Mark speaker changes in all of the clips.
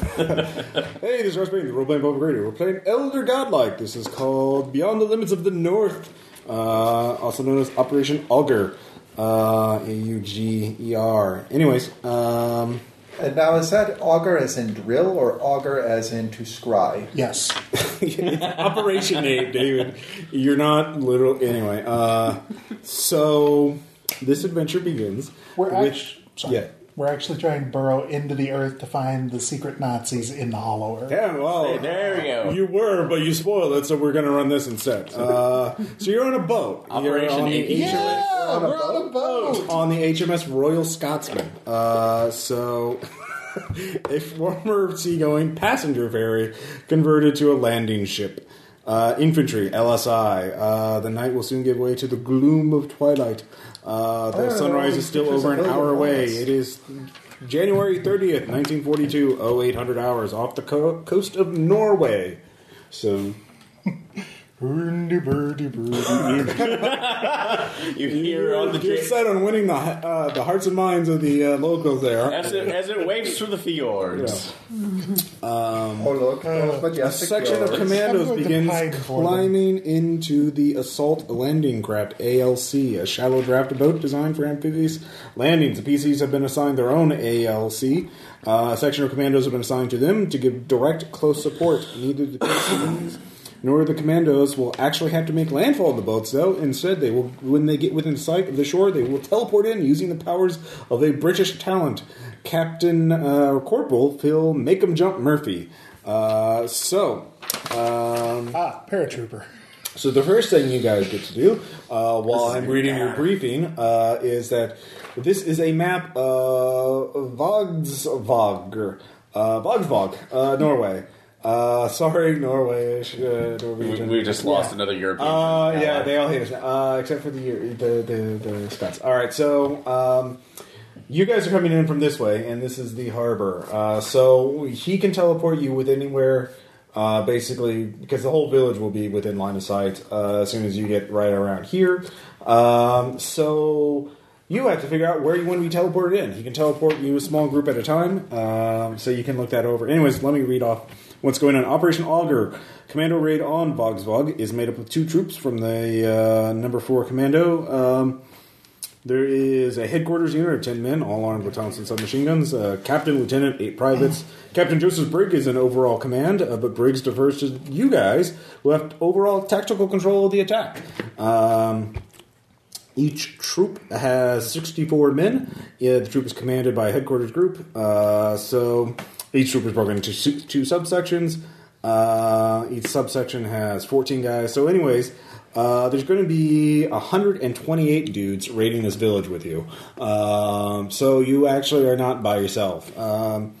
Speaker 1: Hey, this is Ross Payne. We're playing Public Radio. We're playing Elder Godlike. This is called Beyond the Limits of the North, uh, also known as Operation Auger. Uh, A U G E R. Anyways, um,
Speaker 2: And now is that auger as in drill or auger as in to scry?
Speaker 3: Yes.
Speaker 1: Operation Nate, David. You're not literal. Anyway, uh, so this adventure begins.
Speaker 3: We're,
Speaker 1: with-
Speaker 3: act- sorry.
Speaker 1: Yeah.
Speaker 3: We're actually trying to burrow into the earth to find the secret Nazis in the Hollow Earth.
Speaker 1: Yeah, well,
Speaker 4: Hey, there we go.
Speaker 1: You were, but you spoiled it, so we're going to run this instead. Uh, so you're on a boat. You're
Speaker 4: Operation
Speaker 1: on the
Speaker 4: AP.
Speaker 1: HMS
Speaker 3: Yeah, we're on a boat.
Speaker 1: on the HMS Royal Scotsman. Uh, so, a former seagoing passenger ferry converted to a landing ship. Uh, infantry, LSI. Uh, the night will soon give way to the gloom of twilight. Uh, the
Speaker 2: Oh,
Speaker 1: sunrise is still
Speaker 2: pictures
Speaker 1: over
Speaker 2: of
Speaker 1: an
Speaker 2: Hilda
Speaker 1: hour away.
Speaker 2: Forest.
Speaker 1: It is January 30th, 1942, 0800 oh, hours, off the co- coast of Norway. So,
Speaker 4: You hear on the
Speaker 1: you're
Speaker 4: jet
Speaker 1: set on winning the, uh, the hearts and minds of the uh, locals there. aren't
Speaker 4: as
Speaker 1: you?
Speaker 4: it, as it waves through the fjords.
Speaker 2: Oh look, those
Speaker 1: A
Speaker 2: majestic
Speaker 1: Uh, section of
Speaker 2: roads.
Speaker 3: I'm
Speaker 1: commandos
Speaker 3: going to hide
Speaker 1: begins
Speaker 3: for them.
Speaker 1: climbing into the assault landing craft (ALC), a shallow draft boat designed for amphibious landings. The PCs have been assigned their own ALC. Uh, a section of commandos have been assigned to them to give direct, close support. Neither the PCs nor the commandos will actually have to make landfall in the boats, though. Instead, they will, when they get within sight of the shore, they will teleport in using the powers of a British talent, Captain uh, Corporal Phil Make'em Jump Murphy. Uh, so, um,
Speaker 3: ah, paratrooper.
Speaker 1: so the first thing you guys get to do uh, while I'm reading your briefing uh, is that this is a map of Vogsvog, uh, Vogsvog, uh, Norway. Uh, sorry, Norway. Uh,
Speaker 4: We,
Speaker 1: Norwegian.
Speaker 4: we just lost another European.
Speaker 1: Uh, yeah, they all hate us, uh, except for the, the the the Scots. All right, so um, you guys are coming in from this way, and this is the harbor. Uh, so he can teleport you with anywhere, uh, basically, because the whole village will be within line of sight uh, as soon as you get right around here. Um, so. You have to figure out where you want to be teleported in. He can teleport you a small group at a time, um, so you can look that over. Anyways, let me read off what's going on. Operation Auger, commando raid on Vogsvog, is made up of two troops from the uh, number four commando. Um, there is a headquarters unit of 10 men, all armed with Thompson submachine guns. Uh, captain, lieutenant, eight privates. Captain Joseph Brigg is in overall command, uh, but Briggs defers to you guys, who have overall tactical control of the attack. Um, each troop has 64 men. Yeah, the troop is commanded by a headquarters group. Uh, so each troop is broken into su- two subsections. Uh, each subsection has 14 guys. So, anyways, uh, there's going to be 128 dudes raiding this village with you. Um, so you actually are not by yourself. Um,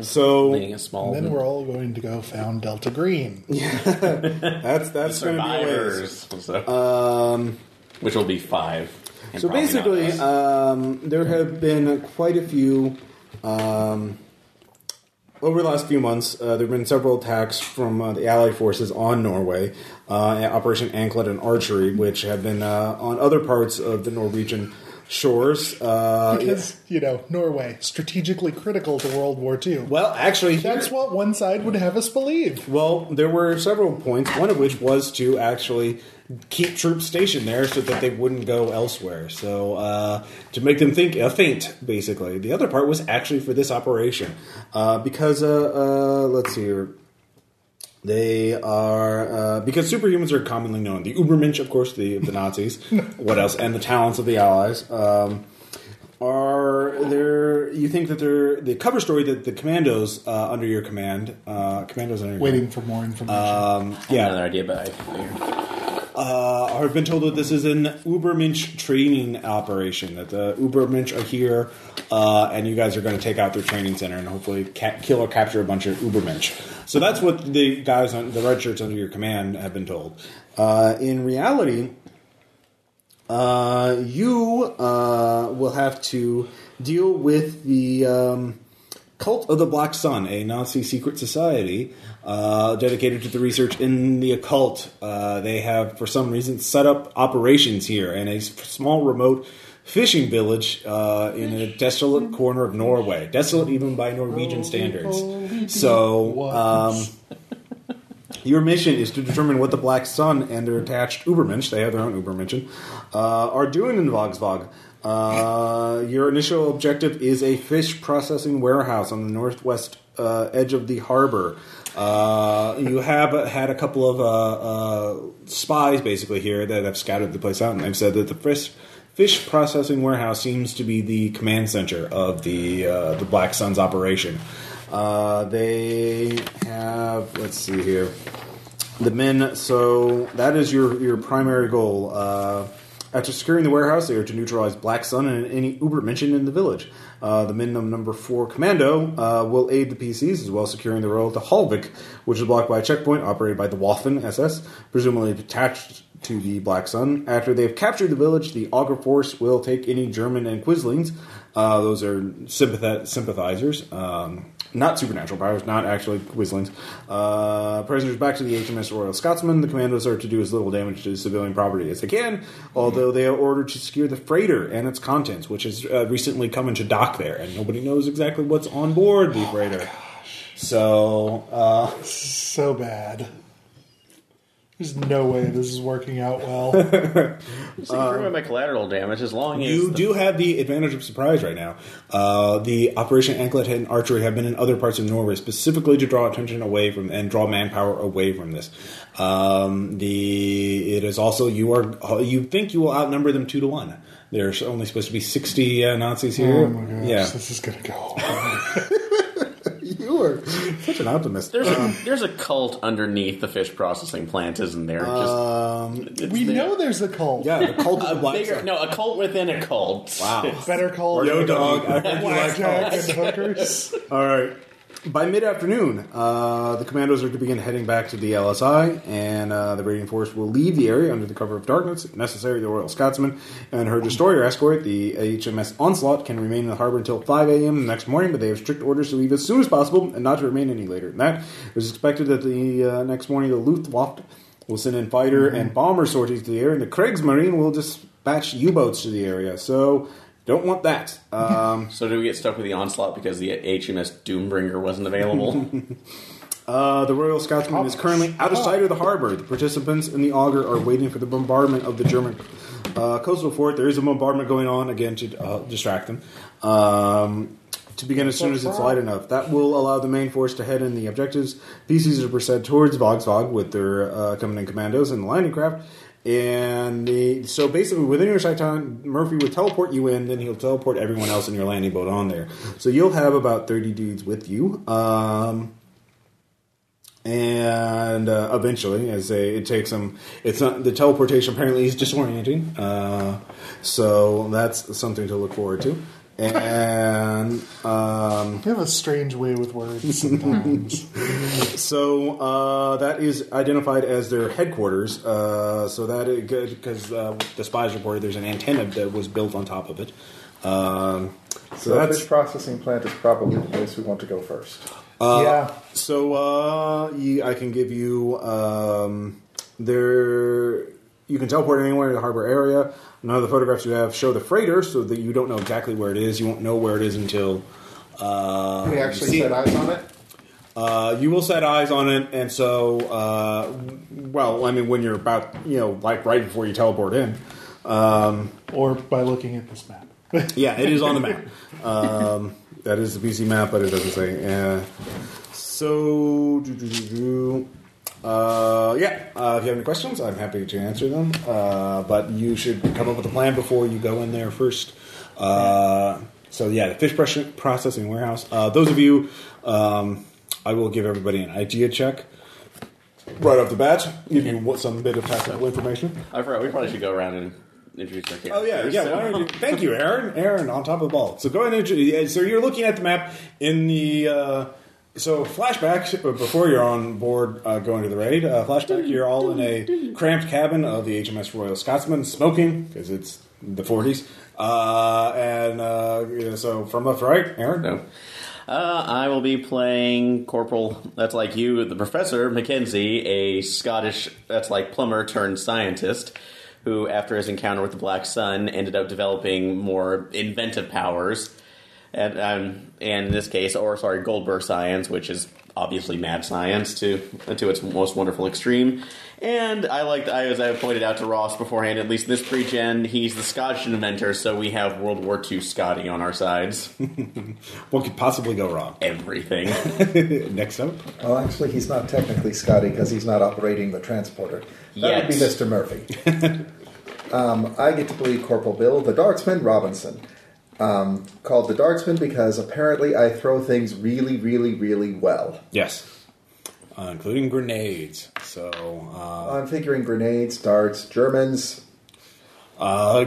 Speaker 1: so
Speaker 4: Leading a small.
Speaker 3: And then we're all going to go found Delta Green.
Speaker 1: that's that's going to be a ways.
Speaker 4: survivors. So, which will be five. and
Speaker 1: So
Speaker 4: probably not
Speaker 1: basically,
Speaker 4: us.
Speaker 1: um, there have been quite a few um, over the last few months. Uh, there have been several attacks from uh, the Allied forces on Norway, uh, at Operation Anklet and Archery, which have been uh, on other parts of the Norwegian shores. Uh,
Speaker 3: Because, you know, Norway, strategically critical to World War II.
Speaker 1: well, actually,
Speaker 3: That's what one side would have us believe.
Speaker 1: Well, there were several points, one of which was to actually keep troops stationed there so that they wouldn't go elsewhere. So, uh, to make them think a feint, basically. The other part was actually for this operation. Uh, because, uh, uh, let's see here. They are uh, because superhumans are commonly known. The Ubermensch, of course, the the Nazis. what else? And the talents of the Allies. Um, are there? You think that they're the cover story that the commandos uh, under your command, uh, commandos under your
Speaker 3: Waiting for more information.
Speaker 1: um, yeah,
Speaker 4: another idea, but I figured.
Speaker 1: uh, I've been told that this is an Ubermensch training operation. That the Ubermensch are here, uh, and you guys are going to take out their training center and hopefully ca- kill or capture a bunch of Ubermensch. So that's what the guys on the red shirts under your command have been told. Uh, in reality, uh, you uh, will have to deal with the um, Cult of the Black Sun, a Nazi secret society uh, dedicated to the research in the occult. Uh, they have, for some reason, set up operations here in a s- small remote fishing village uh, in a desolate corner of Norway, desolate even by Norwegian standards. So, um, your mission is to determine what the Black Sun and their attached Ubermensch, they have their own Ubermenschen, uh, are doing in Vogsvog. Uh, your initial objective is a fish processing warehouse on the northwest uh, edge of the harbor. Uh, you have had a couple of uh, uh, spies basically here that have scouted the place out, and they've said that the fish, fish processing warehouse seems to be the command center of the uh, the Black Sun's operation. Uh, they have, let's see here, the men. So that is your your primary goal. Uh, after securing the warehouse, they are to neutralize Black Sun and any Uber mentioned in the village. Uh, the Minimum Number Four Commando uh, will aid the PCs as well as securing the road to Halvik, which is blocked by a checkpoint operated by the Waffen SS, presumably detached to the Black Sun. After they have captured the village, the Auger Force will take any German and Quislings. Uh, those are sympathi- sympathizers, um, not supernatural powers, not actually Quislings. Uh, prisoners back to the HMS Royal Scotsman. The commandos are to do as little damage to civilian property as they can, although they are ordered to secure the freighter and its contents, which has uh, recently come into dock there, and nobody knows exactly what's on board the freighter. So, uh,
Speaker 3: So bad. There's no way this is working out well.
Speaker 4: So you can ruin my collateral damage as long as
Speaker 1: You
Speaker 4: the-
Speaker 1: do have the advantage of surprise right now. Uh, the Operation Anklet and Archery have been in other parts of Norway specifically to draw attention away from and draw manpower away from this. Um, the it is also you are uh, you think you will outnumber them two to one. There's only supposed to be sixty uh, Nazis here.
Speaker 3: oh my gosh,
Speaker 1: yeah,
Speaker 3: this is gonna go.
Speaker 1: you are such an optimist.
Speaker 4: There's a, there's a cult underneath the fish processing plant, isn't there? Just,
Speaker 1: Uh,
Speaker 4: it's
Speaker 3: we
Speaker 4: there.
Speaker 3: know there's a cult.
Speaker 1: yeah, the cult of
Speaker 4: a
Speaker 1: the black.
Speaker 4: bigger,
Speaker 1: Sun.
Speaker 4: no, a cult within a cult.
Speaker 1: Wow.
Speaker 3: Better call
Speaker 1: Yo, dog. I heard you like
Speaker 3: blackjack and hookers.
Speaker 1: All right. By mid afternoon, uh, the commandos are to begin heading back to the LSI, and uh, the raiding force will leave the area under the cover of darkness. If necessary, the Royal Scotsman and her destroyer escort, the HMS Onslaught, can remain in the harbor until 5 a.m. the next morning, but they have strict orders to leave as soon as possible and not to remain any later than that. It is expected that the uh, next morning the Luftwaffe will send in fighter and bomber sorties to the area, and the Kriegsmarine will dispatch U boats to the area. So, don't want that. Um,
Speaker 4: So do we get stuck with the onslaught because the HMS Doombringer wasn't available?
Speaker 1: Uh, the Royal Scotsman is currently out of sight of the harbor. The participants in the auger are waiting for the bombardment of the German uh, coastal fort. There is a bombardment going on again to uh, distract them. Um, to begin as soon as it's light enough. That will allow the main force to head in the objectives. PCs are percent towards Vogsvog with their uh, coming in commandos and the landing craft. And the, so basically, within your sight time, Murphy would teleport you in, then he'll teleport everyone else in your landing boat on there. So you'll have about 30 dudes with you. Um, and uh, eventually, as they, it takes them, it's not the teleportation. Apparently, is disorienting, uh, so that's something to look forward to. And um,
Speaker 3: You have a strange way with words sometimes.
Speaker 1: so uh, that is identified as their headquarters. Uh, so that because uh, the spies reported there's an antenna that was built on top of it. Um, so
Speaker 2: So the
Speaker 1: that's
Speaker 2: fish processing plant is probably the place we want to go first.
Speaker 3: yeah.
Speaker 1: So uh, you, I can give you um, there. You can teleport anywhere in the harbor area. None of the photographs you have show the freighter, so that you don't know exactly where it is. You won't know where it is until uh,
Speaker 2: We
Speaker 1: you see
Speaker 2: actually
Speaker 1: it.
Speaker 2: set eyes on it.
Speaker 1: Uh, you will set eyes on it, and so, uh, well, I mean, when you're about, you know, like right before you teleport in. Um,
Speaker 3: Or by looking at this map.
Speaker 1: yeah, it is on the map. Um, that is the PC map, but it doesn't say. Uh, so, do, do, do, do. Uh, yeah, uh, if you have any questions, I'm happy to answer them. Uh, but you should come up with a plan before you go in there first. Uh, so, yeah, the fish press- processing warehouse. Uh, those of you, um, I will give everybody an idea check. Right off the bat, give you what- some bit of tactical information.
Speaker 4: I forgot. We probably should go around and introduce our
Speaker 1: Oh
Speaker 4: characters.
Speaker 1: yeah, yeah.
Speaker 4: So-
Speaker 1: Why don't you, thank you, Aaron. Aaron on top of the ball. So go ahead and introduce- so you're looking at the map in the uh, so flashback uh, before you're on board uh, going to the raid. Uh, flashback, you're all in a cramped cabin of the HMS Royal Scotsman, smoking because it's the 40s. Uh, and uh, yeah, so from left to right, Aaron.
Speaker 4: No. Uh, I will be playing Corporal. That's like you, the Professor Mackenzie, a Scottish. That's like plumber turned scientist, who, after his encounter with the Black Sun, ended up developing more inventive powers. And, um, and in this case, or sorry, Goldberg science, which is obviously mad science to to its most wonderful extreme. And I like, I, as I pointed out to Ross beforehand, at least this pre-gen, he's the Scottish inventor, so we have World War II Scotty on our sides.
Speaker 1: What could possibly go wrong?
Speaker 4: Everything.
Speaker 1: Next up.
Speaker 2: Well, actually, he's not technically Scotty because he's not operating the transporter. That would be
Speaker 4: Yet.
Speaker 2: Mr. Murphy. um, I get to believe Corporal Bill, the Dartsman Robinson. Um, called the Dartsman because apparently I throw things really, really, really well.
Speaker 1: Yes. Uh, including grenades. So, uh,
Speaker 2: I'm figuring grenades, darts, Germans.
Speaker 1: uh,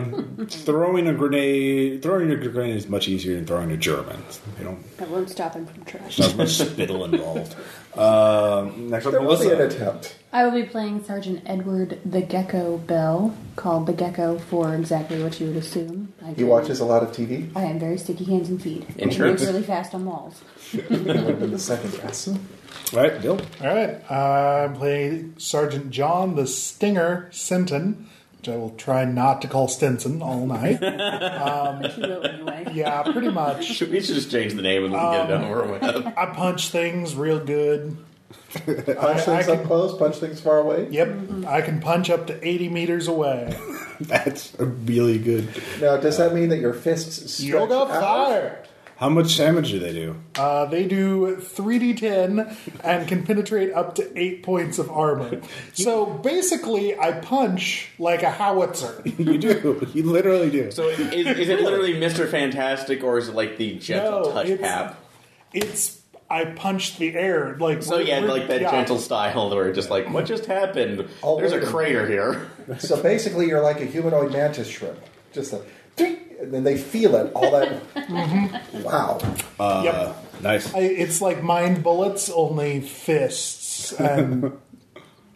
Speaker 1: throwing a grenade, throwing a grenade is much easier than throwing a German. They don't
Speaker 5: That won't stop him from trash.
Speaker 1: not much spittle involved. Um, next up,
Speaker 2: There will be an
Speaker 1: Melissa.
Speaker 2: attempt.
Speaker 5: I will be playing Sergeant Edward the Gecko Bell, called the Gecko for exactly what you would assume. I
Speaker 2: He
Speaker 5: can-
Speaker 2: watches a lot of TV.
Speaker 5: I am very sticky hands and feet.
Speaker 4: Insurance.
Speaker 5: I move really fast on walls.
Speaker 2: In the second guess.
Speaker 1: All right, Bill.
Speaker 3: All right. I'm playing Sergeant John the Stinger Sinton, which I will try not to call Stinson all night.
Speaker 5: But you will anyway.
Speaker 3: yeah, pretty much.
Speaker 4: we should just change the name and get
Speaker 3: Um,
Speaker 4: it over with.
Speaker 3: I punch things real good.
Speaker 2: Punch
Speaker 3: I
Speaker 2: things
Speaker 3: can-
Speaker 2: up close, punch things far away.
Speaker 3: Yep, I can punch up to 80 meters away.
Speaker 1: That's really good.
Speaker 2: Now, does that mean that your fists stretch
Speaker 3: You'll go
Speaker 2: out?
Speaker 3: fire!
Speaker 1: How much damage do they do?
Speaker 3: Uh, they do 3d10 and can penetrate up to 8 points of armor. So basically, I punch like a howitzer.
Speaker 1: You do. You literally do.
Speaker 4: So is, is it literally Mr. Fantastic or is it like the gentle
Speaker 3: No,
Speaker 4: touch
Speaker 3: it's-
Speaker 4: tap?
Speaker 3: It's. I punch the air. like
Speaker 4: So
Speaker 3: we're-
Speaker 4: yeah,
Speaker 3: we're-
Speaker 4: like that
Speaker 3: yeah.
Speaker 4: gentle style where it's just like, what just happened?
Speaker 2: Oh,
Speaker 4: There's a
Speaker 2: wait a
Speaker 4: crater here.
Speaker 2: So basically, you're like a humanoid mantis shrimp. Just a. tink, And then they feel it, all that. Mm-hmm. Wow.
Speaker 4: uh,
Speaker 3: Yep.
Speaker 1: nice.
Speaker 3: I, it's like mind bullets, only fists. And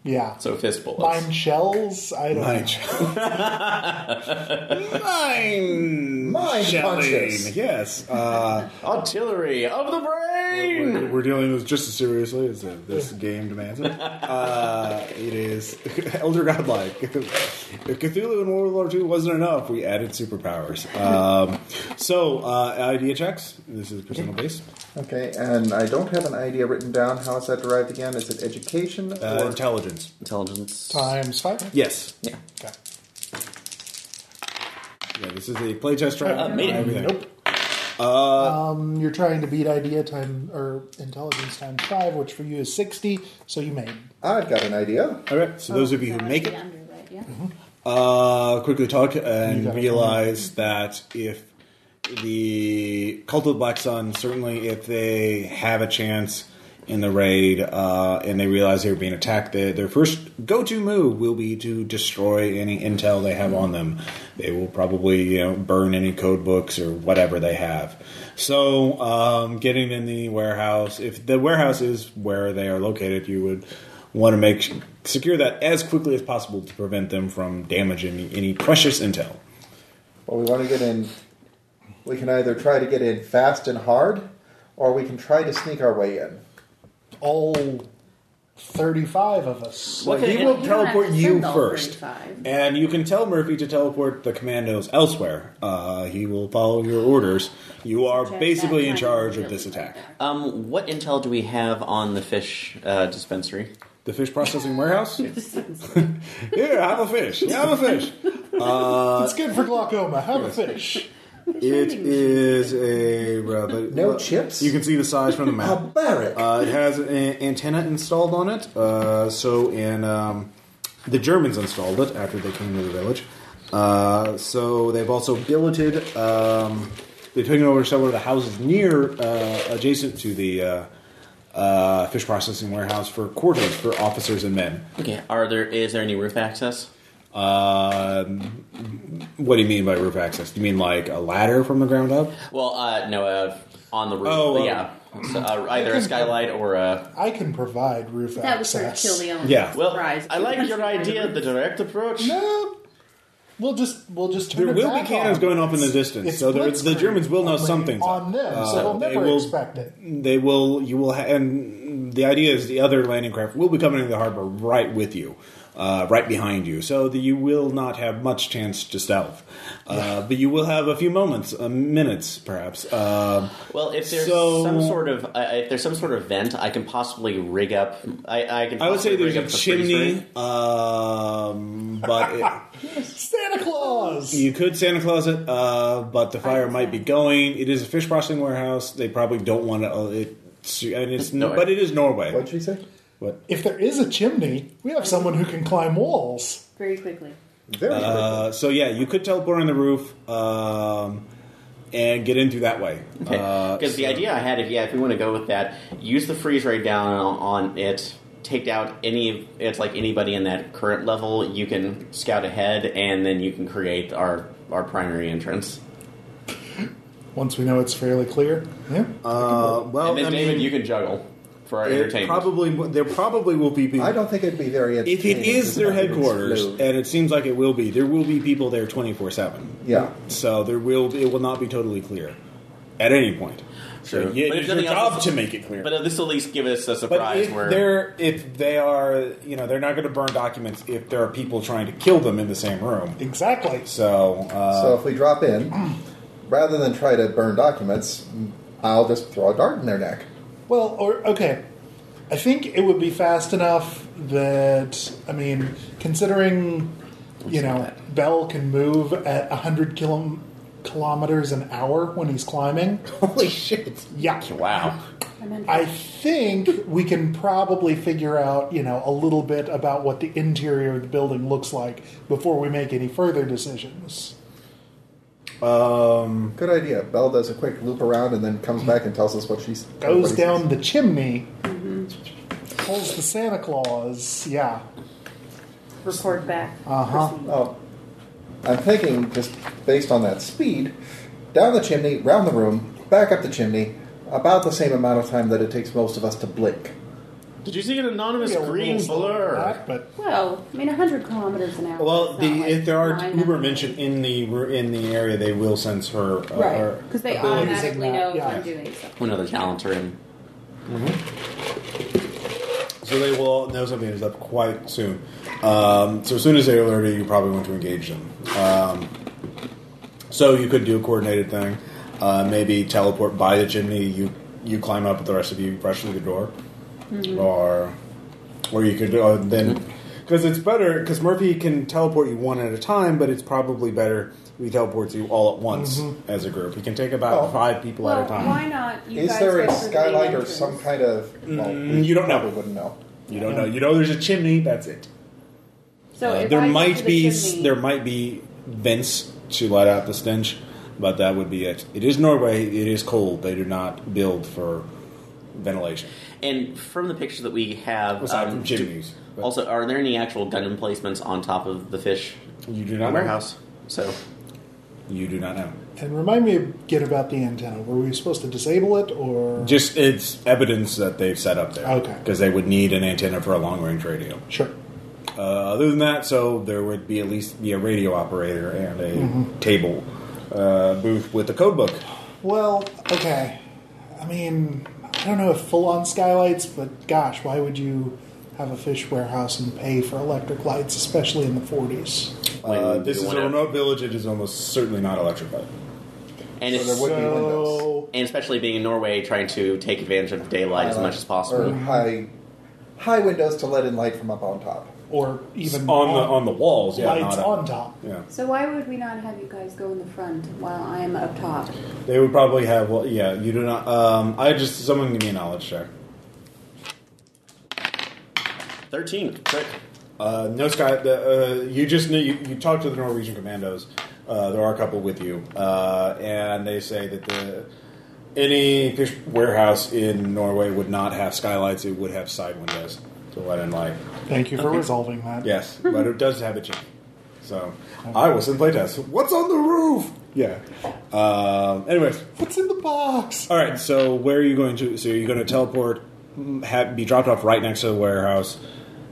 Speaker 3: yeah.
Speaker 4: So fist bullets.
Speaker 3: mind shells? I don't know.
Speaker 1: Mine. Mine.
Speaker 2: Mine
Speaker 1: shelling.
Speaker 2: punches.
Speaker 1: Yes. Uh,
Speaker 4: Artillery of the brain.
Speaker 1: we're, we're dealing with just as seriously as uh, this game demands it. Uh, it is Elder Godlike. if Cthulhu in World War II wasn't enough, we added superpowers. Um, so, uh, idea checks. This is personal based.
Speaker 2: Okay, and I don't have an idea written down. How is that derived again? Is it education? Or
Speaker 1: Uh, intelligence.
Speaker 4: Intelligence.
Speaker 3: Times five.
Speaker 1: Yes.
Speaker 4: Yeah.
Speaker 3: Okay.
Speaker 1: Yeah, this is a playtest trial.
Speaker 4: Uh, me.
Speaker 1: Everything.
Speaker 3: Nope. um, you're trying to beat idea time or intelligence times five, which for you is sixty. So you made.
Speaker 2: I've got an idea.
Speaker 1: All right. So those of you who
Speaker 5: That
Speaker 1: make
Speaker 5: would
Speaker 1: it,
Speaker 5: be under, right? Oh, Yeah.
Speaker 1: uh, quickly talk
Speaker 3: You
Speaker 1: and
Speaker 3: got it.
Speaker 1: realize that if the Cult of the Black Sun, certainly if they have a chance in the raid uh, and they realize they're being attacked, their their first go to move will be to destroy any intel they have on them. They will probably you know, burn any code books or whatever they have. So um, getting in the warehouse, if the warehouse is where they are located, you would want to make secure that as quickly as possible to prevent them from damaging any precious intel.
Speaker 2: Well, we want to get in. We can either try to get in fast and hard, or we can try to sneak our way in.
Speaker 3: All thirty-five of us.
Speaker 1: Well,
Speaker 4: What
Speaker 1: he
Speaker 4: can-
Speaker 1: will
Speaker 5: You don't have
Speaker 1: teleport
Speaker 5: to
Speaker 1: you
Speaker 5: send all
Speaker 1: first.
Speaker 5: 35.
Speaker 1: And you can tell Murphy to teleport the commandos elsewhere. Uh, he will follow your orders. You are
Speaker 5: Check
Speaker 1: basically
Speaker 5: that
Speaker 1: in
Speaker 5: time.
Speaker 1: charge of this attack.
Speaker 4: Um, what intel do we have on the fish uh, dispensary?
Speaker 1: The fish processing warehouse? Here, have a fish. Have a fish.
Speaker 3: it's good for glaucoma. Have a fish.
Speaker 1: It is a. well, the-
Speaker 2: No
Speaker 1: well,
Speaker 2: chips?
Speaker 1: You can see the size from the map.
Speaker 2: A barrack.
Speaker 1: Uh, it has an antenna installed on it. Uh, so, in um, the Germans installed it after they came to the village. Uh, so they've also billeted. Um, they've taken over several of the houses near, uh, adjacent to the uh, uh, fish processing warehouse for quarters for officers and men.
Speaker 4: Okay. Are there is there any roof access?
Speaker 1: Um, what do you mean by roof access? Do you mean like a ladder from the ground up?
Speaker 4: Well, uh, no, uh, on the roof.
Speaker 1: Oh, uh,
Speaker 4: yeah. So, uh, either a skylight or a.
Speaker 3: I can provide roof
Speaker 5: That was sort of
Speaker 3: access.
Speaker 5: kill the owner.
Speaker 1: Yeah.
Speaker 4: Well,
Speaker 5: Surprise.
Speaker 4: I like your idea of the direct approach.
Speaker 3: No, Uh, we'll just we'll just turn
Speaker 1: There
Speaker 3: it
Speaker 1: will be
Speaker 3: back
Speaker 1: cannons
Speaker 3: on.
Speaker 1: going off in the distance,
Speaker 3: It's
Speaker 1: so there, the
Speaker 3: blitzkrieg
Speaker 1: Germans will know
Speaker 3: only
Speaker 1: something's up.
Speaker 3: on them, so
Speaker 1: Uh,
Speaker 3: they'll
Speaker 1: they
Speaker 3: never
Speaker 1: will-
Speaker 3: expect it.
Speaker 1: They will. You will, ha- and the idea is the other landing craft will be coming into the harbor right with you. uh, right behind you, so that you will not have much chance to stealth. Uh, but you will have a few moments, uh, minutes perhaps. Uh,
Speaker 4: Well, if there's
Speaker 1: So-
Speaker 4: some sort of uh, if there's some sort of vent, I can possibly rig up. I, I can.
Speaker 1: I would say
Speaker 4: possibly
Speaker 1: there's
Speaker 4: rig
Speaker 1: a
Speaker 4: up the
Speaker 1: chimney,
Speaker 4: freezer.
Speaker 1: um, but it,
Speaker 3: Santa Claus.
Speaker 1: You could Santa Claus it, uh, but the fire might be going. It is a fish processing warehouse. They probably don't want to. Uh, it, and it's
Speaker 4: Norway.
Speaker 1: but it is Norway.
Speaker 2: What'd she say?
Speaker 1: What?
Speaker 3: If there is a chimney, we have someone who can climb walls.
Speaker 5: Very quickly.
Speaker 2: Very
Speaker 1: Uh, so yeah, you could teleport on the roof um, and get in through that way.
Speaker 4: Okay.
Speaker 1: Uh,
Speaker 4: Because the idea I had, if yeah, if we want to go with that, use the freeze ray down on, on it. Take out any. It's like anybody in that current level. You can scout ahead, and then you can create our our primary entrance.
Speaker 3: Once we know it's fairly clear. Yeah.
Speaker 1: uh, well,
Speaker 4: and then
Speaker 1: I
Speaker 4: David,
Speaker 1: mean,
Speaker 4: you can juggle for our
Speaker 1: it
Speaker 4: entertainment.
Speaker 1: probably there probably will be people.
Speaker 2: I don't think it'd be very
Speaker 1: if it
Speaker 2: entertaining
Speaker 1: is their
Speaker 2: nothing
Speaker 1: headquarters,
Speaker 2: flew.
Speaker 1: and it seems like it will be, there will be people there twenty four seven.
Speaker 2: yeah.
Speaker 1: So there will it will not be totally clear at any point. So
Speaker 4: True.
Speaker 1: yeah,
Speaker 4: But if
Speaker 1: it's your
Speaker 4: nothing
Speaker 1: job
Speaker 4: else-
Speaker 1: to make it clear.
Speaker 4: but this will at least give us a
Speaker 1: But
Speaker 4: surprise
Speaker 1: if
Speaker 4: where
Speaker 1: they're if they are you know they're not going to burn documents if there are people trying to kill them in the same room.
Speaker 3: Exactly.
Speaker 1: So, uh,
Speaker 2: So if we drop in, rather than try to burn documents, I'll just throw a dart in their neck.
Speaker 3: Well, or okay. I think it would be fast enough that I mean, considering you know Bell can move at hundred kilom kilometers an hour when he's climbing.
Speaker 1: holy shit!
Speaker 3: Yeah.
Speaker 4: wow.
Speaker 5: I'm in.
Speaker 3: I think we can probably figure out, you know, a little bit about what the interior of the building looks like before we make any further decisions.
Speaker 1: Um,
Speaker 2: Good idea. Belle does a quick loop around and then comes back and tells us what she's
Speaker 3: Goes
Speaker 2: everybody
Speaker 3: down
Speaker 2: sees.
Speaker 3: the chimney,
Speaker 1: Mm-hmm.
Speaker 3: pulls the Santa Claus. Yeah.
Speaker 5: Report back.
Speaker 3: Uh-huh.
Speaker 5: Proceed.
Speaker 2: Oh, I'm thinking just based on that speed, down the chimney, round the room, back up the chimney, about the same amount of time that it takes most of us to blink.
Speaker 4: Did you see an anonymous
Speaker 3: Maybe a little
Speaker 4: green
Speaker 3: slow on
Speaker 4: blur?
Speaker 3: that, but
Speaker 5: Well, I mean, 100 kilometers an hour.
Speaker 1: well,
Speaker 5: It's
Speaker 1: the,
Speaker 5: not like
Speaker 1: if there are
Speaker 5: nine
Speaker 1: Uber
Speaker 5: hours.
Speaker 1: mentioned in the ru- in the area, they will sense her. Uh,
Speaker 5: Right,
Speaker 1: her-
Speaker 5: because they
Speaker 3: abilities in
Speaker 5: automatically
Speaker 3: that,
Speaker 5: know if
Speaker 3: yeah.
Speaker 5: I'm doing something.
Speaker 4: Another talent room.
Speaker 1: so they will know something is up quite soon. Um, so as soon as they alert you, you probably want to engage them. Um, so you could do a coordinated thing. Uh, maybe teleport by the chimney. You you climb up with the rest of you, rush through the door,
Speaker 5: Mm-hmm.
Speaker 1: or or you could uh, then because it's better because Murphy can teleport you one at a time, but it's probably better. He teleports you all at once as a group. He can take about
Speaker 2: Oh.
Speaker 1: five people
Speaker 5: Well,
Speaker 1: at a time.
Speaker 5: why not? You
Speaker 2: Is
Speaker 5: guys
Speaker 2: there
Speaker 5: go
Speaker 2: a
Speaker 5: through the main
Speaker 2: skylight or
Speaker 5: entrance?
Speaker 2: some kind of? Well, we
Speaker 1: Mm, you don't know.
Speaker 2: Probably wouldn't know.
Speaker 1: You don't know. You know there's a chimney. That's it.
Speaker 5: So
Speaker 1: Uh,
Speaker 5: if
Speaker 1: there
Speaker 5: I go to
Speaker 1: might
Speaker 5: the
Speaker 1: be
Speaker 5: chimney-
Speaker 1: there might be vents to let out the stench, but that would be it. It is Norway. It is cold. They do not build for ventilation.
Speaker 4: And from the picture that we have, um,
Speaker 1: Aside Oh, from
Speaker 4: Uh, do-
Speaker 1: chimneys, but-
Speaker 4: also, are there any actual gun emplacements on top of the fish
Speaker 1: You do not know.
Speaker 4: warehouse? So,
Speaker 1: You do not know.
Speaker 3: and remind me again about the antenna. Were we supposed to disable it or
Speaker 1: Just it's evidence that they've set up there.
Speaker 3: Okay.
Speaker 1: Because they would need an antenna for a long range radio.
Speaker 3: sure?
Speaker 1: Uh, other than that, so there would be at least be a radio operator and a
Speaker 4: Mm-hmm.
Speaker 1: table uh, booth with a code book.
Speaker 3: Well, okay. I mean, I don't know if full-on skylights, but gosh, why would you have a fish warehouse and pay for electric lights, especially in the forties?
Speaker 1: Uh,
Speaker 4: when
Speaker 1: this is
Speaker 4: you
Speaker 1: a
Speaker 4: wanna-
Speaker 1: remote village. It is almost certainly not electrified.
Speaker 4: and
Speaker 2: So there
Speaker 4: it's-
Speaker 2: would- be windows.
Speaker 4: and especially being in Norway, trying to take advantage of daylight as much as
Speaker 2: Or
Speaker 4: possible.
Speaker 2: high, high windows to let in light from up on top.
Speaker 3: or even
Speaker 1: on the on the walls, yeah,
Speaker 3: lights
Speaker 1: not up-
Speaker 3: on top.
Speaker 1: Yeah,
Speaker 5: So why would we not have you guys go in the front while I'm up top?
Speaker 1: they would probably have. Well, yeah, you do not. Um, I just someone give me a knowledge check.
Speaker 4: Thirteen, quick.
Speaker 1: Uh, no, Sky. The, uh, you just knew you, you talked to the Norwegian commandos. Uh, there are a couple with you, uh, and they say that the any fish warehouse in Norway would not have skylights. It would have side windows to let in light.
Speaker 3: Thank you for resolving that.
Speaker 1: Yes, but it does have a chimney. So I was in playtest. What's on the roof? Yeah. Um, anyways,
Speaker 3: What's in the box?
Speaker 1: All right. So where are you going to? So you're going to teleport, have, be dropped off right next to the warehouse,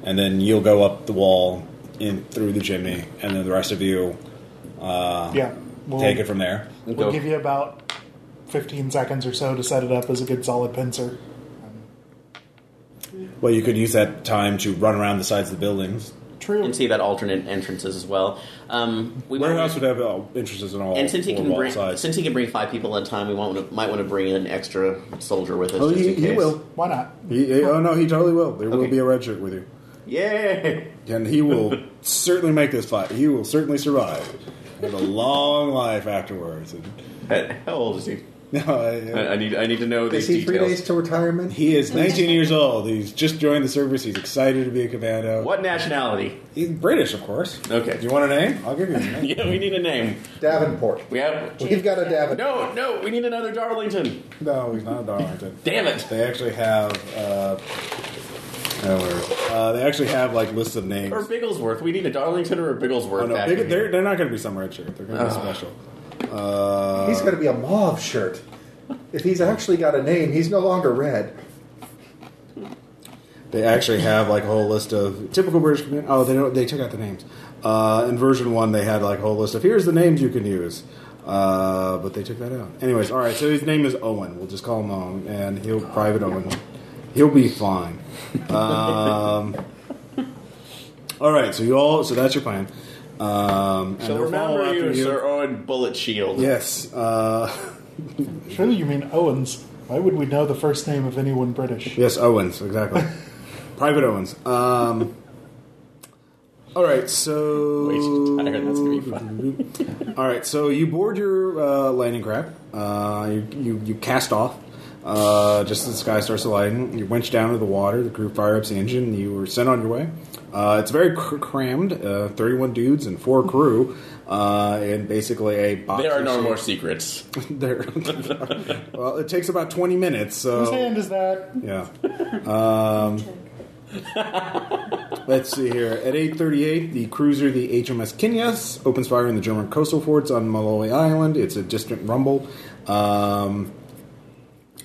Speaker 1: and then you'll go up the wall in through the chimney, and then the rest of you uh,
Speaker 3: Yeah, we'll,
Speaker 1: take it from there.
Speaker 3: We'll give you about fifteen seconds or so to set it up as a good solid pincer.
Speaker 1: Well, you could use that time to run around the sides of the buildings.
Speaker 3: true.
Speaker 4: You can see that alternate entrances as well. Um, we
Speaker 1: Warehouse would have uh, entrances in all.
Speaker 4: and since he
Speaker 1: four
Speaker 4: can
Speaker 1: wall
Speaker 4: bring
Speaker 1: sides.
Speaker 4: since he can bring five people at a time, we want to, might want to bring an extra soldier with us.
Speaker 1: oh,
Speaker 4: just
Speaker 1: he,
Speaker 4: in
Speaker 1: he
Speaker 4: case.
Speaker 1: will.
Speaker 3: Why not?
Speaker 1: He, he- oh no, he totally will. There will
Speaker 4: Okay.
Speaker 1: be a red shirt with you,
Speaker 4: Yay!
Speaker 1: and he will certainly make this fight. He will certainly survive. Have a long life afterwards. And,
Speaker 4: How old is he?
Speaker 1: no, I-
Speaker 4: I, I need I need to know
Speaker 2: Is
Speaker 4: these
Speaker 2: he three
Speaker 4: details.
Speaker 2: days to retirement?
Speaker 1: He is 19 years old. He's just joined the service. He's excited to be a commando.
Speaker 4: What nationality?
Speaker 1: He's British, of course.
Speaker 4: Okay.
Speaker 1: Do you want a name? I'll give you a name.
Speaker 4: Yeah, we need a name.
Speaker 2: Davenport.
Speaker 4: We have
Speaker 2: We've got a Davenport.
Speaker 4: no, no. We need another Darlington.
Speaker 1: no, he's not a Darlington.
Speaker 4: Damn it!
Speaker 1: They actually have. Uh, oh, where is it? Uh, they actually have like lists of names.
Speaker 4: Or Bigglesworth. We need a Darlington or a Bigglesworth.
Speaker 1: Oh, no,
Speaker 4: back
Speaker 1: they,
Speaker 4: in Oh.
Speaker 1: they're,
Speaker 4: here.
Speaker 1: they're not going to be some red shirt. They're going to be special. Uh,
Speaker 2: He's going to be a mauve shirt. If he's actually got a name, he's no longer red.
Speaker 1: They actually have like a whole list of typical British. commu- Oh, they don't, they took out the names. Uh, in version one, they had like a whole list of here's the names you can use, uh, but they took that out. Anyways, all right. So his name is Owen. We'll just call him Owen, and he'll private Owen. He'll be fine. Um, all right. So you all. So that's your plan. Um, and
Speaker 4: So
Speaker 1: they'll follow
Speaker 4: remember you,
Speaker 1: after
Speaker 4: Sir Owen Bullet Shield.
Speaker 1: Yes. Uh,
Speaker 3: Surely you mean Owens. Why would we know the first name of anyone British?
Speaker 1: Yes, Owens, exactly. Private Owens. Um, all right, so
Speaker 4: Wasted tire, that's gonna be
Speaker 1: fun. all right, so you board your uh, landing craft. Uh, you, you you cast off. Uh, just as the sky starts to lighten, you winch down to the water. The crew fire up the engine. and You were sent on your way. Uh, it's very cr- crammed. Uh, Thirty-one dudes and four crew, uh, and basically a box.
Speaker 4: There are no more secrets.
Speaker 1: there. well, it takes about twenty minutes. So
Speaker 3: Whose hand is that?
Speaker 1: yeah. Um, let's see here. At 8:38, the cruiser, the HMS Kinyas, opens fire in the German coastal forts on Malloy Island. It's a distant rumble. Um,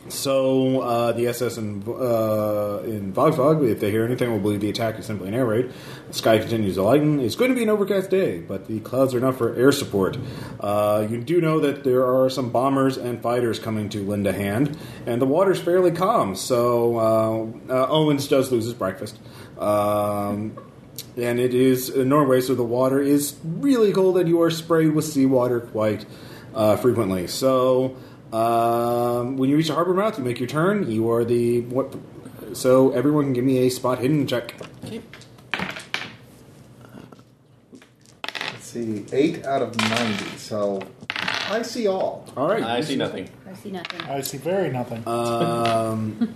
Speaker 1: so uh, the SS in uh, in Vogvog, if they hear anything, will believe the attack is simply an air raid. The sky continues to lighten. It's going to be an overcast day, but the clouds are enough for air support. Uh, you do know that there are some bombers and fighters coming to lend a hand, and the water's fairly calm. So uh, uh, Owens does lose his breakfast. Um, and it is in Norway, so the water is really cold, and you are sprayed with seawater quite uh, frequently. So um, when you reach the harbor mouth, you make your turn. You are the what? So everyone can give me a spot hidden check.
Speaker 2: Let's see, 8 out of 90, so I see all.
Speaker 1: All right,
Speaker 4: I see nothing.
Speaker 5: I see nothing.
Speaker 1: Uh,
Speaker 3: I see very nothing.
Speaker 1: Um,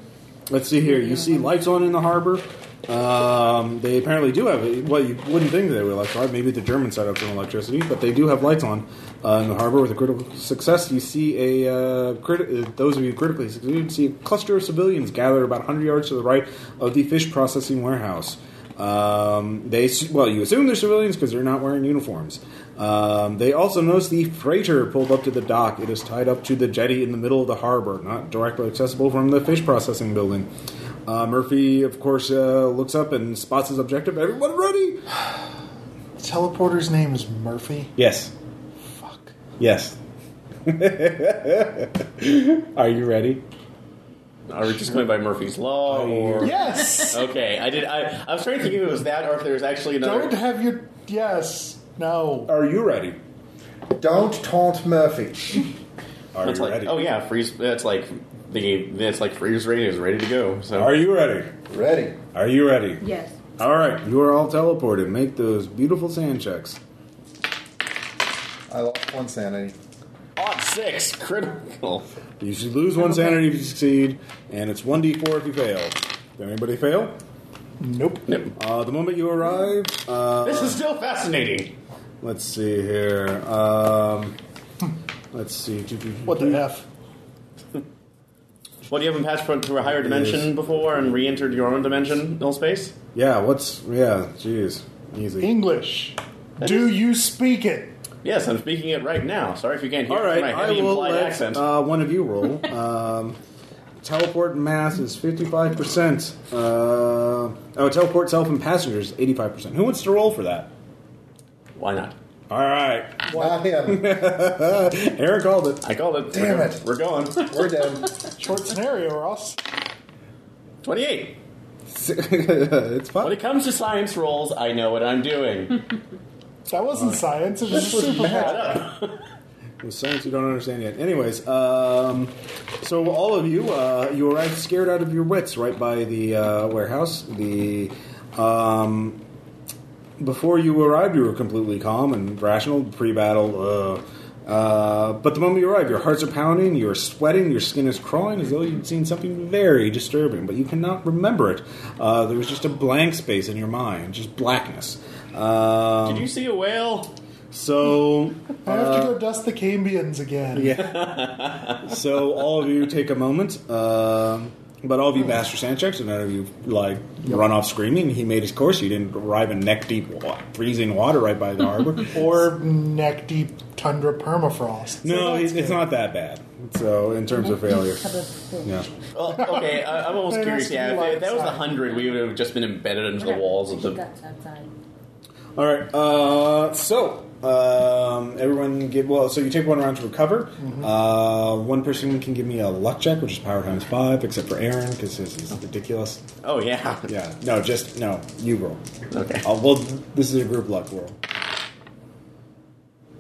Speaker 1: let's see here. You see lights on in the harbor. Um, they apparently do have. Well, you wouldn't think they would electrify. Maybe the Germans set up some electricity, but they do have lights on uh, in the harbor with a critical success. You see a uh, crit- uh, those of you critically succeeded see a cluster of civilians gathered about 100 yards to the right of the fish processing warehouse. Um, they s- well, you assume they're civilians because they're not wearing uniforms. Um, they also notice the freighter pulled up to the dock. It is tied up to the jetty in the middle of the harbor, not directly accessible from the fish processing building. Uh, Murphy, of course, uh, looks up and spots his objective. Everyone ready?
Speaker 3: The teleporter's name is Murphy.
Speaker 1: Yes.
Speaker 3: Fuck.
Speaker 1: Yes. Are you ready?
Speaker 4: Are we just going by Murphy's Law or?
Speaker 3: Yes.
Speaker 4: Okay, I did. I, I was trying to think if it was that or if there's actually another.
Speaker 3: Don't have your yes. No.
Speaker 1: Are you ready?
Speaker 2: Don't taunt Murphy.
Speaker 1: Are
Speaker 4: It's
Speaker 1: you
Speaker 4: like,
Speaker 1: ready?
Speaker 4: oh yeah, freeze. That's like the. That's like freeze rain is ready to go. So
Speaker 1: Are you ready?
Speaker 2: Ready.
Speaker 1: Are you ready?
Speaker 5: Yes.
Speaker 1: All right, you are all teleported. Make those beautiful sand checks.
Speaker 2: I lost one sanity.
Speaker 4: odd six critical.
Speaker 1: You should lose one sanity if you succeed, and it's 1d4 if you fail. Did anybody fail?
Speaker 3: Nope.
Speaker 1: Uh, the moment you arrive, uh,
Speaker 4: This is still fascinating.
Speaker 1: let's see here. Um, let's see. Do, do, do,
Speaker 3: What the f?
Speaker 4: What do you haven't passed from- through a higher dimension before and re-entered your own dimensional space?
Speaker 1: Yeah, what's. Yeah, jeez. Easy.
Speaker 3: English. Do you speak it?
Speaker 4: Yes, I'm speaking it right now. Sorry if you can't hear
Speaker 1: All right,
Speaker 4: my
Speaker 1: I
Speaker 4: heavy
Speaker 1: will
Speaker 4: implied
Speaker 1: let
Speaker 4: accent.
Speaker 1: uh, one of you roll. Um, teleport mass is 55%. Uh, oh, teleport self and passengers is 85%. Who wants to roll for that?
Speaker 4: Why not?
Speaker 1: All right.
Speaker 2: Not him.
Speaker 1: Eric called it.
Speaker 4: I called it.
Speaker 2: Damn
Speaker 4: we're,
Speaker 2: it.
Speaker 4: We're going.
Speaker 2: We're dead.
Speaker 3: Short scenario, Ross.
Speaker 4: Twenty-eight.
Speaker 1: it's
Speaker 4: When
Speaker 1: fun.
Speaker 4: it comes to science rolls, I know what I'm doing.
Speaker 3: That wasn't science. It was
Speaker 2: This was
Speaker 3: super
Speaker 2: magic.
Speaker 1: With science you don't understand yet. Anyways, um, so all of you, uh, you arrived scared out of your wits right by the uh, warehouse. The um, before you arrived, you were completely calm and rational, pre-battle. Uh, uh, but the moment you arrive, your hearts are pounding, you are sweating, your skin is crawling as though you'd seen something very disturbing, but you cannot remember it. Uh, there was just a blank space in your mind, just blackness. Um,
Speaker 4: Did you see a whale?
Speaker 1: so
Speaker 3: I have to go dust the Cambians again.
Speaker 1: Uh, yeah. so all of you take a moment, um, but all of you master sand checks, and none of you like run off screaming. He made his course. You didn't arrive in neck deep, wa- freezing water right by the harbor.
Speaker 3: Or neck deep tundra permafrost.
Speaker 1: no, it's, it's not that bad. So in terms of failure,
Speaker 5: Cup of fish.
Speaker 1: yeah.
Speaker 4: Oh, okay, I, I'm almost
Speaker 3: There
Speaker 4: curious.
Speaker 3: has to
Speaker 4: Yeah,
Speaker 3: be
Speaker 4: if,
Speaker 3: light
Speaker 4: if that was a
Speaker 3: outside.
Speaker 4: hundred, we would have just been embedded into the walls of the.
Speaker 5: Guts outside.
Speaker 1: All right. Uh, so um, everyone give well. So you take one round to recover. Uh, one person can give me a luck check, which is power times five, except for Aaron because his is ridiculous.
Speaker 4: Oh yeah.
Speaker 1: Yeah. No, just no. You roll.
Speaker 4: Okay.
Speaker 1: Uh, well, this is a group luck roll.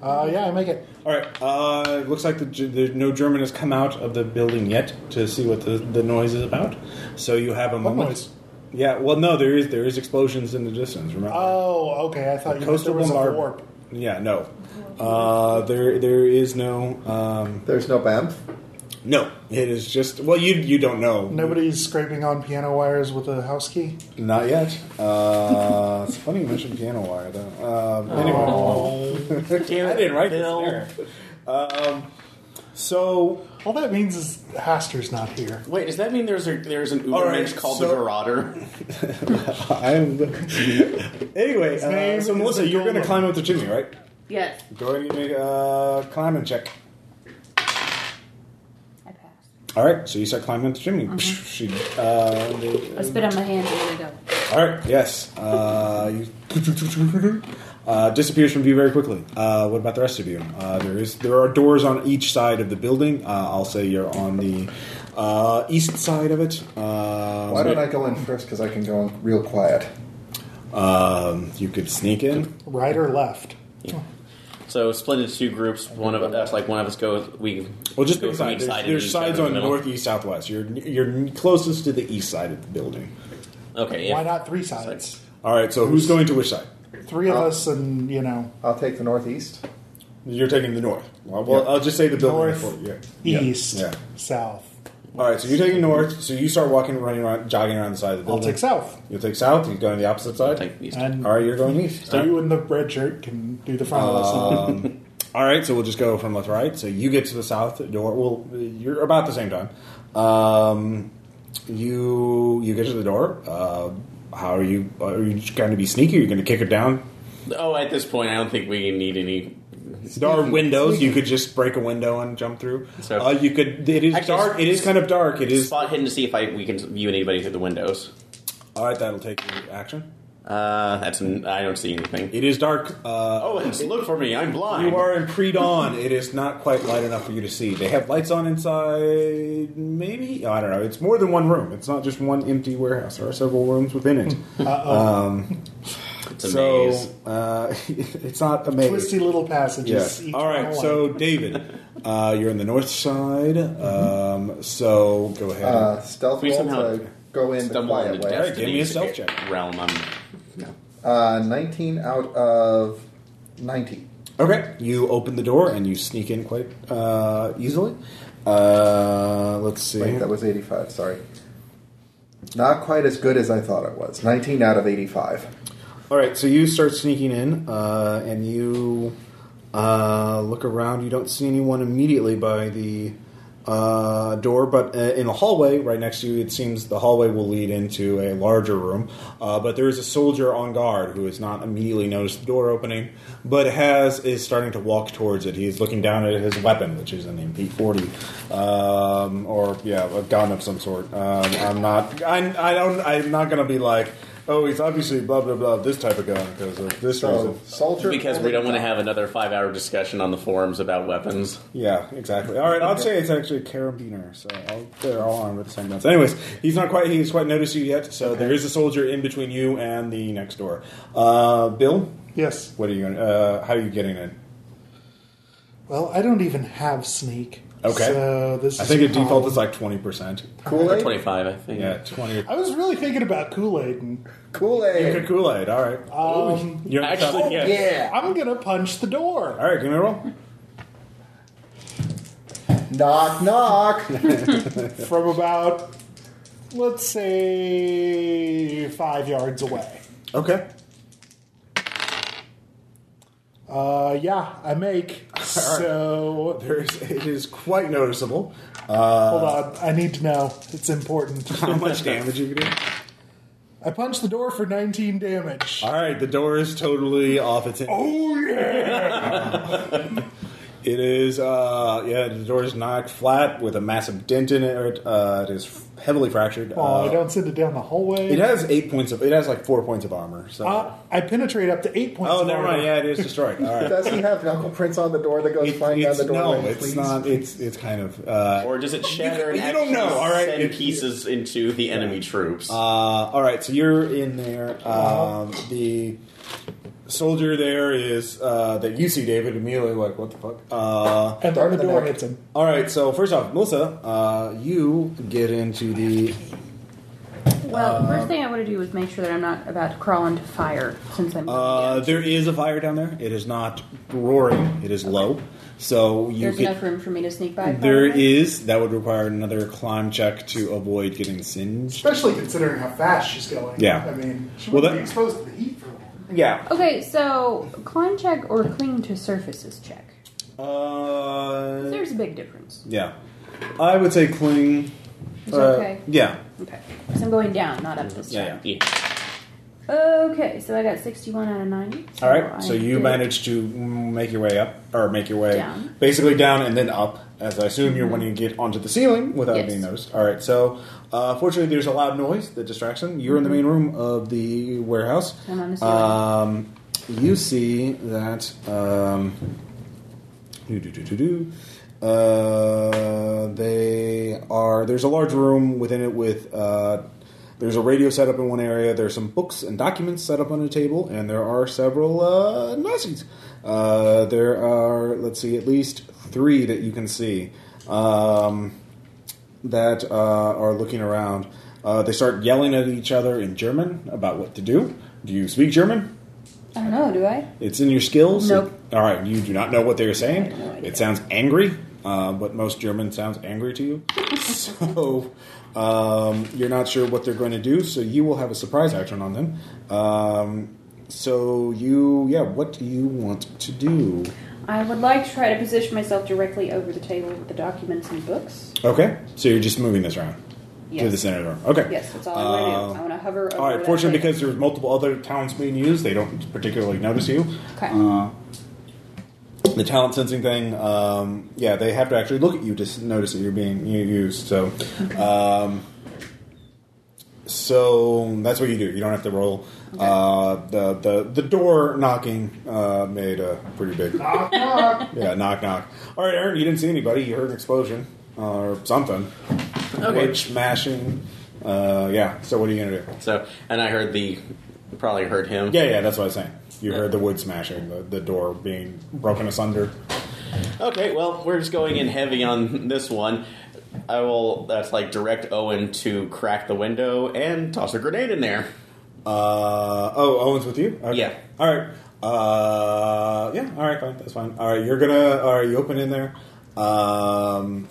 Speaker 3: Uh, yeah, I make it.
Speaker 1: All right. Uh, looks like the, G- the no German has come out of the building yet to see what the, the noise is about. So you have a moment.
Speaker 3: noise?
Speaker 1: Yeah. Well, no, there is there is explosions in the distance. Remember.
Speaker 3: Oh, okay. I thought you meant there
Speaker 1: Coastal
Speaker 3: was a
Speaker 1: bombard-
Speaker 3: warp.
Speaker 1: Yeah. No. Uh, there there is no um,
Speaker 2: There's no BAMF.
Speaker 1: no. It is just well you you don't know.
Speaker 3: Nobody's scraping on piano wires with a house key.
Speaker 1: Not yet. Uh, it's funny you mentioned piano wire though. Um,
Speaker 3: Oh.
Speaker 1: anyway. I didn't write this.
Speaker 4: Bill.
Speaker 1: There. Um, so
Speaker 3: All that means is Haster's not here.
Speaker 4: Wait, does that mean there's a there's an
Speaker 1: All
Speaker 4: Ubermensch
Speaker 1: right,
Speaker 4: called
Speaker 1: so-
Speaker 4: the Marauder?
Speaker 1: I'm. anyway, uh,
Speaker 3: name
Speaker 1: so
Speaker 3: is
Speaker 1: Melissa,
Speaker 3: the
Speaker 1: you're going to
Speaker 3: Golem.
Speaker 1: climb up the chimney, right?
Speaker 5: Yes.
Speaker 1: Go ahead and make a climbing check.
Speaker 5: I passed.
Speaker 1: All right, so you start climbing up the chimney. She, uh, the-
Speaker 5: I spit on my hands and there we go.
Speaker 1: all right, yes. Uh, you uh, disappears from view very quickly. Uh, what about the rest of you? Uh, there is there are doors on each side of the building. Uh, I'll say you're on the uh, east side of it. Um,
Speaker 2: Why don't I go in first? Because I can go in real quiet.
Speaker 1: Um, you could sneak in.
Speaker 3: Right or left?
Speaker 4: So split into two groups. One of us, like one of us, goes. We
Speaker 1: Well, just
Speaker 4: go
Speaker 1: big side.
Speaker 4: from each
Speaker 1: There's,
Speaker 4: and
Speaker 1: there's
Speaker 4: each other
Speaker 1: sides
Speaker 4: in
Speaker 1: on
Speaker 4: the middle.
Speaker 1: north, east, southwest. You're you're closest to the east side of the building.
Speaker 4: Okay. Yeah.
Speaker 3: Why not three sides?
Speaker 1: All right. So who's going to which side?
Speaker 3: Three
Speaker 1: Uh,
Speaker 3: of us and, you know,
Speaker 2: I'll take the northeast.
Speaker 1: You're taking the north. Well, well,
Speaker 2: Yeah.
Speaker 1: I'll just say the building.
Speaker 3: North.
Speaker 1: before- yeah. Yeah.
Speaker 3: east,
Speaker 1: Yeah.
Speaker 3: south.
Speaker 1: All right. So you're taking north. So you start walking, running around, jogging around the side of the
Speaker 3: I'll
Speaker 1: building.
Speaker 3: take south.
Speaker 1: You'll take south. You're going the opposite side.
Speaker 4: Like these-
Speaker 3: And
Speaker 1: All right. You're going east.
Speaker 3: so you in the red shirt can do the front of us.
Speaker 1: Um, all right. So we'll just go from left to right. So you get to the south door. Well, you're about the same time. Um, you you get to the door. Uh, how are you? Are you just going to be sneaky? Are you going to kick it down?
Speaker 4: Oh, at this point, I don't think we need any.
Speaker 1: There are
Speaker 2: Sneaky,
Speaker 1: windows.
Speaker 2: sneaky.
Speaker 1: You could just break a window and jump through.
Speaker 4: So-
Speaker 1: uh, you could. It is
Speaker 4: Actually,
Speaker 1: dark. It is kind of dark. It is.
Speaker 4: Spot hidden to see if I we can view anybody through the windows.
Speaker 1: All right, that'll take your action.
Speaker 4: Uh, that's an, I don't see anything.
Speaker 1: It is dark. Uh,
Speaker 4: Oh, it's, look for me. I'm blind.
Speaker 1: you are in pre-dawn. it is not quite light enough for you to see. They have lights on inside. Maybe Oh, I don't know. It's more than one room. It's not just one empty warehouse. There are several rooms within it.
Speaker 4: It's a maze.
Speaker 1: so uh, it's not a maze.
Speaker 3: Twisty little passages. each
Speaker 1: All right.
Speaker 3: one
Speaker 1: So David, uh, you're on the north side. Um, so go ahead.
Speaker 2: Uh, stealth
Speaker 4: We
Speaker 2: roll
Speaker 4: somehow
Speaker 2: to go in the
Speaker 4: Stumble
Speaker 2: quiet
Speaker 4: into
Speaker 2: way.
Speaker 1: death. give me a
Speaker 4: Destiny's
Speaker 1: stealth check.
Speaker 4: realm. I'm, no.
Speaker 2: Uh, 19 out of 90.
Speaker 1: Okay, you open the door and you sneak in quite uh, easily. Uh, let's see.
Speaker 2: Wait, that was 85, sorry. Not quite as good as I thought it was. 19 out of 85.
Speaker 1: All right, so you start sneaking in uh, and you uh, look around. You don't see anyone immediately by the uh, door, but uh, in the hallway right next to you, it seems the hallway will lead into a larger room. Uh, but there is a soldier on guard who has not immediately noticed the door opening, but has is starting to walk towards it. He is looking down at his weapon, which is an MP40, um, or yeah, a gun of some sort. Um, I'm not. I'm, I don't. I'm not going to be like. oh, he's obviously blah blah blah this type of gun because of this
Speaker 2: So,
Speaker 1: reason.
Speaker 2: Soldier.
Speaker 4: Because we don't want to have another five hour discussion on the forums about weapons.
Speaker 1: Yeah, exactly. All right, I'll say it's actually carabiner. So I'll, they're all armed with the same guns. Anyways, he's not quite. He's quite noticed you yet. So there is a soldier in between you and the next door. Uh, Bill,
Speaker 3: Yes.
Speaker 1: what are you? Gonna, uh, how are you getting in?
Speaker 3: Well, I don't even have sneak.
Speaker 1: Okay.
Speaker 3: So this
Speaker 1: I
Speaker 3: is
Speaker 1: think
Speaker 3: your
Speaker 1: it default
Speaker 3: problem.
Speaker 1: is like twenty percent.
Speaker 2: Kool
Speaker 4: Or
Speaker 2: Aid.
Speaker 4: 25, I think.
Speaker 1: Yeah, twenty.
Speaker 3: I was really thinking about Kool Aid, and
Speaker 2: Kool Aid.
Speaker 1: Kool Aid. All right.
Speaker 3: um,
Speaker 1: You're on the top.
Speaker 4: Actually, yeah.
Speaker 2: Yeah.
Speaker 3: I'm gonna punch the door.
Speaker 1: All right, give me a roll.
Speaker 2: Knock knock.
Speaker 3: from about let's say five yards away.
Speaker 1: Okay.
Speaker 3: Uh, yeah, I make. So
Speaker 1: There is. It is quite noticeable.
Speaker 3: hold on, I need to know. It's important.
Speaker 1: Uh, How much damage you can do?
Speaker 3: I punch the door for 19 damage.
Speaker 1: All right, the door is totally off its.
Speaker 3: Oh yeah!
Speaker 1: It is, uh, yeah, the door is knocked flat with a massive dent in it. Uh, it is heavily fractured.
Speaker 3: Oh, I
Speaker 1: Uh,
Speaker 3: don't send it down the hallway.
Speaker 1: it has eight points of, it has like four points of armor. So.
Speaker 3: Uh,
Speaker 2: Ah,
Speaker 3: I penetrate up to eight points.
Speaker 1: oh,
Speaker 3: of
Speaker 1: never
Speaker 3: armor.
Speaker 1: mind. Yeah, it is destroyed. All right.
Speaker 2: Does he have knuckle prints on the door that goes
Speaker 1: It-
Speaker 2: flying down
Speaker 1: it's,
Speaker 2: the
Speaker 1: no,
Speaker 2: doorway?
Speaker 1: it's
Speaker 2: please?
Speaker 1: not. It's it's kind of. Uh,
Speaker 4: Or does it shatter
Speaker 1: You-
Speaker 4: and
Speaker 1: you don't know,
Speaker 4: actually
Speaker 1: all right?
Speaker 4: send
Speaker 1: It-
Speaker 4: pieces into the enemy troops?
Speaker 1: uh, all right, so you're in there.
Speaker 2: Uh-huh.
Speaker 1: Um, the soldier there is uh, that you see, David. Immediately, like, what the fuck? Uh,
Speaker 2: Start
Speaker 3: And then the
Speaker 2: with the
Speaker 3: door
Speaker 2: neck.
Speaker 3: hits him.
Speaker 1: All right, so first off, Melissa, uh, you get into the. Uh,
Speaker 5: Well, first thing I want to do is make sure that I'm not about to crawl into fire since I'm.
Speaker 1: Uh, there is a fire down there. It is not roaring. It is low, so you
Speaker 5: There's
Speaker 1: get.
Speaker 5: enough room for me to sneak by.
Speaker 1: There
Speaker 5: probably?
Speaker 1: is that would require another climb check to avoid getting singed.
Speaker 3: Especially considering how fast she's going.
Speaker 1: Yeah.
Speaker 3: I mean, she
Speaker 1: Well,
Speaker 3: wouldn't
Speaker 1: that-
Speaker 3: be exposed to the heat for long.
Speaker 1: Yeah.
Speaker 5: Okay, so climb check or cling to surfaces check.
Speaker 1: Uh.
Speaker 5: There's a big difference.
Speaker 1: Yeah, I would say cling.
Speaker 5: It's
Speaker 1: uh,
Speaker 5: okay.
Speaker 1: Yeah.
Speaker 5: Okay, so I'm going down, not up this
Speaker 1: Yeah,
Speaker 5: time.
Speaker 4: yeah.
Speaker 5: Okay, so I got 61 out of 90.
Speaker 1: All right.
Speaker 5: Oh, I
Speaker 1: So you
Speaker 5: did-
Speaker 1: managed to make your way up, or make your way
Speaker 5: Down. Mm-hmm.
Speaker 1: basically down and then up, as I assume you're wanting to get onto the ceiling without
Speaker 5: Yes.
Speaker 1: being noticed. All right. So uh, fortunately, there's a loud noise that distracts them. You're in the main room of the warehouse.
Speaker 5: Mm-hmm. I'm on the ceiling.
Speaker 1: um, you see that. Um, do, do, do, do, do. Uh, they are. There's a large room within it with. Uh, there's a radio set up in one area. There's some books and documents set up on a table, and there are several uh, Nazis. Uh, there are, let's see, at least three that you can see um, that uh, are looking around. Uh, they start yelling at each other in German about what to do. Do you speak German?
Speaker 5: I don't know, do I?
Speaker 1: It's in your skills.
Speaker 5: Nope.
Speaker 1: All right, you do not know what they are saying.
Speaker 5: I have no idea.
Speaker 1: it sounds angry, uh, but most German sounds angry to you. so um, you're not sure what they're going to do. So you will have a surprise action on them. Um, so you, yeah, what do you want to do?
Speaker 5: I would like to try to position myself directly over the table with the documents and books.
Speaker 1: Okay, so you're just moving this around to
Speaker 5: Yes.
Speaker 1: the center of the room. Okay.
Speaker 5: Yes, that's all I want to do. I
Speaker 1: Uh,
Speaker 5: want to hover over
Speaker 1: All right.
Speaker 5: that
Speaker 1: Fortunately,
Speaker 5: table.
Speaker 1: because there's multiple other talents being used, they don't particularly notice you.
Speaker 5: Okay.
Speaker 1: Uh, the talent sensing thing, um, yeah, they have to actually look at you to s- notice that you're being u- used. So, um, so that's what you do. You don't have to roll. Uh, the, the the door knocking uh, made a pretty big
Speaker 3: Knock, knock.
Speaker 1: yeah knock knock. All right, Aaron, you didn't see anybody. You heard an explosion uh, or something.
Speaker 4: Okay.
Speaker 1: Wood smashing. Uh, yeah. So what are you gonna do?
Speaker 4: So, and I heard the. Probably heard him.
Speaker 1: Yeah, yeah, that's what I was saying. You heard the wood smashing, the, the door being broken asunder.
Speaker 4: Okay, well, we're just going in heavy on this one. I will, that's like direct Owen to crack the window and toss a grenade in there.
Speaker 1: Uh, oh, Owen's with you? Okay.
Speaker 4: Yeah.
Speaker 1: All right. Uh, yeah, all right, fine. That's fine. All right, you're going to, all right, you open in there. Um,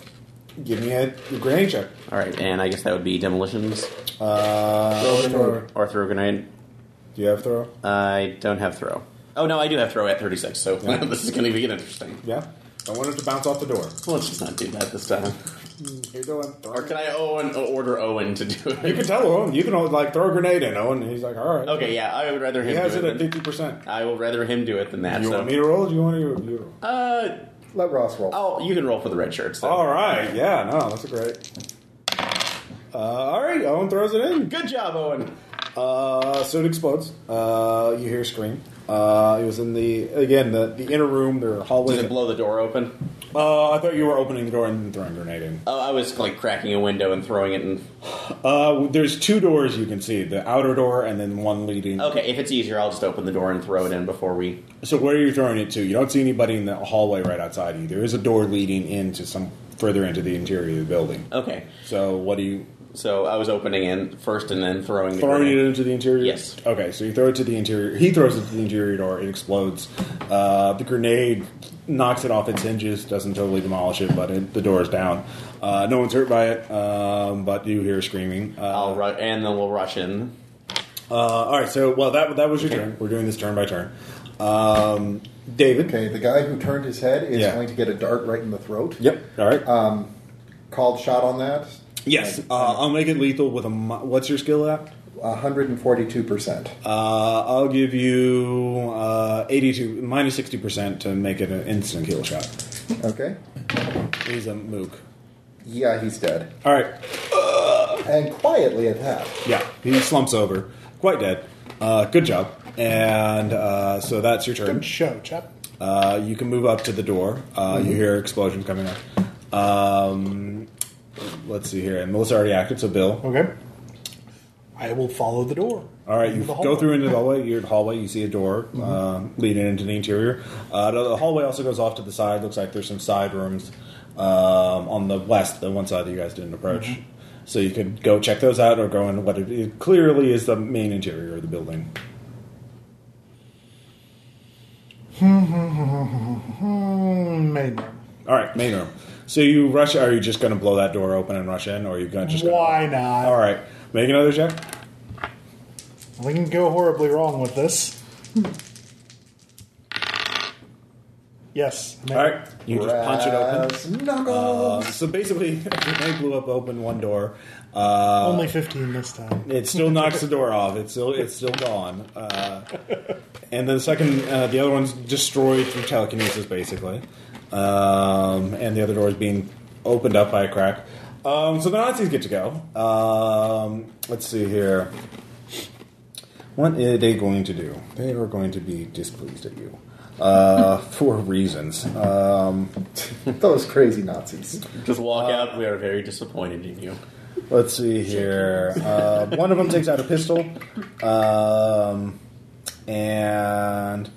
Speaker 1: give me a grenade check.
Speaker 4: All right, and I guess that would be demolitions
Speaker 1: Uh, throw.
Speaker 4: or throw grenade.
Speaker 1: Do you have throw?
Speaker 4: I don't have throw. Oh no, I do have throw at 36. So this is going to be interesting.
Speaker 1: Yeah. I want it to bounce off the door.
Speaker 4: Well, let's just not do that this time.
Speaker 1: You're doing.
Speaker 4: Or can I Owen order Owen to do it?
Speaker 1: You can tell Owen. You can, like, throw a grenade at Owen. He's like, all right.
Speaker 4: Okay, yeah, I would rather him.
Speaker 1: He has it
Speaker 4: do
Speaker 1: at
Speaker 4: it than-
Speaker 1: 50%.
Speaker 4: I will rather him do it than that.
Speaker 1: Do you
Speaker 4: so.
Speaker 1: want me to roll? Do you want to? You roll?
Speaker 4: Uh,
Speaker 2: Let Ross roll.
Speaker 4: oh, you can roll for the red shirts.
Speaker 1: All right, yeah, no, that's a great. Uh, all right, Owen throws it in.
Speaker 4: Good job, Owen.
Speaker 1: Uh, Uh, so it explodes. Uh, you hear a scream. Uh, it was in the again the, the inner room. There are hallways.
Speaker 4: Does it blow the door open?
Speaker 1: Uh, I thought you were opening the door and throwing a grenade in.
Speaker 4: Oh, I was like cracking a window and throwing it. And
Speaker 1: Uh, there's two doors you can see: the outer door and then one leading.
Speaker 4: okay, if it's easier, I'll just open the door and throw it in before we.
Speaker 1: So where are you throwing it to? You don't see anybody in the hallway right outside you. There is a door leading into some further into the interior of the building.
Speaker 4: Okay,
Speaker 1: So what do you
Speaker 4: so I was opening in first and then throwing. The
Speaker 1: throwing it
Speaker 4: grenade.
Speaker 1: into the interior?
Speaker 4: Yes.
Speaker 1: Okay, so you throw it to the interior. He throws it to the interior door. It explodes. Uh, the grenade knocks it off its hinges. Doesn't totally demolish it, but it, the door is down. Uh, no one's hurt by it, um, but you hear screaming. Uh,
Speaker 4: I'll ru- and then we'll rush in.
Speaker 1: uh, all right. So well, that that was your turn. We're doing this turn by turn. Um, David.
Speaker 2: Okay, the guy who turned his head is
Speaker 1: Yeah.
Speaker 2: going to get a dart right in the throat.
Speaker 1: Yep. All right.
Speaker 2: Called shot on that.
Speaker 1: yes. Uh, I'll make it lethal with a. mi- What's your skill at?
Speaker 2: 142%.
Speaker 1: Uh, I'll give you uh, 82 minus 60 percent to make it an instant kill shot.
Speaker 2: Okay.
Speaker 1: He's a mook.
Speaker 2: Yeah, he's dead.
Speaker 1: All right.
Speaker 2: And quietly at that.
Speaker 1: Yeah, he slumps over, quite dead. Uh, good job. And uh, so that's your turn.
Speaker 3: Good show, chap.
Speaker 1: Uh, you can move up to the door. Uh, You hear explosions coming up. Um, let's see here. And Melissa already acted, so Bill.
Speaker 3: Okay. I will follow the door.
Speaker 1: All right, you
Speaker 3: Into
Speaker 1: go
Speaker 3: the hallway. Mm-hmm.
Speaker 1: through into the hallway. You're in the hallway. You see a door uh, leading into the interior. Uh, the the hallway also goes off to the side. Looks like there's some side rooms um, on the west, the one side that you guys didn't approach.
Speaker 3: Mm-hmm.
Speaker 1: So you could go check those out, or go into what it, it clearly is the main interior of the building.
Speaker 3: Hmm, main room.
Speaker 1: All right, main room. So you rush. Are you just going to blow that door open and rush in, or are you going to just?
Speaker 3: Why not?
Speaker 1: All right, make another check.
Speaker 3: We can go horribly wrong with this. Yes.
Speaker 1: All right, you just punch it open.
Speaker 2: Brass Knuckles.
Speaker 1: Uh, so basically, they blew up open one door. Uh,
Speaker 3: Only 15 this time.
Speaker 1: It still knocks the door off. It's still it's still gone. Uh, and then the second, uh, the other one's destroyed through telekinesis, basically. Um, and the other door is being opened up by a crack. Um, so the Nazis get to go. Um, let's see here. What are they going to do? They are going to be displeased at you uh, for reasons. Um,
Speaker 2: Those crazy Nazis.
Speaker 4: Just walk out. We are very disappointed in you.
Speaker 1: Let's see here. Uh, one of them takes out a pistol, um, and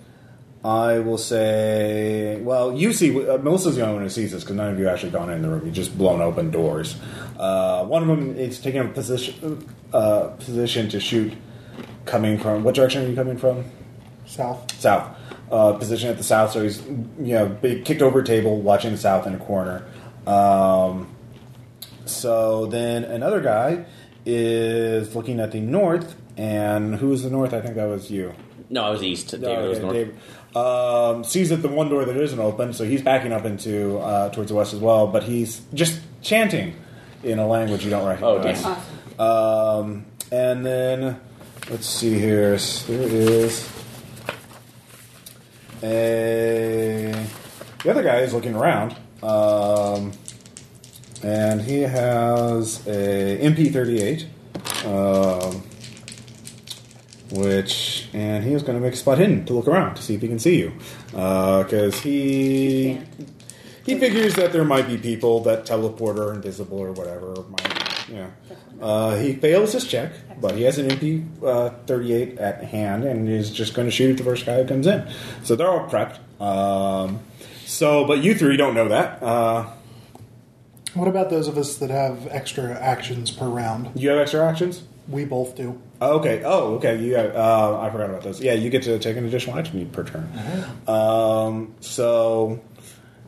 Speaker 1: I will say, well, you see, uh, Melissa's the only one who sees this because none of you actually gone in the room. You just blown open doors. Uh, one of them is taking a position uh, position to shoot, coming from what direction are you coming from?
Speaker 3: South.
Speaker 1: south uh, position at the south. So he's you know big, kicked over a table, watching south in a corner. Um, so then another guy is looking at the north, and who was the north? I think that was you.
Speaker 4: No, I was east. David
Speaker 1: Oh,
Speaker 4: was
Speaker 1: okay,
Speaker 4: north.
Speaker 1: David. Um, sees that the one door that isn't open, so he's backing up into uh, towards the west as well. But he's just chanting in a language you don't
Speaker 4: Oh,
Speaker 1: recognize.
Speaker 4: damn.
Speaker 1: Um, and then let's see here. S- There is a. The other guy is looking around, um, and he has a MP38, um, which and he is going to make a spot hidden to look around to see if he can see you, because he.
Speaker 5: can't.
Speaker 1: He figures that there might be people that teleport or invisible or whatever. Might, you know. uh, he fails his check, but he has an MP uh, 38 at hand and is just going to shoot at the first guy who comes in. So they're all prepped. Um, so, but you three don't know that. Uh,
Speaker 3: What about those of us that have extra actions per round?
Speaker 1: you have extra actions.
Speaker 3: We both do.
Speaker 1: Okay. Oh, okay. You have, uh, I forgot about those. Yeah, you get to take an additional action per turn.
Speaker 3: Mm-hmm.
Speaker 1: Um, so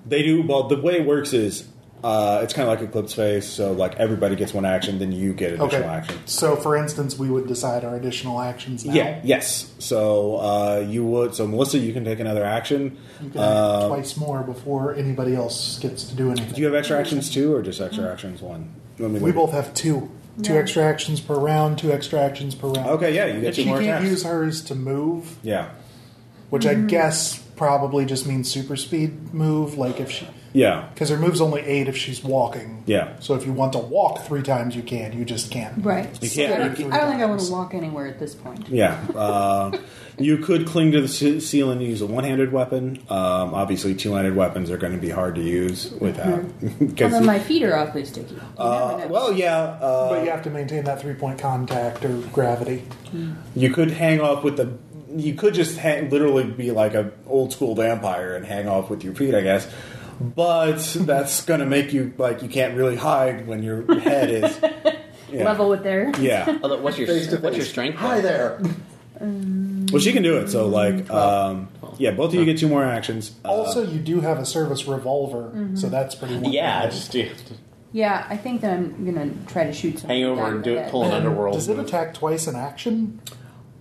Speaker 1: they do. Well, the way it works is uh, it's kind of like Eclipse Phase. So like everybody gets one action, then you get additional
Speaker 3: Okay.
Speaker 1: action.
Speaker 3: So, for instance, we would decide our additional actions now.
Speaker 1: Yeah. Yes. So uh, you would. So Melissa, you can take another action.
Speaker 3: You can act
Speaker 1: Uh,
Speaker 3: twice more before anybody else gets to do anything.
Speaker 1: do you have extra actions too, or just extra actions one? Let me
Speaker 3: Mm-hmm. we
Speaker 1: look.
Speaker 3: both have two. Two
Speaker 5: No.
Speaker 3: extra actions per round, two extra actions per round.
Speaker 1: Okay. Yeah. You get
Speaker 3: If
Speaker 1: two
Speaker 3: she
Speaker 1: more
Speaker 3: can't
Speaker 1: attacks.
Speaker 3: use hers to move,
Speaker 1: yeah.
Speaker 5: Mm-hmm.
Speaker 3: which I guess probably just means super speed move, like if she
Speaker 1: Yeah.
Speaker 3: Because her move's only eight if she's walking.
Speaker 1: Yeah.
Speaker 3: So if you want to walk three times, you can. You just can't.
Speaker 5: Right.
Speaker 1: You can't-
Speaker 5: I don't,
Speaker 3: you can't-
Speaker 5: I don't think I want to walk anywhere at this point.
Speaker 1: Yeah. Uh, you could cling to the ce- ceiling and use a one-handed weapon. Um, obviously, two-handed weapons are going to be hard to use without. 'cause-
Speaker 5: Although my feet are awfully sticky. You never
Speaker 1: uh,
Speaker 5: know.
Speaker 1: well, yeah. Uh,
Speaker 3: But you have to maintain that three point contact or gravity.
Speaker 1: You could hang off with the. You could just hang, literally be like a old school vampire and hang off with your feet, I guess. But that's going to make you like you can't really hide when your head is yeah.
Speaker 5: level with their
Speaker 1: Yeah.
Speaker 4: Although, what's your
Speaker 2: Face to
Speaker 4: what's your
Speaker 2: face.
Speaker 4: strength?
Speaker 2: Hi there.
Speaker 1: Well, she can do it. So like, um, yeah, both of you get two more actions. Uh,
Speaker 3: Also, you do have a service revolver,
Speaker 5: Mm-hmm.
Speaker 3: so that's pretty. Wonderful.
Speaker 4: Yeah, I just do,
Speaker 5: Yeah, I think that I'm gonna try to shoot something.
Speaker 4: hang over
Speaker 5: down
Speaker 4: and
Speaker 5: the
Speaker 4: do it.
Speaker 5: head.
Speaker 4: Pull an underworld.
Speaker 3: Does it
Speaker 4: move.
Speaker 3: attack twice in action?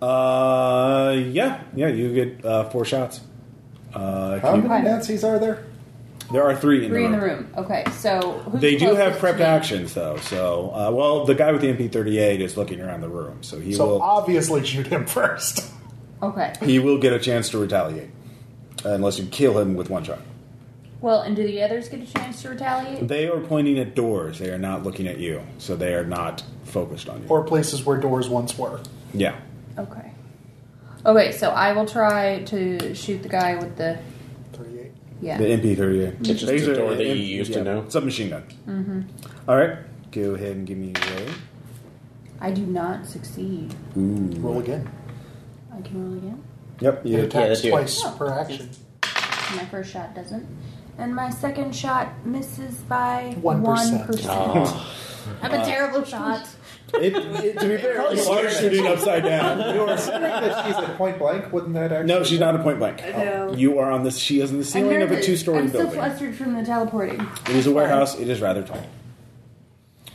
Speaker 1: uh, yeah, yeah, you get uh, four shots. Uh,
Speaker 2: How
Speaker 1: you-
Speaker 2: many Nazis are there?
Speaker 1: there are three in
Speaker 5: Three
Speaker 1: the
Speaker 5: in
Speaker 1: room.
Speaker 5: the room. Okay, so who's
Speaker 1: They do have
Speaker 5: closest to
Speaker 1: prepped
Speaker 5: me?
Speaker 1: actions though. So, uh, well, the guy with the MP38 is looking around the room, so he
Speaker 3: So
Speaker 1: will
Speaker 4: uh,
Speaker 3: obviously, shoot him first.
Speaker 5: Okay.
Speaker 1: he will get a chance to retaliate unless you kill him with one shot.
Speaker 5: Well, and do the others get a chance to retaliate?
Speaker 1: They are pointing at doors. They are not looking at you, so they are not focused on you.
Speaker 3: or places where doors once were.
Speaker 1: yeah.
Speaker 5: Okay. Okay, so I will try to shoot the guy with the
Speaker 3: Thirty-eight.
Speaker 5: yeah.
Speaker 1: The MP38.
Speaker 4: It's just
Speaker 1: These
Speaker 4: the
Speaker 1: are
Speaker 4: door that
Speaker 1: in-
Speaker 4: you used to know.
Speaker 1: Submachine gun.
Speaker 5: Mm-hmm.
Speaker 1: All right. Go ahead and give me a roll.
Speaker 5: I do not succeed.
Speaker 3: Roll again.
Speaker 5: I can roll again.
Speaker 1: Yep.
Speaker 3: It
Speaker 1: You,
Speaker 3: attacks
Speaker 4: that's you.
Speaker 3: twice
Speaker 5: Oh,
Speaker 3: per action.
Speaker 5: My first shot doesn't, and my second shot misses by
Speaker 3: 1%.
Speaker 4: Oh.
Speaker 5: I'm a terrible shot.
Speaker 1: it, it, to be fair, you are shooting upside down. You are-
Speaker 2: Considering that she's at point blank, wouldn't that actually?
Speaker 1: no, she's not a point blank.
Speaker 5: know.
Speaker 1: You are on this. She is on the
Speaker 5: I'm
Speaker 1: ceiling of a
Speaker 5: nervous.
Speaker 1: two-story
Speaker 5: I'm
Speaker 1: building.
Speaker 5: so flustered from the teleporting.
Speaker 1: It is a warehouse. It is rather tall.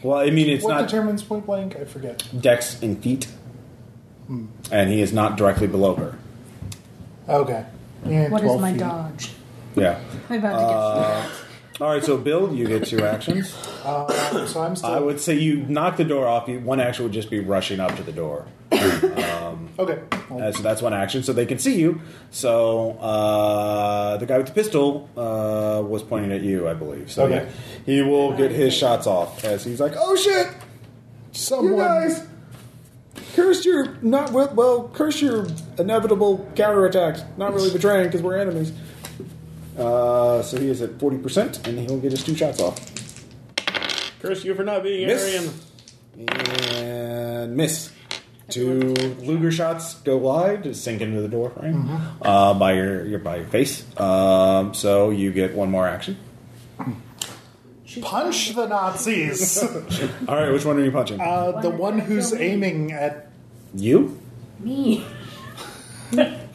Speaker 1: Well, I mean, it's
Speaker 3: what
Speaker 1: not
Speaker 3: determines point blank? I forget.
Speaker 1: decks in feet, and he is not directly below her.
Speaker 3: Okay. Yeah,
Speaker 5: What is
Speaker 3: 12
Speaker 5: my
Speaker 3: feet.
Speaker 5: dodge?
Speaker 1: Yeah.
Speaker 5: I'm about to
Speaker 1: Uh,
Speaker 5: get shot.
Speaker 1: All right, so Bill, you get two actions.
Speaker 3: Uh, so I'm still.
Speaker 1: I would say you knock the door off. You, one action would just be rushing up to the door.
Speaker 3: okay. Well,
Speaker 1: Uh, so that's one action. So they can see you. So uh, the guy with the pistol uh, was pointing at you, I believe. So
Speaker 3: Okay.
Speaker 1: yeah, he will get his shots off as he's like, "Oh shit,
Speaker 3: someone.
Speaker 1: you guys! Curse your not well, well curse your inevitable counterattacks. Not really betraying because we're enemies." Uh, so he is at forty percent, and he'll get his two shots off.
Speaker 4: Curse you for not being
Speaker 1: Miss.
Speaker 4: Aryan.
Speaker 1: and miss. Two Luger shots go wide, sink into the door frame uh, by your, your by your face. Um, so you get one more action.
Speaker 3: Punch the Nazis!
Speaker 1: All right, which one are you punching?
Speaker 3: uh, the one who's aiming at.
Speaker 1: you.
Speaker 5: Me.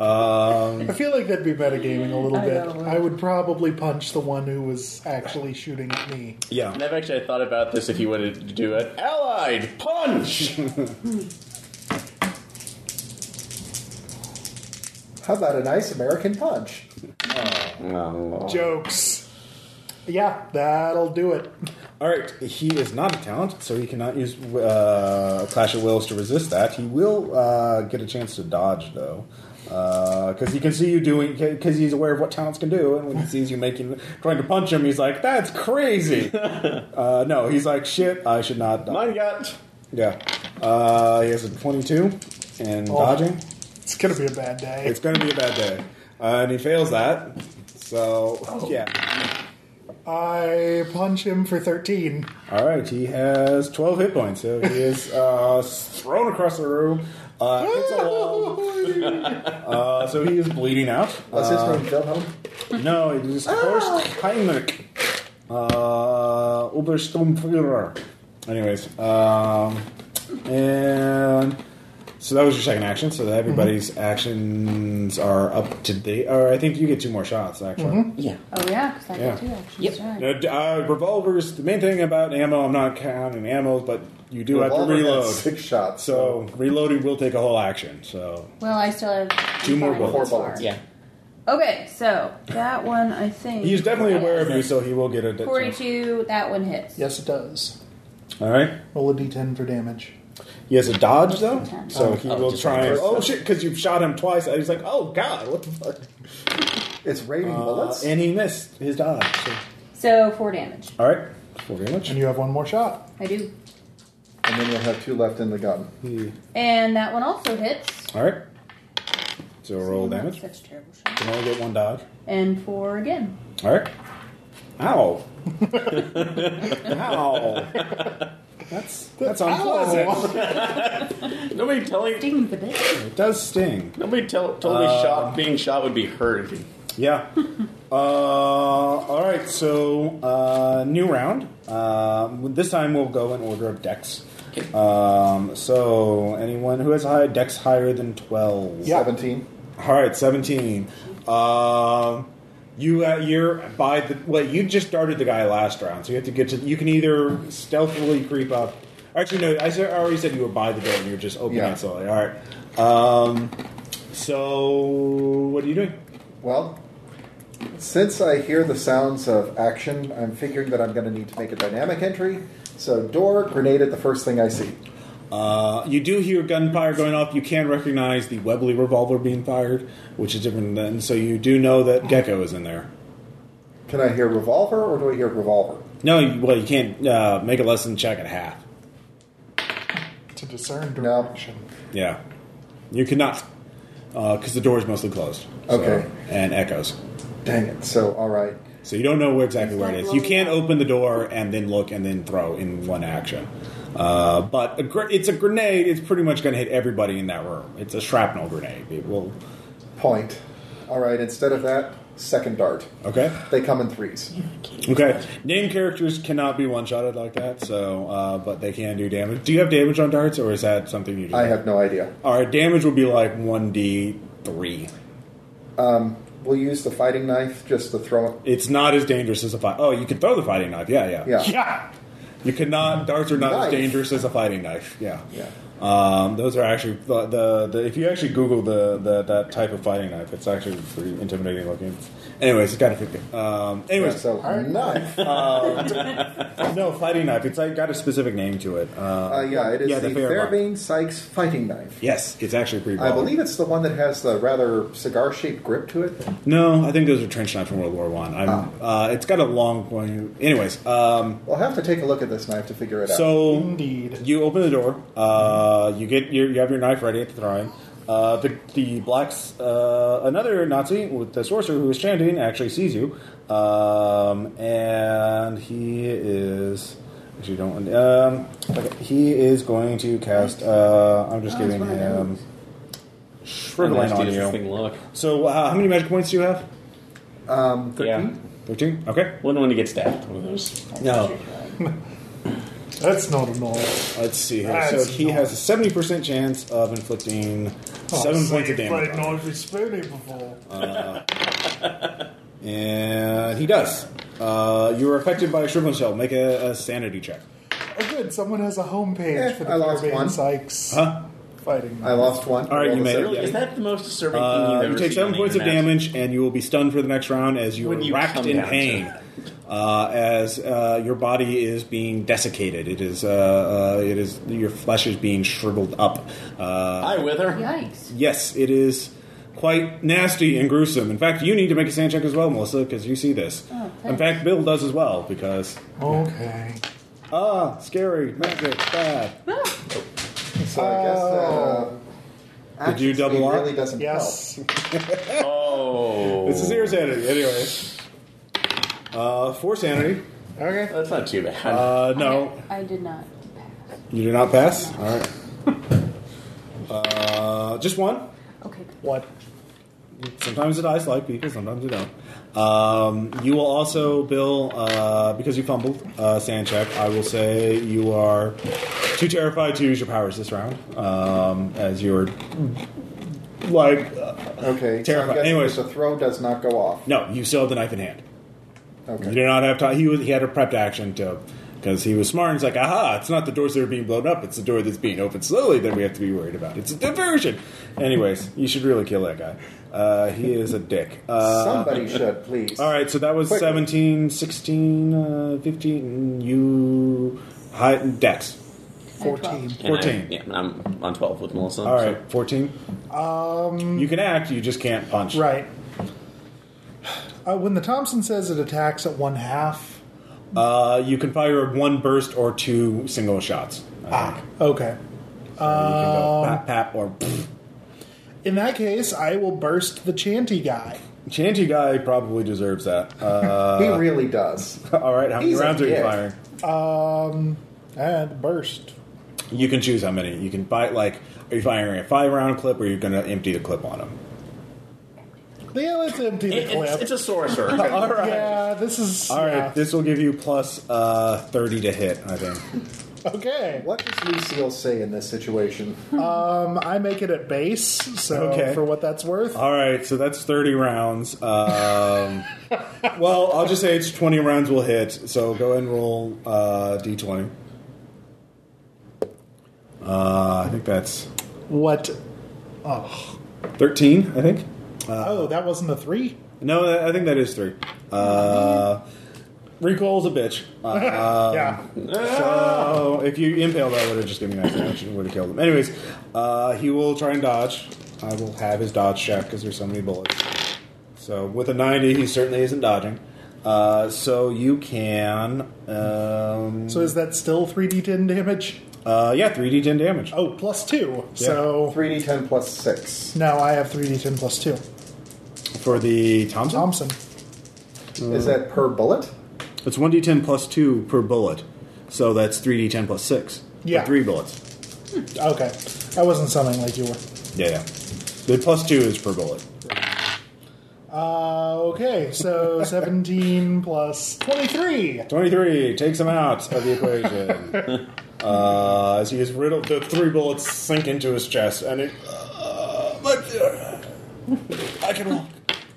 Speaker 3: I feel like that'd be metagaming a little
Speaker 5: I
Speaker 3: bit.
Speaker 5: know.
Speaker 3: I would probably punch the one who was actually shooting at me.
Speaker 1: Yeah.
Speaker 4: And I've actually thought about this if you wanted to do an allied punch.
Speaker 2: How about a nice American punch?
Speaker 1: Oh.
Speaker 3: Jokes. Yeah, that'll do it.
Speaker 1: All right. He is not a talent, so he cannot use uh, Clash of Wills to resist that. He will uh, get a chance to dodge though. Because he can see you doing, because he's aware of what talents can do, and when he sees you making, trying to punch him, he's like, "That's crazy." uh, no, he's like, "Shit, I should not." dodge."
Speaker 4: Mine got.
Speaker 1: Yeah. Uh, he has a 22 and
Speaker 3: Oh.
Speaker 1: dodging.
Speaker 3: It's gonna be a bad day.
Speaker 1: It's going to be a bad day. Uh, and he fails that. So, yeah.
Speaker 3: I punch him for 13.
Speaker 1: All right. He has 12 hit points. So he is uh, thrown across the room. Uh, hits a wall. Uh, so he is bleeding out.
Speaker 2: Was his
Speaker 1: Uh,
Speaker 2: name Wilhelm?
Speaker 1: No, it is Horst Heinrich. Uh, Obersturmführer. Anyways, um, and so that was your second action. So that everybody's actions are up to date. Or I think you get two more shots actually.
Speaker 4: Yeah.
Speaker 5: Oh yeah, because I got
Speaker 1: Yeah.
Speaker 5: two actions.
Speaker 4: Yep.
Speaker 5: Right.
Speaker 1: Uh, d- Uh, revolvers. The main thing about ammo, I'm not counting ammos, but you do
Speaker 2: Revolver
Speaker 1: have to
Speaker 2: had
Speaker 1: reload.
Speaker 2: Six shots.
Speaker 1: So reloading will take a whole action. So
Speaker 5: Well, I still have
Speaker 1: Two more
Speaker 5: five
Speaker 1: bullets.
Speaker 5: bullets
Speaker 2: Four bullets.
Speaker 5: left.
Speaker 4: Yeah.
Speaker 5: Okay, so that one I think
Speaker 1: he's definitely aware of you, so he will get a d-
Speaker 5: Forty-two. That one hits.
Speaker 3: Yes, it does.
Speaker 1: All right.
Speaker 3: Roll a d10 for damage.
Speaker 1: He has a dodge though, so he
Speaker 4: Oh,
Speaker 1: will
Speaker 4: just
Speaker 1: try.
Speaker 4: like
Speaker 1: And,
Speaker 4: first
Speaker 1: oh
Speaker 4: step.
Speaker 1: shit! Because you've shot him twice. And he's like, oh god, what the fuck? uh,
Speaker 2: it's raining bullets.
Speaker 1: and he missed his dodge. So.
Speaker 6: So four damage.
Speaker 1: All right. Four damage.
Speaker 3: And you have one more shot.
Speaker 6: I do.
Speaker 2: And then you'll have two left in the gun.
Speaker 6: And that one also hits.
Speaker 1: All right. So roll
Speaker 6: Not
Speaker 1: damage.
Speaker 6: Such terrible shot.
Speaker 1: Can only get one dodge.
Speaker 6: And four again.
Speaker 1: All right. Ow. Ow. That's that's unpleasant.
Speaker 4: Nobody telling
Speaker 5: Ding the bitch.
Speaker 1: It does sting.
Speaker 4: nobody tell, told me
Speaker 1: Uh,
Speaker 4: shot being shot would be hurting.
Speaker 1: Yeah. Uh, all right. So uh, new round. Uh, this time we'll go in order of decks. Um, so anyone who has a high dex higher than twelve.
Speaker 3: Yeah.
Speaker 2: 17.
Speaker 1: All right, seventeen. Um, you uh, you're by the well. You just started the guy last round, so you have to get to. You can either stealthily creep up. Actually, no. I said- I already said you were by the door, and you're just opening
Speaker 2: Yeah.
Speaker 1: it slowly. All right. Um, so what are you doing?
Speaker 2: Well, since I hear the sounds of action, I'm figuring that I'm going to need to make a dynamic entry. So, door, grenade at the first thing I see.
Speaker 1: Uh, you do hear gunfire going off. You can recognize the Webley revolver being fired, which is different than. So you do know that Gecko is in there.
Speaker 2: Can I hear revolver or do I hear revolver?
Speaker 1: No, you, well, you can't uh, make a lesson check at half.
Speaker 3: To discern
Speaker 2: No.
Speaker 3: direction.
Speaker 1: Yeah, you cannot because the door is mostly closed. So-
Speaker 2: Okay.
Speaker 1: and echoes.
Speaker 2: Dang it. So, all right.
Speaker 1: So you don't know where exactly
Speaker 5: It's
Speaker 1: where it
Speaker 5: like
Speaker 1: is. You
Speaker 5: blowing
Speaker 1: can't
Speaker 5: up.
Speaker 1: open the door and then look and then throw in one action. Uh, but a gr- it's a grenade. It's pretty much going to hit everybody in that room. It's a shrapnel grenade. It will.
Speaker 2: Point. All right. Instead of that, second dart.
Speaker 1: Okay.
Speaker 2: They come in threes.
Speaker 1: Okay. Name characters cannot be one shotted like that, so uh, but they can do damage. Do you have damage on darts, or is that something you do?
Speaker 2: I have no idea.
Speaker 1: All right, damage would be like one d three.
Speaker 2: We'll use the fighting knife just to throw it.
Speaker 1: It's not as dangerous as a fight. Oh, you can throw the fighting knife. Yeah, yeah,
Speaker 2: Yeah.
Speaker 1: yeah. You cannot. Darts are not
Speaker 2: Knife.
Speaker 1: as dangerous as a fighting knife. Yeah.
Speaker 2: Yeah.
Speaker 1: Um, those are actually the, the, the if you actually Google the, the that type of fighting knife, it's actually pretty intimidating looking. Anyways, it's kind of freaking. Um, anyways,
Speaker 2: Yeah, so, knife. uh,
Speaker 1: no fighting knife. It's like got a specific name to it. Uh,
Speaker 2: Uh, yeah, it is
Speaker 1: Yeah,
Speaker 2: the,
Speaker 1: the Faribault.
Speaker 2: Fairbairn Sykes fighting knife.
Speaker 1: Yes, it's actually pretty.
Speaker 2: I
Speaker 1: baller.
Speaker 2: believe it's the one that has the rather cigar-shaped grip to it.
Speaker 1: No, I think those are trench knives from World War One. I'm.
Speaker 2: Ah.
Speaker 1: Uh, it's got a long point. Anyways, um,
Speaker 2: We'll have to take a look at this knife to figure it out.
Speaker 1: so
Speaker 3: Indeed.
Speaker 1: you open the door. Uh, you get your, you have your knife ready at the throwing. Uh, the the blacks uh, another Nazi with the sorcerer who is chanting actually sees you, um, and he is actually don't. Um, okay, he is going to cast. Uh, I'm just
Speaker 5: Oh, it's
Speaker 1: giving
Speaker 5: one of
Speaker 1: him.
Speaker 5: those.
Speaker 1: Shriveling
Speaker 4: Nasty
Speaker 1: on
Speaker 4: does this
Speaker 1: you.
Speaker 4: thing look.
Speaker 1: So, uh, how many magic points do you have?
Speaker 4: Yeah.
Speaker 1: 13? Okay.
Speaker 4: Wouldn't want to get stabbed. One of those.
Speaker 1: No.
Speaker 3: That's not a noise.
Speaker 1: Let's see here.
Speaker 3: That's
Speaker 1: so he
Speaker 3: not- Oh,
Speaker 1: has a 70% chance of inflicting seven points of damage.
Speaker 3: Played knife with spoony before.
Speaker 1: And he does. Uh, you are affected by a shriveling shell. Make a, a sanity check.
Speaker 3: oh, good. Someone has a homepage
Speaker 2: Eh,
Speaker 3: for the
Speaker 2: I lost
Speaker 3: Caribbean
Speaker 2: one.
Speaker 3: Sykes
Speaker 1: Huh?
Speaker 3: fighting.
Speaker 2: I lost one.
Speaker 1: All right,
Speaker 2: Roll
Speaker 1: you
Speaker 2: the
Speaker 1: made it.
Speaker 2: zero.
Speaker 1: Yeah.
Speaker 4: Is that the most disturbing thing
Speaker 1: Uh,
Speaker 4: you've ever
Speaker 1: you take
Speaker 4: seen
Speaker 1: seven
Speaker 4: on the
Speaker 1: points of
Speaker 4: internet?
Speaker 1: damage, and you will be stunned for the next round as you
Speaker 4: When
Speaker 1: are
Speaker 4: you
Speaker 1: racked
Speaker 4: come
Speaker 1: in
Speaker 4: down to
Speaker 1: pain. Uh, as uh, your body is being desiccated, it is uh, uh, it is your flesh is being shriveled up. Uh,
Speaker 4: I wither.
Speaker 5: Yikes.
Speaker 1: Yes, it is quite nasty and gruesome. In fact, you need to make a sand check as well, Melissa, because you see this. In
Speaker 5: thanks.
Speaker 1: fact, Bill does as well because
Speaker 3: Okay.
Speaker 1: ah, scary, magic, bad.
Speaker 2: So I guess that, uh,
Speaker 1: Did you
Speaker 2: action
Speaker 1: double
Speaker 2: speed
Speaker 1: up?
Speaker 2: really doesn't
Speaker 3: Yes.
Speaker 4: Oh,
Speaker 1: This is your sanity, anyway. Uh, for sanity,
Speaker 3: Okay.
Speaker 4: that's not too bad.
Speaker 1: uh, no,
Speaker 5: I did not.
Speaker 1: you do not pass. All right. Uh, just one.
Speaker 5: Okay.
Speaker 3: What?
Speaker 1: Sometimes the dice like people, sometimes they don't. Um, you will also, Bill, uh, because you fumbled uh, sand check, I will say you are too terrified to use your powers this round, um, as you're like, uh,
Speaker 2: help. Okay.
Speaker 1: Terrifying.
Speaker 2: So I'm guessing
Speaker 1: Anyways.
Speaker 2: that the throw does not go off.
Speaker 1: no, you still have the knife in hand. You
Speaker 2: Okay.
Speaker 1: do not have time. He was, he had a prepped action to because he was smart. and He's like, aha! It's not the doors that are being blown up; it's the door that's being opened slowly that we have to be worried about. It's a diversion. Anyways, you should really kill that guy. Uh, he is a dick. Uh,
Speaker 2: Somebody should, please.
Speaker 1: All right, so that was
Speaker 2: Quick.
Speaker 1: 17, 16, uh, 15. You. High, Dex.
Speaker 3: Fourteen.
Speaker 4: And I-
Speaker 1: 14.
Speaker 4: yeah, I'm on twelve with Melissa.
Speaker 1: All right, 14. Um, you can act, you just can't punch.
Speaker 3: Right. Uh, when the Thompson says it attacks at one half,
Speaker 1: Uh, you can fire one burst or two single shots.
Speaker 3: Ah, okay.
Speaker 1: You can go pap pap or pfft.
Speaker 3: In that case, I will burst the chanty guy.
Speaker 1: Chanty guy probably deserves that. Uh,
Speaker 2: he really does.
Speaker 1: all right, how many
Speaker 2: He's a
Speaker 1: rounds are you
Speaker 2: dick.
Speaker 1: firing?
Speaker 3: Um, and burst.
Speaker 1: You can choose how many. You can buy like, are you firing a five round clip or are you going to empty the clip on him?
Speaker 3: Yeah, let's empty the
Speaker 4: It- it's,
Speaker 3: clip.
Speaker 4: it's a sorcerer.
Speaker 1: All right.
Speaker 3: yeah, this is
Speaker 1: All right,
Speaker 3: yeah.
Speaker 1: this will give you plus uh, 30 to hit, I think.
Speaker 3: okay.
Speaker 2: What does Lucille say in this situation?
Speaker 3: Um, I make it at base, so
Speaker 1: Okay.
Speaker 3: for what that's worth.
Speaker 2: Uh.
Speaker 1: All right, so that's 30 rounds. Um, well, I'll just say it's 20 rounds will hit, so go ahead and roll uh, d20. Uh, I think that's
Speaker 3: What? Oh,
Speaker 1: 13, I think.
Speaker 3: oh, that wasn't a three.
Speaker 1: No, I- I think that is 3. Uh, recall's a bitch. Uh,
Speaker 3: yeah.
Speaker 1: So Uh, if you impale that, would have just given me that damage and would have killed him. Anyways, uh, he will try and dodge. I will have his dodge check because there's so many bullets. So with a 90, he certainly isn't dodging. Uh, so you can, um,
Speaker 3: So is that still three d ten damage?
Speaker 1: uh, yeah, 3d10 damage.
Speaker 3: Oh, plus two.
Speaker 1: Yeah.
Speaker 3: So
Speaker 2: 3d10 plus 6.
Speaker 3: no, I have three d ten plus two.
Speaker 1: For the Thompson,
Speaker 3: Thompson.
Speaker 2: Is that per bullet?
Speaker 1: it's 1d10 plus 2 per bullet. So that's 3d10 plus 6. for
Speaker 3: Yeah.
Speaker 1: three bullets.
Speaker 3: Okay, I wasn't sounding like you were.
Speaker 1: Yeah, yeah. The plus 2 is per bullet.
Speaker 3: Uh, okay, so 17 plus 23.
Speaker 1: 23 takes him out of the equation. uh, as he is riddled, the three bullets sink into his chest, and it. Uh, but, uh, I can walk.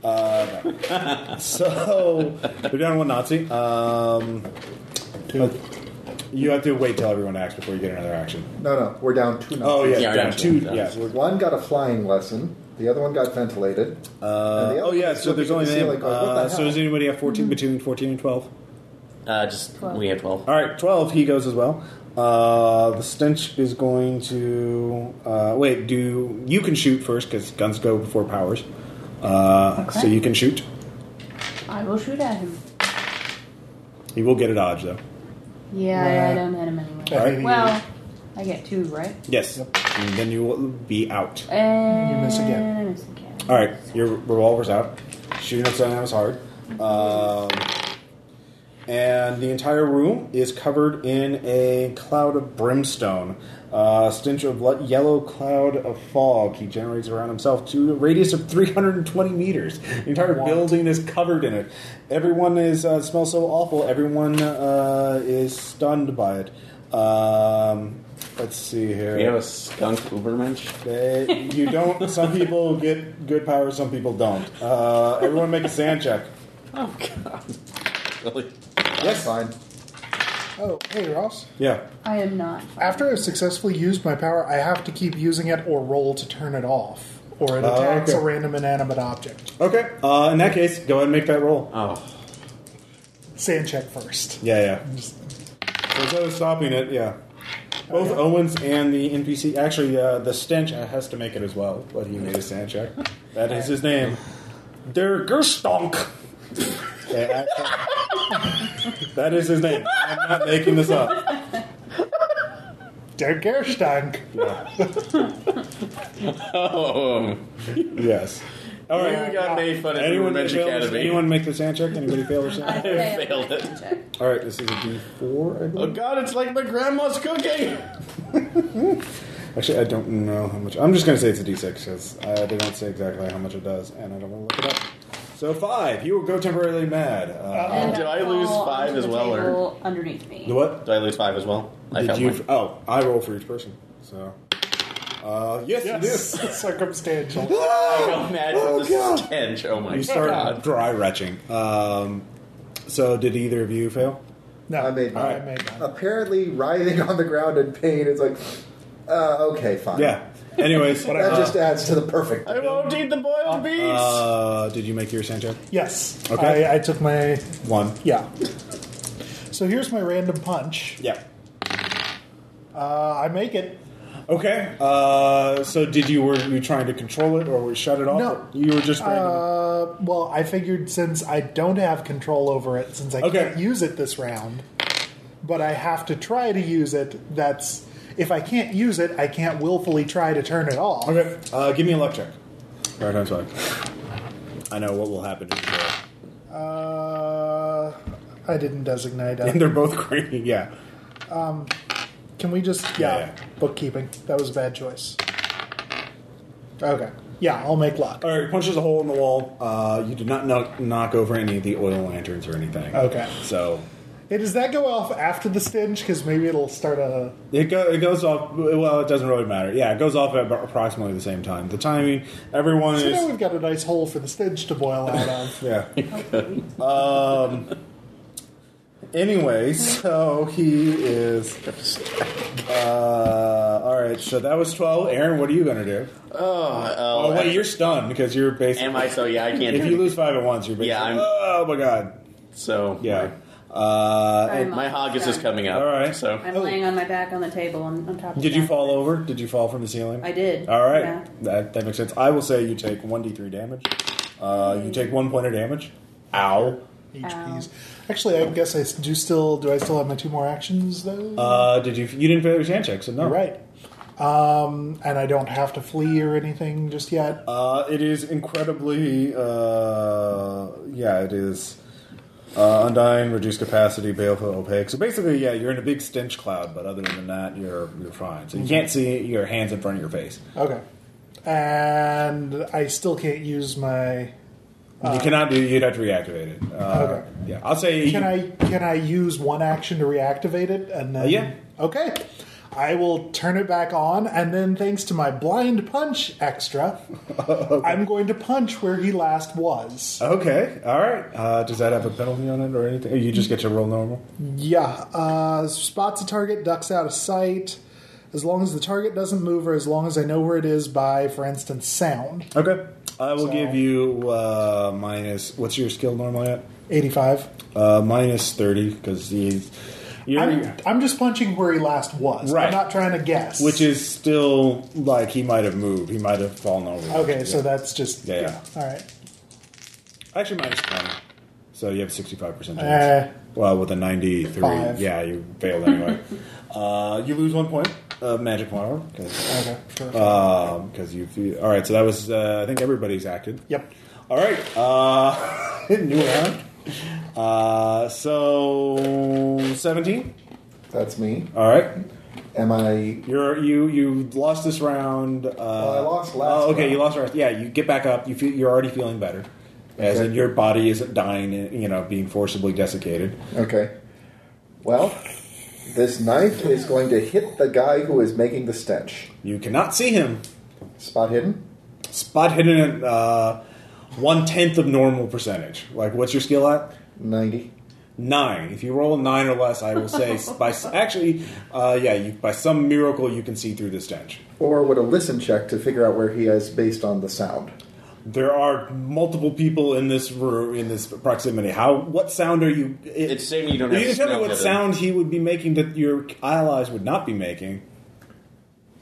Speaker 1: Uh, no. So, we're down one Nazi. Um, you have to wait till everyone acts before you get another action.
Speaker 2: No, no, we're down two numbers.
Speaker 1: Oh, yeah,
Speaker 4: Yeah,
Speaker 1: down
Speaker 4: gotcha.
Speaker 1: two.
Speaker 4: Gotcha.
Speaker 1: Yeah, we're-
Speaker 2: One got a flying lesson, the other one got ventilated. Uh,
Speaker 1: oh, yeah, so there's only name. uh, so, does anybody have 14 between 14 and 12?
Speaker 4: Uh, just we have twelve.
Speaker 1: All right, twelve. He goes as well. Uh, the stench is going to uh, wait. Do you can shoot first because guns go before powers. Uh,
Speaker 6: Okay.
Speaker 1: So you can shoot.
Speaker 6: I will shoot at him.
Speaker 1: He will get a dodge though.
Speaker 6: Yeah, I- I don't hit him anyway.
Speaker 1: All right.
Speaker 6: Well, I get two, right?
Speaker 1: Yes.
Speaker 3: Yep.
Speaker 1: And then you will be out.
Speaker 6: And
Speaker 3: You miss again.
Speaker 6: I miss again.
Speaker 1: All right, your revolver's out. Shooting upside down is hard. Um, and the entire room is covered in a cloud of brimstone, uh, stench of le- yellow cloud of fog. He generates around himself to a radius of 320 meters. The entire
Speaker 3: Wow.
Speaker 1: building is covered in it. Everyone is uh, smells so awful. Everyone uh, is stunned by it. Um, let's see here.
Speaker 4: We have a skunk ubermensch.
Speaker 1: They, you don't. Some people get good powers. Some people don't. Uh, everyone make a sand check.
Speaker 4: Oh god! Really?
Speaker 2: Yes. Fine.
Speaker 3: Oh, hey, Ross.
Speaker 1: Yeah.
Speaker 6: I am not.
Speaker 3: After I've successfully used my power, I have to keep using it or roll to turn it off, or it
Speaker 1: Oh,
Speaker 3: attacks
Speaker 1: okay.
Speaker 3: a random inanimate object.
Speaker 1: Okay. Uh, in that case, go ahead and make that roll.
Speaker 4: Oh,
Speaker 3: Sand check first.
Speaker 1: Yeah, yeah. Instead of stopping it, yeah. Both Owens and the NPC. Actually, uh, the stench has to make it as well, but he made a sand check. That is his name. Der Gerstonk. Okay, I- that is his name. I'm not making this up.
Speaker 3: Der Gerstank.
Speaker 4: oh!
Speaker 1: Yes. All
Speaker 4: You
Speaker 1: right.
Speaker 4: got made fun of
Speaker 1: Anyone
Speaker 4: the Ubermensch
Speaker 1: fail-
Speaker 4: Academy.
Speaker 1: Anyone make the sand check? Anybody fail their
Speaker 6: I
Speaker 1: sand?
Speaker 4: failed it.
Speaker 6: Check.
Speaker 1: All right, this is a D4, I
Speaker 4: Oh
Speaker 1: believe.
Speaker 4: god! It's like my grandma's cooking.
Speaker 1: Actually, I don't know how much. I'm just going to say it's a D6 because uh, they don't say exactly how much it does, and I don't want to look it up. So five, you will go temporarily mad. Uh,
Speaker 6: And
Speaker 4: Oh, Did I
Speaker 6: fall
Speaker 4: lose
Speaker 6: onto
Speaker 4: five
Speaker 6: the
Speaker 4: as well, or-
Speaker 6: table Underneath me.
Speaker 1: the what?
Speaker 4: Do I lose five as well? I
Speaker 1: Did
Speaker 4: found
Speaker 1: you?
Speaker 4: mine.
Speaker 1: Oh, I roll for each person. So, uh, yes, you
Speaker 3: Yes. Circumstantial.
Speaker 1: do.
Speaker 4: I felt mad
Speaker 1: Oh,
Speaker 4: from the
Speaker 1: God.
Speaker 4: stench. Oh my
Speaker 1: You start
Speaker 4: god!
Speaker 1: dry retching. Um, so, did either of you fail?
Speaker 3: No,
Speaker 2: I made mine. Uh,
Speaker 3: I made mine.
Speaker 2: Apparently, writhing on the ground in pain is like, uh, okay, fine.
Speaker 1: Yeah. Anyways,
Speaker 2: That
Speaker 1: uh,
Speaker 2: just adds to the perfect.
Speaker 4: I won't eat the boiled beans.
Speaker 1: uh, did you make your sand check?
Speaker 3: Yes.
Speaker 1: Okay.
Speaker 3: I, I took my.
Speaker 1: One.
Speaker 3: Yeah. So here's my random punch.
Speaker 1: Yeah.
Speaker 3: Uh, I make it.
Speaker 1: Okay. Uh, so did you were you trying to control it or were you shut it off?
Speaker 3: No.
Speaker 1: You were just randomly-
Speaker 3: Uh, well, I figured since I don't have control over it, since I
Speaker 1: Okay.
Speaker 3: can't use it this round, but I have to try to use it. That's if I can't use it, I can't willfully try to turn it off.
Speaker 1: Okay. Uh, give me a luck check. Right times five. I know what will happen. if you roll.
Speaker 3: Uh, I didn't designate
Speaker 1: And
Speaker 3: it.
Speaker 1: they're both green. Yeah.
Speaker 3: Can we just
Speaker 1: Yeah,
Speaker 3: yeah,
Speaker 1: yeah.
Speaker 3: bookkeeping? That was a bad choice. Okay, yeah, I'll make luck.
Speaker 1: All right. Punches a hole in the wall. Uh, you did not knock, knock over any of the oil lanterns or anything.
Speaker 3: Okay.
Speaker 1: So
Speaker 3: Hey, does that go off after the stinge? Because maybe it'll start a.
Speaker 1: It, go, it goes off. Well, it doesn't really matter. Yeah, it goes off at about approximately the same time. The timing. Everyone
Speaker 3: So now
Speaker 1: is.
Speaker 3: we've got a nice hole for the stinge to boil out of.
Speaker 1: Yeah. um. Anyway, so he is. Uh, all right. So that was twelve. Aaron, what are you gonna do?
Speaker 4: Oh,
Speaker 1: Oh, wait, you're stunned because you're basically.
Speaker 4: am I? So yeah, I can't.
Speaker 1: If you lose five at once, you're basically.
Speaker 4: Yeah, I'm-
Speaker 1: oh my god.
Speaker 4: so
Speaker 1: Yeah. Uh,
Speaker 6: Sorry,
Speaker 1: and-
Speaker 4: my hog is just coming up.
Speaker 1: All right.
Speaker 4: so
Speaker 6: I'm
Speaker 1: Oh.
Speaker 6: laying on my back on the table on, on top of
Speaker 1: did
Speaker 6: the
Speaker 1: you
Speaker 6: back.
Speaker 1: fall over? Did you fall from the ceiling?
Speaker 6: I did.
Speaker 1: All right,
Speaker 6: Yeah.
Speaker 1: that, that makes sense. I will say you take one d3 damage. Uh, you take one point of damage. Ow.
Speaker 3: HPs. Actually, I guess I s- do still. Do I still have my two more actions though?
Speaker 1: Uh, did you? You didn't fail your hand check, so no.
Speaker 3: You're right. Um, and I don't have to flee or anything just yet.
Speaker 1: Uh, it is incredibly. Uh, yeah, it is. Uh, undying, reduced capacity, baleful, opaque. So basically, yeah, you're in a big stench cloud, but other than that, you're you're fine. So you can't see your hands in front of your face.
Speaker 3: Okay. And I still can't use my.
Speaker 1: you cannot do. You'd have to reactivate it. Uh,
Speaker 3: Uh, Okay.
Speaker 1: Yeah, I'll say.
Speaker 3: Can I can I use one action to reactivate it and then?
Speaker 1: Uh, yeah.
Speaker 3: Okay. I will turn it back on, and then thanks to my blind punch extra, I'm going to punch where he last was.
Speaker 1: Okay, all right. Uh, does that have a penalty on it or anything? Or you just get to roll normal.
Speaker 3: Yeah, uh, spots a target, ducks out of sight. As long as the target doesn't move, or as long as I know where it is by, for instance, sound.
Speaker 1: Okay. I will
Speaker 3: So-
Speaker 1: give you uh, minus. What's your skill normally at?
Speaker 3: 85.
Speaker 1: Uh, minus thirty because he's. You're,
Speaker 3: I'm, I'm just punching where he last was.
Speaker 1: Right.
Speaker 3: I'm not trying to guess.
Speaker 1: which is still like he might have moved. He might have fallen over.
Speaker 3: Okay, so
Speaker 1: Yeah.
Speaker 3: that's just.
Speaker 1: Yeah, yeah.
Speaker 3: All right.
Speaker 1: actually minus twenty. So you have sixty-five percent
Speaker 3: Eh.
Speaker 1: chance. well, with a ninety-three,
Speaker 3: Five.
Speaker 1: yeah, you failed anyway. uh, you lose one point of magic power because
Speaker 3: Okay. Sure.
Speaker 1: Uh, you've. You, all right, so that was. Uh, I think everybody's acted.
Speaker 3: yep.
Speaker 1: All right. Uh, new round. Uh, so seventeen.
Speaker 2: That's me.
Speaker 1: All right.
Speaker 2: Am I?
Speaker 1: You're you you lost this round. Uh,
Speaker 2: I lost last
Speaker 1: Oh, okay,
Speaker 2: round.
Speaker 1: you lost last. Yeah, you get back up. You feel you're already feeling better, as
Speaker 2: Okay.
Speaker 1: in your body isn't dying. You know, being forcibly desiccated.
Speaker 2: Okay. Well, this knife is going to hit the guy who is making the stench.
Speaker 1: You cannot see him.
Speaker 2: Spot hidden.
Speaker 1: Spot hidden at uh, one tenth of normal percentage. Like, what's your skill at?
Speaker 2: Ninety.
Speaker 1: Nine. If you roll a nine or less, I will say by actually, uh, yeah, you, by some miracle you can see through the stench.
Speaker 2: Or would a listen check to figure out where he is based on the sound.
Speaker 1: There are multiple people in this room in this proximity. How? What sound are you? it-
Speaker 4: it's a shame you don't have.
Speaker 1: you can tell me
Speaker 4: snow
Speaker 1: what
Speaker 4: with it.
Speaker 1: sound he would be making that your allies would not be making.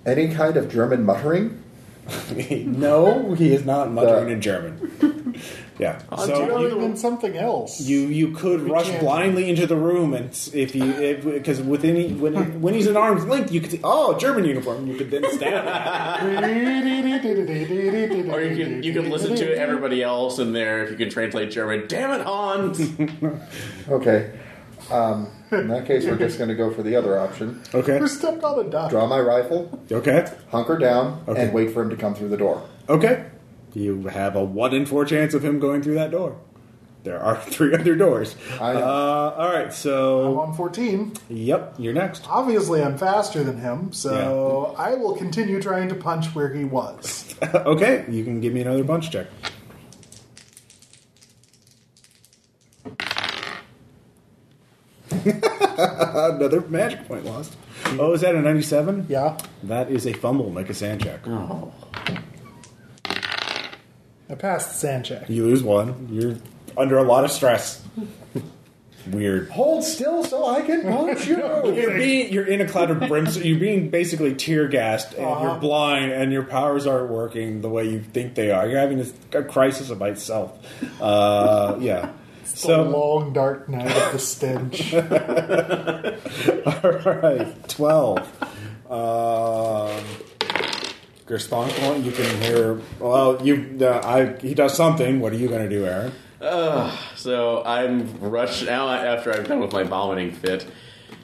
Speaker 2: Any kind of German muttering?
Speaker 1: no, he is not muttering
Speaker 2: The-
Speaker 1: in German. Yeah,
Speaker 4: I'm
Speaker 1: so
Speaker 3: Totally
Speaker 1: you,
Speaker 3: been something else.
Speaker 1: you you could rush
Speaker 3: can't.
Speaker 1: blindly into the room and s- if he because with any when when he's in arm's length you could see, oh German uniform you could then stab. him.
Speaker 4: Or you can you can listen to everybody else in there if you can translate German. Damn it, Hans!
Speaker 2: Okay. Um, in that case, we're just going to go for the other option.
Speaker 1: okay,
Speaker 3: Who stepped on a duck?
Speaker 2: Draw my rifle,
Speaker 1: okay,
Speaker 2: hunker down,
Speaker 1: Okay.
Speaker 2: and wait for him to come through the door.
Speaker 1: okay. You have a one in four chance of him going through that door. There are three other doors.
Speaker 2: I know.
Speaker 1: Uh, all right,
Speaker 3: I'm
Speaker 1: so
Speaker 3: on 14.
Speaker 1: yep, you're next.
Speaker 3: Obviously, I'm faster than him, so I will continue trying to punch where he was.
Speaker 1: okay, you can give me another punch check. another magic point lost. Oh, is that a 97?
Speaker 3: Yeah.
Speaker 1: That is a fumble. Make a sand check.
Speaker 3: I passed the sand check.
Speaker 1: You lose one. You're under a lot of stress. weird.
Speaker 2: Hold still so I can punch you.
Speaker 1: You're being you're in a cloud of brimstone. You're being basically tear gassed, and
Speaker 2: Uh-huh.
Speaker 1: you're blind, and your powers aren't working the way you think they are. You're having a, a crisis about itself. Uh, yeah.
Speaker 3: So, the
Speaker 1: So
Speaker 3: long dark night of the stench.
Speaker 4: Uh,
Speaker 1: all right, twelve. Um, Gerstonkla, you can hear. Well, you. Uh, I. He does something. What are you going to do, Aaron?
Speaker 4: Ugh, so I'm rushing now after I'm done with my vomiting fit.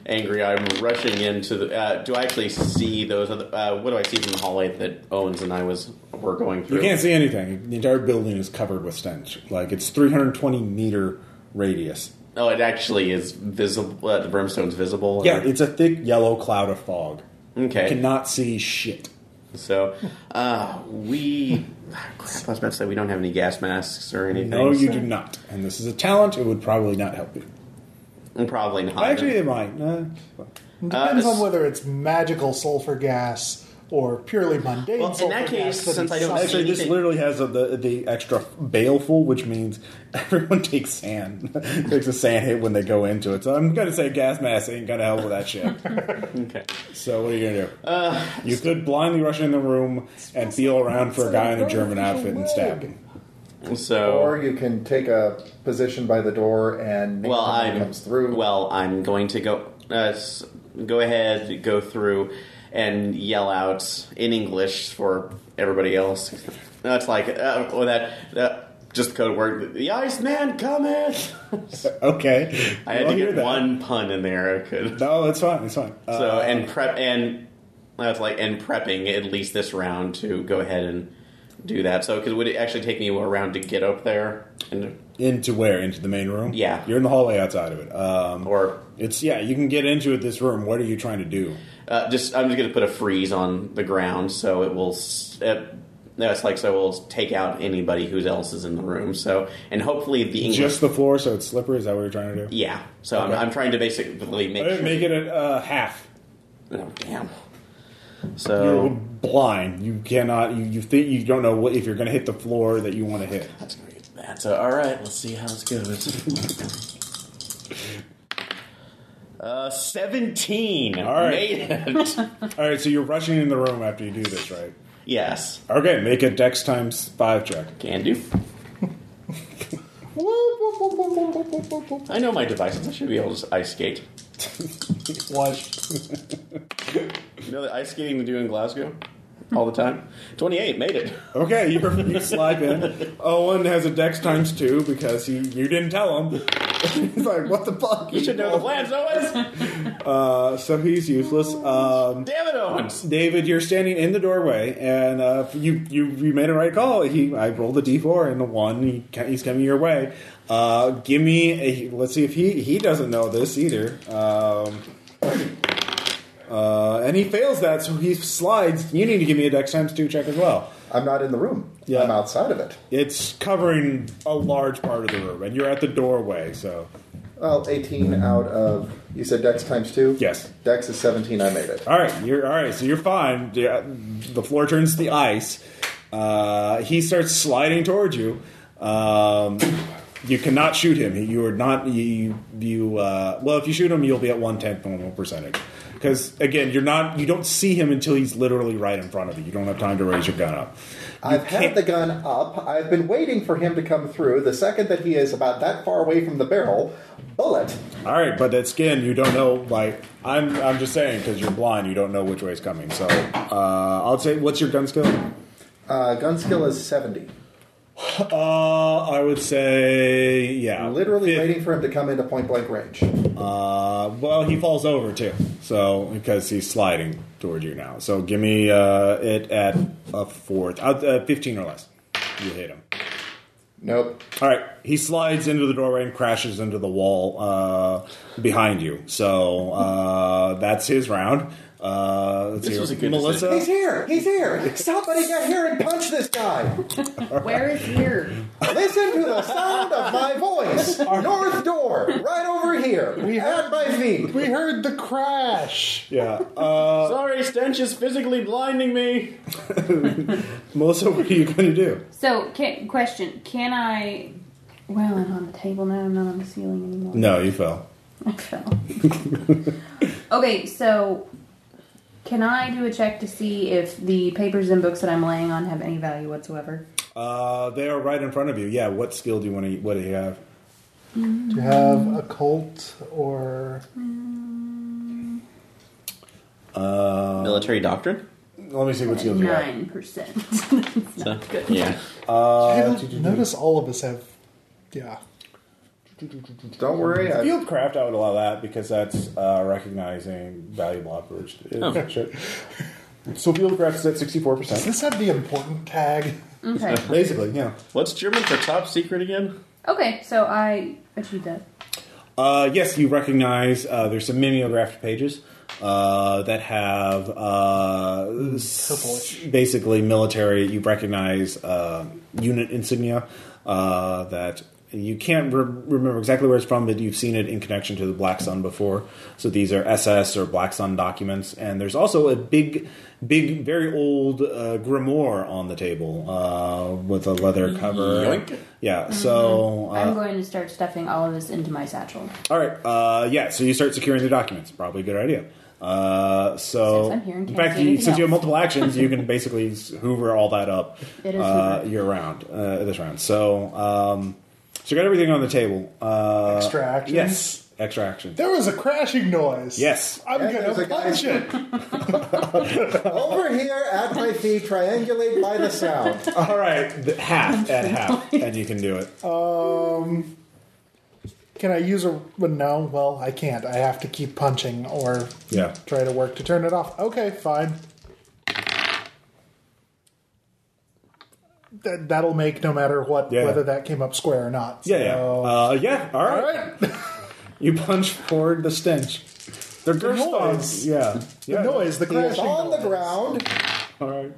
Speaker 4: Angry, I'm rushing into the. Uh, do I actually see those other? Uh, what do I see from the hallway that Owens and I was were going through?
Speaker 1: You can't see anything. The entire building is covered with stench. Like it's 320 meter radius.
Speaker 4: Oh, it actually is visible. Uh, the brimstone's visible.
Speaker 1: Yeah, it's a thick yellow cloud of fog.
Speaker 4: Okay.
Speaker 1: You cannot see shit.
Speaker 4: So, uh, we. Crap, I was about to say we don't have any gas masks or anything.
Speaker 1: No, you do not. And this is a talent. It would probably not help you.
Speaker 4: Probably not.
Speaker 1: Actually, it might. Uh,
Speaker 3: Depends
Speaker 4: Uh,
Speaker 3: on whether it's magical sulfur gas or purely mundane.
Speaker 4: Well, in
Speaker 3: sulfur gas
Speaker 4: that case,
Speaker 3: that
Speaker 4: since
Speaker 3: is
Speaker 4: I don't
Speaker 3: sucked-
Speaker 1: actually, this
Speaker 4: anything-
Speaker 1: literally has a, the the extra baleful, which means everyone takes sand, takes a sand hit when they go into it. So I'm gonna say gas mask ain't gonna help with that shit.
Speaker 4: Okay.
Speaker 1: So what are you gonna do?
Speaker 4: Uh,
Speaker 1: you could blindly rush in the room and feel around for a guy in a German outfit and stab him.
Speaker 4: So.
Speaker 2: Or you can take a position by the door and
Speaker 4: well,
Speaker 2: Nick
Speaker 4: I'm
Speaker 2: comes through.
Speaker 4: Well, I'm going to go uh, s- go ahead, go through, and yell out in English for everybody else. That's like uh, or that uh, just code word. The Iceman cometh.
Speaker 1: Okay,
Speaker 4: I had
Speaker 1: I'll
Speaker 4: to
Speaker 1: hear
Speaker 4: get
Speaker 1: that.
Speaker 4: one pun in there. I could.
Speaker 1: No, it's fine. It's fine. Uh,
Speaker 4: So and prep and that's like and prepping at least this round to go ahead and do that. So because would it actually take me a round to get up there and
Speaker 1: into where? Into the main room?
Speaker 4: Yeah.
Speaker 1: you're in the hallway outside of it. Um,
Speaker 4: or
Speaker 1: it's yeah, you can get into it. This room. What are you trying to do?
Speaker 4: uh, just I'm just gonna put a freeze on the ground so it will. s- Uh, that's like so we'll take out anybody who else is in the room. So and hopefully the English.
Speaker 1: Just the floor, so it's slippery. Is that what you're trying to do?
Speaker 4: yeah. So
Speaker 1: Okay.
Speaker 4: I'm, I'm trying to basically make.
Speaker 1: Uh, Make it a uh, half.
Speaker 4: Oh damn.
Speaker 1: You're
Speaker 4: So
Speaker 1: blind. You cannot. You, you think you don't know what, if you're going to hit the floor that you want to hit.
Speaker 4: that's gonna get bad. So all right, let's see how this goes. Uh, seventeen.
Speaker 1: All right.
Speaker 4: Made it.
Speaker 1: All right, so you're rushing in the room after you do this, right?
Speaker 4: yes.
Speaker 1: Okay, make a dex times five check.
Speaker 4: Can do. I know my devices. I should be able to ice skate.
Speaker 3: What?
Speaker 4: You know the ice skating they do in Glasgow all the time? 28, made it.
Speaker 1: Okay, you, you slide in. Owen has a dex times two because he you didn't tell him. he's like, what the fuck?
Speaker 4: You should know the plans, Owens!
Speaker 1: Uh, so he's useless. Um,
Speaker 4: Damn it, Owens!
Speaker 1: David, you're standing in the doorway, and uh, you, you you made a right call. He I rolled a d4 and a one. He, ca- he's coming your way. Uh, give me a let's see if he he doesn't know this either. Um, uh, and he fails that, so he slides. You need to give me a dex times two check as well.
Speaker 2: I'm not in the room.
Speaker 1: Yeah.
Speaker 2: I'm outside of it.
Speaker 1: It's covering a large part of the room, and you're at the doorway. So
Speaker 2: Well, 18 out of. You said Dex times 2?
Speaker 1: Yes.
Speaker 2: Dex is 17. I made it.
Speaker 1: all right, you're all right. So you're fine. Yeah, The floor turns to ice. Uh, he starts sliding towards you. Um, you cannot shoot him. He- You are not you. You uh, well, if you shoot him, you'll be at one tenth normal percentage. Because again, you're not. You don't see him until he's literally right in front of you. You don't have time to raise your gun up.
Speaker 2: I've had the gun up. I've been waiting for him to come through. The second that he is about that far away from the barrel, bullet.
Speaker 1: All right, but that's again, you don't know. Like I'm, I'm just saying because you're blind, you don't know which way it's coming. So uh, I'll say, what's your gun skill?
Speaker 2: Uh, gun skill is 70.
Speaker 1: Uh, I would say, yeah,
Speaker 2: I'm literally
Speaker 1: Fif-
Speaker 2: waiting for him to come into point blank range.
Speaker 1: Uh, well, he falls over too, so because he's sliding toward you now. So give me uh, it at a fourth, uh, uh, fifteen or less. You hit him.
Speaker 2: Nope.
Speaker 1: All right, he slides into the doorway and crashes into the wall uh, behind you. So uh, that's his round. Uh, let's
Speaker 4: This
Speaker 1: see.
Speaker 4: was a good
Speaker 1: Melissa.
Speaker 2: He's here! He's here! Somebody get here and punch this guy!
Speaker 6: Where is here?
Speaker 2: Listen to the sound of my voice! North door, right over here, at my feet!
Speaker 3: We heard the crash.
Speaker 1: Yeah. Uh,
Speaker 4: Sorry, Stench is physically blinding me!
Speaker 1: Melissa, what are you going to do?
Speaker 6: So, can, question: Can I
Speaker 5: Wow, I'm on the table now. I'm not on the ceiling anymore.
Speaker 1: No, you fell.
Speaker 5: I fell. okay, so can I do a check to see if the papers and books that I'm laying on have any value whatsoever?
Speaker 1: Uh, they are right in front of you. Yeah. What skill do you want to? What do you have?
Speaker 3: Do you have a cult or
Speaker 1: Uh,
Speaker 4: Military doctrine?
Speaker 1: let me see what skill you have.
Speaker 5: Nine percent. That's not good.
Speaker 4: Yeah.
Speaker 1: Uh,
Speaker 3: Hey, notice all of us have yeah
Speaker 2: Don't worry. I,
Speaker 1: Fieldcraft, I would allow that because that's uh, recognizing valuable operation.
Speaker 4: Oh.
Speaker 1: Shit. So fieldcraft is at sixty-four
Speaker 3: does
Speaker 1: percent.
Speaker 3: this have the important tag
Speaker 5: Okay.
Speaker 1: Basically, yeah.
Speaker 4: What's German for top secret again?
Speaker 5: Okay, so I achieved that.
Speaker 1: Uh, yes, you recognize uh, there's some mimeographed pages uh, that have uh, s- basically military. You recognize uh, unit insignia uh, that you can't re- remember exactly where it's from, but you've seen it in connection to the Black Sun before. So these are SS or Black Sun documents, and there's also a big, big, very old uh, grimoire on the table uh, with a leather cover.
Speaker 4: Yoink.
Speaker 1: Yeah. So uh,
Speaker 5: I'm going to start stuffing all of this into my satchel
Speaker 1: all right. Uh, yeah. So you start securing the documents. Probably a good idea. Uh, so,
Speaker 5: Since I'm here and
Speaker 1: in
Speaker 5: can't
Speaker 1: fact,
Speaker 5: do
Speaker 1: you,
Speaker 5: anything
Speaker 1: since you have
Speaker 5: else.
Speaker 1: multiple actions, you can basically s- hoover all that up.
Speaker 5: It is
Speaker 1: uh,
Speaker 5: hoovered.
Speaker 1: year round. Uh, this round. So, um, so you got everything on the table. Uh,
Speaker 3: Extra actions?
Speaker 1: Yes. Extra action.
Speaker 3: there was a crashing noise
Speaker 1: Yes.
Speaker 3: i'm
Speaker 2: Yeah, there's
Speaker 3: gonna
Speaker 2: a guy-
Speaker 3: punch it
Speaker 2: over here at my feet, triangulate by the sound.
Speaker 1: All right. The, half at half, and you can do it.
Speaker 3: Um, can i use a well, no well i can't i have to keep punching or
Speaker 1: Yeah.
Speaker 3: try to work to turn it off okay fine that, that'll make no matter what
Speaker 1: Yeah.
Speaker 3: whether that came up square or not
Speaker 1: Yeah. Yeah.
Speaker 3: so-
Speaker 1: Uh, yeah. All right.
Speaker 3: all right
Speaker 1: You punch forward the stench. They're
Speaker 3: The
Speaker 1: ghost
Speaker 3: noise.
Speaker 1: dogs. Yeah.
Speaker 3: the
Speaker 1: yeah.
Speaker 3: noise the
Speaker 2: He is
Speaker 3: crashing
Speaker 2: on the
Speaker 3: noise.
Speaker 2: ground,
Speaker 1: All right.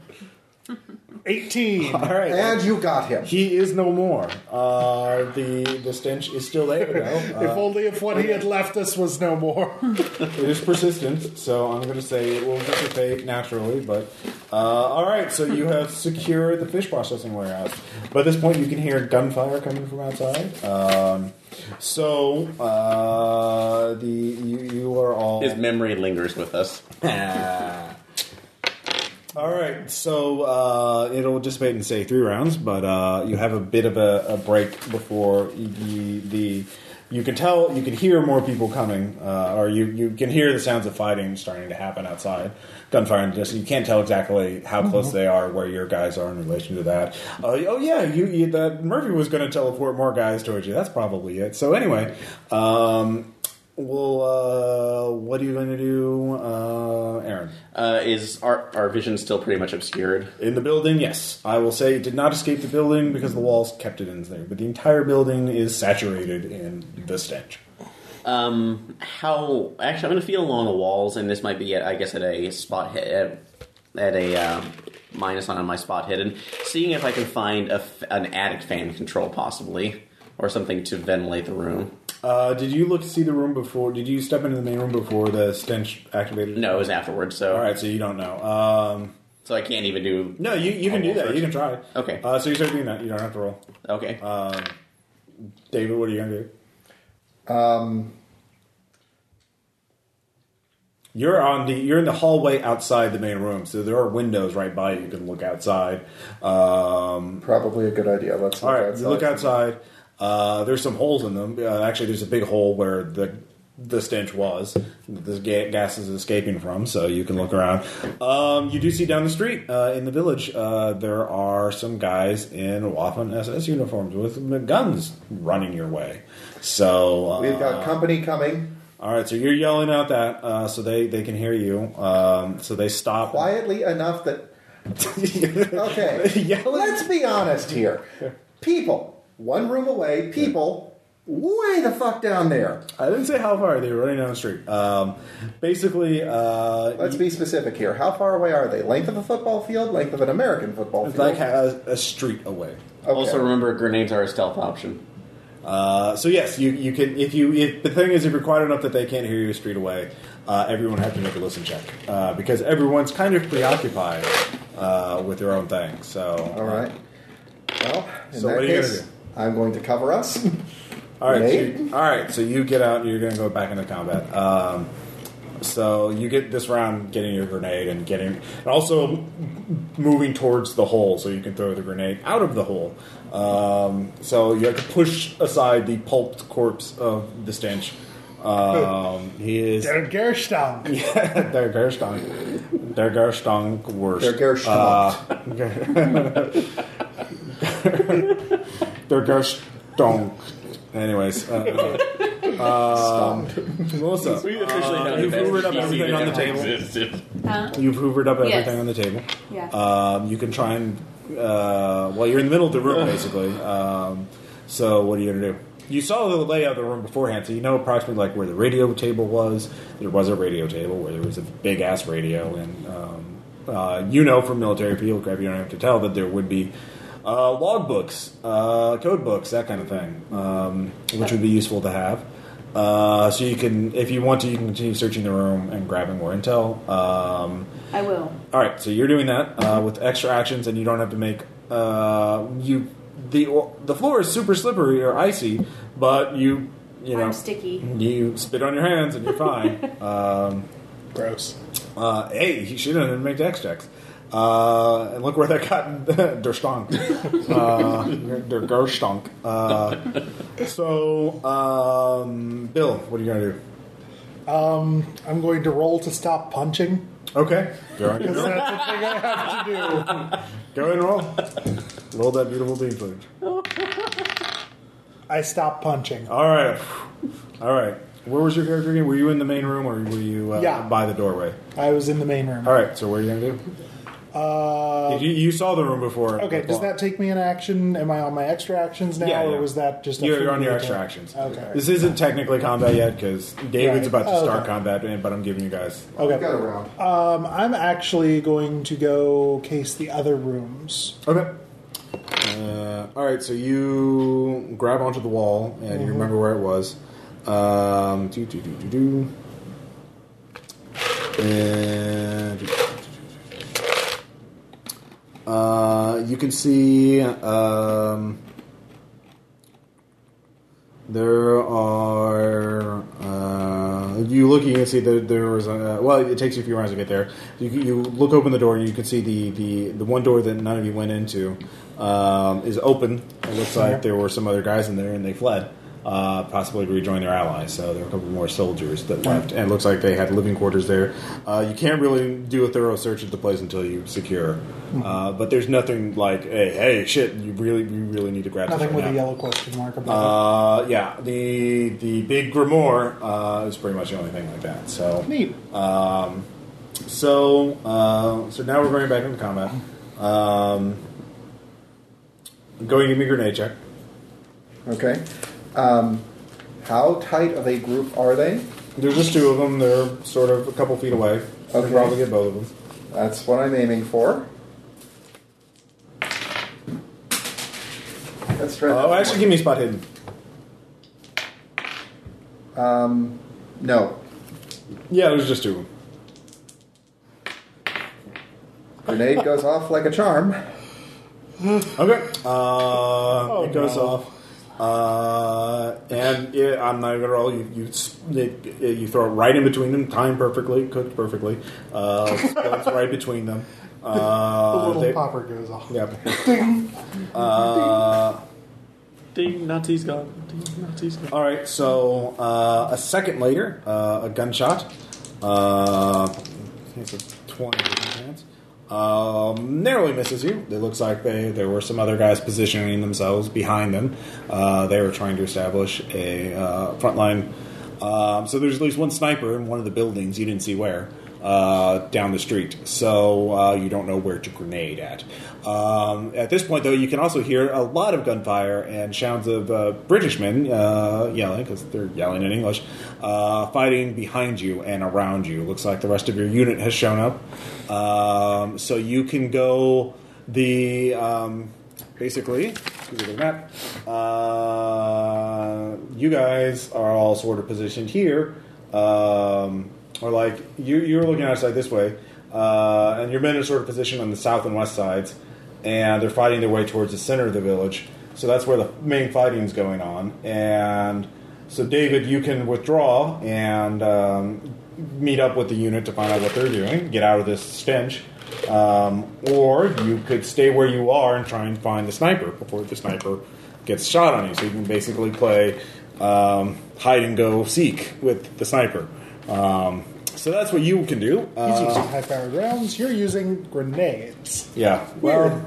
Speaker 3: 18
Speaker 1: All right.
Speaker 2: and you got him.
Speaker 1: He is no more. Uh, the the stench is still there. Though.
Speaker 3: If only if what he had left us was no more.
Speaker 1: Uh, it is persistent, so I'm going to say it will dissipate naturally. But uh, all right, so you have secured the fish processing warehouse. By this point, you can hear gunfire coming from outside. Um, so uh, the you, you are all
Speaker 4: His memory lingers with us.
Speaker 1: Uh, All right, so uh, it'll dissipate in say three rounds, but uh, you have a bit of a, a break before the, the. You can tell, you can hear more people coming, uh, or you, you can hear the sounds of fighting starting to happen outside, gunfire, and just you can't tell exactly how close they are, where your guys are in relation to that. Uh, oh yeah, you, you that Murphy was going to teleport more guys towards you. That's probably it. So anyway, um, well, uh, what are you going to do, uh, Aaron?
Speaker 4: Uh, is our, our vision still pretty much obscured?
Speaker 1: In the building, yes. I will say it did not escape the building because the walls kept it in there, but the entire building is saturated in the stench.
Speaker 4: Um, how? Actually, I'm going to feel along the walls, and this might be, at, I guess, at a spot hit, at, at a um, minus on my spot hidden, seeing if I can find a f an attic fan control, possibly, or something to ventilate the room.
Speaker 1: Uh, did you look to see the room before? Did you step into the main room before the stench activated?
Speaker 4: No, it was afterwards, so
Speaker 1: All right, so you don't know. Um,
Speaker 4: so I can't even do.
Speaker 1: no, you, you can do that. You can try.
Speaker 4: Okay.
Speaker 1: Uh, so you start doing that. You don't have to roll.
Speaker 4: Okay.
Speaker 1: Uh, David, what are you gonna do? You're on the you're in the hallway outside the main room, so there are windows right by you. You can look outside. Um,
Speaker 2: Probably a good idea. Let's look
Speaker 1: All right,
Speaker 2: outside.
Speaker 1: you look outside. Uh, there's some holes in them. Uh, actually, there's a big hole where the the stench was. The ga- gas is escaping from, so you can look around. Um, you do see down the street uh, in the village, uh, there are some guys in Waffen SS uniforms with guns running your way. So uh,
Speaker 2: We've got company coming.
Speaker 1: all right, so you're yelling out that uh, so they they can hear you. Um, so they stop.
Speaker 2: Quietly enough that. okay.
Speaker 1: Yelling.
Speaker 2: Let's be honest here. People, one room away, people, way the fuck down there.
Speaker 1: I didn't say how far they were running down the street. Um, basically, uh,
Speaker 2: Let's be specific here. How far away are they? Length of a football field? Length of an American football
Speaker 1: It's
Speaker 2: field?
Speaker 1: like a, a street away.
Speaker 2: Okay.
Speaker 4: Also, remember grenades are a stealth option.
Speaker 1: Uh, so yes, you, you can if you if the thing is if you're quiet enough that they can't hear you a street away, uh, everyone have to make a listen check uh, because everyone's kind of preoccupied uh, with their own thing. So
Speaker 2: All right. Well, in
Speaker 1: So
Speaker 2: that
Speaker 1: what are you
Speaker 2: case,
Speaker 1: gonna
Speaker 2: I'm going to cover us.
Speaker 1: All right, so
Speaker 2: Nate?
Speaker 1: you, all right. So you get out and you're going to go back into combat. Um, so you get this round getting your grenade and getting, and also moving towards the hole so you can throw the grenade out of the hole. Um, so you have to push aside the pulped corpse of the stench. Um, he is
Speaker 3: Der Gerstang.
Speaker 1: Der Gerstang. Der Gerstang Uh, worst.
Speaker 2: Der Gerstang.
Speaker 1: Der Gerstang. Anyways, uh, um, Melissa,
Speaker 4: We officially
Speaker 1: uh,
Speaker 4: have the
Speaker 1: you've
Speaker 4: best
Speaker 1: hoovered up
Speaker 4: PC
Speaker 1: everything
Speaker 4: that
Speaker 1: on the
Speaker 4: ever
Speaker 1: table.
Speaker 4: existed.
Speaker 5: Huh?
Speaker 1: You've hoovered up everything
Speaker 5: Yes.
Speaker 1: on the table.
Speaker 5: Yeah.
Speaker 1: Um, you can try and uh, well, you're in the middle of the room basically. Um, so what are you gonna do? You saw the layout of the room beforehand, so you know approximately like where the radio table was. There was a radio table where there was a big ass radio, and um, uh, you know from military people, crap, you don't have to tell that there would be uh, log books, uh, code books, that kind of thing, um, which would be useful to have. Uh, so you can, if you want to, you can continue searching the room and grabbing more intel. Um,
Speaker 5: I will.
Speaker 1: all right, so you're doing that uh, with extra actions, and you don't have to make uh, you the the floor is super slippery or icy, but you you know
Speaker 5: I'm sticky.
Speaker 1: you spit on your hands and you're fine. um,
Speaker 3: Gross.
Speaker 1: uh, hey, he should have made dex checks. Uh, and look where that got der stonk. Uh, der gerstonk. Uh, so, um, Bill, what are you gonna do?
Speaker 3: I'm going to roll to stop punching.
Speaker 1: Okay, go ahead and
Speaker 3: That's
Speaker 1: roll.
Speaker 3: the thing I have to do.
Speaker 1: Go ahead and roll. Roll that beautiful bean footage.
Speaker 3: I stop punching.
Speaker 1: All right, all right. Where was your character again? Were you in the main room or were you uh,
Speaker 3: Yeah.
Speaker 1: by the doorway?
Speaker 3: I was in the main room.
Speaker 1: All right. So what are you gonna do?
Speaker 3: Uh,
Speaker 1: Did you, you saw the room before.
Speaker 3: okay, does that take me an action? Am I on my extra actions now,
Speaker 1: Yeah, yeah.
Speaker 3: or was that just a
Speaker 1: You're, you're
Speaker 3: free
Speaker 1: on your
Speaker 3: attack?
Speaker 1: extra actions.
Speaker 3: Okay.
Speaker 1: This isn't technically combat yet because David's
Speaker 3: Right.
Speaker 1: about to
Speaker 3: Oh,
Speaker 1: start
Speaker 3: okay.
Speaker 1: combat, and- but I'm giving you guys.
Speaker 2: I've
Speaker 3: Okay.
Speaker 2: got around.
Speaker 3: Um, I'm actually going to go case the other rooms.
Speaker 1: Okay. Uh, all right. So you grab onto the wall, and you remember where it was. Um, do do do do do. And. do, do, do, do. Uh, you can see um, there are. Uh, you look, you can see that there was a. Well, it takes you a few rounds to get there. You, you look open the door, and you can see the, the, the one door that none of you went into um, is open. It looks like there were some other guys in there, and they fled, uh, possibly to rejoin their allies. So there were a couple more soldiers that left, and it looks like they had living quarters there. Uh, you can't really do a thorough search of the place until you secure.
Speaker 3: Hmm.
Speaker 1: Uh, but there's nothing like, hey, hey, shit, you really, you really need to grab this right
Speaker 3: Nothing with
Speaker 1: now.
Speaker 3: a yellow question mark above
Speaker 1: Uh, yeah, the the big grimoire uh, is pretty much the only thing like that. So
Speaker 3: it. Neat.
Speaker 1: Um, so uh, so now we're going back into combat. Um, go and give me a grenade check.
Speaker 2: Okay. Um, how tight of a group are they?
Speaker 1: There's just two of them. They're sort of a couple feet away. You can
Speaker 2: Okay.
Speaker 1: probably get both of them.
Speaker 2: That's what I'm aiming for. That's right.
Speaker 1: Oh, actually, give me spot hidden.
Speaker 2: Um, no.
Speaker 1: Yeah, there's just two of them.
Speaker 2: Grenade goes off like a charm.
Speaker 1: Okay. Uh, it goes
Speaker 3: no.
Speaker 1: off. Uh, and it, I'm not even roll. You you s- it, it- you throw it right in between them, timed perfectly, cooked perfectly. Uh, spills right between them.
Speaker 3: The
Speaker 1: Uh,
Speaker 3: little
Speaker 1: they-
Speaker 3: popper goes off.
Speaker 1: Yep. Uh,
Speaker 4: Ding, Nazi's gone. Ding, Nazi's gone.
Speaker 1: all right. So uh, a second later, uh, a gunshot. Uh, it's a twenty chance. Um, narrowly misses you. It looks like they there were some other guys positioning themselves behind them. Uh, they were trying to establish a uh, front line. Um, so there's at least one sniper in one of the buildings. You didn't see where. Uh, down the street, so uh, you don't know where to grenade at. Um, at this point, though, you can also hear a lot of gunfire and sounds of uh, British men uh, yelling because they're yelling in English, uh, fighting behind you and around you. Looks like the rest of your unit has shown up, um, so you can go the um, basically. Excuse me, the map. Uh, you guys are all sort of positioned here, um, or like you you're looking outside this way, uh, and your men are sort of positioned on the south and west sides, and they're fighting their way towards the center of the village. So that's where the main fighting's going on. And so, David, you can withdraw and um, meet up with the unit to find out what they're doing, get out of this stench. Um, or you could stay where you are and try and find the sniper before the sniper gets shot on you. So you can basically play um, hide and go seek with the sniper. Um, so that's what you can do.
Speaker 3: He's
Speaker 1: Uh,
Speaker 3: using high powered rounds, you're using grenades.
Speaker 1: yeah.
Speaker 3: Weird.
Speaker 1: Well.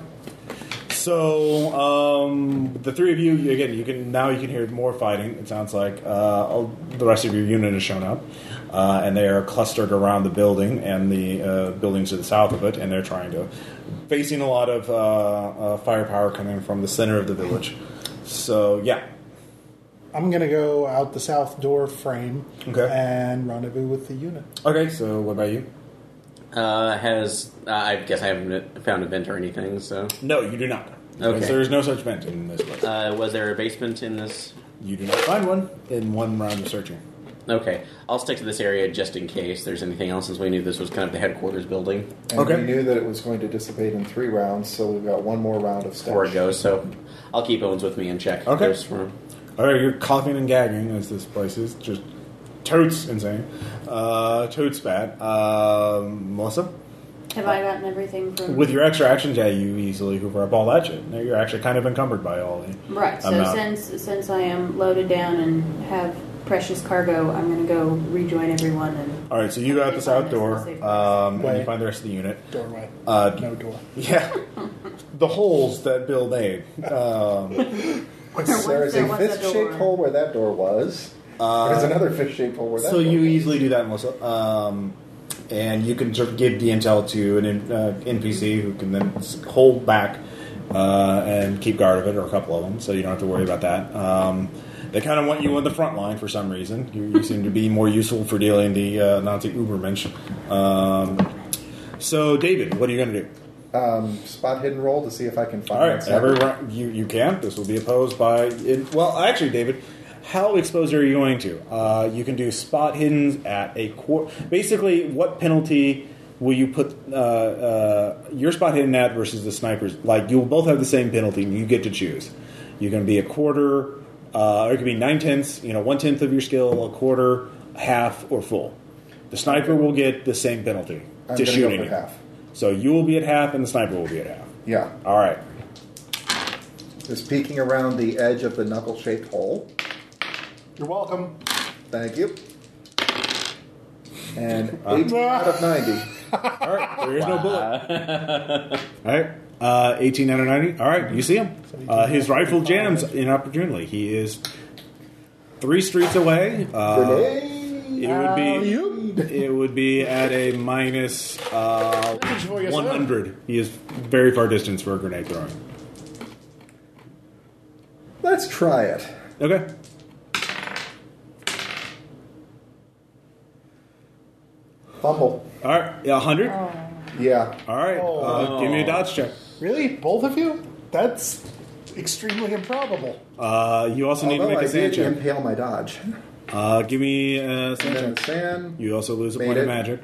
Speaker 1: So um, the three of you again. You can now you can hear more fighting. It sounds like uh, all, the rest of your unit has shown up, uh, and they are clustered around the building and the uh, buildings to the south of it, and they're trying to facing a lot of uh, uh, firepower coming from the center of the village. So yeah,
Speaker 3: I'm gonna go out the south door frame
Speaker 1: Okay.
Speaker 3: and rendezvous with the unit.
Speaker 1: okay. So what about you?
Speaker 4: Uh, has I guess I haven't found a vent or anything. So,
Speaker 1: No, you do not.
Speaker 4: Okay.
Speaker 1: There is no such vent in this place.
Speaker 4: uh, was there a basement in this?
Speaker 1: You do not find one in one round of searching.
Speaker 4: Okay, I'll stick to this area just in case there's anything else, since we knew this was kind of the headquarters building
Speaker 2: And
Speaker 1: Okay.
Speaker 2: we knew that it was going to dissipate in three rounds, so we've got one more round of stash.
Speaker 4: before it goes. So, I'll keep Owens with me and check.
Speaker 1: Okay.
Speaker 4: There's room.
Speaker 1: All right, you're coughing and gagging as this place is just totes insane. Uh, totes bad. Um, Melissa,
Speaker 6: Have
Speaker 1: uh,
Speaker 6: I gotten everything from?
Speaker 1: with your extra actions, yeah, you easily hoover up all that shit. Now you're actually kind of encumbered by all the.
Speaker 6: right. So
Speaker 1: I'm out.
Speaker 6: since since I am loaded down and have precious cargo, I'm going to go rejoin everyone and.
Speaker 1: All right, so you go out this outdoor, um, and you find the rest of the unit.
Speaker 3: Doorway.
Speaker 1: Uh,
Speaker 3: no door.
Speaker 1: Yeah, the holes that Bill made. Um,
Speaker 2: There is a
Speaker 6: There was a
Speaker 2: fist shaped
Speaker 6: door.
Speaker 2: hole where that door was. There's another fist shaped hole where that
Speaker 1: Uh, so
Speaker 2: door
Speaker 1: you
Speaker 2: was.
Speaker 1: easily do that, Melissa, um, and you can sort of give the intel to an in, uh, NPC who can then s- hold back uh, and keep guard of it, or a couple of them, so you don't have to worry about that. Um, they kind of want you on the front line for some reason. You, you seem to be more useful for dealing the uh, Nazi Ubermensch. Um, so, David, what are you going to do?
Speaker 2: Um, spot hidden roll to see if I can find
Speaker 1: All right,
Speaker 2: that
Speaker 1: every
Speaker 2: sniper.
Speaker 1: round you you can. This will be opposed by. It, well, actually, David, how exposed are you going to? Uh, you can do spot hidden at a quarter. Basically, what penalty will you put uh, uh, your spot hidden at versus the snipers? Like you'll both have the same penalty. and You get to choose. You can be a quarter, uh, or it could be nine tenths. You know, one tenth of your skill, a quarter, half, or full. The sniper will get the same penalty
Speaker 2: I'm
Speaker 1: to
Speaker 2: gonna go
Speaker 1: shooting
Speaker 2: for
Speaker 1: you.
Speaker 2: half.
Speaker 1: So you will be at half, and the sniper will be at half.
Speaker 2: Yeah.
Speaker 1: All right.
Speaker 2: Just peeking around the edge of the knuckle shaped hole.
Speaker 3: You're welcome.
Speaker 2: Thank you. And
Speaker 1: Uh,
Speaker 2: 18 out of 90.
Speaker 1: All right, there is no bullet. All right, uh, 18 out of 90. All right, you see him. Uh, his rifle jams inopportunely. He is three streets away. Uh,
Speaker 2: Grenade!
Speaker 1: it would be it would be at a minus uh,
Speaker 3: Damage for yourself.
Speaker 1: 100. He is very far distance for a grenade throwing.
Speaker 2: Let's try it.
Speaker 1: Okay.
Speaker 2: Fumble.
Speaker 1: All right, yeah, 100.
Speaker 2: Oh.
Speaker 1: All
Speaker 2: Yeah.
Speaker 1: right, uh, give me a dodge check.
Speaker 3: Really? Both of you? That's extremely improbable.
Speaker 1: Uh, you also need to
Speaker 2: Although
Speaker 1: make
Speaker 2: I
Speaker 1: a sand
Speaker 2: did
Speaker 1: check.
Speaker 2: impale my dodge. And
Speaker 1: Uh, give me a
Speaker 2: then
Speaker 1: sand
Speaker 2: the
Speaker 1: check.
Speaker 2: sand.
Speaker 1: You also lose a
Speaker 2: Made
Speaker 1: point of
Speaker 2: it.
Speaker 1: magic.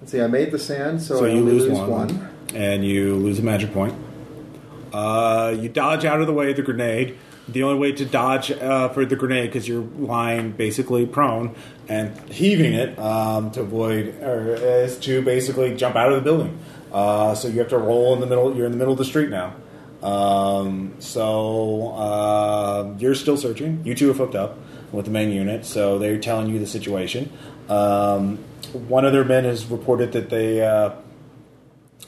Speaker 2: Let's see, I made the sand, so,
Speaker 1: So
Speaker 2: I
Speaker 1: you
Speaker 2: only
Speaker 1: lose, one, and you lose a magic point. Uh, you dodge out of the way of the grenade. The only way to dodge uh, for the grenade because you're lying basically prone and heaving it um, to avoid or is to basically jump out of the building. Uh, so you have to roll in the middle. You're in the middle of the street now. Um, so uh, you're still searching. You two have hooked up with the main unit, so they're telling you the situation. Um, one of their men has reported that they. Uh,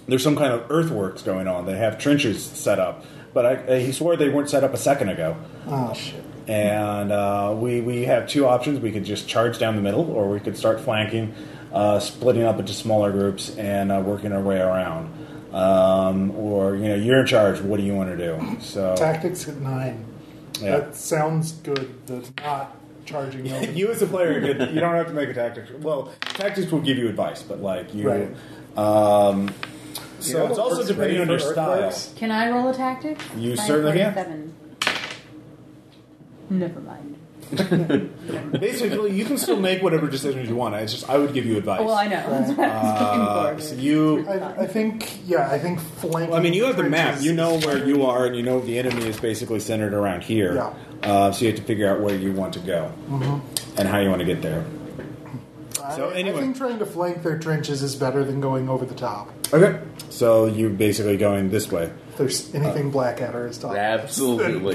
Speaker 1: there's some kind of earthworks going on. They have trenches set up, but I, uh, he swore they weren't set up a second ago.
Speaker 3: Oh shit.
Speaker 1: And uh, we we have two options: we could just charge down the middle, or we could start flanking, uh, splitting up into smaller groups, and uh, working our way around. Um, or you know, you're in charge. What do you want to do? So
Speaker 3: Tactics at nine.
Speaker 1: Yeah.
Speaker 3: That sounds good. That's not charging over.
Speaker 1: you as a player, you you don't have to make a tactics. Well, tactics will give you advice, but like you.
Speaker 3: Right.
Speaker 1: Um,
Speaker 2: You
Speaker 1: so
Speaker 2: know
Speaker 1: it's
Speaker 2: what
Speaker 1: also
Speaker 2: works
Speaker 1: depending
Speaker 2: great
Speaker 1: on your
Speaker 2: for
Speaker 1: style.
Speaker 2: earthworks?
Speaker 5: Can I roll a tactic?
Speaker 1: You
Speaker 5: I have
Speaker 1: certainly can.
Speaker 5: 47. Never mind.
Speaker 1: Basically, you can still make whatever decisions you want. It's just I would give you advice.
Speaker 5: Well, I know. That's what I was looking
Speaker 1: Uh,
Speaker 5: for.
Speaker 1: so you,
Speaker 3: I, I think, yeah, I think flanking.
Speaker 1: I mean, you have the map.
Speaker 3: trenches-
Speaker 1: You know where you are, and you know the enemy is basically centered around here.
Speaker 3: Yeah.
Speaker 1: Uh, so you have to figure out where you want to go and how you want to get there.
Speaker 3: I-
Speaker 1: so anyway.
Speaker 3: I think trying to flank their trenches is better than going over the top.
Speaker 1: Okay. So you're basically going this way.
Speaker 3: If there's
Speaker 1: Uh,
Speaker 3: anything Blackadder is talking about,
Speaker 4: Absolutely.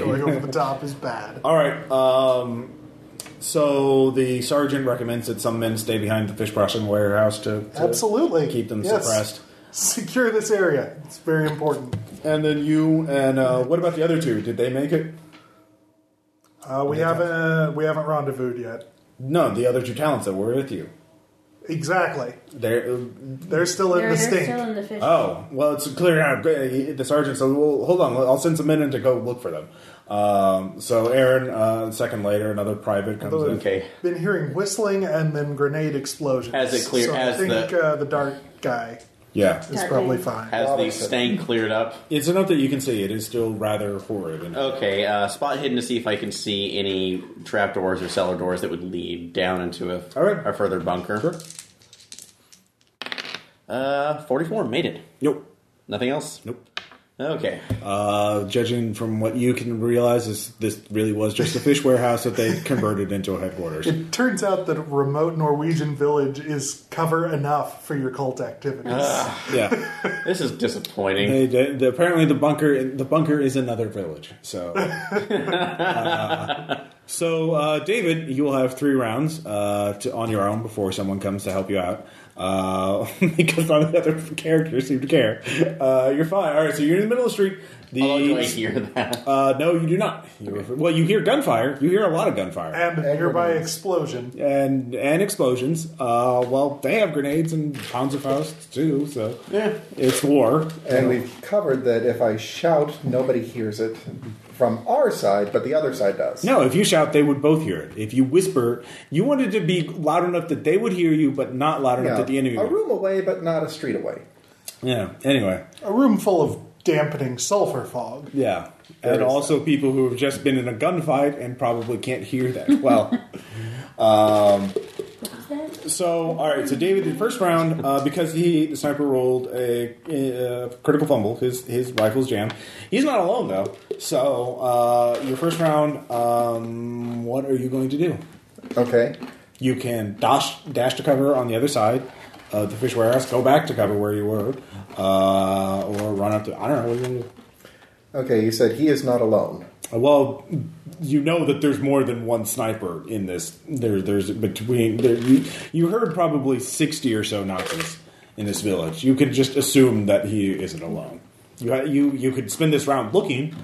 Speaker 3: going over the top is bad.
Speaker 1: All right. Um, so the sergeant recommends that some men stay behind the fish processing warehouse to, to
Speaker 3: Absolutely.
Speaker 1: keep them
Speaker 3: Yes.
Speaker 1: suppressed.
Speaker 3: Secure this area. It's very important.
Speaker 1: And then you and uh, what about the other two? Did they make it?
Speaker 3: Uh, we haven't we haven't rendezvoused yet.
Speaker 1: No, the other two talents that were with you.
Speaker 3: Exactly.
Speaker 1: They're,
Speaker 3: They're still in
Speaker 5: They're,
Speaker 3: the
Speaker 5: they're
Speaker 3: stink.
Speaker 5: still in the fish.
Speaker 1: oh, well, it's clear now. The sergeant said, well, hold on. I'll send some men in to go look for them. Um, so Aaron, uh, a second later, another private comes in.
Speaker 4: Okay.
Speaker 3: Been hearing whistling and then grenade explosions.
Speaker 4: As it clear-
Speaker 3: so
Speaker 4: as
Speaker 3: I think
Speaker 4: the-
Speaker 3: uh, the dart guy
Speaker 1: Yeah.
Speaker 3: is
Speaker 6: Dart
Speaker 3: probably
Speaker 6: guy.
Speaker 3: fine.
Speaker 4: Has the
Speaker 2: Robinson.
Speaker 4: stank cleared up?
Speaker 1: It's enough that you can see it is still rather horrid. And,
Speaker 4: Okay, uh, spot hidden to see if I can see any trapdoors or cellar doors that would lead down into a,
Speaker 1: All right.
Speaker 4: a further bunker. Uh, 44, made it.
Speaker 1: Nope.
Speaker 4: Nothing else?
Speaker 1: Nope.
Speaker 4: Okay.
Speaker 1: Uh, judging from what you can realize, this, this really was just a fish warehouse that they converted into a headquarters.
Speaker 3: It turns out that a remote Norwegian village is cover enough for your cult activities.
Speaker 1: Yeah,
Speaker 4: This is disappointing.
Speaker 1: they, they, they- apparently the bunker the bunker is another village. So, uh, so uh, David, you will have three rounds uh, to, on your own before someone comes to help you out. Uh, because none of the other characters seem to care. Uh, you're fine. All right, so you're in the middle of the street. The,
Speaker 4: Although, do I hear that?
Speaker 1: Uh, no, you do not. You were- well, you hear gunfire. You hear a lot of gunfire.
Speaker 3: And a nearby explosion.
Speaker 1: and and explosions. Uh, well, they have grenades and pounds of faust too, so
Speaker 4: Yeah.
Speaker 1: it's war.
Speaker 2: And we've covered that if I shout, nobody hears it from our side, but the other side does.
Speaker 1: No, if you shout, they would both hear it. If you whisper, you wanted to be loud enough that they would hear you, but not loud enough
Speaker 2: Yeah.
Speaker 1: that the enemy.
Speaker 2: a
Speaker 1: Would.
Speaker 2: room away, but not a street away.
Speaker 1: Yeah. Anyway,
Speaker 3: A room full of dampening sulfur fog.
Speaker 1: yeah,
Speaker 2: There
Speaker 1: and
Speaker 2: is
Speaker 1: also people who have just been in a gunfight and probably can't hear that well. um, so, all right. So, David, the first round, uh, because he the sniper rolled a, uh critical fumble, his his rifle's jammed. He's not alone though. So, uh, your first round, um, what are you going to do?
Speaker 2: Okay.
Speaker 1: You can dash dash to cover on the other side of the fish warehouse, go back to cover where you were, uh, or run up to. I don't know. What are you gonna do?
Speaker 2: Okay, you said he is not alone.
Speaker 1: Well, you know that there's more than one sniper in this. There, there's between there, you, you heard probably sixty or so Nazis in this village. You could just assume that he isn't alone. You ha- you you could spend this round looking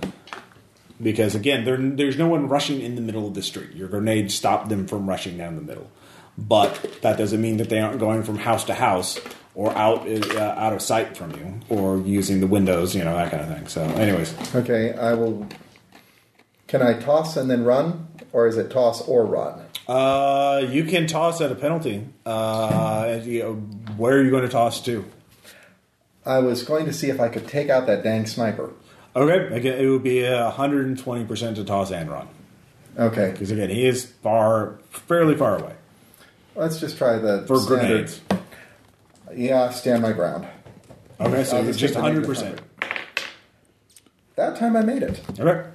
Speaker 1: because again, there, there's no one rushing in the middle of the street. Your grenade stopped them from rushing down the middle, but that doesn't mean that they aren't going from house to house or out uh, out of sight from you or using the windows, you know that kind of thing. So, anyways.
Speaker 2: Okay, I will. Can I toss and then run? Or is it toss or run?
Speaker 1: Uh, you can toss at a penalty. Uh, and, you know, where are you going to toss to?
Speaker 2: I was going to see if I could take out that dang sniper.
Speaker 1: Okay, again, it would be a hundred and twenty percent to toss and run
Speaker 2: Okay,
Speaker 1: because again, he is far, fairly far away
Speaker 2: let's just try the
Speaker 1: for
Speaker 2: standard-
Speaker 1: grenades.
Speaker 2: Yeah, stand my ground.
Speaker 1: Okay, so
Speaker 2: I'll
Speaker 1: it's just
Speaker 2: just take the
Speaker 1: hundred
Speaker 2: negative
Speaker 1: percent.
Speaker 2: That time I made it.
Speaker 1: Okay,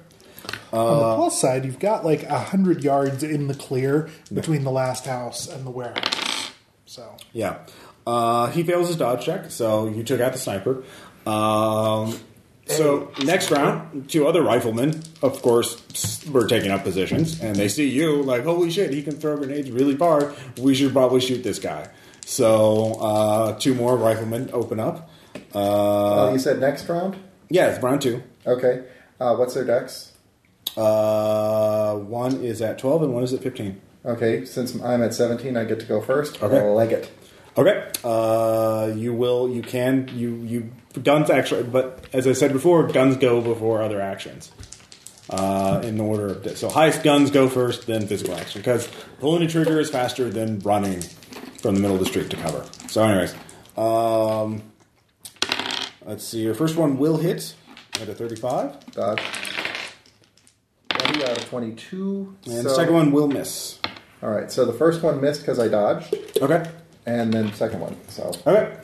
Speaker 3: On the plus side, you've got like a hundred yards in the clear between the last house and the warehouse. So
Speaker 1: yeah. Uh, he fails his dodge check, so you took out the sniper. Um, so next round, two other riflemen, of course, were taking up positions, and they see you like, holy shit, he can throw grenades really far. We should probably shoot this guy. So uh, two more riflemen open up.
Speaker 2: Oh,
Speaker 1: Uh,
Speaker 2: you said next round?
Speaker 1: yeah, it's round two.
Speaker 2: Okay. Uh, what's their dex?
Speaker 1: Uh, one is at twelve, and one is at fifteen.
Speaker 2: Okay, since I'm at 17, I get to go first.
Speaker 1: Okay.
Speaker 2: I'll leg it.
Speaker 1: Okay. Uh, you will. You can. You you guns actually. But as I said before, guns go before other actions. Uh, in order of so highest guns go first, then physical action because pulling the trigger is faster than running from the middle of the street to cover. So, anyways, um, let's see. Your first one will hit at a thirty-five.
Speaker 2: Dodge. 20 out of 22.
Speaker 1: And the
Speaker 2: so-
Speaker 1: second one will miss.
Speaker 2: All right, so the first one missed because I dodged,
Speaker 1: Okay.
Speaker 2: and then second one. So
Speaker 1: Okay.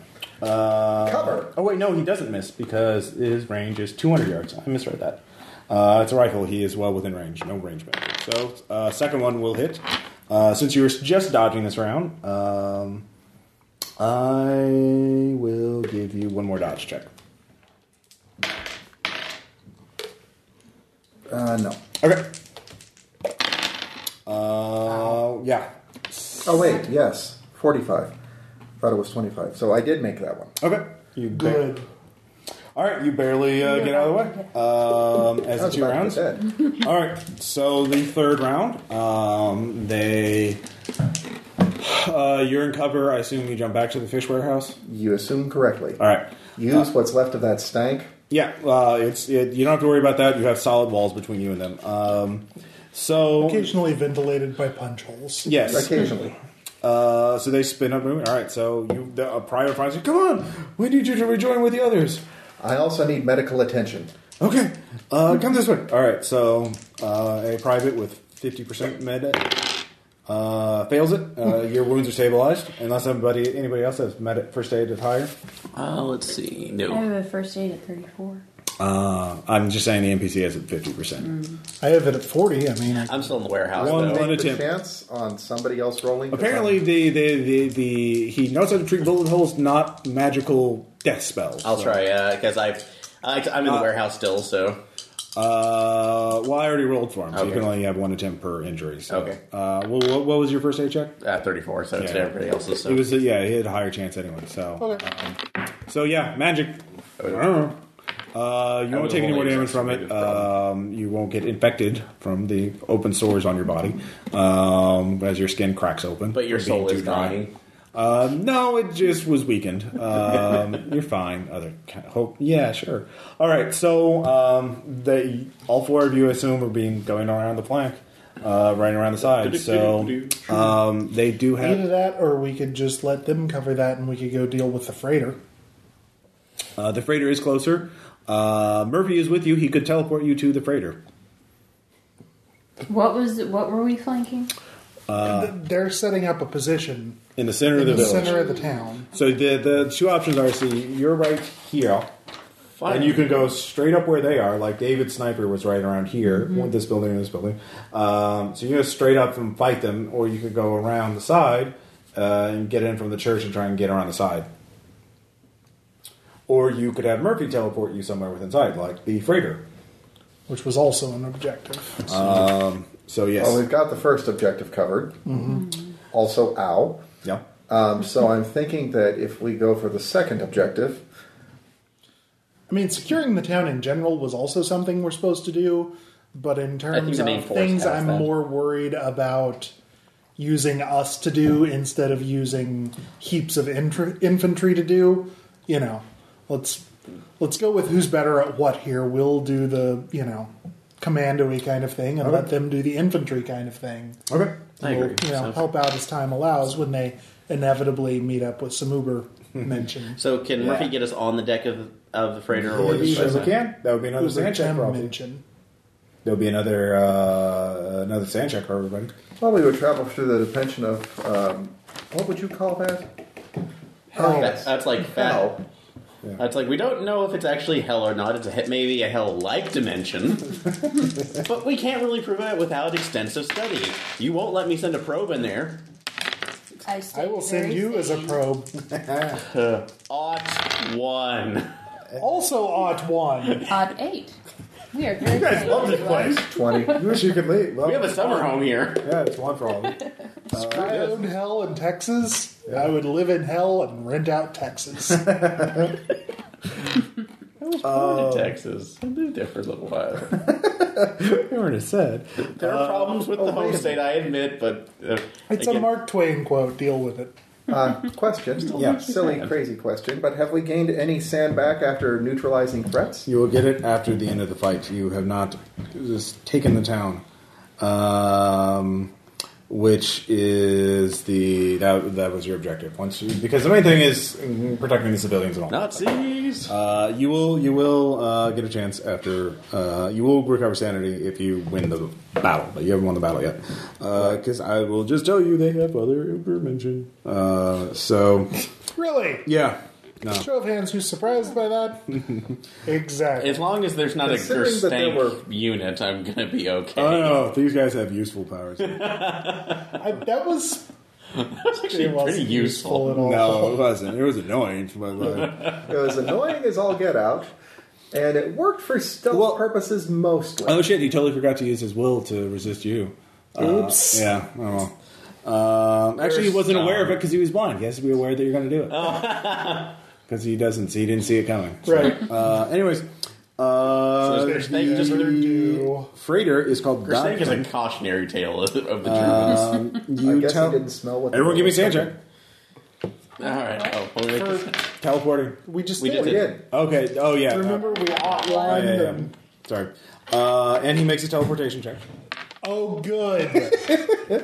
Speaker 1: Uh,
Speaker 2: Cover.
Speaker 1: Oh wait, no, he doesn't miss because his range is 200 yards. I misread that. Uh, it's a rifle. He is well within range. No range magic. So uh, second one will hit. Uh, since you were just dodging this round, um, I will give you one more dodge check.
Speaker 2: uh, no.
Speaker 1: Okay. Uh, yeah.
Speaker 2: Oh wait, yes, 45. Thought it was 25, so I did make that one.
Speaker 1: Okay. You ba-
Speaker 3: Good.
Speaker 1: All right, you barely uh, get out of the way. Um, as
Speaker 2: That's
Speaker 1: two
Speaker 2: about
Speaker 1: rounds.
Speaker 2: dead.
Speaker 1: All right, so the third round, um, they. Uh, you're in cover. I assume you jump back to the fish warehouse.
Speaker 2: You assume correctly.
Speaker 1: All right.
Speaker 2: Use
Speaker 1: uh.
Speaker 2: what's left of that stank.
Speaker 1: Yeah, uh, it's it, you don't have to worry about that. You have solid walls between you and them. Um, so
Speaker 3: Occasionally ventilated by punch holes.
Speaker 1: yes,
Speaker 2: Occasionally.
Speaker 1: uh, so they spin up. All right, so you the uh, prior finds you. Come on, we need you to rejoin with the others.
Speaker 2: I also need medical attention.
Speaker 1: Okay, uh, come this way. All right, so uh, a private with fifty percent med uh, fails it. Uh, your wounds are stabilized unless anybody anybody else has med first aid at higher.
Speaker 4: Uh, let's see.
Speaker 5: I
Speaker 4: No.
Speaker 5: have a first aid at 34.
Speaker 1: Uh, I'm just saying the NPC has it fifty percent.
Speaker 3: I have it at 40. I mean, I,
Speaker 4: I'm still in the warehouse,
Speaker 1: One
Speaker 4: though.
Speaker 1: leg.
Speaker 2: Take the
Speaker 1: attempt.
Speaker 2: chance on somebody else rolling. 'cause
Speaker 1: Apparently,
Speaker 2: I'm-
Speaker 1: the, the, the, the he knows how to treat bullet holes, not magical death spells.
Speaker 4: I'll try, because I've. I, I'm in the warehouse still, so.
Speaker 1: Uh, well, I already rolled for him, so you
Speaker 4: Okay.
Speaker 1: can only have one attempt per injury. So.
Speaker 4: Okay.
Speaker 1: Uh, well, what, what was your first aid check?
Speaker 4: Uh, 34, so it's
Speaker 1: Yeah.
Speaker 4: everybody else's. So.
Speaker 1: It was yeah, he had a higher chance anyway. So, um, so yeah, magic.
Speaker 4: Oh,
Speaker 1: Uh, you
Speaker 4: I
Speaker 1: won't
Speaker 4: was
Speaker 1: take any more
Speaker 4: rolling
Speaker 1: damage from it.
Speaker 4: exacerbated problem.
Speaker 1: Um, you won't get infected from the open sores on your body um, as your skin cracks open.
Speaker 4: But your
Speaker 1: from being
Speaker 4: soul
Speaker 1: too
Speaker 4: is
Speaker 1: dry.
Speaker 4: dying.
Speaker 1: Um, no, it just was weakened. Um, you're fine. Other kind of hope. Yeah, sure. All right. So um, they all four of you I assume are being going around the plank, uh, right around the side. So um, they do have.
Speaker 3: either that or we could just let them cover that and we could go deal with the freighter.
Speaker 1: Uh, the freighter is closer. Uh, Murphy is with you. He could teleport you to the freighter.
Speaker 5: What was what were we flanking?
Speaker 3: Th- They're setting up a position
Speaker 1: In the center of
Speaker 3: in
Speaker 1: Uh. the,
Speaker 3: the
Speaker 1: village.
Speaker 3: center of the town.
Speaker 1: So the, the two options are, see, you're right here.
Speaker 4: Fine.
Speaker 1: And you can go straight up where they are, like David Sniper was right around here,
Speaker 3: Mm-hmm.
Speaker 1: with this building and this building. Um, so you can go straight up and fight them, or you could go around the side uh, and get in from the church and try and get around the side. Or you could have Murphy teleport you somewhere within sight, like the freighter.
Speaker 3: Which was also an objective.
Speaker 1: Um, so yes,
Speaker 2: Well, we've got the first objective covered.
Speaker 1: Mm-hmm.
Speaker 2: Also, ow.
Speaker 1: yeah.
Speaker 2: Um, so I'm thinking that if we go for the second objective,
Speaker 3: I mean, securing the town in general was also something we're supposed to do, but in terms
Speaker 4: the main
Speaker 3: of
Speaker 4: force
Speaker 3: things,
Speaker 4: has
Speaker 3: I'm
Speaker 4: that.
Speaker 3: more worried about using us to do instead of using heaps of intra- infantry to do. You know, let's let's go with who's better at what here. We'll do the you know commandoy kind of thing, and let them do the infantry kind of thing.
Speaker 1: Okay.
Speaker 4: I
Speaker 3: We'll,
Speaker 4: agree.
Speaker 3: you know,
Speaker 4: Sounds-
Speaker 3: help out as time allows when they inevitably meet up with some Uber mentions.
Speaker 4: So can Murphy
Speaker 1: Yeah.
Speaker 4: get us on the deck of of the freighter or the
Speaker 1: Maybe
Speaker 4: ship?
Speaker 1: as we can. That would be another
Speaker 3: Uber
Speaker 1: sand check,
Speaker 3: gem
Speaker 1: probably.
Speaker 3: mention.
Speaker 1: There'll be another uh, another sand check for everybody.
Speaker 2: well, we would travel through the dimension of um, what would you call that?
Speaker 3: Hell.
Speaker 4: That- that's like
Speaker 2: Hell.
Speaker 4: Oh. hell. That's like we don't know if it's actually hell or not. It's a, he- maybe a hell-like dimension, but we can't really prove it without extensive study. You won't let me send a probe in there.
Speaker 5: I,
Speaker 3: I will send you as a probe.
Speaker 4: Ought one.
Speaker 3: Also, odd one.
Speaker 5: Odd 8. We are very You
Speaker 1: guys love this place.
Speaker 2: Twenty.
Speaker 1: You wish you could leave. Well,
Speaker 4: We have a summer home here.
Speaker 1: Yeah, it's one for all of you.
Speaker 3: If I owned hell in Texas, I would live in hell and rent out Texas.
Speaker 4: to Texas. I lived there for a little while. Um,
Speaker 1: You already said.
Speaker 4: There are problems with the home state, I admit, but uh,
Speaker 3: It's a
Speaker 4: again,
Speaker 3: Mark Twain quote. Deal with it.
Speaker 2: Uh, question.
Speaker 1: Yeah.
Speaker 2: Silly, crazy question. But have we gained any sand back after neutralizing threats?
Speaker 1: You will get it after the end of the fight. You have not just taken the town, um, which is the that that was your objective. Once you, because the main thing is mm, protecting the civilians and all.
Speaker 4: Nazis. please.
Speaker 1: Uh, you will you will uh, get a chance after uh, you will recover sanity if you win the battle, but you haven't won the battle yet. Because I will just tell you they have other information. Uh, so
Speaker 3: Really?
Speaker 1: yeah, no.
Speaker 3: Show of hands who's surprised by that? exactly.
Speaker 4: As long as there's not a
Speaker 2: Considering that there
Speaker 4: Gerstank
Speaker 2: were-
Speaker 4: unit, I'm gonna be okay.
Speaker 1: Oh no, these guys have useful powers.
Speaker 3: I, that was
Speaker 4: That's actually
Speaker 3: it wasn't
Speaker 4: pretty useful.
Speaker 3: at all.
Speaker 1: No, it wasn't. It was annoying, but uh,
Speaker 2: It was annoying as all get out, and it worked for stealth
Speaker 1: Well-
Speaker 2: purposes mostly.
Speaker 1: oh shit, he totally forgot to use his will to resist you. Uh,
Speaker 3: Oops.
Speaker 1: yeah. Oh. well. Um, actually, he wasn't aware of it because he was blind. He has to be aware that you're going to do it because he doesn't. He didn't see it coming. So,
Speaker 3: Oh. Right.
Speaker 1: Uh, anyways, uh,
Speaker 4: So there's Gerstank just
Speaker 3: Never do.
Speaker 1: freighter is called
Speaker 4: Gerstank is a
Speaker 1: Diamond.
Speaker 4: cautionary tale of the Germans.
Speaker 1: Uh,
Speaker 2: I
Speaker 1: You
Speaker 2: guess
Speaker 1: tell-
Speaker 2: he didn't smell what.
Speaker 1: everyone, give me a sand check.
Speaker 4: All right. Oh, well, we make this-
Speaker 1: Teleporting.
Speaker 3: We just
Speaker 4: We
Speaker 3: did.
Speaker 4: did
Speaker 2: We
Speaker 4: it.
Speaker 2: did.
Speaker 1: Okay. Oh yeah.
Speaker 3: Remember, we
Speaker 1: Uh,
Speaker 3: outlined
Speaker 1: yeah, yeah, yeah.
Speaker 3: them.
Speaker 1: Sorry. Uh, and he makes a teleportation check.
Speaker 3: Oh, good.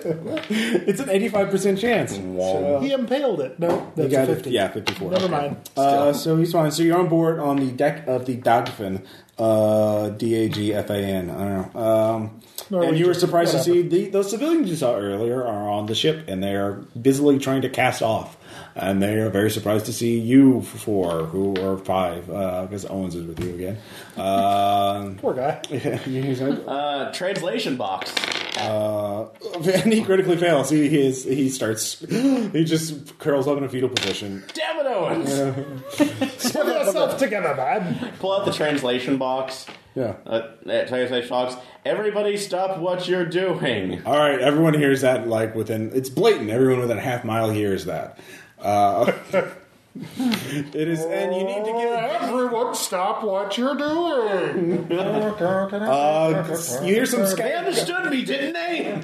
Speaker 1: It's an eighty-five percent chance. So-
Speaker 3: he impaled it. No,
Speaker 1: Oh, You
Speaker 3: that's
Speaker 1: got
Speaker 3: a
Speaker 1: it.
Speaker 3: 50.
Speaker 1: Yeah, 54.
Speaker 3: Never
Speaker 1: Okay.
Speaker 3: mind.
Speaker 1: Uh, so he's fine. So you're on board on the deck of the Dagfin, uh, D A G F A N. I don't know. Um, and you
Speaker 3: Norwegian,
Speaker 1: were surprised to see
Speaker 3: whatever.
Speaker 1: the, those civilians you saw earlier are on the ship, and they are busily trying to cast off. And they are very surprised to see you four, who are five, because Owens is with you again. Uh,
Speaker 3: Poor guy.
Speaker 1: he's like,
Speaker 4: uh, translation box.
Speaker 1: uh, and he critically fails. He he, is, he starts. He just curls up in a fetal position.
Speaker 4: Damn it, Owens!
Speaker 3: Pull yourself together, man.
Speaker 4: Pull out the translation box.
Speaker 1: Yeah.
Speaker 4: Uh, uh, translation box. Everybody, stop what you're doing.
Speaker 1: All right, everyone hears that. Like within, it's blatant. Everyone within a half mile hears that. Uh, it is, and you need to give.
Speaker 3: Oh, Everyone, stop what you're doing.
Speaker 1: Uh, you hear some
Speaker 4: They
Speaker 1: scatter,
Speaker 4: understood me, didn't they?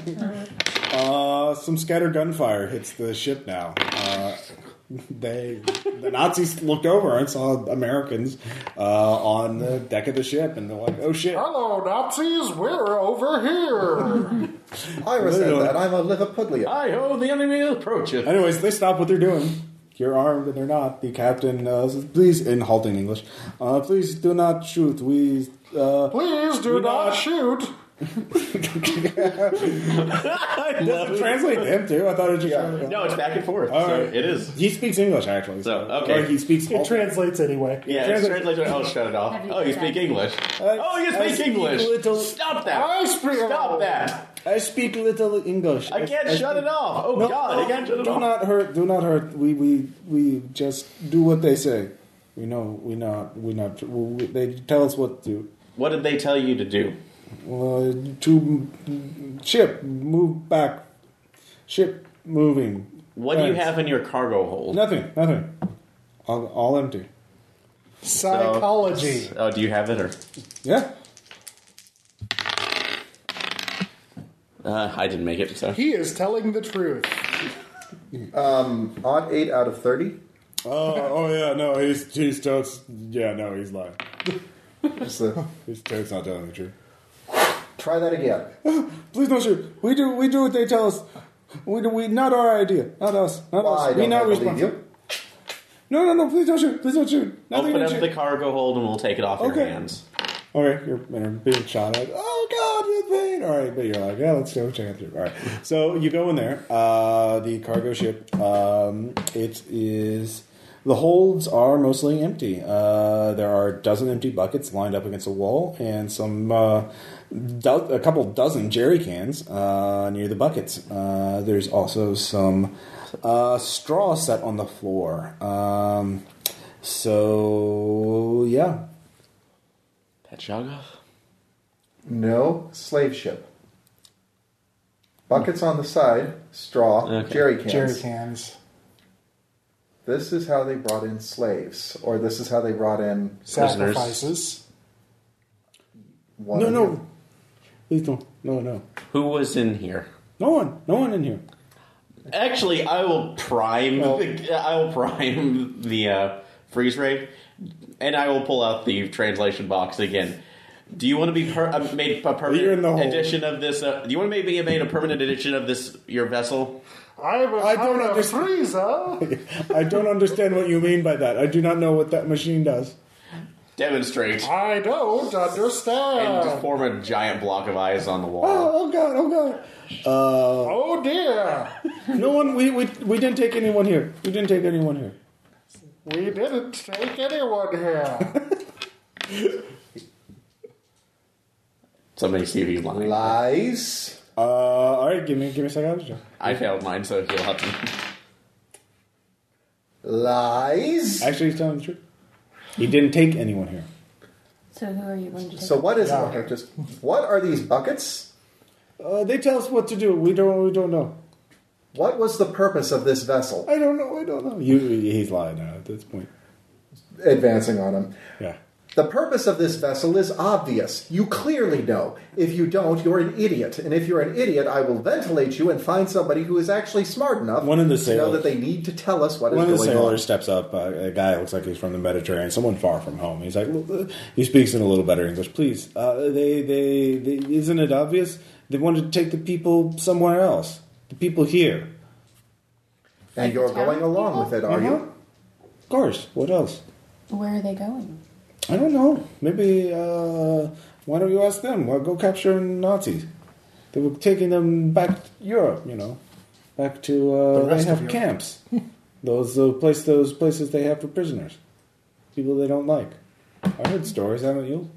Speaker 1: uh, some scattered gunfire hits the ship now. Uh, they, the Nazis looked over and saw Americans uh, on the deck of the ship, and they're like, "Oh shit!"
Speaker 3: Hello, Nazis. We're over here.
Speaker 2: Ira said that. I'm a Liverpudlian.
Speaker 4: I ho, the enemy approaches.
Speaker 1: Anyways, they stop what they're doing. You're armed and they're not. The captain uh, says, please, in halting English, uh, please do not shoot. We. Uh,
Speaker 3: Please do
Speaker 1: We
Speaker 3: not,
Speaker 1: not-
Speaker 3: shoot.
Speaker 4: I
Speaker 1: Does
Speaker 4: love
Speaker 1: it
Speaker 4: it.
Speaker 1: translate to him too? I thought it just.
Speaker 2: Yeah.
Speaker 4: No, it's back and forth.
Speaker 1: All
Speaker 4: so
Speaker 1: right.
Speaker 4: It is.
Speaker 1: He speaks English actually.
Speaker 4: So, Oh, okay.
Speaker 1: Or he speaks.
Speaker 3: It translates anyway.
Speaker 4: Yeah, it's translated. Oh, shut it off.
Speaker 5: Have you
Speaker 4: Oh, you
Speaker 5: done
Speaker 4: speak
Speaker 5: that?
Speaker 4: English. Oh, you
Speaker 1: I
Speaker 4: speak
Speaker 1: speak
Speaker 4: English.
Speaker 1: little-
Speaker 4: Stop
Speaker 3: I
Speaker 4: that.
Speaker 3: speak-
Speaker 4: Stop that.
Speaker 1: I speak little English.
Speaker 4: I can't shut it off. Oh, God, I can't shut it
Speaker 1: do
Speaker 4: off.
Speaker 1: not hurt. Do not hurt. We we we just do what they say. We know. We not. We not. We, they tell us what to.
Speaker 4: What did they tell you to do?
Speaker 1: Uh, to m- ship move back. Ship moving.
Speaker 4: What do you
Speaker 1: Thanks.
Speaker 4: have in your cargo hold?
Speaker 1: Nothing. Nothing. All, all empty.
Speaker 3: Psychology.
Speaker 4: Oh, do you have it or?
Speaker 1: Yeah.
Speaker 4: Uh, I didn't make it. So
Speaker 3: He is telling the truth.
Speaker 2: Odd eight out of thirty.
Speaker 1: Oh, oh yeah, no, he's he's totes. Yeah, no, he's lying.
Speaker 2: Just the-
Speaker 1: He's totes not telling the truth.
Speaker 2: try that again.
Speaker 1: Please don't shoot. We do we do what they tell us. We do we not our idea. Not us. Not us.
Speaker 2: Why
Speaker 1: we
Speaker 2: don't I
Speaker 1: not
Speaker 2: believe
Speaker 1: responsible.
Speaker 2: you?
Speaker 1: No, no, no. Please don't shoot. Please don't shoot. Nothing
Speaker 4: open
Speaker 1: to
Speaker 4: up
Speaker 1: shoot.
Speaker 4: the cargo hold and we'll take it off your
Speaker 1: Okay.
Speaker 4: hands.
Speaker 1: All right, you're you're being shot at. Oh God, the pain. All right, but you're like, yeah, let's go check it through. All right, so you go in there. Uh, the cargo ship. Um, it is. The holds are mostly empty. Uh, there are a dozen empty buckets lined up against a wall, and some uh, do- a couple dozen jerry cans uh, near the buckets. Uh, there's also some uh, straw set on the floor. Um, so yeah,
Speaker 4: That Shoggoth?
Speaker 2: No slave ship. Buckets on the side, straw,
Speaker 4: Okay.
Speaker 2: jerry cans.
Speaker 3: Jerry cans.
Speaker 2: This is how they brought in slaves, or this is how they brought in
Speaker 4: Prisoners.
Speaker 3: Sacrifices.
Speaker 2: one.
Speaker 1: No,
Speaker 2: of
Speaker 1: no.
Speaker 2: you.
Speaker 1: Please don't. No, no.
Speaker 4: Who was in here?
Speaker 1: No one. No one in here.
Speaker 4: Actually, I will prime. The, I will prime the uh, freeze ray, and I will pull out the translation box again. Do you want to be per- uh, made a
Speaker 1: You're in the hole.
Speaker 4: permanent edition of this? Uh, do you want to maybe be made a permanent edition of this your vessel?
Speaker 3: I will
Speaker 1: I don't
Speaker 3: hide a
Speaker 1: understand.
Speaker 3: freezer.
Speaker 1: I don't understand what you mean by that. I do not know what that machine does.
Speaker 4: Demonstrate.
Speaker 3: I don't
Speaker 4: And just
Speaker 3: understand.
Speaker 4: form a giant block of eyes on the wall.
Speaker 1: Oh, oh god, oh god. Uh,
Speaker 3: Oh dear,
Speaker 1: no one. We, we we didn't take anyone here. We didn't take anyone here.
Speaker 3: we didn't take anyone here.
Speaker 4: Somebody see if he's lying.
Speaker 2: Lies.
Speaker 1: Uh, all right, give me give me a psychology. check.
Speaker 4: I failed mine, so he'll have to.
Speaker 2: Lies.
Speaker 1: Actually, he's telling the truth. He didn't take anyone here.
Speaker 5: So who are you going to take?
Speaker 2: So what is it? Just what are these buckets?
Speaker 1: Uh, they tell us what to do. We don't. We don't know.
Speaker 2: What was the purpose of this vessel?
Speaker 1: I don't know. I don't know. You. He's lying now at this point.
Speaker 2: Advancing on him.
Speaker 1: Yeah.
Speaker 2: The purpose of this vessel is obvious. You clearly know. If you don't, you're an idiot. And if you're an idiot, I will ventilate you and find somebody who is actually smart enough
Speaker 1: One of the
Speaker 2: to know
Speaker 1: sailors-
Speaker 2: that they need to tell us what is
Speaker 1: One of the
Speaker 2: going
Speaker 1: sailors
Speaker 2: on.
Speaker 1: steps up. Uh, a guy looks like he's from the Mediterranean. Someone far from home. He's like, "Well, uh," he speaks in a little better English. Please, uh, they, they, they, isn't it obvious? They wanted to take the people somewhere else. The people here.
Speaker 2: And you're going along with it, are
Speaker 1: Uh-huh.
Speaker 2: you?
Speaker 1: Of course. What else?
Speaker 5: Where are they going?
Speaker 1: I don't know. Maybe uh, why don't you ask them? Why go capture Nazis? They were taking them back to Europe, you know, back to uh,
Speaker 3: The
Speaker 1: they
Speaker 3: rest
Speaker 1: have
Speaker 3: of Europe.
Speaker 1: camps. those uh, place those places they have for prisoners, people they don't like. I heard stories, haven't you?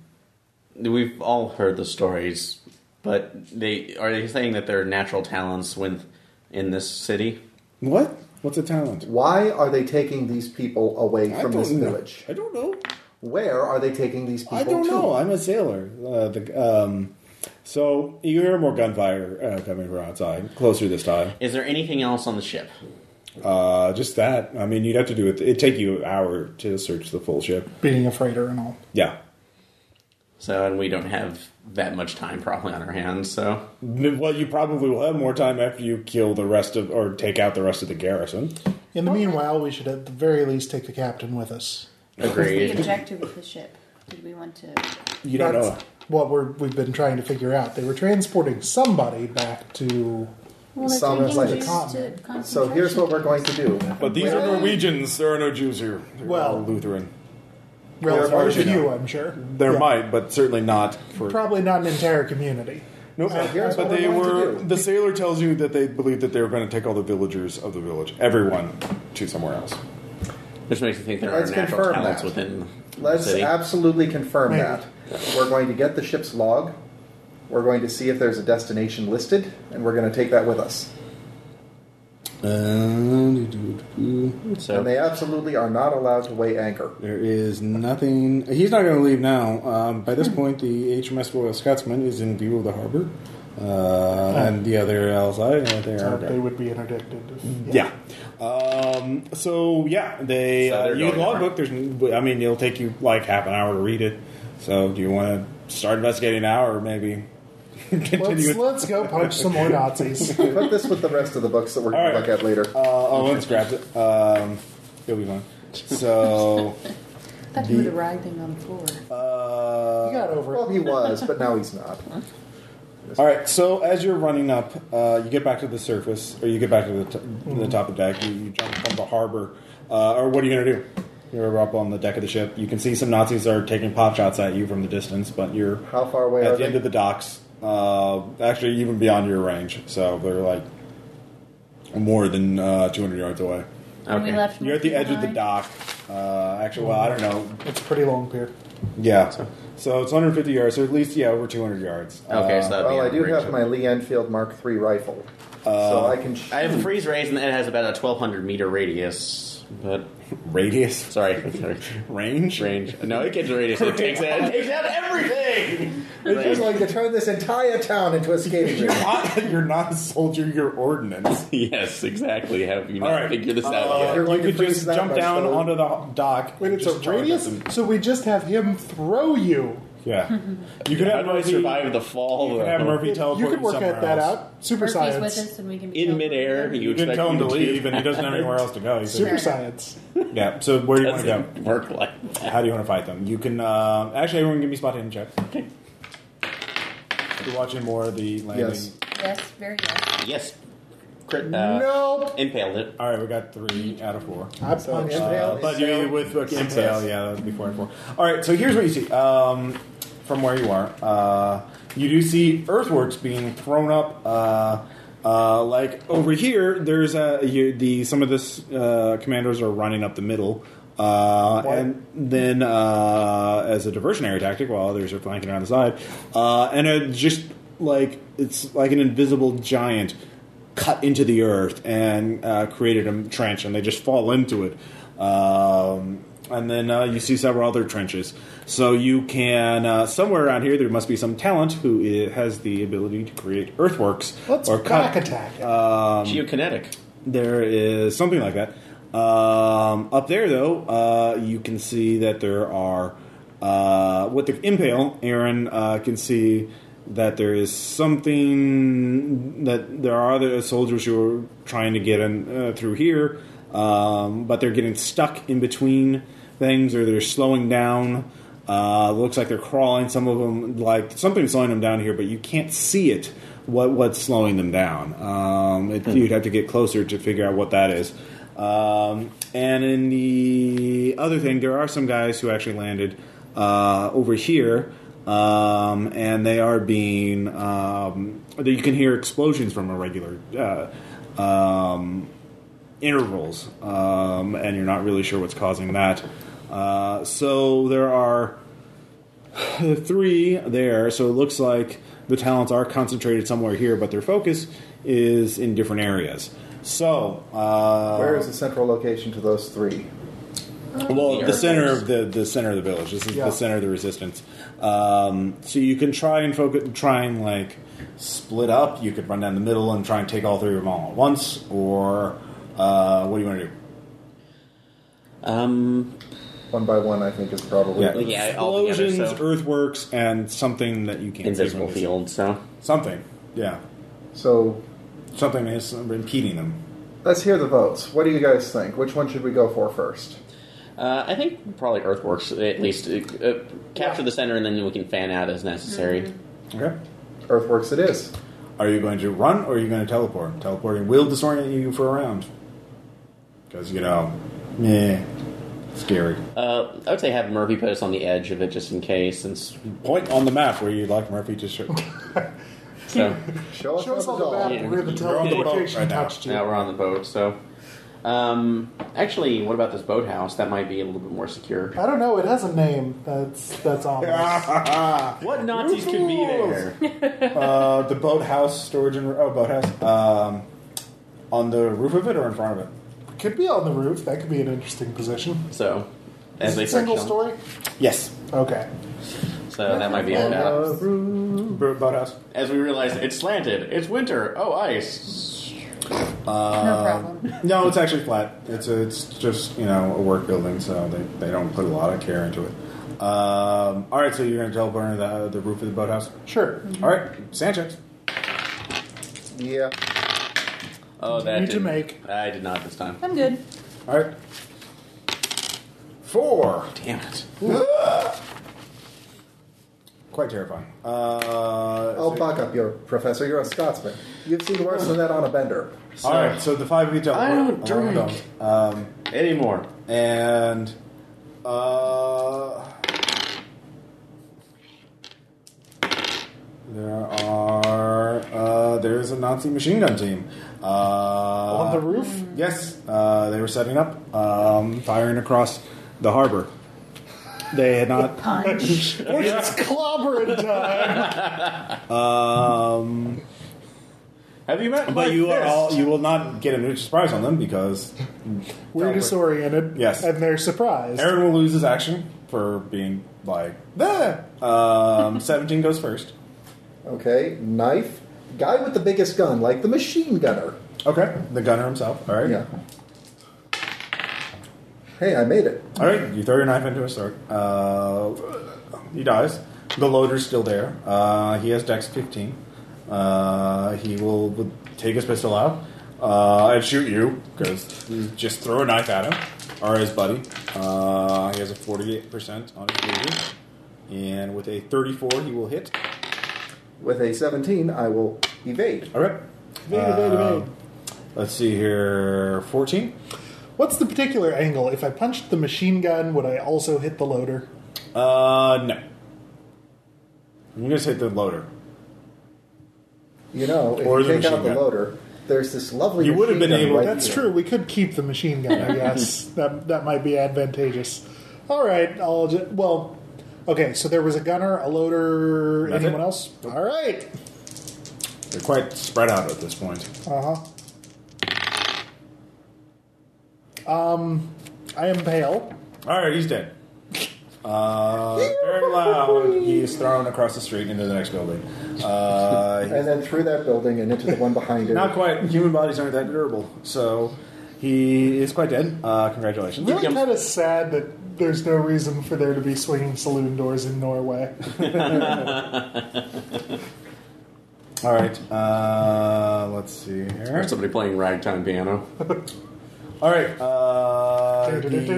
Speaker 4: We've all heard the stories, but they are they saying that there are natural talents with in this city?
Speaker 1: What? What's a talent?
Speaker 2: Why are they taking these people away
Speaker 1: I
Speaker 2: from
Speaker 1: don't
Speaker 2: this
Speaker 1: know.
Speaker 2: village?
Speaker 1: I don't know.
Speaker 2: Where are they taking these people
Speaker 1: I don't
Speaker 2: to?
Speaker 1: know. I'm a sailor. Uh, the, um, so you hear more gunfire uh, coming from outside, closer this time.
Speaker 4: Is there anything else on the ship?
Speaker 1: Uh, just that. I mean, you'd have to do it. It'd take you an hour to search the full ship.
Speaker 3: Being a freighter and all.
Speaker 1: Yeah.
Speaker 4: So, and we don't have that much time probably on our hands. So,
Speaker 1: Well, you probably will have more time after you kill the rest of, or take out the rest of the garrison.
Speaker 3: In the meanwhile, we should at the very least take the captain with us.
Speaker 5: The
Speaker 4: agreed.
Speaker 5: objective of the ship. Did we want to?
Speaker 1: You don't know.
Speaker 3: That's what we're, we've been trying to figure out. They were transporting somebody back to.
Speaker 5: Well,
Speaker 2: they're Sounds taking like Jews
Speaker 3: a to
Speaker 2: So here's what we're going to do.
Speaker 1: But these are Norwegians. There are no Jews here. They're
Speaker 3: Well-
Speaker 1: all Lutheran.
Speaker 3: Relative
Speaker 1: Origin.
Speaker 3: to you, I'm sure.
Speaker 1: There
Speaker 3: Yeah.
Speaker 1: might, but certainly not for.
Speaker 3: Probably not an entire community.
Speaker 1: Nope.
Speaker 2: So here's
Speaker 1: but
Speaker 2: what
Speaker 1: they
Speaker 2: we're
Speaker 1: were.
Speaker 2: going to do.
Speaker 1: The sailor tells you that they believe that they were going to take all the villagers of the village, everyone, to somewhere else.
Speaker 4: Which makes me think there
Speaker 2: Let's
Speaker 4: are natural
Speaker 2: confirm
Speaker 4: talents
Speaker 2: that.
Speaker 4: within the
Speaker 2: Let's
Speaker 4: city.
Speaker 2: absolutely confirm
Speaker 3: Maybe.
Speaker 2: that. We're going to get the ship's log. We're going to see if there's a destination listed, and we're going to take that with us.
Speaker 4: so,
Speaker 2: And they absolutely are not allowed to weigh anchor.
Speaker 1: There is nothing. He's not going to leave now. Um, by this point, the HMS Royal Scotsman is in view of the harbor, uh, and the other LSI. Uh, they
Speaker 3: So
Speaker 1: are
Speaker 3: they would be interdicted. If,
Speaker 1: yeah. Um, so yeah, they
Speaker 4: So
Speaker 1: uh,
Speaker 4: they're
Speaker 1: you
Speaker 4: going
Speaker 1: logbook. There's, I mean, it'll take you like half an hour to read it. So do you want to start investigating now, or maybe continue?
Speaker 3: Let's,
Speaker 1: with- Uh,
Speaker 3: let's go punch some more Nazis.
Speaker 2: Put this with the rest of the books that we're going
Speaker 1: All
Speaker 2: to
Speaker 1: right.
Speaker 2: look at later.
Speaker 1: Uh, Owens grabs it. Um, he'll be fine. So
Speaker 5: That you were writhing on the floor.
Speaker 1: uh,
Speaker 3: You got over
Speaker 2: Well,
Speaker 3: it.
Speaker 2: he was, but now he's not.
Speaker 1: All right. So as you're running up, uh, you get back to the surface, or you get back to the, t- the top of the deck. You, you jump from the harbor, uh, or what are you going to do? You're up on the deck of the ship. You can see some Nazis are taking pop shots at you from the distance, but you're
Speaker 2: How far away
Speaker 1: at
Speaker 2: are
Speaker 1: the end
Speaker 2: they?
Speaker 1: of the docks. Uh, actually, even beyond your range. So they're like more than uh, 200 yards away.
Speaker 5: And we
Speaker 4: Okay.
Speaker 5: left
Speaker 1: You're at the edge
Speaker 5: Murphy
Speaker 1: of the
Speaker 5: behind.
Speaker 1: dock. Uh, actually, well, I don't know.
Speaker 3: It's a pretty long pier.
Speaker 1: Yeah. So, it's 150 yards, so at least, yeah, over 200 yards. Uh,
Speaker 4: okay, so that'd be
Speaker 2: Well, I
Speaker 4: on
Speaker 2: do
Speaker 4: range.
Speaker 2: have my Lee Enfield Mark III rifle,
Speaker 1: Uh,
Speaker 2: so I can. Shoot.
Speaker 4: I
Speaker 1: Hmm.
Speaker 4: have a freeze rays, and it has about a 1,200 meter radius. But
Speaker 1: Radius?
Speaker 4: sorry, sorry.
Speaker 1: Range?
Speaker 4: range. No, it gets a radius. It takes out, it takes out everything.
Speaker 2: It's just like to turn this entire town into a skating rink.
Speaker 1: not, you're not a soldier, you're ordnance.
Speaker 4: yes, exactly. Have you not
Speaker 1: All right.
Speaker 4: figured this
Speaker 1: Uh,
Speaker 4: out yet?
Speaker 2: you're
Speaker 1: you
Speaker 2: going to
Speaker 1: could
Speaker 2: freeze
Speaker 1: just
Speaker 2: that
Speaker 1: jump
Speaker 2: much,
Speaker 1: down
Speaker 2: though.
Speaker 1: onto the dock.
Speaker 3: Wait, it's
Speaker 1: Just
Speaker 3: a
Speaker 1: charge at
Speaker 3: radius?
Speaker 1: them.
Speaker 3: So we just have him throw you.
Speaker 1: Yeah. You could
Speaker 4: How
Speaker 1: have
Speaker 4: do I
Speaker 1: Murphy,
Speaker 4: survive the fall?
Speaker 1: you could
Speaker 4: though?
Speaker 1: have Murphy teleport
Speaker 3: You could work
Speaker 1: somewhere
Speaker 3: at that
Speaker 1: else.
Speaker 3: out. Super
Speaker 5: Murphy's with
Speaker 3: science.
Speaker 5: us, and we can be
Speaker 4: in
Speaker 5: teleported.
Speaker 4: midair. You,
Speaker 1: You didn't
Speaker 4: expect
Speaker 1: tell him
Speaker 4: me
Speaker 1: to leave, and he doesn't have anywhere else to go. He
Speaker 3: Super
Speaker 1: said,
Speaker 3: science.
Speaker 1: yeah, so where do you want to go?
Speaker 4: Doesn't work like that.
Speaker 1: How do you want to fight them? You can uh, actually everyone give me spot hidden check. You're watching more of the landing.
Speaker 2: Yes.
Speaker 5: Yes, very yes.
Speaker 4: Yes. Crit, uh,
Speaker 2: nope.
Speaker 4: Impaled it.
Speaker 1: All right, we got three out of four.
Speaker 3: I
Speaker 2: So
Speaker 3: punched.
Speaker 2: impale
Speaker 1: Uh, but
Speaker 2: is
Speaker 1: you
Speaker 2: now
Speaker 1: with with
Speaker 2: success.
Speaker 1: impale, yeah, that would be four and four. All right, so here's what you see um, from where you are. Uh, you do see earthworks being thrown up. Uh, uh, like over here, there's a you, the some of the uh, commanders are running up the middle. Uh,
Speaker 2: Why?
Speaker 1: and then, uh, as a diversionary tactic, while others are flanking around the side, uh, and it just like it's like an invisible giant cut into the earth and uh, created a trench, and they just fall into it. Um, and then uh, you see several other trenches. So you can uh, somewhere around here there must be some talent who i has the ability to create earthworks
Speaker 3: Let's
Speaker 1: or uh,
Speaker 3: back
Speaker 1: cut.
Speaker 3: attack. it.
Speaker 1: Um,
Speaker 4: Geokinetic.
Speaker 1: There is something like that. Um, up there, though, uh, you can see that there are uh, with the impale. Aaron uh, can see that there is something that there are other soldiers who are trying to get in uh, through here, um, but they're getting stuck in between things or they're slowing down. Uh, looks like they're crawling. Some of them, like something's slowing them down here, but you can't see it. What what's slowing them down? Um, it, You'd have to get closer to figure out what that is. Um, and in the other thing, there are some guys who actually landed uh, over here, um, and they are being um, that you can hear explosions from a regular uh, um, intervals, um, and you're not really sure what's causing that. Uh, so there are three there. So it looks like the talents are concentrated somewhere here, but their focus is in different areas. So uh,
Speaker 2: Where is the central location to those three?
Speaker 1: well,
Speaker 4: The
Speaker 1: the center
Speaker 4: earthworks.
Speaker 1: of the the center of the village. This is
Speaker 3: Yeah.
Speaker 1: the center of the resistance. Um, so you can try and focus, try and like split up. You could run down the middle and try and take all three of them all at once, or uh, what do you want to do?
Speaker 4: Um,
Speaker 2: One by one, I think is probably.
Speaker 1: Yeah,
Speaker 4: Yeah,
Speaker 1: explosions,
Speaker 4: altogether, so-
Speaker 1: earthworks, and something that you can't
Speaker 4: invisible
Speaker 1: see from this-
Speaker 4: field, so.
Speaker 1: Something, yeah,
Speaker 2: So
Speaker 1: something is impeding them.
Speaker 2: let's hear the votes. What do you guys think? Which one should we go for first?
Speaker 4: Uh, I think probably Earthworks, at least. Uh, uh, capture the center, and then we can fan out as necessary.
Speaker 3: Mm-hmm.
Speaker 1: Okay,
Speaker 2: Earthworks, it is.
Speaker 1: are you going to run or are you going to teleport? Teleporting will disorient you for a round because you know, meh, scary.
Speaker 4: Uh, I would say have Murphy put us on the edge of it just in case, since.
Speaker 1: Point on the map where you'd like Murphy to. Sh-
Speaker 4: So,
Speaker 2: Show us,
Speaker 3: Show us
Speaker 2: on
Speaker 3: on
Speaker 2: the
Speaker 3: the map
Speaker 2: doll.
Speaker 4: Yeah.
Speaker 3: where the
Speaker 1: You're on the boat
Speaker 3: teleportation
Speaker 1: right now.
Speaker 3: touched you.
Speaker 4: now we're on the boat, so. Um, actually, what about this boathouse? That might be a little bit more secure.
Speaker 3: I don't know. It has a name. That's that's ominous.
Speaker 4: What Nazis could be there?
Speaker 1: uh, the boathouse storage and oh boathouse um, on the roof of it or in front of it.
Speaker 3: could be on the roof. That could be an interesting position.
Speaker 4: So, as
Speaker 3: Is
Speaker 4: they
Speaker 3: it
Speaker 4: start
Speaker 3: single
Speaker 4: killing-
Speaker 3: story?
Speaker 1: Yes,
Speaker 3: Okay.
Speaker 4: So that might be a
Speaker 2: Uh,
Speaker 4: bad.
Speaker 1: Bo- boathouse.
Speaker 4: As we realize, it's slanted. It's winter. Oh, ice.
Speaker 5: no
Speaker 1: Um,
Speaker 5: problem.
Speaker 1: No, it's actually flat. It's a, it's just you know a work building, so they, they don't put a lot of care into it. Um, all right, so you're going to teleport into the, the roof of the boathouse. Mm-hmm.
Speaker 3: Sure.
Speaker 1: All right, sand checks.
Speaker 2: yeah.
Speaker 4: Oh, that
Speaker 3: Continue to
Speaker 4: did-
Speaker 3: make.
Speaker 4: I did not this time.
Speaker 5: I'm good.
Speaker 1: All right, four.
Speaker 4: Damn it.
Speaker 1: Quite terrifying. Uh,
Speaker 4: Oh,
Speaker 2: I'll
Speaker 1: so-
Speaker 2: buck up your professor. You're a Scotsman. You've seen worse than that on a bender.
Speaker 1: all right, so the five of you teleport.
Speaker 4: I don't
Speaker 1: Oh, hold on.
Speaker 4: drink.
Speaker 1: Um,
Speaker 4: Anymore.
Speaker 1: and uh, there are uh, there is a Nazi machine gun team uh,
Speaker 3: on the roof?
Speaker 1: Yes, uh, they were setting up, um, firing across the harbor. They had not.
Speaker 5: Punch.
Speaker 3: It's clobbering time.
Speaker 1: Um,
Speaker 4: Have you met?
Speaker 1: but you are all you will not get a new surprise on them because
Speaker 3: We're disoriented.
Speaker 1: Yes.
Speaker 3: And they're surprised.
Speaker 1: Aaron will lose his action for being like "Ah." Um, Seventeen goes first.
Speaker 2: Okay, knife. Guy with the biggest gun, like the machine gunner.
Speaker 1: Okay, the gunner himself. All right.
Speaker 2: Yeah. Hey, I made it.
Speaker 1: All right, you throw your knife into his throat. Uh, he dies. The loader's still there. Uh, he has Dex 15. Uh, he will will take his pistol out uh, and shoot you because just throw a knife at him or his buddy. Uh, he has a 48% on his movement, and with a 34, he will hit.
Speaker 2: With a 17, I will evade.
Speaker 1: All right.
Speaker 3: Evade, evade,
Speaker 1: Uh,
Speaker 3: evade.
Speaker 1: Let's see here. 14?
Speaker 3: What's the particular angle? If I punched the machine gun, would I also hit the loader?
Speaker 1: Uh, no. I'm going to hit the loader.
Speaker 2: You know, if
Speaker 1: Or
Speaker 2: you
Speaker 1: the
Speaker 2: take out
Speaker 1: machine
Speaker 2: the
Speaker 1: gun.
Speaker 2: loader, there's this lovely.
Speaker 1: You would have
Speaker 2: machine
Speaker 1: been
Speaker 2: gun
Speaker 1: able-
Speaker 2: right
Speaker 3: That's
Speaker 2: here.
Speaker 3: true. We could keep the machine gun, I guess. that that might be advantageous. All right. I'll just, well, okay. So there was a gunner, a loader.
Speaker 1: That's
Speaker 3: anyone
Speaker 1: it.
Speaker 3: else? All right.
Speaker 1: They're quite spread out at this point.
Speaker 3: Uh huh. Um, I am pale.
Speaker 1: All right, he's dead. Uh, very loud. He's thrown across the street into the next building. Uh,
Speaker 2: And then through that building and into the one behind it.
Speaker 1: not quite. Human bodies aren't that durable, so he is quite dead. Uh, congratulations.
Speaker 3: Really kind of sad that there's no reason for there to be swinging saloon doors in Norway.
Speaker 1: All right. Uh, let's see
Speaker 4: I
Speaker 1: here.
Speaker 4: heard somebody playing ragtime piano.
Speaker 1: All right. Uh, the-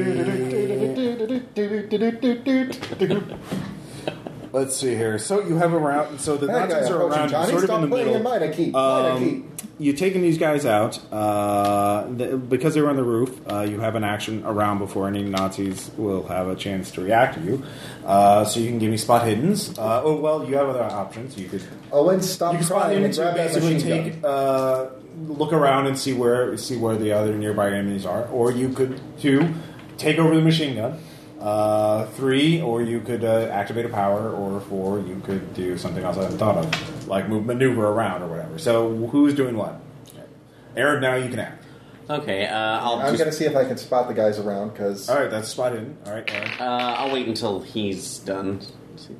Speaker 3: That's
Speaker 1: let's see here. So you have around. So the
Speaker 2: That guy
Speaker 1: Nazis are
Speaker 2: approaching
Speaker 1: around,
Speaker 2: Johnny,
Speaker 1: sort of
Speaker 2: stop
Speaker 1: in the
Speaker 2: playing
Speaker 1: middle.
Speaker 2: in mine, I keep. mine, I keep.
Speaker 1: Um, you've taken these guys out uh, th- because they were on the roof. Uh, you have an action around before any Nazis will have a chance to react to you. Uh, so you can give me spot hiddens. Uh, oh well, you have other options. You could
Speaker 2: Owen, stop
Speaker 1: you can spot
Speaker 2: crying
Speaker 1: hidden
Speaker 2: and
Speaker 1: to
Speaker 2: grab that
Speaker 1: basically
Speaker 2: machine
Speaker 1: take
Speaker 2: gun.
Speaker 1: uh, look around and see where see where the other nearby enemies are, or you could two take over the machine gun. Uh, three, or you could uh, activate a power, or four, you could do something else I haven't thought of, like move, maneuver around or whatever. So who's doing what? Aaron, now you can act.
Speaker 4: Okay, uh, I'll
Speaker 2: I'm
Speaker 4: just,
Speaker 2: going to see if I can spot the guys around because
Speaker 1: All right, that's spot hidden. All right, Aaron.
Speaker 4: uh, I'll wait until he's done. Let's see.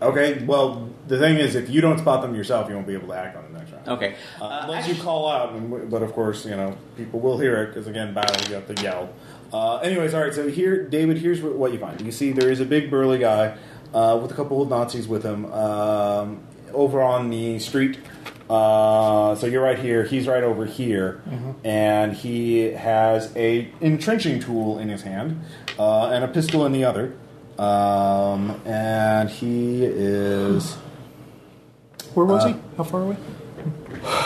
Speaker 1: Okay. Well, the thing is, if you don't spot them yourself, you won't be able to act on the next round.
Speaker 4: Okay,
Speaker 1: Uh,
Speaker 4: uh,
Speaker 1: unless
Speaker 4: actually-
Speaker 1: you call out, and, but of course, you know, people will hear it because, again, battle, you have to yell. Uh, anyways, all right, so here, David, here's what, what you find. You see there is a big burly guy uh, with a couple of Nazis with him um, over on the street. Uh, so you're right here, he's right over here,
Speaker 4: Mm-hmm.
Speaker 1: and he has a entrenching tool in his hand uh, and a pistol in the other. Um, and he is.
Speaker 3: Where was he? How far away?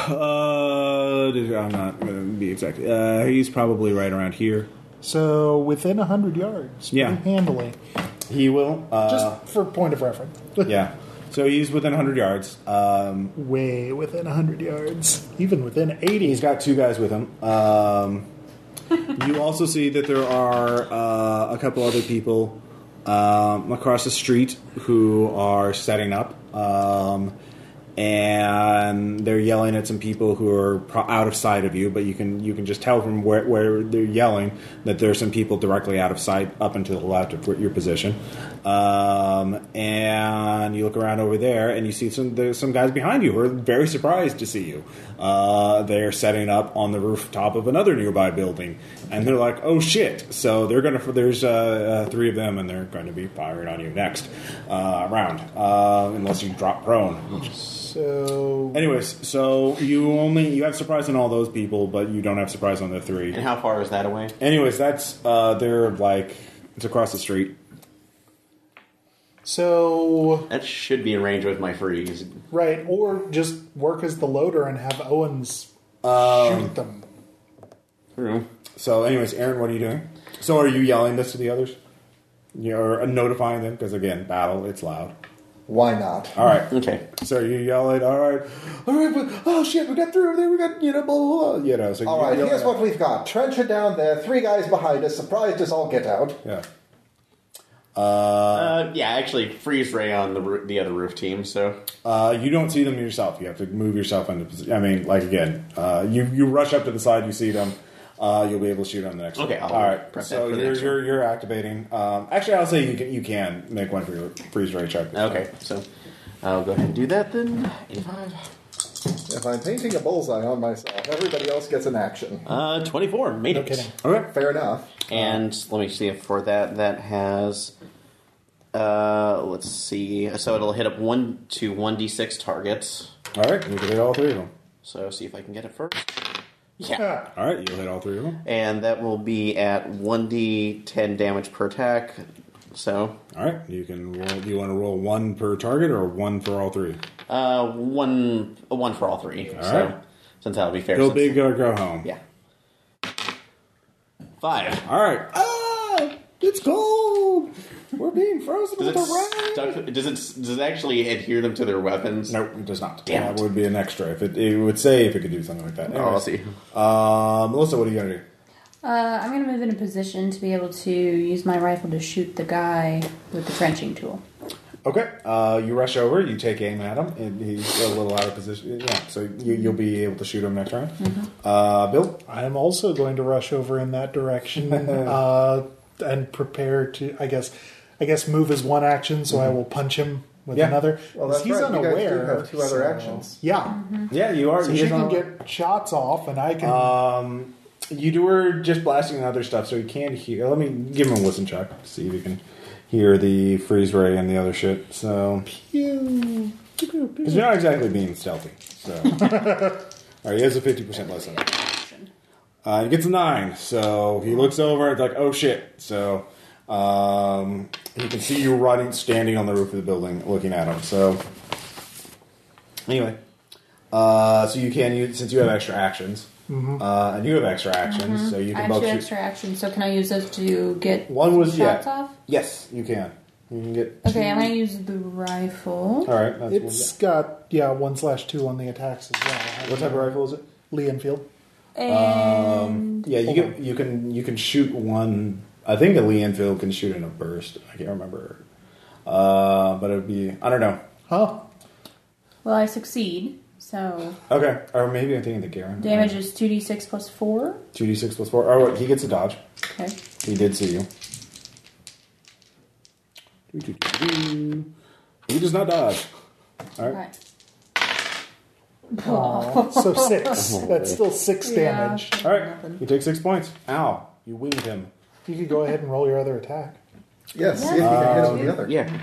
Speaker 1: Uh, I'm not gonna be exact. Uh, he's probably right around here.
Speaker 3: So within hundred yards.
Speaker 1: Yeah.
Speaker 3: pretty handily.
Speaker 1: He will. Uh,
Speaker 3: Just for point of reference.
Speaker 1: yeah. So he's within 100 yards. Um,
Speaker 3: Way within hundred yards. Even within
Speaker 1: he's
Speaker 3: eighty.
Speaker 1: got two guys with him. Um, you also see that there are uh, a couple other people um, across the street who are setting up. Um, and they're yelling at some people who are pro- out of sight of you, but you can you can just tell from where, where they're yelling that there are some people directly out of sight up and to the left of your position. Um, and you look around over there, and you see some there's some guys behind you who are very surprised to see you. Uh, they're setting up on the rooftop of another nearby building, and they're like, "Oh shit!" So they're gonna there's uh, uh, three of them, and they're going to be firing on you next uh, round, uh, unless you drop prone, which is
Speaker 3: So
Speaker 1: Anyways, so you only you have surprise on all those people, but you don't have surprise on the three.
Speaker 4: and how far is that away?
Speaker 1: Anyways, that's uh they're like it's across the street.
Speaker 3: so
Speaker 4: That should be in range with my freeze.
Speaker 3: right, or just work as the loader and have Owens shoot them.
Speaker 4: True.
Speaker 1: So, anyways, Aaron, what are you doing? So, are you yelling this to the others? You're notifying them because again, battle, it's loud.
Speaker 2: why not?
Speaker 1: All right.
Speaker 4: Okay.
Speaker 1: So you yell it, all right, all right, but, oh shit, we got through over there, we got, you know, blah, blah, blah, you know, so
Speaker 2: All
Speaker 1: you
Speaker 2: right,
Speaker 1: yell
Speaker 2: here's
Speaker 1: it.
Speaker 2: what we've got. Trencher down there, three guys behind us, surprised us all get out.
Speaker 1: Yeah.
Speaker 4: Uh, yeah, actually, freeze ray on the roo- the other roof team. So
Speaker 1: Uh, you don't see them yourself. You have to move yourself into position. I mean, like again, uh, you you rush up to the side, you see them. Uh, you'll be able to shoot on the next.
Speaker 4: Okay,
Speaker 1: one.
Speaker 4: I'll
Speaker 1: all right.
Speaker 4: prep
Speaker 1: So
Speaker 4: that for the
Speaker 1: you're,
Speaker 4: next
Speaker 1: you're you're activating. Um, actually, I'll say you can you can make one for your freeze ray check.
Speaker 4: okay, so I'll go ahead and do that then. Eighty-five.
Speaker 2: If I'm painting a bullseye on myself, everybody else gets an action.
Speaker 4: Uh, twenty-four. Made
Speaker 3: No
Speaker 4: it.
Speaker 3: kidding. Uh,
Speaker 1: Okay.
Speaker 2: Fair enough.
Speaker 4: And let me see if for that that has. Uh, let's see. So it'll hit up one to one d six targets.
Speaker 1: All right. You can hit all three of them.
Speaker 4: So see if I can get it first. Yeah.
Speaker 3: Ah,
Speaker 1: All right. You'll hit all three of them.
Speaker 4: And that will be at one d ten damage per attack. So
Speaker 1: All right. You can. Roll, do you want to roll one per target or one for all three?
Speaker 4: Uh, one, one for all three. so
Speaker 1: right.
Speaker 4: since that'll be fair.
Speaker 1: Go
Speaker 4: since-
Speaker 1: big or go home.
Speaker 4: Yeah. Five.
Speaker 1: All right. Ah, it's cold. We're being frozen
Speaker 4: Does
Speaker 1: with
Speaker 4: it,
Speaker 1: the rain.
Speaker 4: stuck, does it does it actually adhere them to their weapons?
Speaker 1: Nope, it does not.
Speaker 4: Damn
Speaker 1: that
Speaker 4: it.
Speaker 1: would be an extra. If it, it would say if it could do something like that.
Speaker 4: Oh, I'll see.
Speaker 1: Uh, Melissa, what are you gonna do?
Speaker 5: Uh, I'm gonna move into position to be able to use my rifle to shoot the guy with the trenching tool.
Speaker 1: Okay, uh, you rush over, you take aim at him, and he's a little out of position. Yeah, so you, you'll be able to shoot him next round.
Speaker 4: Mm-hmm.
Speaker 1: Uh, Bill,
Speaker 3: I'm also going to rush over in that direction uh, and prepare to. I guess, I guess, move is one action, so I will punch him with
Speaker 1: Yeah.
Speaker 3: another.
Speaker 2: Well,
Speaker 3: 'Cause
Speaker 2: that's
Speaker 3: he's
Speaker 2: right.
Speaker 3: unaware.
Speaker 2: You guys do have two other
Speaker 3: so-
Speaker 2: actions.
Speaker 3: Yeah,
Speaker 1: yeah, you are.
Speaker 3: so
Speaker 1: Mhm. he
Speaker 3: she
Speaker 1: is
Speaker 3: can
Speaker 1: on-
Speaker 3: get shots off, and I can.
Speaker 1: Um, you do are just blasting and other stuff, so he can't hear. Let me give him a listen check. See if he can hear the freeze ray and the other shit. So, because you're not exactly being stealthy. So, all right, he has a fifty percent lesson. Uh, he gets a nine, so he looks over and like, oh shit. So, um, he can see you running, standing on the roof of the building, looking at him. So, anyway. Uh, so you can use since you have extra actions, uh, and you have extra actions, so you
Speaker 5: Mm-hmm. I
Speaker 1: can
Speaker 5: have
Speaker 1: both
Speaker 5: two
Speaker 1: shoot.
Speaker 5: extra actions, so can I use those to get
Speaker 1: One was
Speaker 5: shots
Speaker 1: yeah.
Speaker 5: off?
Speaker 1: Yes, you can. You can get.
Speaker 5: Okay, I'm gonna use the rifle.
Speaker 1: All right, that's
Speaker 3: it's got yeah one slash two on the attacks as well.
Speaker 1: one. What type of rifle is it?
Speaker 3: Lee Enfield.
Speaker 1: Um, yeah, you
Speaker 3: Hold
Speaker 1: can, you can you can shoot one. I think a Lee Enfield can shoot in a burst. I can't remember, uh, but it would be I don't know.
Speaker 3: Huh?
Speaker 5: Well, I succeed, so
Speaker 1: Okay, or maybe I'm thinking the Garen.
Speaker 5: damage is two d six plus four.
Speaker 1: two d six plus four. Oh, wait, he gets a dodge.
Speaker 5: Okay.
Speaker 1: He did see you. Doo-doo-doo-doo. He does not dodge. All right.
Speaker 5: Alright.
Speaker 3: Aw, so six. That's still six damage.
Speaker 5: Yeah.
Speaker 1: All right. You take six points. Ow! You winged him.
Speaker 3: You could go ahead and roll your other attack.
Speaker 2: Yes, see if you can hit him
Speaker 1: Um,
Speaker 2: with the other.
Speaker 4: Yeah.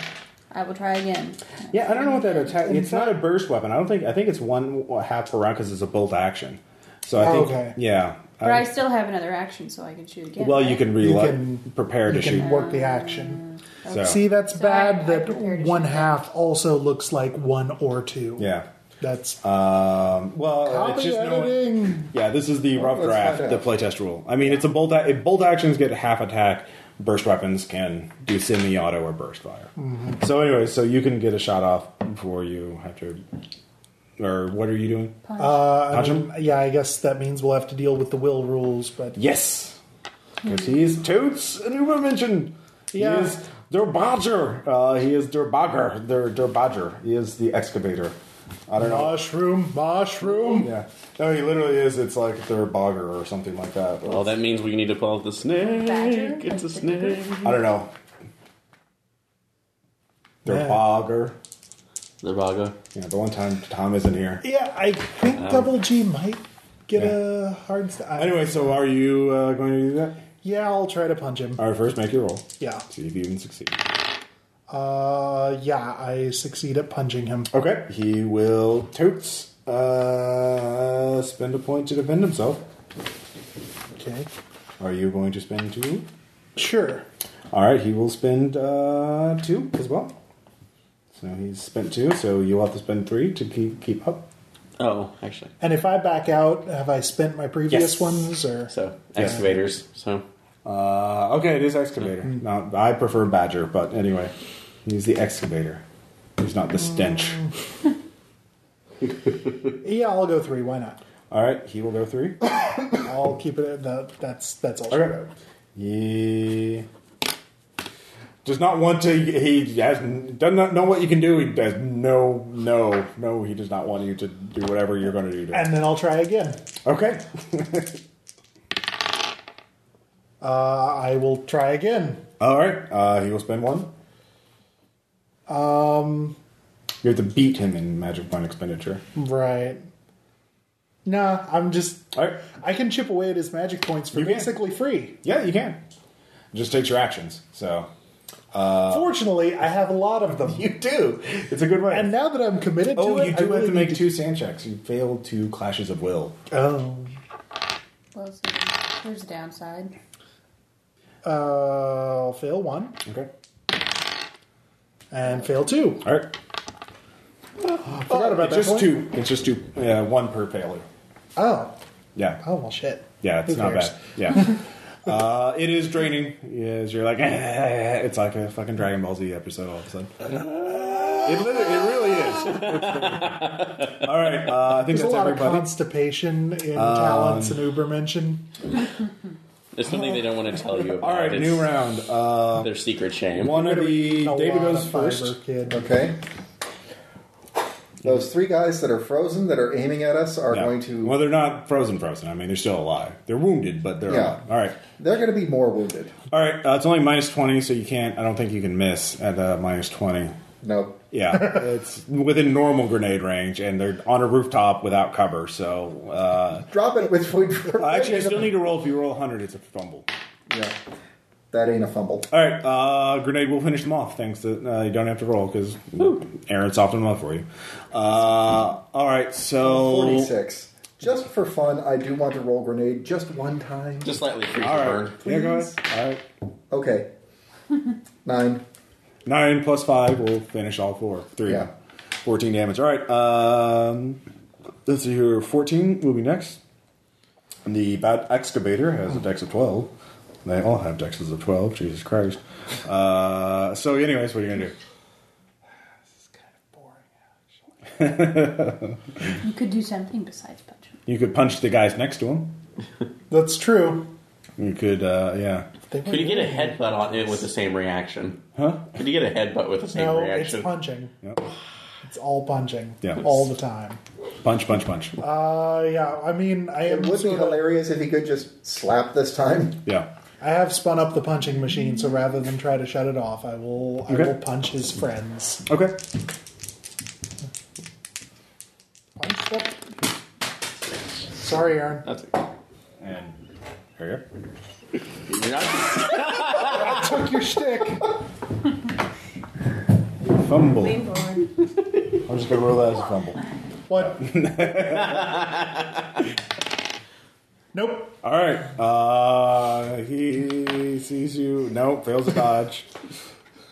Speaker 5: I will try again.
Speaker 1: Yeah, I don't know what that attack. It's not a burst weapon. I don't think. I think it's one half per round because it's a bolt action. So I
Speaker 3: Oh,
Speaker 1: think.
Speaker 3: okay.
Speaker 1: Yeah.
Speaker 5: But I
Speaker 1: I-
Speaker 5: still have another action, so I can shoot again.
Speaker 1: well,
Speaker 5: right?
Speaker 1: you can reload.
Speaker 3: can-
Speaker 1: prepare
Speaker 3: You
Speaker 1: to shoot.
Speaker 3: can work the action.
Speaker 1: So,
Speaker 3: See, that's
Speaker 5: So I- I
Speaker 3: bad that
Speaker 5: prepared to
Speaker 3: one
Speaker 5: shoot that.
Speaker 3: half also looks like one or two.
Speaker 1: Yeah.
Speaker 3: That's
Speaker 1: Um, well, it's
Speaker 3: copy
Speaker 1: just no-
Speaker 3: editing.
Speaker 1: yeah. This is the rough
Speaker 2: let's
Speaker 1: draft,
Speaker 2: find
Speaker 1: the
Speaker 2: out.
Speaker 1: playtest rule. I mean, it's a bolt. A- bolt actions get half attack. Burst weapons can do semi-auto or burst fire.
Speaker 3: Mm-hmm.
Speaker 1: So anyway, so you can get a shot off before you have to. Or what are you doing?
Speaker 3: Uh,
Speaker 1: Punch
Speaker 3: I
Speaker 1: 'em?
Speaker 3: mean, yeah, I guess that means we'll have to deal with the will rules, but
Speaker 1: Yes. Because he is Toots, a new dimension. He
Speaker 3: Yeah.
Speaker 1: is Der Bodger. Uh, he is Der Bogger. Der, Der Bodger. He is the excavator. I don't know.
Speaker 3: mushroom, mushroom.
Speaker 1: Yeah. No, he literally is. It's like Der Bogger or something like that.
Speaker 4: Well, that means we need to pull out the snake.
Speaker 5: Badger?
Speaker 4: It's a snake.
Speaker 1: I don't know. Der
Speaker 3: Yeah.
Speaker 1: Bogger.
Speaker 4: The Raga.
Speaker 1: Yeah, the one time Tom isn't here.
Speaker 3: Yeah, I think Double G might get a hard. St- I-
Speaker 1: Um, Anyway, so are you uh, going to do that?
Speaker 3: yeah, I'll try to punch him.
Speaker 1: All right, first make your roll.
Speaker 3: Yeah,
Speaker 1: See if you even succeed.
Speaker 3: uh, yeah, I succeed at punching him.
Speaker 1: Okay. He will Toots uh, spend a point to defend himself.
Speaker 3: Okay,
Speaker 1: Are you going to spend two?
Speaker 3: sure.
Speaker 1: All right, he will spend uh, two as well. So he's spent two, so you'll have to spend three to keep keep up.
Speaker 4: Oh, actually.
Speaker 3: And if I back out, have I spent my previous
Speaker 1: Yes.
Speaker 3: ones or?
Speaker 4: So, excavators. So,
Speaker 1: Uh, okay, it is excavator.
Speaker 3: Hmm.
Speaker 1: Now I prefer badger, but anyway, he's the excavator. He's not the stench.
Speaker 3: Hmm. Yeah, I'll go three. Why not?
Speaker 1: All right, he will go three.
Speaker 3: I'll keep it. At the, that's that's all. she
Speaker 1: Okay.
Speaker 3: wrote.
Speaker 1: He does not want to. He has does not know what you can do. He does no, no, no. He does not want you to do whatever you're going to do. To him.
Speaker 3: And then I'll try again.
Speaker 1: Okay.
Speaker 3: Uh, I will try again.
Speaker 1: All right. Uh, he will spend one.
Speaker 3: Um,
Speaker 1: You have to beat him in magic point expenditure.
Speaker 3: right. Nah, I'm just.
Speaker 1: All right.
Speaker 3: I can chip away at his magic points for
Speaker 1: You can.
Speaker 3: basically free.
Speaker 1: Yeah, you can. It just takes your actions. So Uh,
Speaker 3: Fortunately, I have a lot of them.
Speaker 1: you do. It's a good way.
Speaker 3: And now that I'm committed
Speaker 1: oh,
Speaker 3: to it,
Speaker 1: you
Speaker 3: I
Speaker 1: do have
Speaker 3: really
Speaker 1: to make
Speaker 3: need
Speaker 1: two sand checks. You failed two clashes of will.
Speaker 3: Oh.
Speaker 5: Well, so there's a downside.
Speaker 3: Uh, I'll fail one
Speaker 1: Okay.
Speaker 3: and fail two.
Speaker 1: All right.
Speaker 3: Forgot
Speaker 1: it's
Speaker 3: about that
Speaker 1: just
Speaker 3: point.
Speaker 1: two. It's just two. Yeah, one per failure.
Speaker 3: Oh.
Speaker 1: Yeah.
Speaker 3: Oh, well, shit.
Speaker 1: Yeah, it's
Speaker 3: Who
Speaker 1: not
Speaker 3: cares?
Speaker 1: bad. Yeah. Uh, it is draining. Yes, you're like it's like a fucking Dragon Ball Z episode all of a sudden. It, literally, it really is. It's all right, uh, I think
Speaker 3: There's a
Speaker 1: that's
Speaker 3: lot of
Speaker 1: everybody. Um,
Speaker 3: constipation in talents and Uber mention.
Speaker 4: There's something they don't want to tell you about.
Speaker 1: All right,
Speaker 4: It's
Speaker 1: new round. Uh,
Speaker 4: Their secret shame.
Speaker 1: one of the
Speaker 3: A
Speaker 1: David
Speaker 3: lot
Speaker 1: goes
Speaker 3: of fiber,
Speaker 1: first.
Speaker 3: Kid.
Speaker 2: Okay. Those three guys that are frozen that are aiming at us are
Speaker 1: No.
Speaker 2: going to.
Speaker 1: Well, they're not frozen, frozen. I mean, they're still alive. They're wounded, but they're
Speaker 2: Yeah.
Speaker 1: alive. All right,
Speaker 2: They're going to be more wounded.
Speaker 1: all right. Uh, it's only minus twenty, so you can't. I don't think you can miss at uh, minus twenty.
Speaker 2: No.
Speaker 1: Yeah, it's within normal grenade range, and they're on a rooftop without cover. So uh,
Speaker 2: Drop it with food. for-
Speaker 1: actually, you still need to roll. If you roll hundred, it's a fumble.
Speaker 2: Yeah. That ain't a fumble.
Speaker 1: All right, uh, grenade will finish them off. Thanks that uh, you don't have to roll because Aaron softened them up for you. Uh, all right, so
Speaker 2: 46. Just for fun, I do want to roll grenade just one time.
Speaker 4: Just slightly freeze
Speaker 1: All
Speaker 4: and
Speaker 1: right,
Speaker 4: burn.
Speaker 1: yeah, go ahead. All right.
Speaker 2: Okay. Nine.
Speaker 1: Nine plus five will finish all four. Three.
Speaker 2: Yeah.
Speaker 1: 14 damage. All right. Um, let's see here. 14 will be next. The bad excavator has a dex of 12. They all have dexes of 12. Jesus Christ. Uh, so, anyways, what are you going to do?
Speaker 5: You could do something besides punch him.
Speaker 1: You could punch the guys next to him.
Speaker 3: That's true.
Speaker 1: You could, uh, yeah.
Speaker 3: They
Speaker 4: Could you get a headbutt on it with the same reaction?
Speaker 1: Huh?
Speaker 4: Could you get a headbutt with the same
Speaker 3: No, it's
Speaker 4: reaction?
Speaker 3: punching.
Speaker 1: Yep.
Speaker 3: It's all punching.
Speaker 1: Yeah.
Speaker 3: All the time.
Speaker 1: Punch, punch, punch.
Speaker 3: Uh, yeah, I mean, I am
Speaker 2: It would be
Speaker 3: sorta-
Speaker 2: hilarious if he could just slap this time.
Speaker 1: Yeah.
Speaker 3: I have spun up the punching machine, so rather than try to shut it off, I will
Speaker 1: Okay.
Speaker 3: I will punch his friends.
Speaker 1: Okay.
Speaker 3: Punch them. Sorry, Aaron.
Speaker 4: That's
Speaker 1: And hurry up.
Speaker 4: you're not,
Speaker 3: Took your shtick.
Speaker 1: Fumble.
Speaker 6: Lean forward.
Speaker 1: I'm just going to roll that as a fumble.
Speaker 3: What? nope.
Speaker 1: All right. Uh, he sees you. Nope, fails to dodge.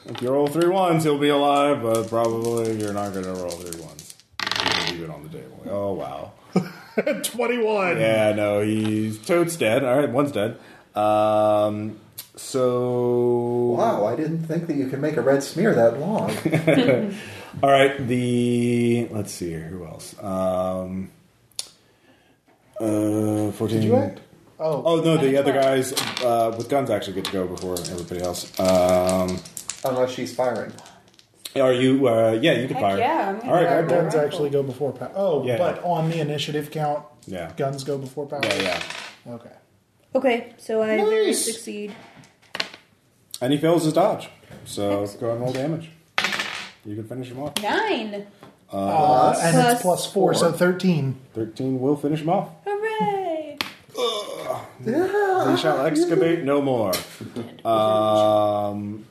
Speaker 1: if you roll three ones, he'll be alive, but probably you're not going to roll three ones. You're gonna leave it on the table. Oh wow.
Speaker 3: Twenty-one.
Speaker 1: Yeah, no, he's toad's dead. All right, one's dead. Um, so
Speaker 2: Wow, I didn't think that you could make a red smear that long.
Speaker 1: All right, the let's see here. Who else? Um, uh, fourteen.
Speaker 3: Did you act? Oh,
Speaker 1: Oh no, the other guys uh, with guns actually get to go before everybody else. Um,
Speaker 2: Unless she's firing.
Speaker 1: Are you? Uh, yeah, you can
Speaker 6: Heck
Speaker 1: fire.
Speaker 6: yeah, I'm gonna
Speaker 1: All right.
Speaker 6: fire
Speaker 1: All right.
Speaker 3: guns
Speaker 6: Rifle.
Speaker 3: actually go before power. Oh,
Speaker 1: Oh. Yeah.
Speaker 3: but on the initiative count,
Speaker 1: Yeah.
Speaker 3: guns go before power.
Speaker 1: Yeah, yeah.
Speaker 3: Okay.
Speaker 6: Okay, so I barely
Speaker 1: Nice.
Speaker 6: succeed.
Speaker 1: And he fails his dodge, so
Speaker 6: Excellent.
Speaker 1: go and roll damage. You can finish him off.
Speaker 6: Nine.
Speaker 3: Uh, and
Speaker 6: Plus
Speaker 3: it's plus four, so
Speaker 2: four.
Speaker 3: thirteen.
Speaker 1: Thirteen will finish him off.
Speaker 6: Hooray!
Speaker 1: They shall excavate no more. Um,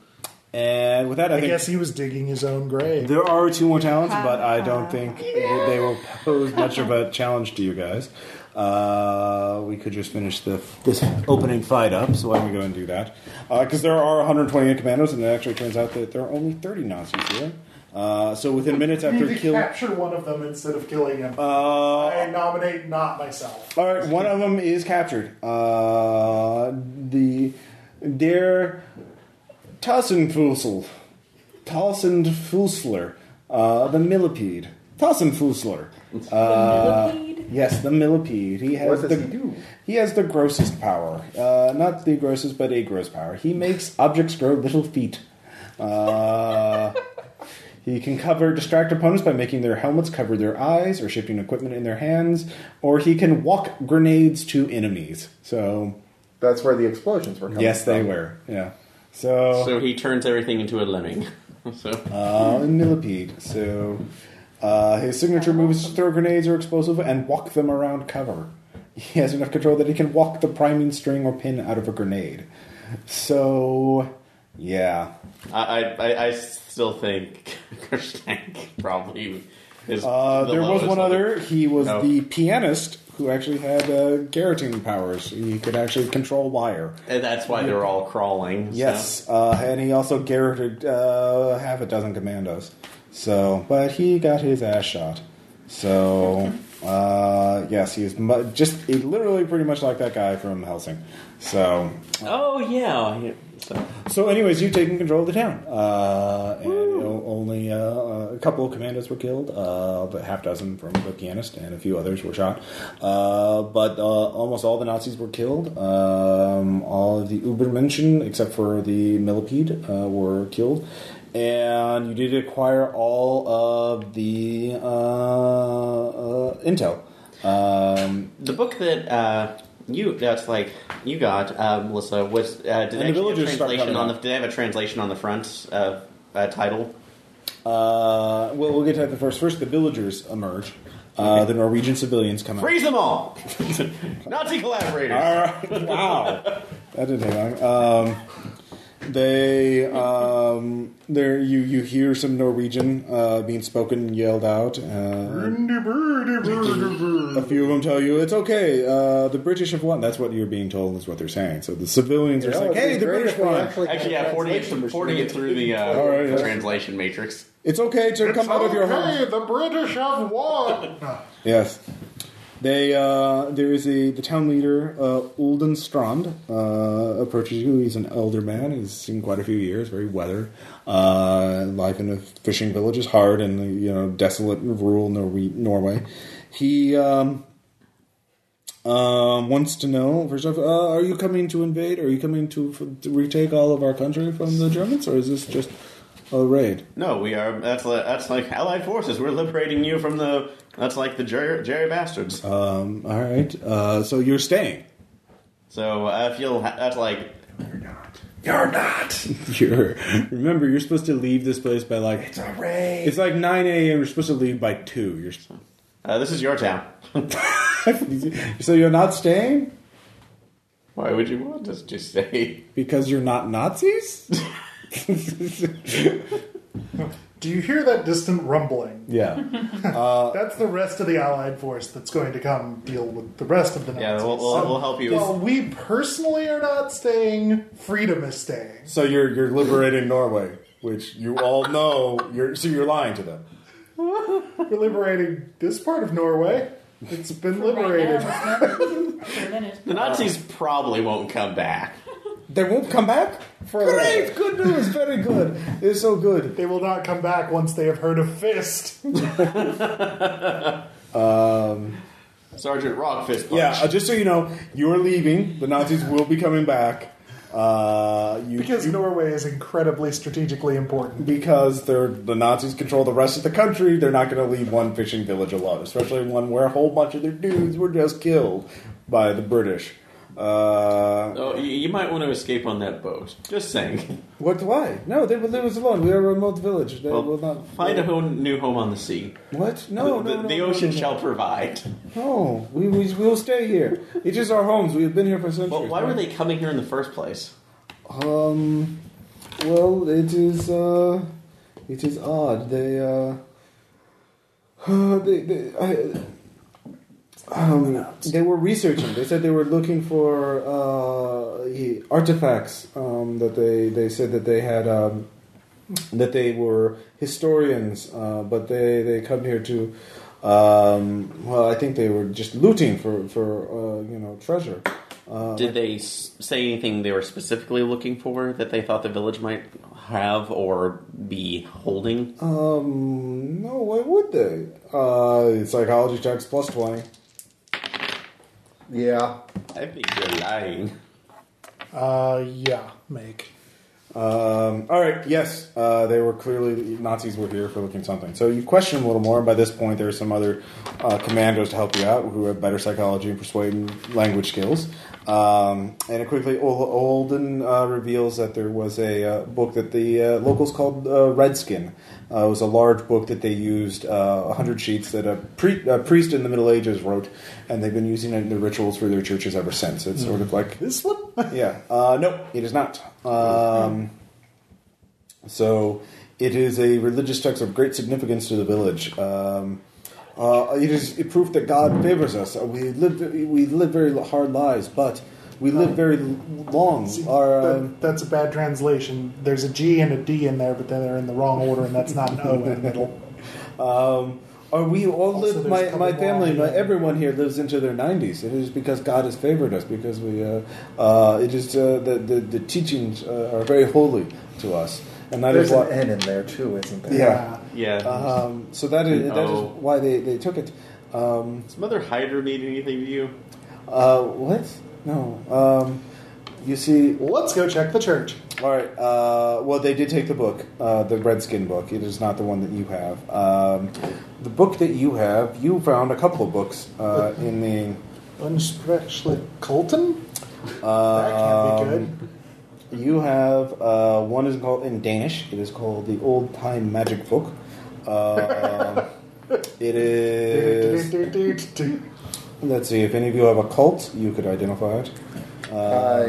Speaker 1: and with that, I,
Speaker 3: I
Speaker 1: think
Speaker 3: guess he was digging his own grave.
Speaker 1: there are two more talents, but I don't think that they will pose much of a challenge to you guys. Uh, we could just finish the this opening fight up, so why don't we go and do that? Because there are 128 commandos, and it actually turns out that there are only 30 Nazis here. Uh, so within minutes after
Speaker 3: to
Speaker 1: kill,
Speaker 3: capture one of them instead of killing him.
Speaker 1: uh,
Speaker 3: I nominate not myself.
Speaker 1: all right, one of them is captured. Uh, the Der Tassenfussel. Tassenfussler. Uh, the millipede. Tassenfussler. Uh,
Speaker 6: Millipede?
Speaker 1: yes, the millipede. He has
Speaker 2: What does
Speaker 1: the,
Speaker 2: he do?
Speaker 1: he has the grossest power. Uh, not the grossest, but a gross power. He makes objects grow little feet. Uh, he can cover distract opponents by making their helmets cover their eyes or shifting equipment in their hands, or he can walk grenades to enemies. So
Speaker 2: That's where the explosions were coming
Speaker 1: yes, they
Speaker 2: from.
Speaker 1: were. Yeah. So,
Speaker 4: so he turns everything into a lemming. So
Speaker 1: uh, and millipede. So uh, his signature move is to throw grenades or explosive and walk them around cover. He has enough control that he can walk the priming string or pin out of a grenade. So yeah.
Speaker 4: I, I, I, I still think Kerstank probably is.
Speaker 1: Uh,
Speaker 4: the
Speaker 1: there was
Speaker 4: lowest
Speaker 1: one
Speaker 4: level.
Speaker 1: other. He was
Speaker 4: Oh.
Speaker 1: the pianist who actually had uh, Garrottine powers. He could actually control wire.
Speaker 4: And that's why they're all crawling. so.
Speaker 1: Yes, uh, and he also garroted uh, half a dozen commandos. So, but he got his ass shot. So, Uh, yes, he is mu- just he literally pretty much like that guy from Helsing. So,
Speaker 4: Oh yeah. yeah. So,
Speaker 1: so anyways, you've taken control of the town, uh, and o- only uh, a couple of commandos were killed, uh, but half dozen from the pianist, and a few others were shot. Uh, but uh, almost all the Nazis were killed. Um, all of the Ubermenschen, except for the millipede, uh, were killed. And you did acquire all of the uh, uh, intel. Um,
Speaker 4: the book that uh, you that's like you got uh, Melissa was uh, did
Speaker 1: the
Speaker 4: they actually have a
Speaker 1: villagers start
Speaker 4: translation
Speaker 1: coming
Speaker 4: on the
Speaker 1: up.
Speaker 4: did they have a translation on the front of uh, title?
Speaker 1: Uh, well, we'll get to that the first. First, the villagers emerge. Uh, the Norwegian civilians come out.
Speaker 4: Freeze them all, Nazi collaborators.
Speaker 1: All right. Wow. that didn't take long. Um, they um, there you you hear some Norwegian uh, being spoken and yelled out. Uh, a few of them tell you it's okay. Uh, the British have won. That's what you're being told is what they're saying. So the civilians are saying, "Hey, the British won.
Speaker 4: Actually, yeah, forty it, porting it through the uh,
Speaker 1: All right, yeah.
Speaker 4: translation matrix.
Speaker 1: It's okay to come out of your home."
Speaker 3: the British have won.
Speaker 1: Yes. They uh, there is a the town leader uh, Ulden Strand uh, approaches you. He's an elder man. He's seen quite a few years. Very weathered. Uh, life in a fishing village is hard in you know desolate rural Norwe- Norway. He um, uh, wants to know first off, uh, are you coming to invade? Are you coming to, f- to retake all of our country from the Germans, or is this just a raid?
Speaker 4: No, we are. That's li- that's like Allied forces. We're liberating you from the. That's like the Jerry, Jerry bastards.
Speaker 1: Um, all right. Uh, so you're staying.
Speaker 4: so uh, if you'll, ha- that's like
Speaker 2: You're not.
Speaker 1: You're, remember, you're supposed to leave this place by like
Speaker 2: It's a raid.
Speaker 1: it's like 9 a.m. You're supposed to leave by two. You're s-
Speaker 4: uh, this is your town.
Speaker 1: so you're not staying
Speaker 4: Why would you want us to stay?
Speaker 1: because you're not Nazis.
Speaker 3: Do you hear that distant rumbling?
Speaker 1: Yeah,
Speaker 3: That's the rest of the Allied force that's going to come deal with the rest of the Nazis.
Speaker 4: Yeah, we'll- we'll- we'll help you.
Speaker 3: Well, we personally are not staying. Freedom is staying.
Speaker 1: so you're you're liberating Norway, which you all know. You're so you're lying to them.
Speaker 3: We're liberating this part of Norway. It's been
Speaker 6: Right
Speaker 3: liberated.
Speaker 6: now, it's never- for a minute.
Speaker 4: The
Speaker 1: Uh.
Speaker 4: Nazis probably won't come back.
Speaker 1: They won't come back.
Speaker 3: For a
Speaker 1: Great, good news, very good. It's so good.
Speaker 3: They will not come back once they have heard of Fist.
Speaker 4: Sergeant Rockfist. Punch.
Speaker 1: Yeah, uh, just so you know, you're leaving. The Nazis will be coming back. Uh, you,
Speaker 3: Because
Speaker 1: you-
Speaker 3: Norway is incredibly strategically important.
Speaker 1: because they're the Nazis control the rest of the country. They're not going to leave one fishing village alone, especially one where a whole bunch of their dudes were just killed by the British. Uh,
Speaker 4: Oh, you, you might want to escape on that boat. Just saying.
Speaker 1: what? Why? No, they will leave us alone. We are a remote village. They will not
Speaker 4: find a home, new home on the sea.
Speaker 1: What? No,
Speaker 4: the,
Speaker 1: no, no,
Speaker 4: the
Speaker 1: no,
Speaker 4: ocean
Speaker 1: no, no.
Speaker 4: shall provide.
Speaker 1: No, we we will stay here. It is our homes. We have been here for centuries.
Speaker 4: Well, why were they coming here in the first place?
Speaker 1: Um. Well, it is. Uh, it is odd. They. Uh, they. they I, um, they were researching. They said they were looking for uh, e- artifacts um, that they, they said that they had um, that they were historians, uh, but they, they come here to um, well, I think they were just looting for for uh, you know treasure. Uh,
Speaker 4: Did they s- say anything they were specifically looking for that they thought the village might have or be holding?
Speaker 1: Um, no, why would they? Uh, psychology checks plus 20.
Speaker 2: Yeah.
Speaker 4: I think you're lying.
Speaker 3: Uh, yeah, make.
Speaker 1: Um, all right, yes, uh, they were clearly, Nazis were here for looking something. So you question them a little more, and by this point, there are some other uh, commandos to help you out who have better psychology and persuade and language skills. Um, and it quickly, Ol- Olden uh, reveals that there was a uh, book that the uh, locals called uh, Redskin. Uh, it was a large book that they used, uh, 100 sheets, that a, pre- a priest in the Middle Ages wrote, and they've been using it in the rituals for their churches ever since. It's sort of like
Speaker 3: This one?
Speaker 1: yeah. Uh, no, it is not. Um, so it is a religious text of great significance to the village. Um, uh, it is a proof that God favors us. Uh, We live we live very hard lives, but we live very long. Our um,
Speaker 3: That- that's a bad translation. There's a G and a D in there, but then they're in the wrong order, and that's not an O in the middle.
Speaker 1: um, Are we all
Speaker 3: Also,
Speaker 1: live?
Speaker 3: there's
Speaker 1: My,
Speaker 3: cover
Speaker 1: my
Speaker 3: wall,
Speaker 1: family, my,
Speaker 3: yeah.
Speaker 1: everyone here lives into their nineties. It is because God has favored us because we. Uh, uh, it is uh, the, the the teachings uh, are very holy to us, and that is
Speaker 2: There's an
Speaker 1: why.
Speaker 2: N in there too, isn't there?
Speaker 1: Yeah.
Speaker 4: Yeah.
Speaker 1: Um, so that is that is
Speaker 4: Oh.
Speaker 1: why they, they took it. Um,
Speaker 4: Does Mother Hyder mean anything to you?
Speaker 1: uh, what? No. Um, you see,
Speaker 3: Let's go check the church.
Speaker 1: All right. Uh, well, they did take the book, uh, the Redskin book. It is not the one that you have. Um, the book that you have, you found a couple of books uh, in the.
Speaker 3: Unspecially Colton? That
Speaker 1: Uh,
Speaker 3: can't be good.
Speaker 1: You have uh, one is called in Danish. It is called the Old Time Magic Book. Uh, it is. Let's see. If any of you have a cult, you could identify it.
Speaker 2: I
Speaker 1: Uh,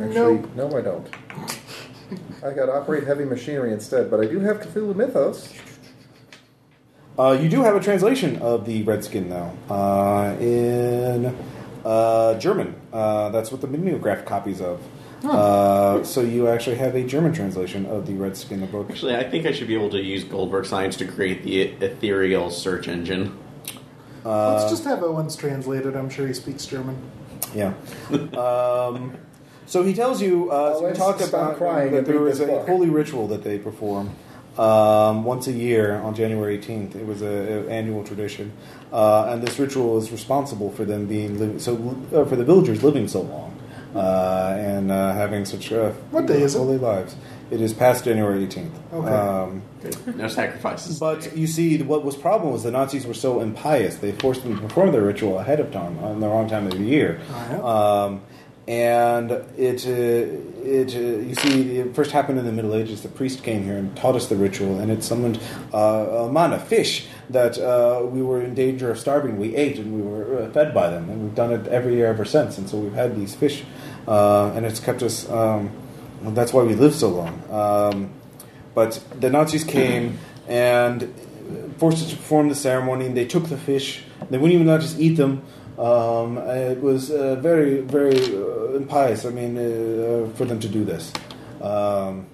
Speaker 2: actually
Speaker 3: Nope.
Speaker 2: no, I don't. I got operate heavy machinery instead, but I do have Cthulhu Mythos.
Speaker 1: Uh, you do have a translation of the Redskin, though, uh, in uh, German. Uh, that's what the mimeograph copies of. Uh, so you actually have a German translation of the Redskin, the book.
Speaker 4: Actually, I think I should be able to use Goldberg science to create the ethereal search engine.
Speaker 3: Let's just have Owens translated. I'm sure he speaks German.
Speaker 1: Yeah. um, so he tells you, uh, so you
Speaker 2: Alex,
Speaker 1: talk
Speaker 2: stop
Speaker 1: about
Speaker 2: crying
Speaker 1: that
Speaker 2: and
Speaker 1: there
Speaker 2: read
Speaker 1: is
Speaker 2: this
Speaker 1: a
Speaker 2: book.
Speaker 1: holy ritual that they perform um, once a year on January 18th. It was an annual tradition, uh, and this ritual is responsible for them being li- so uh, for the villagers living so long uh, and uh, having such uh,
Speaker 3: What day is it?
Speaker 1: holy lives. It is past January 18th.
Speaker 3: Okay.
Speaker 1: Um,
Speaker 4: No sacrifices.
Speaker 1: but you see, what was problem was the Nazis were so impious; they forced them to perform their ritual ahead of time on the wrong time of the year.
Speaker 3: yeah.
Speaker 1: Um, and it, uh, it, uh, you see, it first happened in the Middle Ages. The priest came here and taught us the ritual, and it summoned uh, a mana fish that uh, we were in danger of starving. We ate, and we were uh, fed by them, and we've done it every year ever since. And so we've had these fish, uh, and it's kept us. Um, well, that's why we live so long. Um, but the Nazis came and forced us to perform the ceremony, and they took the fish. They wouldn't even let us eat them. Um, it was uh, very, very uh, impious, I mean, uh, for them to do this. Um,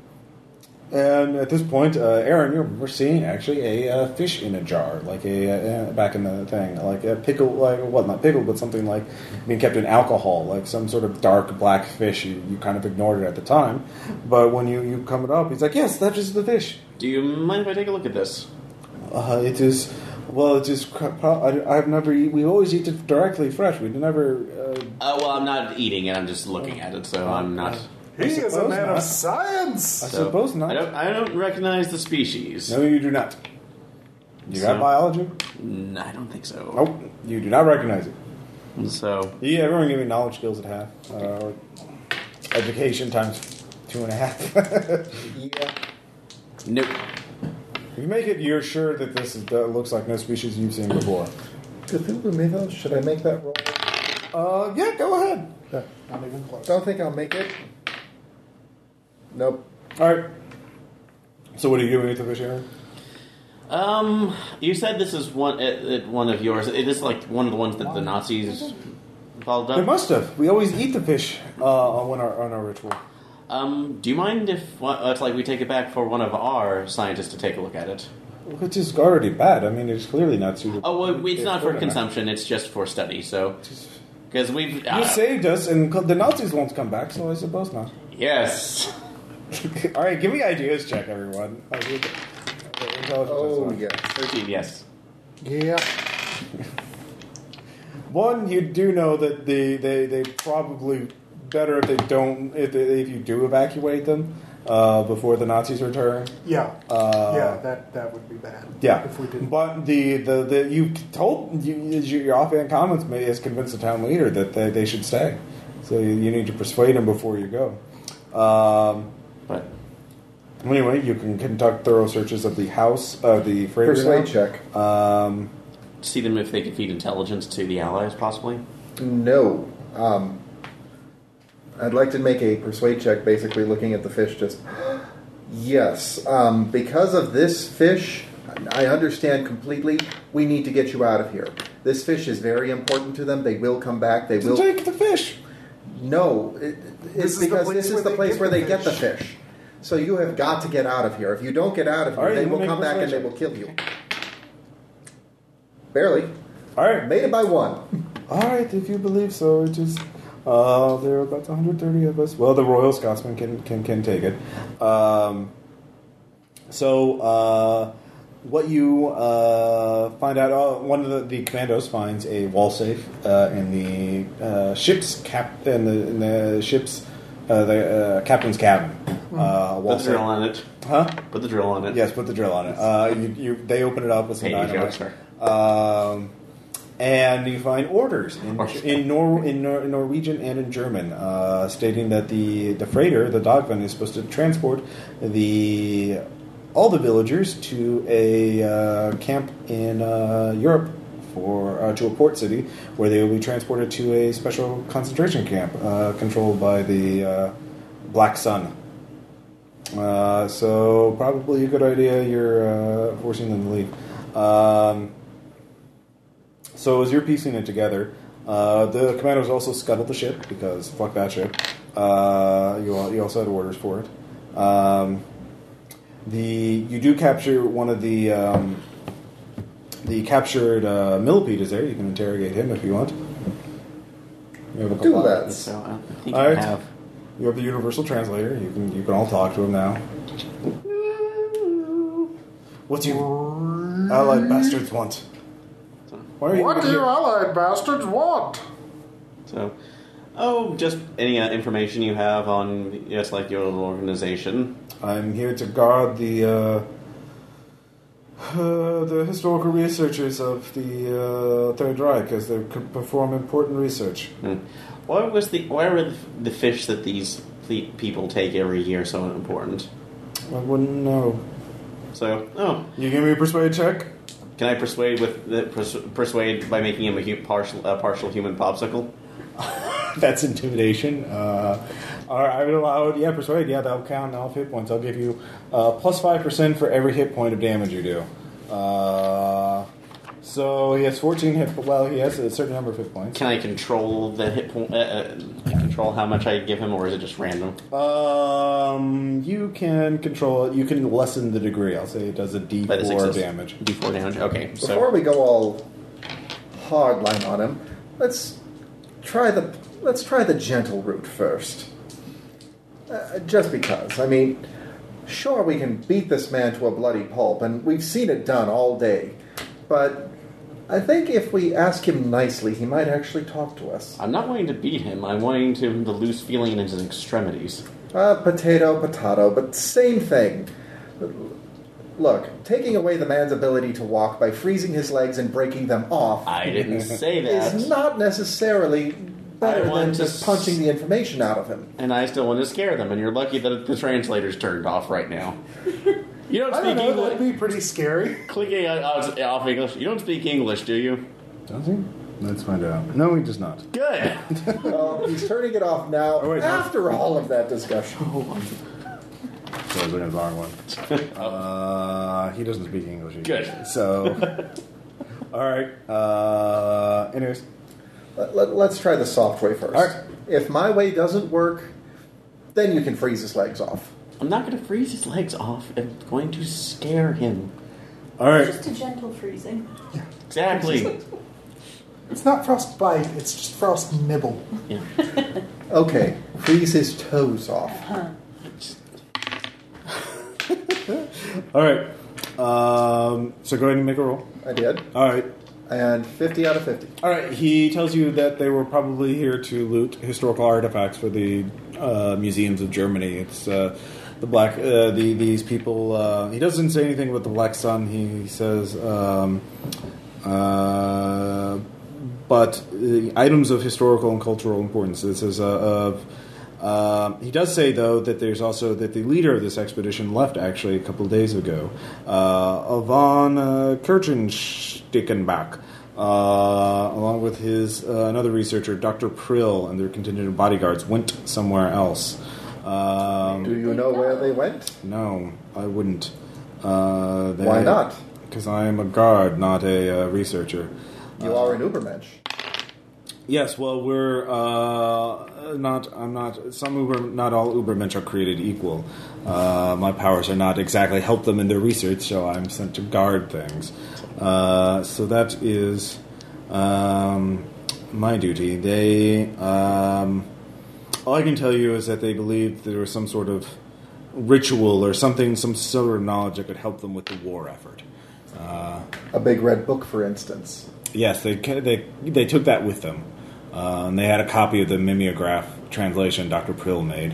Speaker 1: and at this point, uh, Aaron, you're, we're seeing actually a uh, fish in a jar, like a uh, back in the thing, like a pickle, like well, not pickle, but something like being kept in alcohol, like some sort of dark black fish. You, you kind of ignored it at the time, but when you you come it up, he's like, "Yes, that is the fish.
Speaker 4: Do you mind if I take a look at this?
Speaker 1: Uh, it is." Well, it is. cr- pro- I- I've never. Eat, we always eat it directly fresh. We never. Uh,
Speaker 4: Uh, well, I'm not eating it. I'm just looking at it, so I'm not.
Speaker 1: I suppose not. I
Speaker 3: science!
Speaker 4: so-
Speaker 1: suppose not.
Speaker 4: I don't. I don't recognize the species.
Speaker 1: No, you do not. You got
Speaker 4: So-
Speaker 1: biology?
Speaker 4: Mm, I don't think so.
Speaker 1: Nope. You do not recognize it.
Speaker 4: So
Speaker 1: Yeah, everyone give me knowledge skills at half. Uh, or education times two and a half. if
Speaker 2: Yeah.
Speaker 4: nope.
Speaker 1: you make it, you're sure that this is, that looks like no species you've seen before.
Speaker 2: Cthulhu Mythos, should I make that roll?
Speaker 1: Uh, yeah, go ahead.
Speaker 3: Not even close.
Speaker 1: Oh.
Speaker 2: Don't think I'll make it. Nope.
Speaker 1: All right. So what are you doing with the fish, Aaron?
Speaker 4: Um, you said this is one it, it, one of yours. It is like one of the ones that the Nazis followed
Speaker 1: They
Speaker 4: up.
Speaker 1: must have. We always eat the fish uh, on our on our ritual.
Speaker 4: Um, do you mind if one- uh, it's like we take it back for one of our scientists to take a look at it?
Speaker 1: Which is already bad. I mean, it's clearly not suitable.
Speaker 4: Oh, well, it's not for
Speaker 1: good enough.
Speaker 4: consumption. It's just for study. So because we've uh,
Speaker 1: You saved us, and the Nazis won't come back, so I suppose not.
Speaker 4: yes.
Speaker 1: All right, give me ideas check, everyone. Oh, I'll do the- the intelligence
Speaker 2: Oh,
Speaker 1: one.
Speaker 2: yeah.
Speaker 4: Thirteen. Yes.
Speaker 3: Yeah.
Speaker 1: One, you do know that they they, they probably better if they don't if, they, if you do evacuate them uh, before the Nazis return.
Speaker 3: Yeah.
Speaker 1: Uh,
Speaker 3: yeah, that, that would be bad.
Speaker 1: Yeah,
Speaker 3: If we didn't.
Speaker 1: but the, the, the you told you, you- your offhand comments may has convinced the town leader that they, they should stay. So you, you need to persuade him before you go. Um,
Speaker 4: But
Speaker 1: anyway, you can conduct thorough searches of the house of the freighter.
Speaker 2: Persuade
Speaker 1: now.
Speaker 2: check.
Speaker 1: Um,
Speaker 4: see them if they can feed intelligence to the allies, possibly.
Speaker 2: No. Um, I'd like to make a persuade check, basically looking at the fish. Just yes, um, because of this fish, I understand completely. We need to get you out of here. This fish is very important to them. They will come back. They
Speaker 1: to
Speaker 2: will.
Speaker 1: take the fish.
Speaker 2: No, it, it's
Speaker 3: This is the
Speaker 2: because
Speaker 3: place
Speaker 2: this
Speaker 3: where
Speaker 2: is the
Speaker 3: they
Speaker 2: place
Speaker 3: get
Speaker 2: where
Speaker 3: the
Speaker 2: they get the
Speaker 3: fish.
Speaker 2: fish. So you have got to get out of here. If you don't get out of here,
Speaker 1: All right,
Speaker 2: they
Speaker 1: you
Speaker 2: will
Speaker 1: make a
Speaker 2: come back and they
Speaker 1: persuasion.
Speaker 2: will kill you. Barely.
Speaker 1: All right.
Speaker 2: Made it by one.
Speaker 1: All right, if you believe so, it is. Uh, there are about 130 of us. Well, the Royal Scotsman can can, can take it. Um, so, uh, what you uh, find out? Uh, one of the, the commandos finds a wall safe uh, in the uh, ship's cap in the, in the ship's uh, the uh, captain's cabin. Uh, wall
Speaker 4: Put the
Speaker 1: safe.
Speaker 4: drill on it.
Speaker 1: Huh?
Speaker 4: Put the drill on it.
Speaker 1: Yes, put the drill on it. Uh, you, you, they open it up with some
Speaker 4: Hey, you
Speaker 1: dynamite.
Speaker 4: joker.
Speaker 1: Um, and you find orders in in, Nor- in Nor- Norwegian and in German uh, stating that the the freighter, the Dogman, is supposed to transport the all the villagers to a uh, camp in uh, Europe for uh, to a port city where they will be transported to a special concentration camp uh, controlled by the uh, Black Sun. Uh, so probably a good idea. You're uh, forcing them to leave. Um, so as you're piecing it together, uh, the commandos also scuttled the ship because fuck that ship. Uh, you al- you also had orders for it. Um, the you do capture one of the um, the captured uh, millipede is there. You can interrogate him if you want. You have a
Speaker 2: Do
Speaker 1: couple
Speaker 2: that.
Speaker 4: So I think
Speaker 1: All
Speaker 4: I
Speaker 1: right.
Speaker 4: have.
Speaker 1: You have the universal translator. You can you can all talk to him now. What's you allied bastards want? Why are you
Speaker 3: What
Speaker 1: over
Speaker 3: do you
Speaker 1: here?
Speaker 3: allied bastards want?
Speaker 4: So, oh, just any uh, information you have on yes, like your little organization.
Speaker 1: I'm here to guard the uh, uh, the historical researchers of the uh, Third Reich as they could perform important research.
Speaker 4: Hmm. Why was the why were the fish that these ple- people take every year so important?
Speaker 1: I wouldn't know.
Speaker 4: So, oh,
Speaker 1: You give me a persuade check.
Speaker 4: can I persuade with the, pers- persuade by making him a hu- partial a partial human popsicle?
Speaker 1: That's intimidation. Uh, all right, I would allow it. Yeah, persuade. Yeah, that'll count. All hit points. I'll give you uh, plus five percent for every hit point of damage you do. Uh, so he has fourteen hit. Well, he has a certain number of hit points.
Speaker 4: Can I control the hit point? Uh, uh, control how much I give him, or is it just random?
Speaker 1: Um, you can control it. You can lessen the degree. I'll say it does a D
Speaker 4: That is
Speaker 1: four
Speaker 4: exist-
Speaker 1: damage.
Speaker 4: D4 damage. Okay, so
Speaker 2: Before we go all hardline on him, let's try the let's try the gentle route first. Uh, just because, I mean, sure we can beat this man to a bloody pulp, and we've seen it done all day. But I think if we ask him nicely, he might actually talk to us.
Speaker 4: I'm not wanting to beat him. I'm wanting to the loose feeling in his extremities.
Speaker 2: Uh, potato, potato, but same thing. Look, taking away the man's ability to walk by freezing his legs and breaking them off
Speaker 4: I didn't say that.
Speaker 2: is not necessarily better
Speaker 4: I want
Speaker 2: than
Speaker 4: to
Speaker 2: just
Speaker 4: s-
Speaker 2: punching the information out of him.
Speaker 4: and I still want to scare them. And you're lucky that the translator's turned off right now. You don't
Speaker 3: I don't
Speaker 4: speak
Speaker 3: know.
Speaker 4: English.
Speaker 3: That'd be pretty scary.
Speaker 4: Clicking on- on- uh, off English. You don't speak English, do you?
Speaker 1: Does he? Let's find out. No, he does not.
Speaker 4: Good.
Speaker 2: Well, he's turning it off now
Speaker 1: Oh, wait, Oh, no.
Speaker 2: after all of that discussion.
Speaker 1: So I went the wrong one. Uh, he doesn't speak English. Either.
Speaker 4: Oh. Good.
Speaker 1: So, all right. Uh, anyways,
Speaker 2: Let, us try the soft way first.
Speaker 1: All right.
Speaker 2: If my way doesn't work, then you can freeze his legs off.
Speaker 4: I'm not going to freeze his legs off. I'm going to scare him.
Speaker 1: all right. Um,
Speaker 6: Just a gentle freezing.
Speaker 4: Exactly.
Speaker 3: It's not frostbite. It's just frost nibble.
Speaker 4: Yeah.
Speaker 2: Okay, freeze his toes off.
Speaker 1: All right. Um, so go ahead and make a roll.
Speaker 2: I did.
Speaker 1: All right.
Speaker 2: And 50 out of 50.
Speaker 1: All right. He tells you that they were probably here to loot historical artifacts for the uh, museums of Germany. It's uh, the black. Uh, the these people. Uh, he doesn't say anything about the black sun. He says. Um, uh, but uh, items of historical and cultural importance. This is uh, of. Um, he does say though that there's also that the leader of this expedition left actually a couple days ago, uh, Ivan uh, Kirchenstickenbach, uh, along with his uh, another researcher, Dr. Prill, and their contingent of bodyguards went somewhere else. Um,
Speaker 2: Do you know where they went?
Speaker 1: no, I wouldn't. Uh,
Speaker 2: Why not?
Speaker 1: Because I am a guard, not a uh, researcher.
Speaker 2: You are an Ubermensch.
Speaker 1: Yes, well, we're uh, not. I'm not. Some Uber, not all Ubermensch are created equal. Uh, my powers are not exactly help them in their research, so I'm sent to guard things. Uh, so that is um, my duty. They. Um, all I can tell you is that they believed there was some sort of ritual or something, some sort of knowledge that could help them with the war effort.
Speaker 2: A big red book, for instance.
Speaker 1: Yes, they ca- they they took that with them. Uh, and they had a copy of the mimeograph translation Dr. Prill made.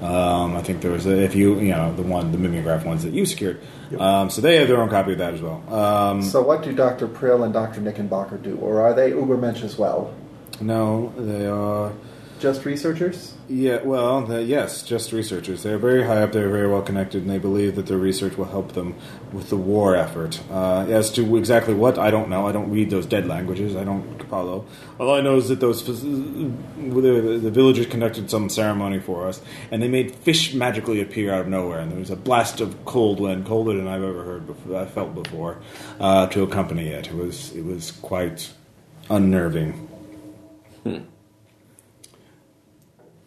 Speaker 1: Um, I think there was a, if you you know the one the mimeograph ones that you secured. Um, so they have their own copy of that as well. Um,
Speaker 2: So, what do Dr. Prill and Dr. Knickenbocker do? Or are they Ubermensch as well?
Speaker 1: no, they are
Speaker 2: Just researchers?
Speaker 1: yeah well they- yes just researchers. They are very high up. They are very well connected, and they believe that their research will help them with the war effort. Uh, as to exactly what, I don't know. I don't read those dead languages. I don't follow. All I know is that those uh, the, the villagers conducted some ceremony for us, and they made fish magically appear out of nowhere. And there was a blast of cold wind, colder than I've ever heard before, I felt before, uh, to accompany it. It was it was quite unnerving.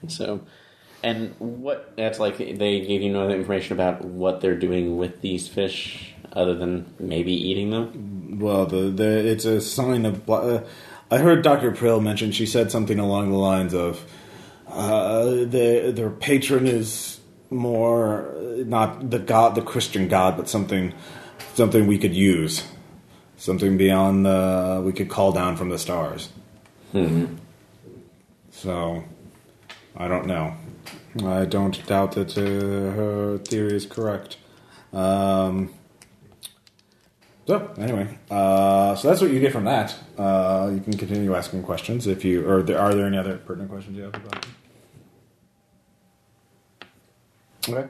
Speaker 4: So, and what? That's like they gave you no other information about what they're doing with these fish, other than maybe eating them.
Speaker 1: Well, the, the it's a sign of. bl- Uh, I heard Dr. Prill mention. She said something along the lines of, uh, "Their their patron is more uh, not the god, the Christian god, but something something we could use, something beyond the we could call down from the stars." So, I don't know. I don't doubt that uh, her theory is correct. Um, so anyway, uh, so that's what you get from that. Uh, you can continue asking questions if you, or there, are there any other pertinent questions you have about? it? Okay.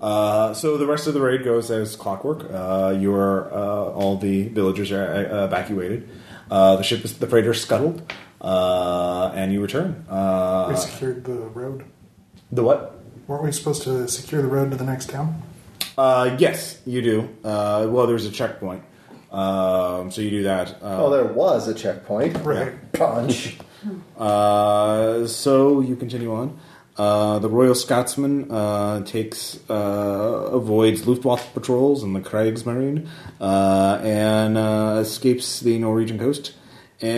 Speaker 1: Uh, so the rest of the raid goes as clockwork. Uh, you're uh, all the villagers are uh, evacuated. Uh, the ship is the freighter scuttled, uh, and you return.
Speaker 3: We
Speaker 1: Uh,
Speaker 3: secured the road.
Speaker 1: the what?
Speaker 3: Weren't we supposed to secure the road to the next town?
Speaker 1: Uh, yes, you do. Uh, well, there's a checkpoint, um, so you do that. Uh,
Speaker 2: Oh, there was a checkpoint.
Speaker 3: Right.
Speaker 2: Punch.
Speaker 1: Uh, so you continue on. Uh, the Royal Scotsman uh, takes uh, avoids Luftwaffe patrols and the Kriegsmarine uh, and uh, escapes the Norwegian coast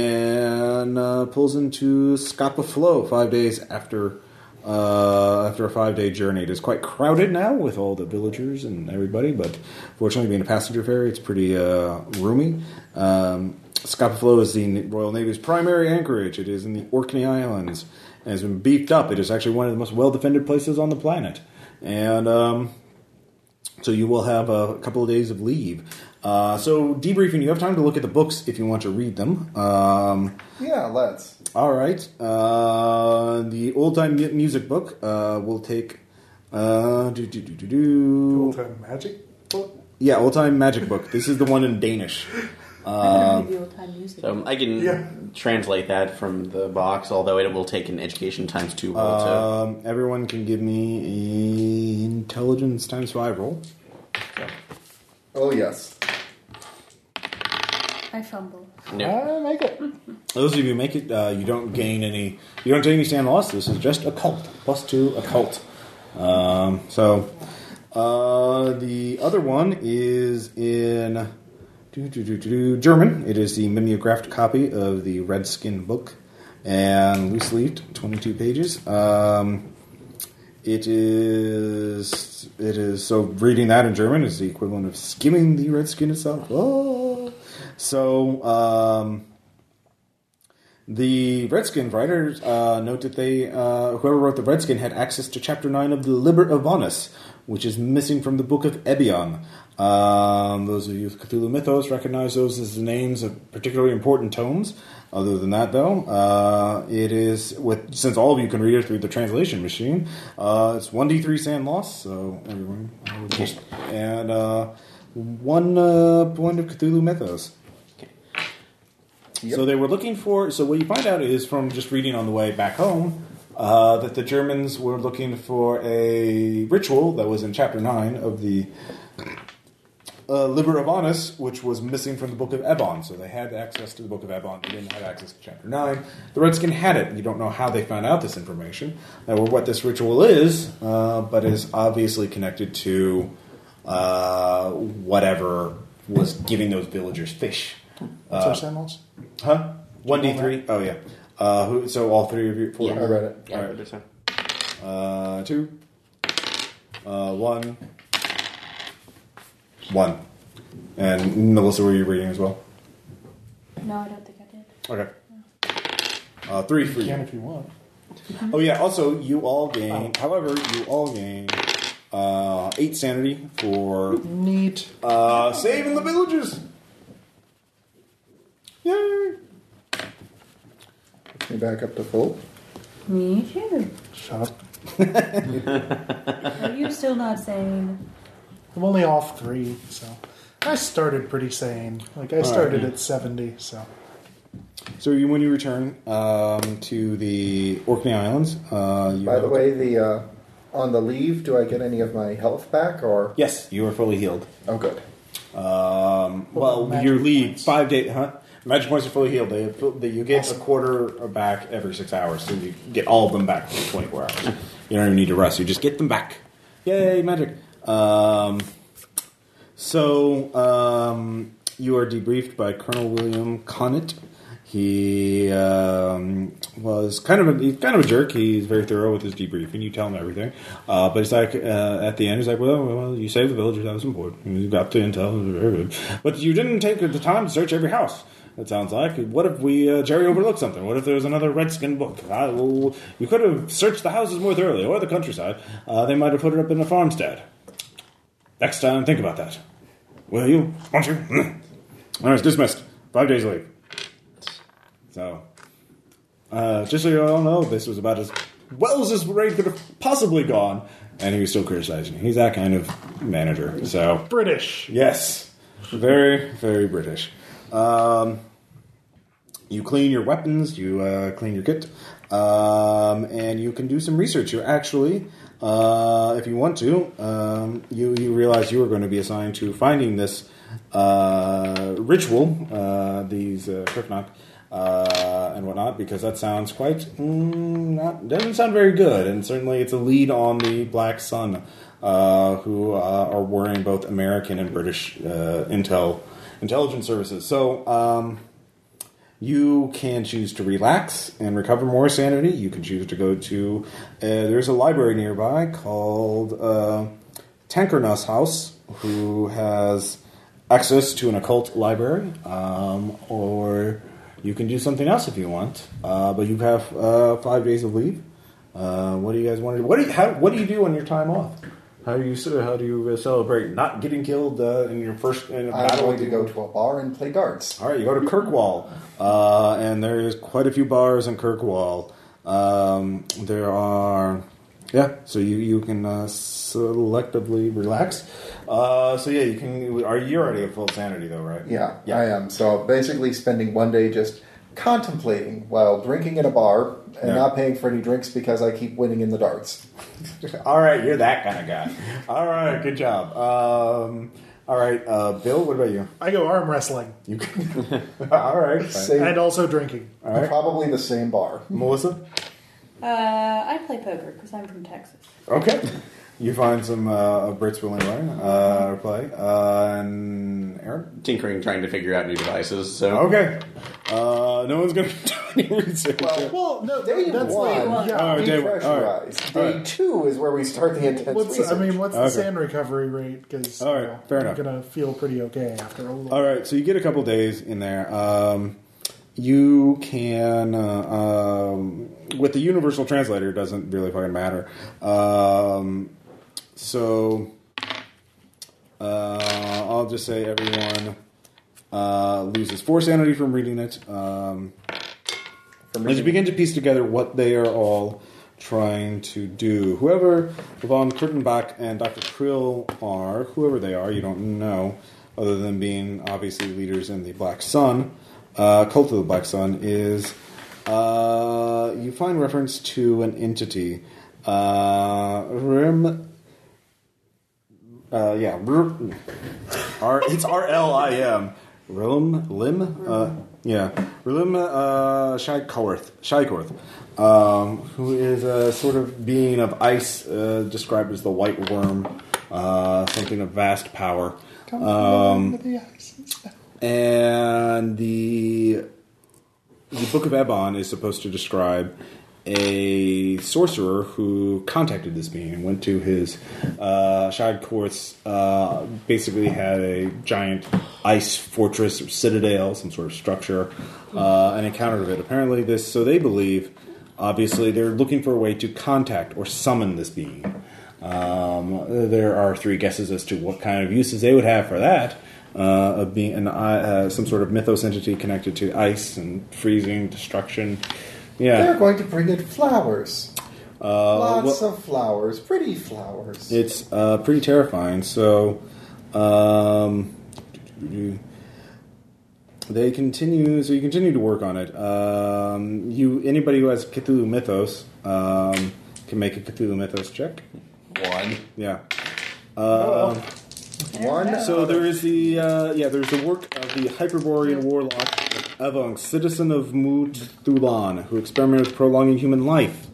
Speaker 1: and uh, pulls into Scapa Flow five days after uh, after a five day journey. It is quite crowded now with all the villagers and everybody, but fortunately, being a passenger ferry, it's pretty uh, roomy. Um, Scapa Flow is the Royal Navy's primary anchorage. It is in the Orkney Islands and has been beefed up. It is actually one of the most well defended places on the planet. And um, so you will have a couple of days of leave. Uh, so, debriefing, you have time to look at the books if you want to read them. Um,
Speaker 2: Yeah, let's.
Speaker 1: all right. Uh, the old time mu- music book uh, will take. Uh, do, do, do, do, do.
Speaker 3: Old time magic.
Speaker 1: Yeah, old time magic book. This is the one in Danish.
Speaker 5: I'm gonna read the old time music.
Speaker 4: So I can
Speaker 3: Yeah.
Speaker 4: translate that from the box, although it will take an education times two roll
Speaker 1: Um, everyone can give me a intelligence times five roll.
Speaker 2: Oh, yes.
Speaker 5: I fumble.
Speaker 4: to. No.
Speaker 3: I make it.
Speaker 1: Those of you who make it, uh, you don't gain any. You don't take any stand loss. This is just a cult plus two occult. Um, so uh, the other one is in doo, doo, doo, doo, doo, German. It is the mimeographed copy of the Redskin book and loose leafed, twenty two pages. Um, it is. It is. So reading that in German is the equivalent of skimming the Redskin itself. Oh. So. Um, the Redskin writers uh, note that they, uh, whoever wrote the Redskin, had access to Chapter Nine of the Liber Ivanis, which is missing from the Book of Ebion. Um, those of you with Cthulhu mythos recognize those as the names of particularly important tomes. Other than that, though, uh, it is with since all of you can read it through the translation machine. Uh, it's one d three sand loss, so everyone I would just- and uh, one uh, point of Cthulhu mythos.
Speaker 2: Yep.
Speaker 1: So they were looking for. So what you find out is from just reading on the way back home uh, that the Germans were looking for a ritual that was in Chapter Nine of the uh, Liber Evonis, which was missing from the Book of Ebon. So they had access to the Book of Ebon. They didn't have access to Chapter 9. The Redskin had it. You don't know how they found out this information uh, or what this ritual is, uh, but it is obviously connected to uh, whatever was giving those villagers fish.
Speaker 3: What's
Speaker 1: Uh,
Speaker 3: our sandals?
Speaker 1: Huh? 1d3? Oh, yeah. Uh, who, so all three of you? Four,
Speaker 2: I read it.
Speaker 4: Yeah,
Speaker 1: All right.
Speaker 4: that's fine.
Speaker 1: Uh, two. Uh, one. One. And Melissa, were you reading as well?
Speaker 6: No, I don't think I did.
Speaker 1: Okay. Uh, three for
Speaker 3: You can
Speaker 1: you.
Speaker 3: if you want.
Speaker 1: Oh yeah. Also, you all gain.
Speaker 2: Oh.
Speaker 1: However, you all gain uh, eight sanity for
Speaker 3: Neat.
Speaker 1: uh, saving the villagers. Yay!
Speaker 2: Get Me back up to full.
Speaker 5: Me too.
Speaker 3: Shut up.
Speaker 5: Are you still not saying?
Speaker 3: I'm only off three, so I started pretty sane. Like I
Speaker 1: right.
Speaker 3: started at seventy, so
Speaker 1: So you, when you return um, to the Orkney Islands, uh, you
Speaker 2: By the
Speaker 1: have-
Speaker 2: way, the uh, on the leave, do I get any of my health back or?
Speaker 1: yes, you are fully healed.
Speaker 2: Oh, good.
Speaker 1: Um, well,
Speaker 3: about magic
Speaker 1: your leave
Speaker 3: points?
Speaker 1: five day, huh? Magic points are fully healed. They, they you get
Speaker 3: Awesome.
Speaker 1: a quarter back every six hours, so you get all of them back in twenty four hours. you don't even need to rest; you just get them back. Yay, magic! Um, so um, you are debriefed by Colonel William Connett. He um, was kind of a, he's kind of a jerk. He's very thorough with his debriefing. You tell him everything, uh, but it's like uh, at the end, he's like, "Well, well, you saved the villagers. That was important. You got the intel, but you didn't take the time to search every house." It sounds like. What if we uh, Jerry overlooked something? What if there was another Redskin book? I, well, you could have searched the houses more thoroughly, or the countryside. Uh, they might have put it up in a farmstead. Next time, think about that. Will you? Won't you? Mm. All right, dismissed. Five days leave. So, uh, just so you all know, this was about as well as this raid could have possibly gone, and he was still criticizing. He's that kind of manager. So,
Speaker 3: British.
Speaker 1: yes, very, very British. Um, you clean your weapons, you uh, clean your kit, um, and you can do some research. You actually, uh, if you want to, um, you you realize you are going to be assigned to finding this uh, ritual, uh, these uh, Kirknock, uh, and whatnot, because that sounds quite mm, not doesn't sound very good, and certainly it's a lead on the Black Sun, uh, who uh, are worrying both American and British uh, intel intelligence services. So. Um, you can choose to relax and recover more sanity. You can choose to go to. Uh, there's a library nearby called uh, Tankernuss House, who has access to an occult library. Um, or you can do something else if you want. Uh, but you have uh, five days of leave. Uh, what do you guys want to do? What do you, how, what do you do on your time off? How do you ce- how do you uh, celebrate not getting killed uh, in your first in a
Speaker 2: I'm
Speaker 1: battle?
Speaker 2: going to go to a bar and play darts.
Speaker 1: All right, you go to Kirkwall, uh, and there's quite a few bars in Kirkwall. Um, there are, yeah. So you you can uh, selectively relax. Uh, so yeah, you can. Are you already at full sanity though, right?
Speaker 2: Yeah,
Speaker 1: Yeah.
Speaker 2: I am. So basically, spending one day just contemplating while drinking at a bar and
Speaker 1: Yeah.
Speaker 2: not paying for any drinks because I keep winning in the darts.
Speaker 1: All right, you're that kind of guy. All right, good job. Um, all right, uh, Bill. What about you?
Speaker 3: I go arm wrestling
Speaker 1: You. Can, all right. fine.
Speaker 2: Same,
Speaker 3: and also drinking.
Speaker 1: All right,
Speaker 2: probably the same bar.
Speaker 1: Melissa.
Speaker 6: Uh, I play poker because I'm from Texas.
Speaker 1: Okay. You find some uh, of Brits willing to learn uh, or play. Uh, and Aaron.
Speaker 4: Tinkering, trying to figure out new devices. So
Speaker 1: Okay. Uh, no one's going to do any research.
Speaker 3: Well, no,
Speaker 2: Day
Speaker 3: that's
Speaker 2: one.
Speaker 3: like yeah.
Speaker 1: Oh, day one. All right.
Speaker 2: Depressurized.
Speaker 1: All
Speaker 2: Day
Speaker 1: right.
Speaker 2: two is where we start the intense
Speaker 3: What's
Speaker 2: research.
Speaker 3: I mean, what's
Speaker 1: Okay.
Speaker 3: the sand recovery rate? Because
Speaker 1: All right, fair
Speaker 3: I'm
Speaker 1: enough.
Speaker 3: gonna feel pretty okay after a little.
Speaker 1: All right, so you get a couple days in there. Um, you can, uh, um, with the universal translator, it doesn't really fucking matter. Um, so uh, I'll just say everyone uh, loses four sanity from reading it. Um,
Speaker 2: For
Speaker 1: As you
Speaker 2: me,
Speaker 1: begin to piece together what they are all trying to do, whoever von Kurtenbach and Dr. Krill are, whoever they are, you don't know, other than being obviously leaders in the Black Sun, uh, Cult of the Black Sun, is uh, you find reference to an entity. Uh, Rim. Uh, yeah. Rim- R it's R L I M. Rim Lim uh, yeah Rim uh Shykorth Shykorth um, who is a sort of being of ice uh, described as the white worm uh, something of vast power Uh,
Speaker 3: Come um, the ice.
Speaker 1: and the the Book of Ebon is supposed to describe a sorcerer who contacted this being and went to his uh, Shad Quartz. Uh, basically, had a giant ice fortress or citadel, some sort of structure, uh, an encounter of it. Apparently, this so they believe. Obviously, they're looking for a way to contact or summon this being. Um, there are three guesses as to what kind of uses they would have for that. Uh, of being an, i- uh, some sort of mythos entity connected to ice and freezing, destruction.
Speaker 2: They're
Speaker 1: Yeah.
Speaker 2: going to bring in flowers.
Speaker 1: Uh,
Speaker 2: Lots
Speaker 1: well,
Speaker 2: of flowers. Pretty flowers.
Speaker 1: it's uh, pretty terrifying. So, um, they continue. So you continue to work on it. Um, you anybody who has Cthulhu mythos um, can make a Cthulhu mythos check. Oh.
Speaker 4: One.
Speaker 1: Yeah.
Speaker 2: Oh,
Speaker 1: Um,
Speaker 2: One.
Speaker 1: uh, So there is the uh, yeah, there's the work of the Hyperborean warlock Evung, citizen of Mut Thulan, who experimented with prolonging human life.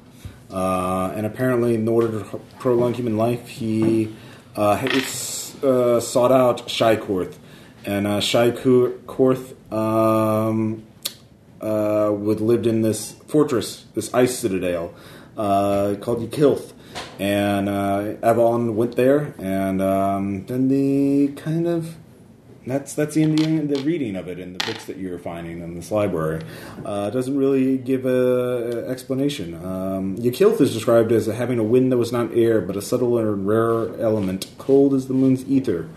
Speaker 1: Uh, and apparently, in order to prolong human life, he uh, ha- it's, uh, sought out Shykorth, and uh, Shykorth um, uh, would lived in this fortress, this ice citadel uh, called Ykilth. And uh, Avon went there, and um, then the kind of that's that's the Indian, the reading of it in the books that you're finding in this library uh, doesn't really give a, a explanation. Um, Ykilth is described as having a wind that was not air, but a subtler and rarer element, cold as the moon's ether.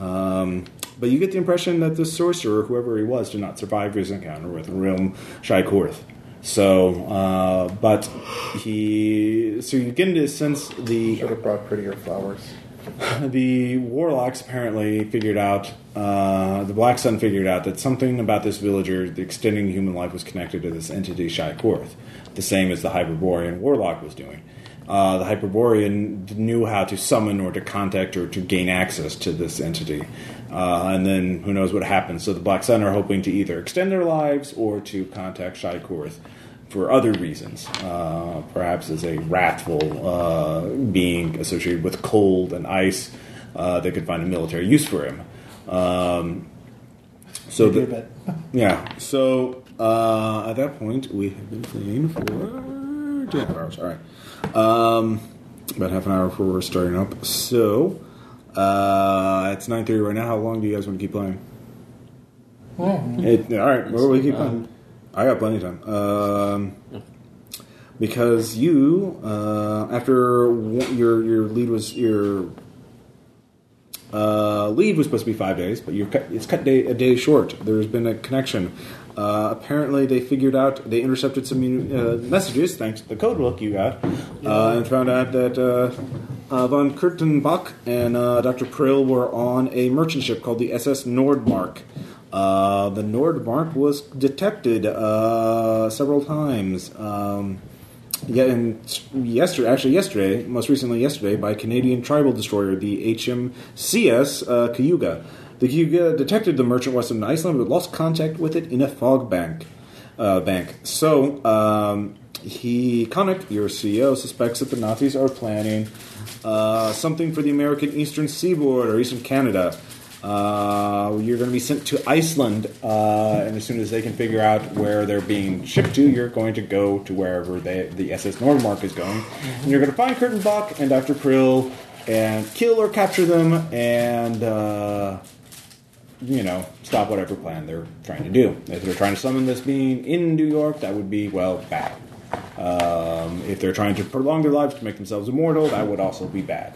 Speaker 1: Um, but you get the impression that the sorcerer, whoever he was, did not survive his encounter with Realm Shykorth. So, uh, but he, so you get into a sense the
Speaker 2: Should have brought prettier flowers.
Speaker 1: the warlocks apparently figured out uh, the black sun figured out that something about this villager the extending human life was connected to this entity Shai Korth, the same as the hyperborean warlock was doing uh, the hyperborean knew how to summon or to contact or to gain access to this entity uh, and then who knows what happens so the black sun are hoping to either extend their lives or to contact Shai Korth for other reasons, uh, perhaps as a wrathful uh, being associated with cold and ice uh, that could find a military use for him. Um, so,
Speaker 3: Maybe a
Speaker 1: the-
Speaker 3: bit.
Speaker 1: yeah. So uh, at that point, we have been playing for two and a half hours. All right, um, about half an hour before we're starting up. So uh, it's nine thirty right now. How long do you guys want to keep playing?
Speaker 3: Oh,
Speaker 1: It, all right, well, we keep on. I got plenty of time. Um, because you, uh, after one, your your lead was your uh, lead was supposed to be five days, but you're cut, it's cut day, a day short. There's been a connection. Uh, apparently, they figured out they intercepted some uh, messages thanks to the code book you got, uh, and found out that uh, uh, von Kurtenbach and uh, Dr. Prill were on a merchant ship called the SS Nordmark. Uh, the Nordmark was detected uh, several times. Um, yeah, and yesterday, actually yesterday, most recently yesterday, by Canadian tribal destroyer the HMCS uh, Cayuga. The Cayuga detected the merchant west of Iceland, but lost contact with it in a fog bank. Uh, bank. So um, he, Connick, your CEO, suspects that the Nazis are planning uh, something for the American Eastern Seaboard or Eastern Canada. Uh, you're going to be sent to Iceland, uh, and as soon as they can figure out where they're being shipped to, you're going to go to wherever they, the SS Nordmark is going. And you're going to find Kurtenbach and Dr. Prill and kill or capture them and, uh, you know, stop whatever plan they're trying to do. If they're trying to summon this being in New York, that would be, well, bad. Um, if they're trying to prolong their lives to make themselves immortal, that would also be bad.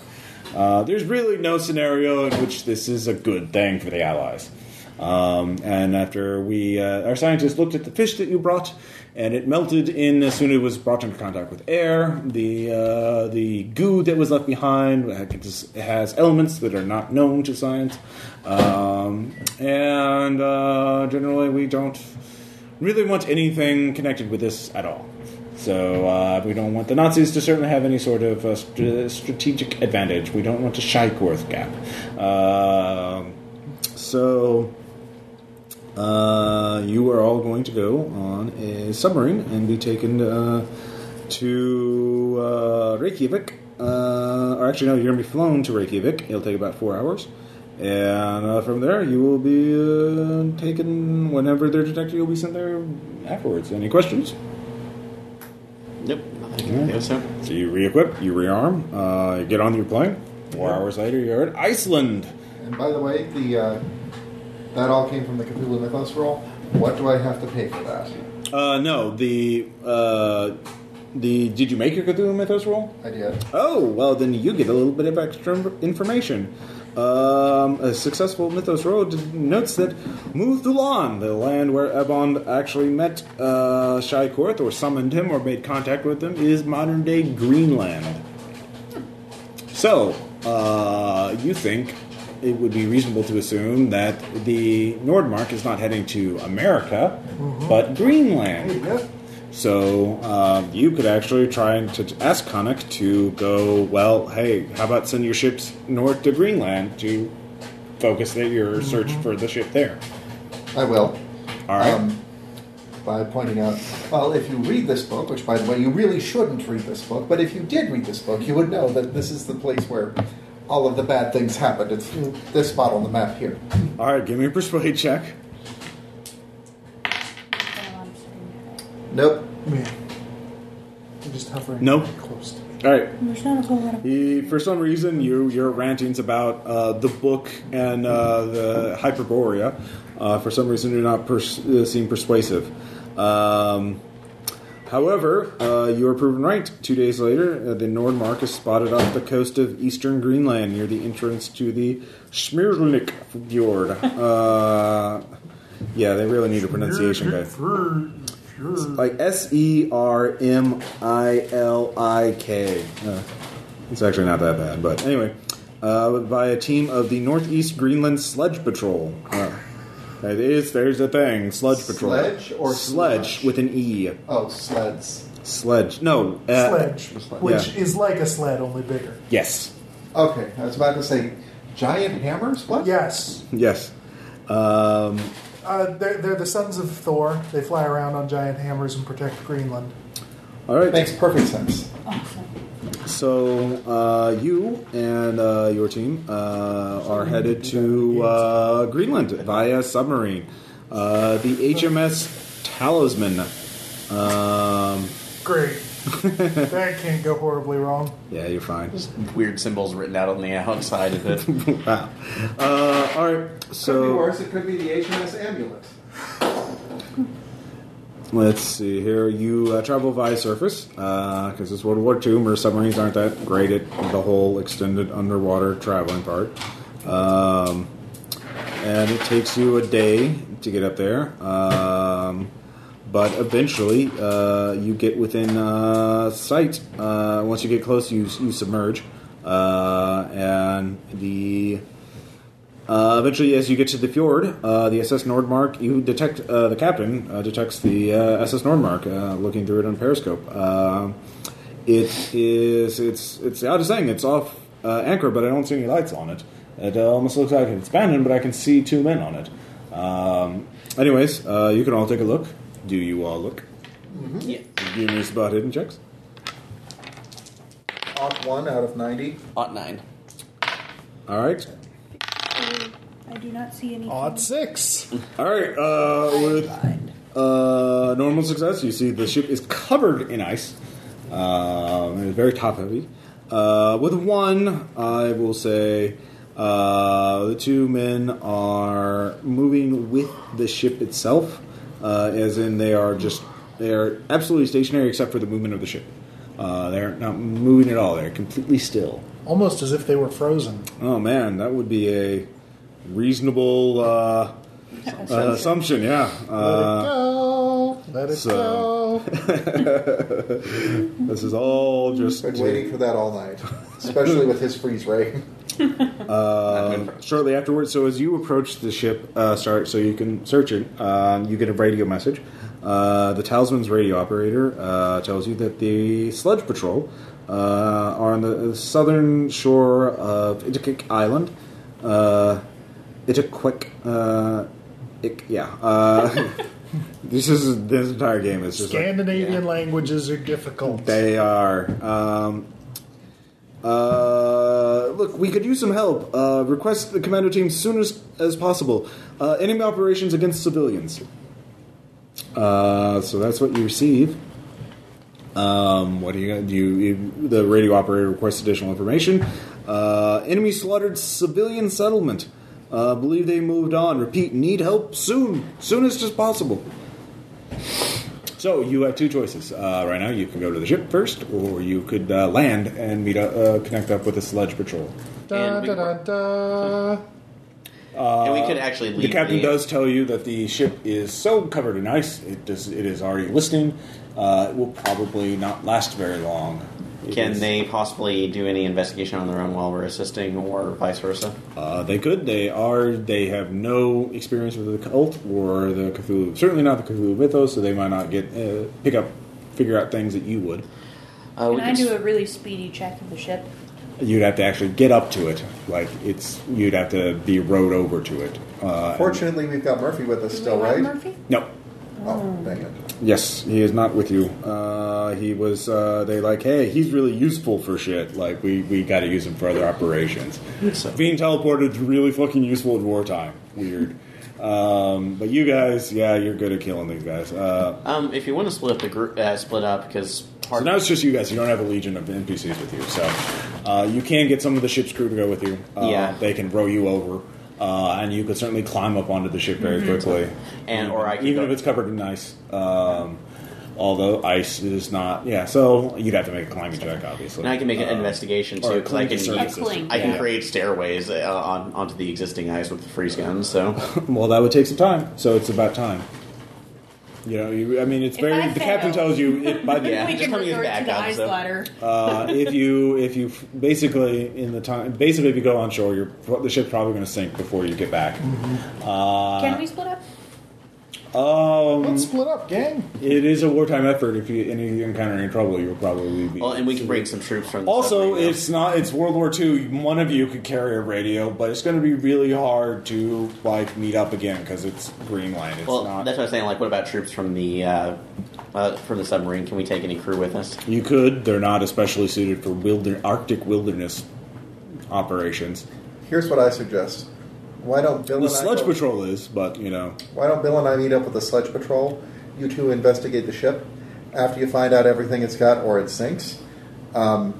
Speaker 1: Uh, there's really no scenario in which this is a good thing for the Allies. Um, and after we, uh, our scientists looked at the fish that you brought, and it melted in as soon as it was brought into contact with air. The uh, the goo that was left behind has- has elements that are not known to science, um, and uh, generally we don't really want anything connected with this at all. So uh, we don't want the Nazis to certainly have any sort of uh, st- strategic advantage. We don't want a Shykorth gap. Um So, uh, you are all going to go on a submarine and be taken uh, to uh, Reykjavik. Uh, or actually, no, you're going to be flown to Reykjavik. It'll take about four hours. And uh, from there, you will be uh, taken whenever they're detected. You'll be sent there afterwards. Any questions?
Speaker 4: Yep. I think so.
Speaker 1: So you re-equip, you rearm, uh, you get on your plane. Four hours later, you're at Iceland.
Speaker 2: And by the way, the uh, that all came from the Cthulhu Mythos roll. What do I have to pay for that?
Speaker 1: Uh, no, the uh, the did you make your Cthulhu Mythos roll?
Speaker 2: I did.
Speaker 1: Oh, well then you get a little bit of extra information. Um, a successful Mythos roll d- notes that Move the Lawn, the land where Ebon actually met uh, Shai Korth or summoned him or made contact with him, is modern day Greenland. So, uh, you think it would be reasonable to assume that the Nordmark is not heading to America, but Greenland. So um, you could actually try to ask Connick to go. Well, hey, how about send your ships north to Greenland to focus their, your search for the ship there?
Speaker 2: I will.
Speaker 1: All right.
Speaker 2: Um, by pointing out, well, if you read this book, which by the way, you really shouldn't read this book, but if you did read this book, you would know that this is the place where all of the bad things happened. It's this spot on the map here.
Speaker 1: All right. Give me a persuade check.
Speaker 2: Nope.
Speaker 3: Yeah. They're just hovering
Speaker 1: Nope.
Speaker 3: close to me.
Speaker 1: All right.
Speaker 6: There's not a whole lot of.
Speaker 1: He, for some reason, you your rantings about uh, the book and uh, the Hyperborea, uh, for some reason, do not pers- uh, seem persuasive. Um, however, uh, you are proven right. Two days later, uh, the Nordmark is spotted off the coast of eastern Greenland near the entrance to the Smirnik Fjord. Uh, yeah, they really need a pronunciation guy. Like S E R M I L I K. Uh, It's actually not that bad, but anyway. Uh, by a team of the Northeast Greenland Sledge Patrol. Uh, it is, there's a thing, Sledge Patrol.
Speaker 2: Sledge or
Speaker 1: Sledge
Speaker 2: sludge?
Speaker 1: with an E.
Speaker 2: Oh, sleds.
Speaker 1: Sledge. No. Uh,
Speaker 3: Sledge,
Speaker 2: sled.
Speaker 3: which
Speaker 1: Yeah.
Speaker 3: is like a sled, only bigger.
Speaker 1: Yes.
Speaker 2: Okay, I was about to say giant hammers. What?
Speaker 3: Yes.
Speaker 1: Yes. Um,
Speaker 3: Uh, they're, they're the sons of Thor. They fly around on giant hammers and protect Greenland.
Speaker 1: all right.
Speaker 2: makes perfect sense.
Speaker 1: So uh, you and uh, your team uh, are headed to uh, Greenland via submarine. Uh, the HMS Talisman. Um,
Speaker 3: Great. that can't go horribly wrong.
Speaker 1: yeah, you're fine.
Speaker 4: Weird symbols written out on the outside of it.
Speaker 1: Wow. Uh, all right.
Speaker 2: could be
Speaker 1: So
Speaker 2: worse. It could be the HMS Amulet.
Speaker 1: let's see here. You uh, travel via surface because it's World War II. Mer submarines aren't that great at the whole extended underwater traveling part. Um, and it takes you a day to get up there. Um, but eventually, uh, you get within uh, sight. Uh, once you get close, you you submerge, uh, and the uh, eventually, as you get to the fjord, uh, the SS Nordmark, you detect uh, the captain uh, detects the uh, SS Nordmark uh, looking through it on periscope. Uh, it is it's it's out of saying it's off uh, anchor, but I don't see any lights on it. It uh, almost looks like it's abandoned, but I can see two men on it. Um, anyways, uh, you can all take a look. Do you all look?
Speaker 4: yeah.
Speaker 1: Give me spot hidden checks.
Speaker 2: Off one out of ninety.
Speaker 4: Ought nine.
Speaker 1: All right.
Speaker 6: I do not see any.
Speaker 3: Odd six.
Speaker 1: All right. Uh, with uh, normal success, you see the ship is covered in ice. Um, it's very top heavy. Uh, with one, I will say uh, the two men are moving with the ship itself, uh, as in they are just they are absolutely stationary except for the movement of the ship. Uh, they're not moving at all. They're completely still.
Speaker 3: Almost as if they were frozen.
Speaker 1: Oh man, that would be a reasonable uh, uh, assumption. Yeah. Uh,
Speaker 3: Let it go. Let it
Speaker 1: so- This is all just
Speaker 2: Been waiting for that all night, especially with his freeze ray.
Speaker 1: uh, shortly afterwards. So as you approach the ship, uh, start so you can search it. Um, you get a radio message. Uh, the talisman's radio operator uh, tells you that the sledge patrol uh, are on the southern shore of Itakik Island. Uh, It's a quick. Uh, ick, yeah. Uh, this is this entire game is just like,
Speaker 3: Scandinavian languages are difficult.
Speaker 1: they are. Um, uh, look, we could use some help. Uh, request the commando team soon as, as possible. Uh, enemy operations against civilians. Uh, so that's what you receive. Um, what do you do? You, you- the radio operator requests additional information. Uh, enemy slaughtered civilian settlement. Uh, believe they moved on. Repeat. Need help soon. Soonest as possible. So you have two choices uh, right now. You can go to the ship first, or you could uh, land and meet up, uh, connect up with the sledge patrol.
Speaker 3: Da,
Speaker 4: And we-
Speaker 3: da, da, da.
Speaker 4: and we could actually leave.
Speaker 1: Uh, The captain does tell you that the ship is so covered in ice, it does. It is already listing. Uh, it will probably not last very long. It
Speaker 4: Can
Speaker 1: is-
Speaker 4: they possibly do any investigation on their own while we're assisting, or vice versa?
Speaker 1: Uh, they could. They are. They have no experience with the cult or the Cthulhu. Certainly not the Cthulhu mythos, so they might not get uh, pick up, figure out things that you would.
Speaker 4: Uh,
Speaker 6: Can I do a
Speaker 4: it?
Speaker 6: really speedy check of the ship?
Speaker 1: You'd have to actually get up to it. Like it's. You'd have to be rowed over to it. Uh, and-
Speaker 2: Fortunately, we've got Murphy with us
Speaker 6: Do we
Speaker 2: still,
Speaker 6: have
Speaker 2: right?
Speaker 6: Murphy?
Speaker 1: No.
Speaker 2: Oh, dang it.
Speaker 1: Yes, he is not with you. Uh, he was. Uh, they like, hey, he's really useful for shit. Like we we got to use him for other operations.
Speaker 4: So-
Speaker 1: Being teleported is really fucking useful in wartime. Weird. Um, but you guys, yeah, you're good at killing these guys. Uh,
Speaker 4: Um, if you want to split up the group, uh, split up because
Speaker 1: so now it's just you guys. You don't have a legion of NPCs with you, so uh, you can get some of the ship's crew to go with you. Uh,
Speaker 4: Yeah.
Speaker 1: they can row you over, uh, and you could certainly climb up onto the ship very quickly.
Speaker 4: Mm-hmm. And- or I could
Speaker 1: even
Speaker 4: go-
Speaker 1: if it's covered in ice. Um, although ice is not, yeah. So you'd have to make a climbing check, obviously.
Speaker 4: and I can make an
Speaker 1: Uh,
Speaker 4: investigation
Speaker 1: or
Speaker 4: too. 'cause I
Speaker 1: climbing
Speaker 4: can,
Speaker 1: services.
Speaker 6: A clink.
Speaker 4: I can
Speaker 1: Yeah.
Speaker 4: create stairways uh, on, onto the existing ice with the freeze gun. So
Speaker 1: Well, that would take some time, so it's about time. You know, you, I mean, it's
Speaker 6: If
Speaker 1: very.
Speaker 6: I
Speaker 1: the captain
Speaker 6: fail.
Speaker 1: tells you it, by the
Speaker 4: Yeah,
Speaker 6: we
Speaker 4: just
Speaker 6: can
Speaker 4: coming as
Speaker 6: resort to the
Speaker 4: backup,
Speaker 6: ice
Speaker 4: so-
Speaker 6: ladder.
Speaker 1: uh, if you if you f- basically in the time basically if you go on shore, you're pro- the ship's probably going to sink before you get back. Uh,
Speaker 6: Can we split up?
Speaker 1: Um,
Speaker 3: Let's split up, gang.
Speaker 1: it is a wartime effort. If you and if you encounter any trouble, you'll probably be.
Speaker 4: well, and we can bring some troops from. The
Speaker 1: Also,
Speaker 4: submarine, though.
Speaker 1: it's not. It's World War II. One of you could carry a radio, but it's going to be really hard to like meet up again because it's Greenland. It's
Speaker 4: well,
Speaker 1: not.
Speaker 4: that's what I'm saying. Like, what about troops from the uh, uh, from the submarine? Can we take any crew with us?
Speaker 1: You could. They're not especially suited for wilder- Arctic wilderness operations.
Speaker 2: Here's what I suggest. Why don't Bill
Speaker 1: The
Speaker 2: and I
Speaker 1: Sludge
Speaker 2: go-
Speaker 1: Patrol is, but you know,
Speaker 2: Why don't Bill and I meet up with the sledge patrol? You two investigate the ship. After you find out everything it's got or it sinks, um,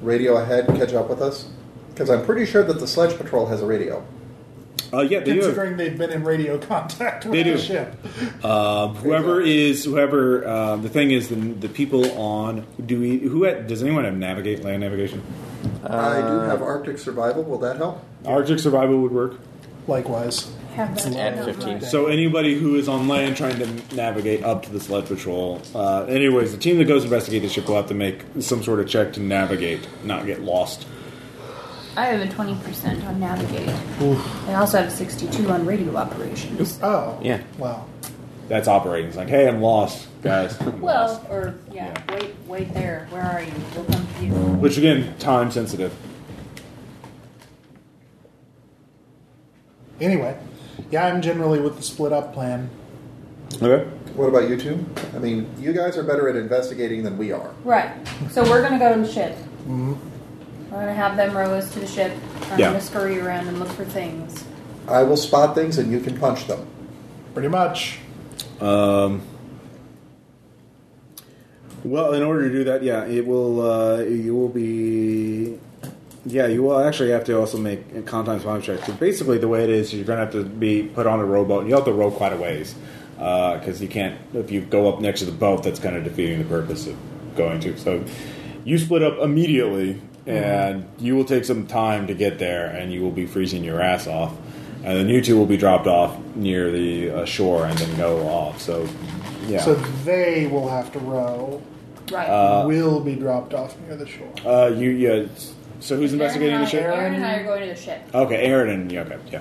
Speaker 2: radio ahead, catch up with us. Because I'm pretty sure that the sledge patrol has a radio.
Speaker 1: uh, yeah, they do. have-
Speaker 3: Considering they've been in radio contact with
Speaker 1: They
Speaker 3: the
Speaker 1: do.
Speaker 3: ship.
Speaker 1: Uh, whoever is whoever. Uh, the thing is, the, the people on. Do we? Who had, does anyone have navigate land navigation?
Speaker 2: I do have Arctic survival. Will that help?
Speaker 1: Arctic survival would work.
Speaker 3: Likewise.
Speaker 5: Have that.
Speaker 4: At 15.
Speaker 1: So anybody who is on land trying to navigate up to the sled patrol, uh, anyways, the team that goes investigate the ship will have to make some sort of check to navigate, not get lost.
Speaker 5: I have a 20% on navigate. I also have 62 on radio operations.
Speaker 3: Oh.
Speaker 4: Yeah.
Speaker 3: Wow.
Speaker 1: That's operating. It's like, hey, I'm lost, guys. I'm lost.
Speaker 6: Well, or yeah,
Speaker 1: Yeah.
Speaker 6: wait, wait there. Where are you? We'll come to you.
Speaker 1: which again, time sensitive.
Speaker 3: Anyway, yeah, I'm generally with the split up plan.
Speaker 1: Okay.
Speaker 2: What about you two? I mean, you guys are better at investigating than we are.
Speaker 5: Right. So we're gonna go to the ship. We're gonna have them row us to the ship. I'm
Speaker 1: Yeah.
Speaker 5: gonna scurry around and look for things.
Speaker 2: I will spot things and you can punch them.
Speaker 3: Pretty much.
Speaker 1: Um, well, in order to do that, yeah, it will. Uh, you will be. Yeah, you will actually have to also make a con times five check. So basically, the way it is, you're going to have to be put on a rowboat, and you have to row quite a ways because you can't. If you go up next to the boat, that's kind of defeating the purpose of going to. So you split up immediately, and you will take some time to get there, and you will be freezing your ass off. And then you two will be dropped off near the uh, shore and then go off. So, yeah.
Speaker 3: So they will have to row.
Speaker 5: Right.
Speaker 3: will be dropped off near the shore.
Speaker 1: Uh, you, yeah. So who's investigating the ship?
Speaker 5: Aaron and I are going to the ship.
Speaker 1: Okay, Aaron and yeah, okay, yeah,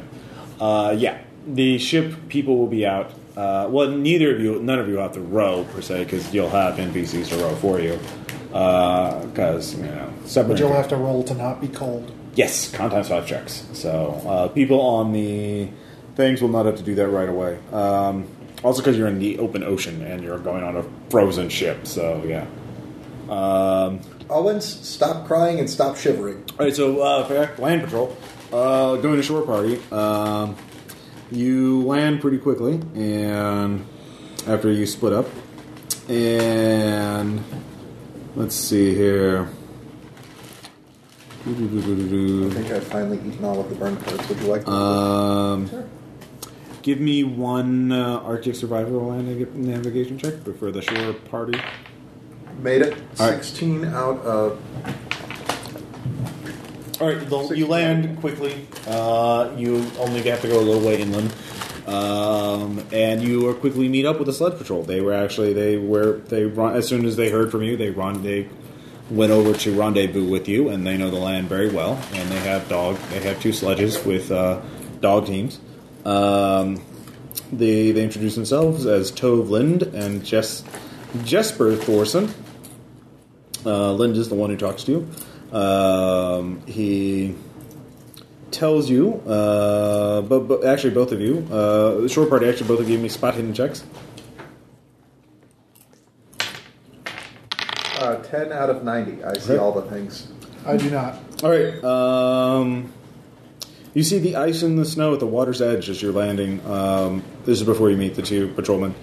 Speaker 1: uh, yeah. The ship people will be out. Uh, well, neither of you, none of you have to row per se because you'll have NPCs to row for uh, you. Because you know, submarine.
Speaker 3: But you'll have to roll to not be cold.
Speaker 1: Yes, con times five checks. So uh, people on the things will not have to do that right away. Um, also, because you're in the open ocean and you're going on a frozen ship, so yeah. Um,
Speaker 2: Owens, stop crying and stop shivering.
Speaker 1: all right, so uh, fact, land patrol, uh, going to shore party. Um, you land pretty quickly, and after you split up, and let's see here.
Speaker 2: I think I've finally eaten all of the burn parts. Would you like?
Speaker 1: Um, Give me one uh, Arctic survival and nav- navigation check for the shore party.
Speaker 2: Made it
Speaker 1: All right.
Speaker 2: sixteen out of
Speaker 1: All right, the, you land quickly. Uh, you only have to go a little way inland, um, and you are quickly meet up with the sled patrol. They were actually they were they run, as soon as they heard from you, they run they went over to rendezvous with you, and they know the land very well. And they have dog they have two sledges with uh, dog teams. Um, they they introduce themselves as Tove Lind and Jess Jesper Thorson. Uh, Lind is the one who talks to you. Um, he tells you, uh, but, but actually both of you, uh, the short party actually both of you gave me spot hidden checks.
Speaker 2: uh, ten out of ninety. I see
Speaker 1: Okay.
Speaker 2: all the things.
Speaker 3: I do not.
Speaker 1: All right. Um, you see the ice and the snow at the water's edge as you're landing. Um, this is before you meet the two patrolmen.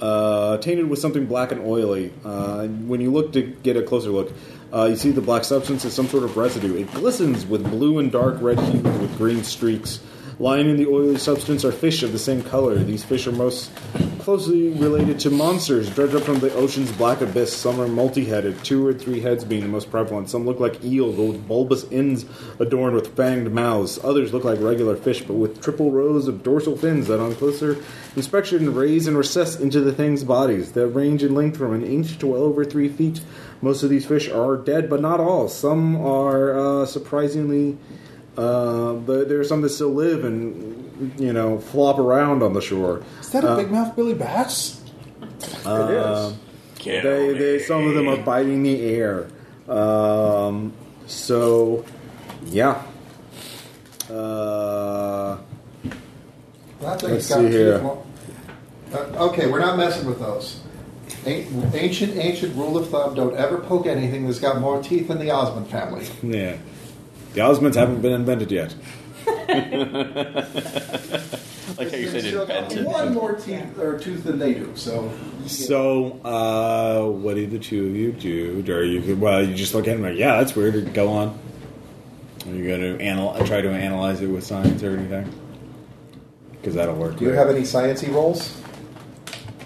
Speaker 1: Uh, tainted with something black and oily. Uh, and when you look to get a closer look, uh, you see the black substance is some sort of residue. It glistens with blue and dark red hues with green streaks. Lying in the oily substance are fish of the same color. These fish are most closely related to monsters dredged up from the ocean's black abyss. Some are multi headed, two or three heads being the most prevalent. Some look like eels with bulbous ends adorned with fanged mouths. Others look like regular fish, but with triple rows of dorsal fins that, on closer inspection, raise and recess into the thing's bodies that range in length from an inch to well over three feet. Most of these fish are dead, but not all. Some are uh, surprisingly. Uh, but there are some that still live and, you know, flop around on the shore.
Speaker 3: Is that a
Speaker 1: Uh,
Speaker 3: big mouth Billy Bass?
Speaker 2: it is.
Speaker 4: Kill
Speaker 1: They, they,
Speaker 4: me.
Speaker 1: some of them are biting the air. Um, so, yeah. Uh,
Speaker 7: That
Speaker 1: Let's
Speaker 7: thing's
Speaker 1: see
Speaker 7: got
Speaker 1: here.
Speaker 7: teeth. Well, uh, okay, we're not messing with those. An- Ancient, ancient rule of thumb: don't ever poke anything that's got more teeth than the Osmond family.
Speaker 1: yeah. The Osmonds haven't been invented yet.
Speaker 4: like how you
Speaker 7: They've
Speaker 4: said
Speaker 7: still got
Speaker 4: invented.
Speaker 7: One more teeth or tooth than they do. So,
Speaker 1: So, uh, what do the two of you do? Or you could, well, you just look at them like, yeah, that's weird. Go on. Are you going to anal- try to analyze it with science or anything? Because that'll work.
Speaker 2: Do you
Speaker 1: right?
Speaker 2: have any sciency rolls?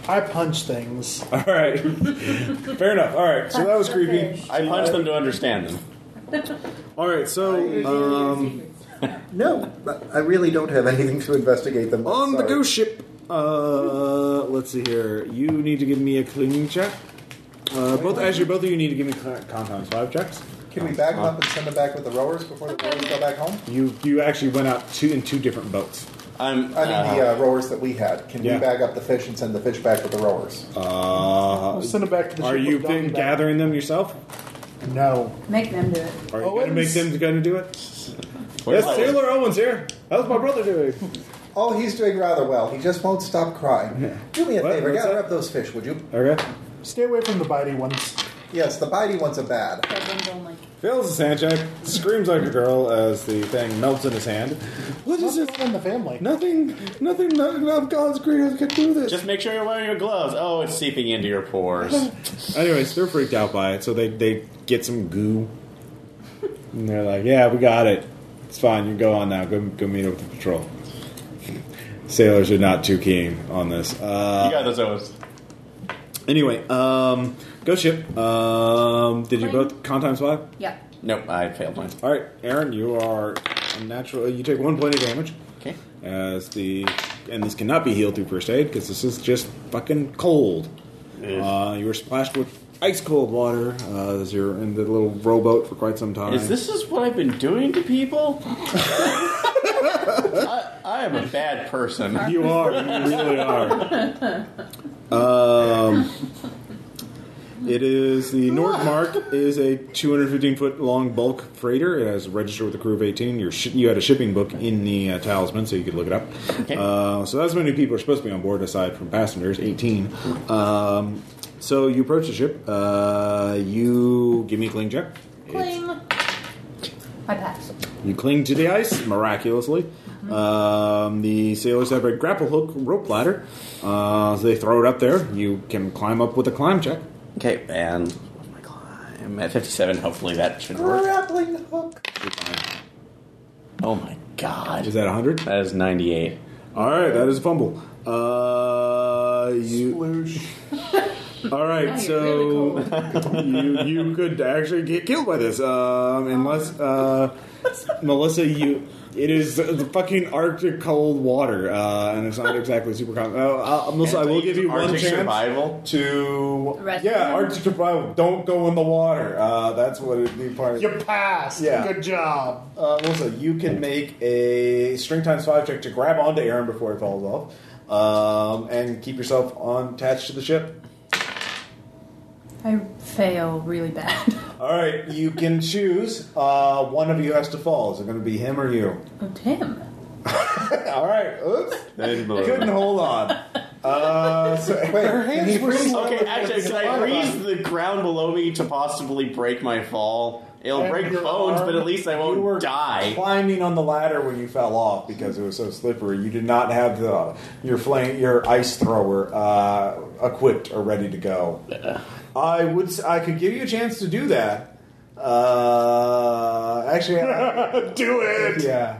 Speaker 3: I punch things.
Speaker 1: All right. Fair enough. All right. So that was creepy.
Speaker 4: I punch them to understand them.
Speaker 1: All right. So, um,
Speaker 2: No, I really don't have anything to investigate them. with,
Speaker 1: uh, On the
Speaker 2: sorry.
Speaker 1: ghost ship. Uh, let's see here. You need to give me a cleaning check. Uh, both actually, both of you need to give me cl- con times five checks.
Speaker 2: Can we back them up and send them back with the rowers before the rowers go back home?
Speaker 1: You you actually went out two in two different boats.
Speaker 4: I'm.
Speaker 2: I mean,
Speaker 4: uh,
Speaker 2: the uh, rowers that we had. Can
Speaker 1: Yeah.
Speaker 2: we bag up the fish and send the fish back with the rowers?
Speaker 1: Uh,
Speaker 3: We'll send it back to the
Speaker 1: are
Speaker 3: ship
Speaker 1: you
Speaker 3: with Donnie
Speaker 1: then
Speaker 3: back.
Speaker 1: gathering them yourself?
Speaker 3: No.
Speaker 5: Make them do it.
Speaker 1: Are you going to make
Speaker 3: Owens?
Speaker 1: them going to do it?
Speaker 4: Where's
Speaker 1: yes,
Speaker 4: Owens?
Speaker 1: Sailor Owens here. How's my brother doing?
Speaker 2: Oh, he's doing rather well. He just won't stop crying. Do me a
Speaker 1: What?
Speaker 2: favor,
Speaker 1: What's
Speaker 2: gather
Speaker 1: that?
Speaker 2: up those fish, would you?
Speaker 1: Okay.
Speaker 3: Stay away from the bitey ones.
Speaker 2: Yes, the bitey ones are bad.
Speaker 1: Fails his hand check. Screams like a girl as the thing melts in his hand. What is
Speaker 3: What's
Speaker 1: this?
Speaker 3: going on in the family?
Speaker 1: Nothing. Nothing. None of God's creatures can do this.
Speaker 4: Just make sure you're wearing your gloves. Oh, it's seeping into your pores.
Speaker 1: Anyways, they're freaked out by it, so they, they get some goo. And they're like, yeah, we got it. It's fine, you go on now. Go, go meet up with the patrol. Sailors are not too keen on this.
Speaker 4: you
Speaker 1: Uh,
Speaker 4: got those Owens.
Speaker 1: anyway, um, go ship. Um, did you
Speaker 5: Plane.
Speaker 1: both con times five?
Speaker 5: Yeah.
Speaker 4: Nope, I failed mine.
Speaker 1: All right, Aaron, you are natural. You take one point of damage
Speaker 4: Okay.
Speaker 1: as the and this cannot be healed through first aid because this is just fucking cold. Uh, you were splashed with ice cold water uh, as you're in the little rowboat for quite some time.
Speaker 4: Is this is what I've been doing to people? I, I am a bad person.
Speaker 1: You are. You really are. Um, It is the Nordmark is a 215 foot long bulk freighter. It has registered with a crew of 18. Your shi you had a shipping book in the uh, talisman, so you could look it up. Uh, so that's how many people are supposed to be on board, aside from passengers, 18. Um, so you approach the ship. Uh, you give me a cling check. It's-
Speaker 5: I pass.
Speaker 1: you cling to the ice miraculously. Um, the sailors have a grapple hook rope ladder. Uh, so they throw it up there. You can climb up with a climb check.
Speaker 4: Okay, and I'm at 57. Hopefully that should work.
Speaker 2: Grappling hook.
Speaker 4: Oh my god.
Speaker 1: Is that 100?
Speaker 4: That is 98.
Speaker 1: All right, that is a fumble. Uh, you.
Speaker 3: Sploosh.
Speaker 1: All right,
Speaker 5: Now you're
Speaker 1: so
Speaker 5: really
Speaker 1: you you could actually get killed by this, um, unless uh, Melissa, you. It is the fucking Arctic cold water, uh, and it's not exactly super common. Uh, uh, Melissa, I will give you one
Speaker 4: Arctic
Speaker 1: chance.
Speaker 4: survival.
Speaker 1: to
Speaker 5: Rest
Speaker 1: yeah
Speaker 5: in-
Speaker 1: arctic survival don't go in the water uh, that's what it'd be part of
Speaker 3: You passed.
Speaker 1: Yeah.
Speaker 3: Good job.
Speaker 1: uh, Melissa, you can make a string times five check to grab onto Aaron before it falls off um, and keep yourself on attached to the ship
Speaker 5: I fail really bad.
Speaker 1: all right you can choose uh, one of you has to fall is it going to be him or you
Speaker 5: Oh, Tim.
Speaker 1: all right oops couldn't
Speaker 4: okay,
Speaker 1: hold on uh, so
Speaker 2: Her hands were
Speaker 4: actually, can I freeze the ground below me to possibly break my fall? It'll
Speaker 3: And
Speaker 4: break
Speaker 3: your
Speaker 4: bones,
Speaker 3: arm.
Speaker 4: but at least I
Speaker 1: you were
Speaker 4: won't die.
Speaker 1: climbing on the ladder when you fell off because it was so slippery. You did not have the your flame your ice thrower uh, equipped or ready to go. I would s- I could give you a chance to do that. Uh, actually, I-
Speaker 3: Do it.
Speaker 1: yeah.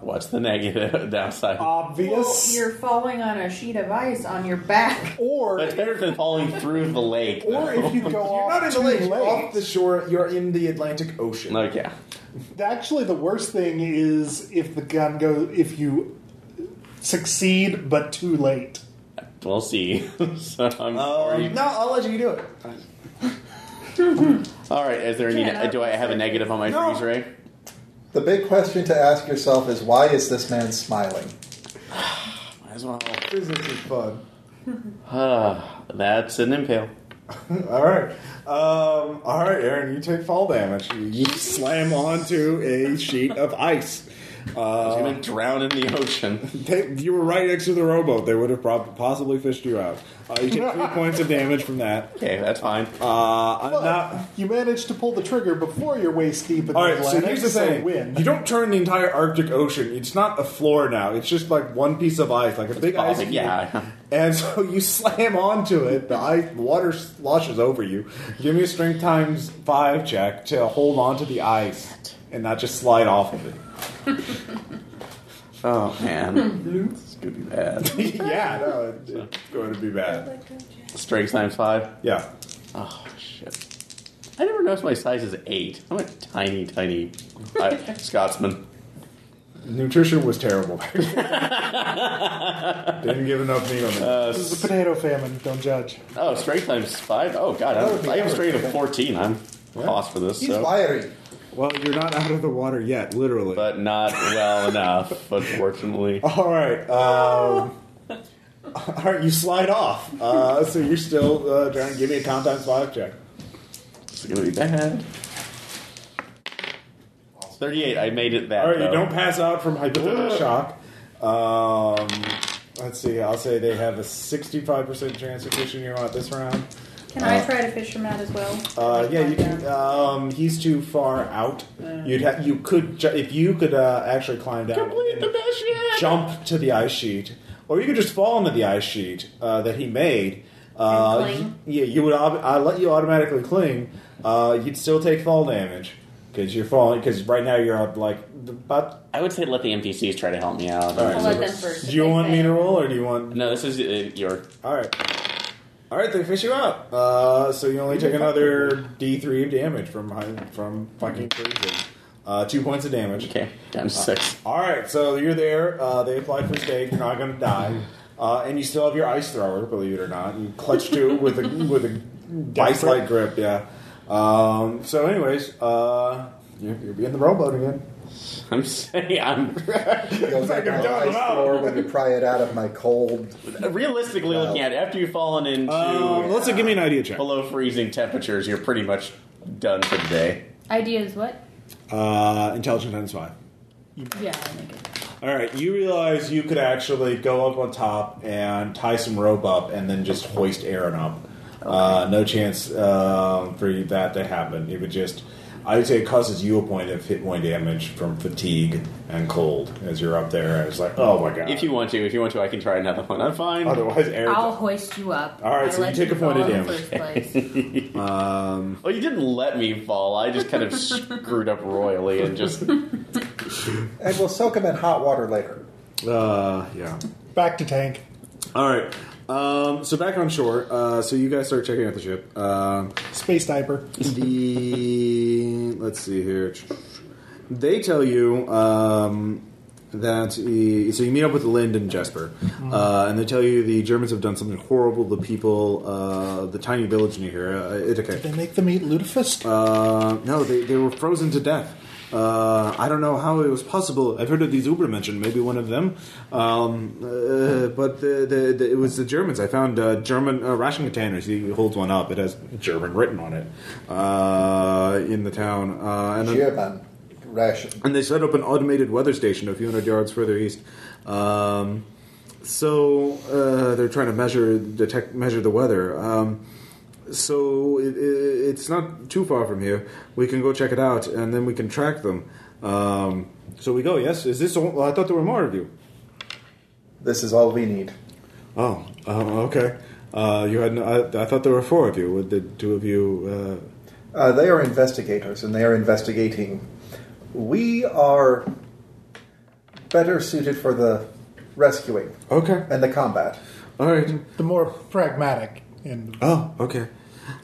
Speaker 4: What's the negative downside?
Speaker 3: Uh, Obvious.
Speaker 6: you're falling on a sheet of ice on your back.
Speaker 1: Or
Speaker 4: That's better than falling through the lake.
Speaker 3: or if you go
Speaker 1: you're
Speaker 3: off
Speaker 1: not in the
Speaker 3: too
Speaker 1: lake,
Speaker 3: late,
Speaker 1: you're off the shore. You're in the Atlantic Ocean.
Speaker 4: Like, yeah.
Speaker 3: Actually, the worst thing is if the gun goes if you succeed but too late.
Speaker 4: We'll see. so
Speaker 1: Um,
Speaker 4: I'm already-
Speaker 1: no, I'll let you do it.
Speaker 4: All right. Is there any?
Speaker 5: Yeah.
Speaker 4: do I have a negative on my
Speaker 1: No.
Speaker 4: freeze ray?
Speaker 2: The big question to ask yourself is why is this man smiling?
Speaker 4: Might as well.
Speaker 1: Business is fun.
Speaker 4: Ah, that's an impale.
Speaker 1: All right, um, all right, Aaron. You take fall damage. You, you slam onto a sheet of ice.
Speaker 4: I was
Speaker 1: Uh,
Speaker 4: gonna drown in the ocean.
Speaker 1: they- you were right next to the rowboat. They would have prob- possibly fished you out. Uh, you take three points of damage from that.
Speaker 4: Okay, that's fine.
Speaker 1: Uh, I'm
Speaker 3: But
Speaker 1: not.
Speaker 3: you managed to pull the trigger before you're waist deep in
Speaker 1: All
Speaker 3: the
Speaker 1: right, so
Speaker 3: Atlantic,
Speaker 1: here's the thing:
Speaker 3: win.
Speaker 1: you don't turn the entire Arctic Ocean. It's not a floor now. It's just like one piece of ice, like a big ice.
Speaker 4: bobbing,
Speaker 1: cube.
Speaker 4: yeah.
Speaker 1: And so you slam onto it. The ice, the water sloshes over you. Give me a strength times five check to hold onto the ice and not just slide off of it.
Speaker 4: Oh man, this could be bad.
Speaker 1: yeah, no, it, it's going to be bad.
Speaker 4: Strength times five.
Speaker 1: Yeah.
Speaker 4: Oh shit! I never noticed my size is eight. I'm a tiny, tiny uh, Scotsman.
Speaker 1: Nutrition was terrible. Didn't give enough meat on it.
Speaker 3: this is a potato famine. Don't judge.
Speaker 4: Oh, strength times five. Oh god,
Speaker 2: would
Speaker 4: I'm,
Speaker 2: be
Speaker 4: I have a
Speaker 2: average.
Speaker 4: strength of fourteen. I'm lost for this.
Speaker 2: He's
Speaker 4: So.
Speaker 2: wiry.
Speaker 1: well, you're not out of the water yet, literally.
Speaker 4: But not well enough, unfortunately.
Speaker 1: All right. Um, all right, you slide off. Uh, so you're still uh, trying to give me a count times five check.
Speaker 4: It's gonna be bad. Thirty-eight. I made it that.
Speaker 1: All right, you
Speaker 4: though.
Speaker 1: don't pass out from hypothermic shock. Um, let's see. I'll say they have a 65% chance of pushing you out this round.
Speaker 6: Can I try to fish him out as well?
Speaker 1: Uh, yeah, you can. Um, he's too far out.
Speaker 6: Uh.
Speaker 1: You'd ha- you could ju- if you could uh, actually climb down, and jump to the ice sheet, or you could just fall into the ice sheet uh, that he made. Uh,
Speaker 6: And cling.
Speaker 1: y- yeah, you would. Ob- I let you automatically cling. Uh, you'd still take fall damage because you're falling. Because right now you're on like about.
Speaker 4: I would say let the NPCs try to help me out.
Speaker 1: All
Speaker 6: I'll
Speaker 1: right,
Speaker 6: let them first.
Speaker 1: uh, Do
Speaker 6: if
Speaker 1: you
Speaker 6: they
Speaker 1: want me to
Speaker 6: fail.
Speaker 1: roll, or do you want?
Speaker 4: No, this is uh, your.
Speaker 1: All right. All right, they fish you out. Uh, so you only take another D three of damage from hi- from fucking crazy. Uh, two points of damage.
Speaker 4: Okay,
Speaker 1: Uh.
Speaker 4: times six.
Speaker 1: All right, so you're there. Uh, they applied for stake. You're not going to die, uh, and you still have your ice thrower. Believe it or not, you clutch to it with a with a ice light grip. Yeah. Um, so, anyways, uh, you're, you're in the rowboat again.
Speaker 4: I'm saying, I'm
Speaker 2: Goes
Speaker 1: like
Speaker 2: up
Speaker 1: I'm
Speaker 2: my
Speaker 1: down
Speaker 2: ice
Speaker 1: low.
Speaker 2: floor when you pry it out of my cold.
Speaker 4: realistically looking at it. After you've fallen into
Speaker 1: Um, let's give me an idea check.
Speaker 4: below freezing temperatures, you're pretty much done for the day.
Speaker 5: Ideas, what?
Speaker 1: Uh, intelligence times five.
Speaker 5: Yeah, I'll make it.
Speaker 1: All right, you realize you could actually go up on top and tie some rope up, and then just hoist Aaron up. Uh, no chance um for you- that to happen. It would just, I'd say, it causes you a point of hit point damage from fatigue and cold as you're up there. It's like, oh my god.
Speaker 4: If you want to, if you want to, I can try another one. I'm fine.
Speaker 1: otherwise, Aaron.
Speaker 5: I'll hoist you up.
Speaker 1: All right,
Speaker 5: I
Speaker 1: so you
Speaker 5: let
Speaker 1: take a
Speaker 5: fall
Speaker 1: point of
Speaker 5: in the
Speaker 1: damage.
Speaker 5: first
Speaker 1: Um,
Speaker 5: place.
Speaker 4: Well, Oh, you didn't let me fall. I just kind of screwed up royally and just.
Speaker 2: And we'll soak him in hot water later.
Speaker 1: uh, yeah.
Speaker 3: Back to tank.
Speaker 1: All right. Um, so back on shore. Uh, so you guys start checking out the ship. Um,
Speaker 3: Space diaper.
Speaker 1: the let's see here. They tell you um, that uh, so you meet up with Lind and Jesper, uh, and they tell you the Germans have done something horrible to the people, uh, the tiny village near here, uh, Ithaca.
Speaker 3: They make them eat lutefisk.
Speaker 1: Uh, no, they, they were frozen to death. Uh, I don't know how it was possible. I've heard of these Uber mentioned, maybe one of them. Um, uh, but the, the, the, it was the Germans. I found uh, German uh, ration containers. He holds one up. It has German written on it uh, in the town. Uh, and, then,
Speaker 2: German ration.
Speaker 1: and they set up an automated weather station a few hundred yards further east. Um, so uh, they're trying to measure detect measure the weather. Um, so it, it, it's not too far from here. We can go check it out, and then we can track them. Um, so we go. Yes, is this? All, well, I thought there were more of you.
Speaker 2: This is all we need.
Speaker 1: Oh, uh, okay. Uh, you had. No, I, I thought there were four of you. Would the two of you? Uh,
Speaker 2: Uh, they are investigators, and they are investigating. We are better suited for the rescuing
Speaker 1: uh, okay.
Speaker 2: and the combat.
Speaker 1: All right.
Speaker 3: the more pragmatic. And
Speaker 1: Oh, okay.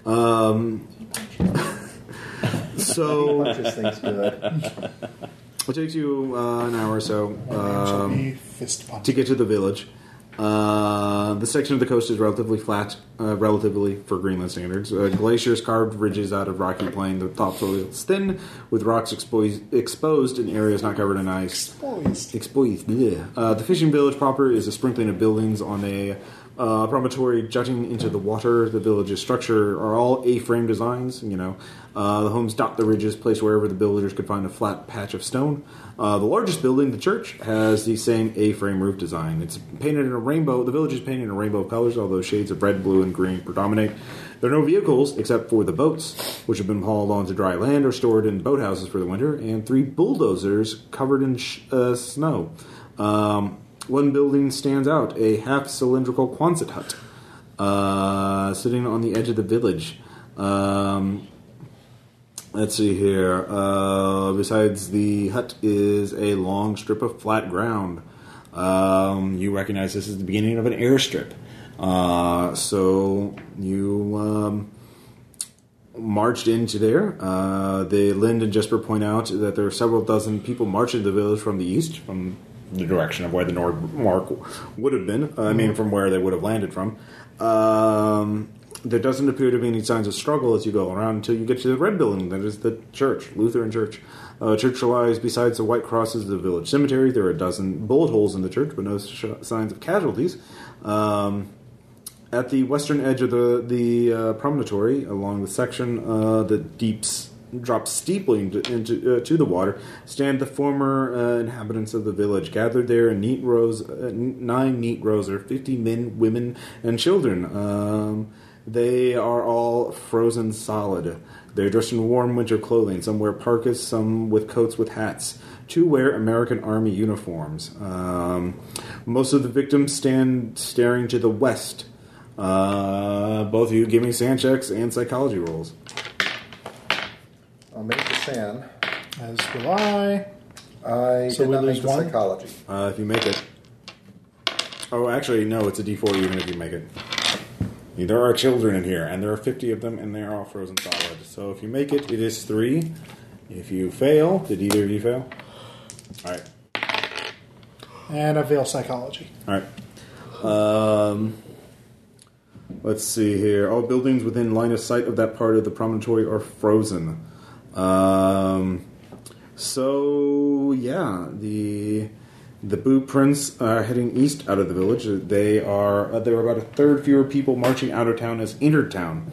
Speaker 1: Um, so
Speaker 2: Punches things good.
Speaker 1: it takes you uh, an hour or so.
Speaker 3: shall
Speaker 1: Um,
Speaker 3: be fist punch.
Speaker 1: to get to the village. Uh, the section of the coast is relatively flat, uh, relatively for Greenland standards. Uh, glaciers carved ridges out of rocky plain. The topsoil is thin, with rocks exposed, exposed in areas not covered in ice.
Speaker 3: Poised.
Speaker 1: Exposed. bleh. Uh, the fishing village proper is a sprinkling of buildings on a uh, promontory jutting into the water. The village's structure are all A-frame designs. You know, uh, the homes dot the ridges, placed wherever the builders could find a flat patch of stone. Uh, the largest building, the church, has the same A-frame roof design. It's painted in a rainbow. The village is painted in a rainbow of colors, although shades of red, blue, and green predominate. There are no vehicles except for the boats, which have been hauled onto dry land or stored in boathouses for the winter, and three bulldozers covered in sh- uh, snow. Um, one building stands out a half cylindrical Quonset hut uh, sitting on the edge of the village. Um, Let's see here. Uh, besides the hut is a long strip of flat ground. Um, you recognize this is the beginning of an airstrip. Uh, so you um, marched into there. Uh, they, Lind and Jesper point out that there are several dozen people marching to the village from the east, from the direction of where the Nordmark would have been. uh, I mean, from where they would have landed from. Um, there doesn't appear to be any signs of struggle as you go around until you get to the red building that is the church, Lutheran church. Uh, church lies besides the white crosses of the village cemetery. There are a dozen bullet holes in the church, but no sh- signs of casualties. Um, at the western edge of the the uh, promontory, along the section uh, that deeps drops steeply into, into uh, to the water, stand the former uh, inhabitants of the village, gathered there in neat rows. Uh, n- nine neat rows, or fifty men, women, and children. Um, they are all frozen solid. They're dressed in warm winter clothing. Some wear parkas, some with coats with hats. Two wear American Army uniforms. Um, most of the victims stand staring to the west. Uh, both of you give me sand checks and psychology rolls.
Speaker 2: I'll make the sand.
Speaker 3: As will I.
Speaker 2: I
Speaker 3: So
Speaker 2: did
Speaker 3: we
Speaker 2: not
Speaker 3: lose
Speaker 2: make the
Speaker 3: one?
Speaker 2: psychology.
Speaker 1: Uh, if you make it. Oh, actually, no, it's a d4 even if you make it. There are children in here, and there are 50 of them, and they are all frozen solid. So if you make it, it is three. If you fail, did either of you fail? Alright.
Speaker 3: And I veil psychology.
Speaker 1: Alright. Um, let's see here. All buildings within line of sight of that part of the promontory are frozen. Um, So yeah, the the Boo Prince are heading east out of the village. They are uh, there are about a third fewer people marching out of town as entered town.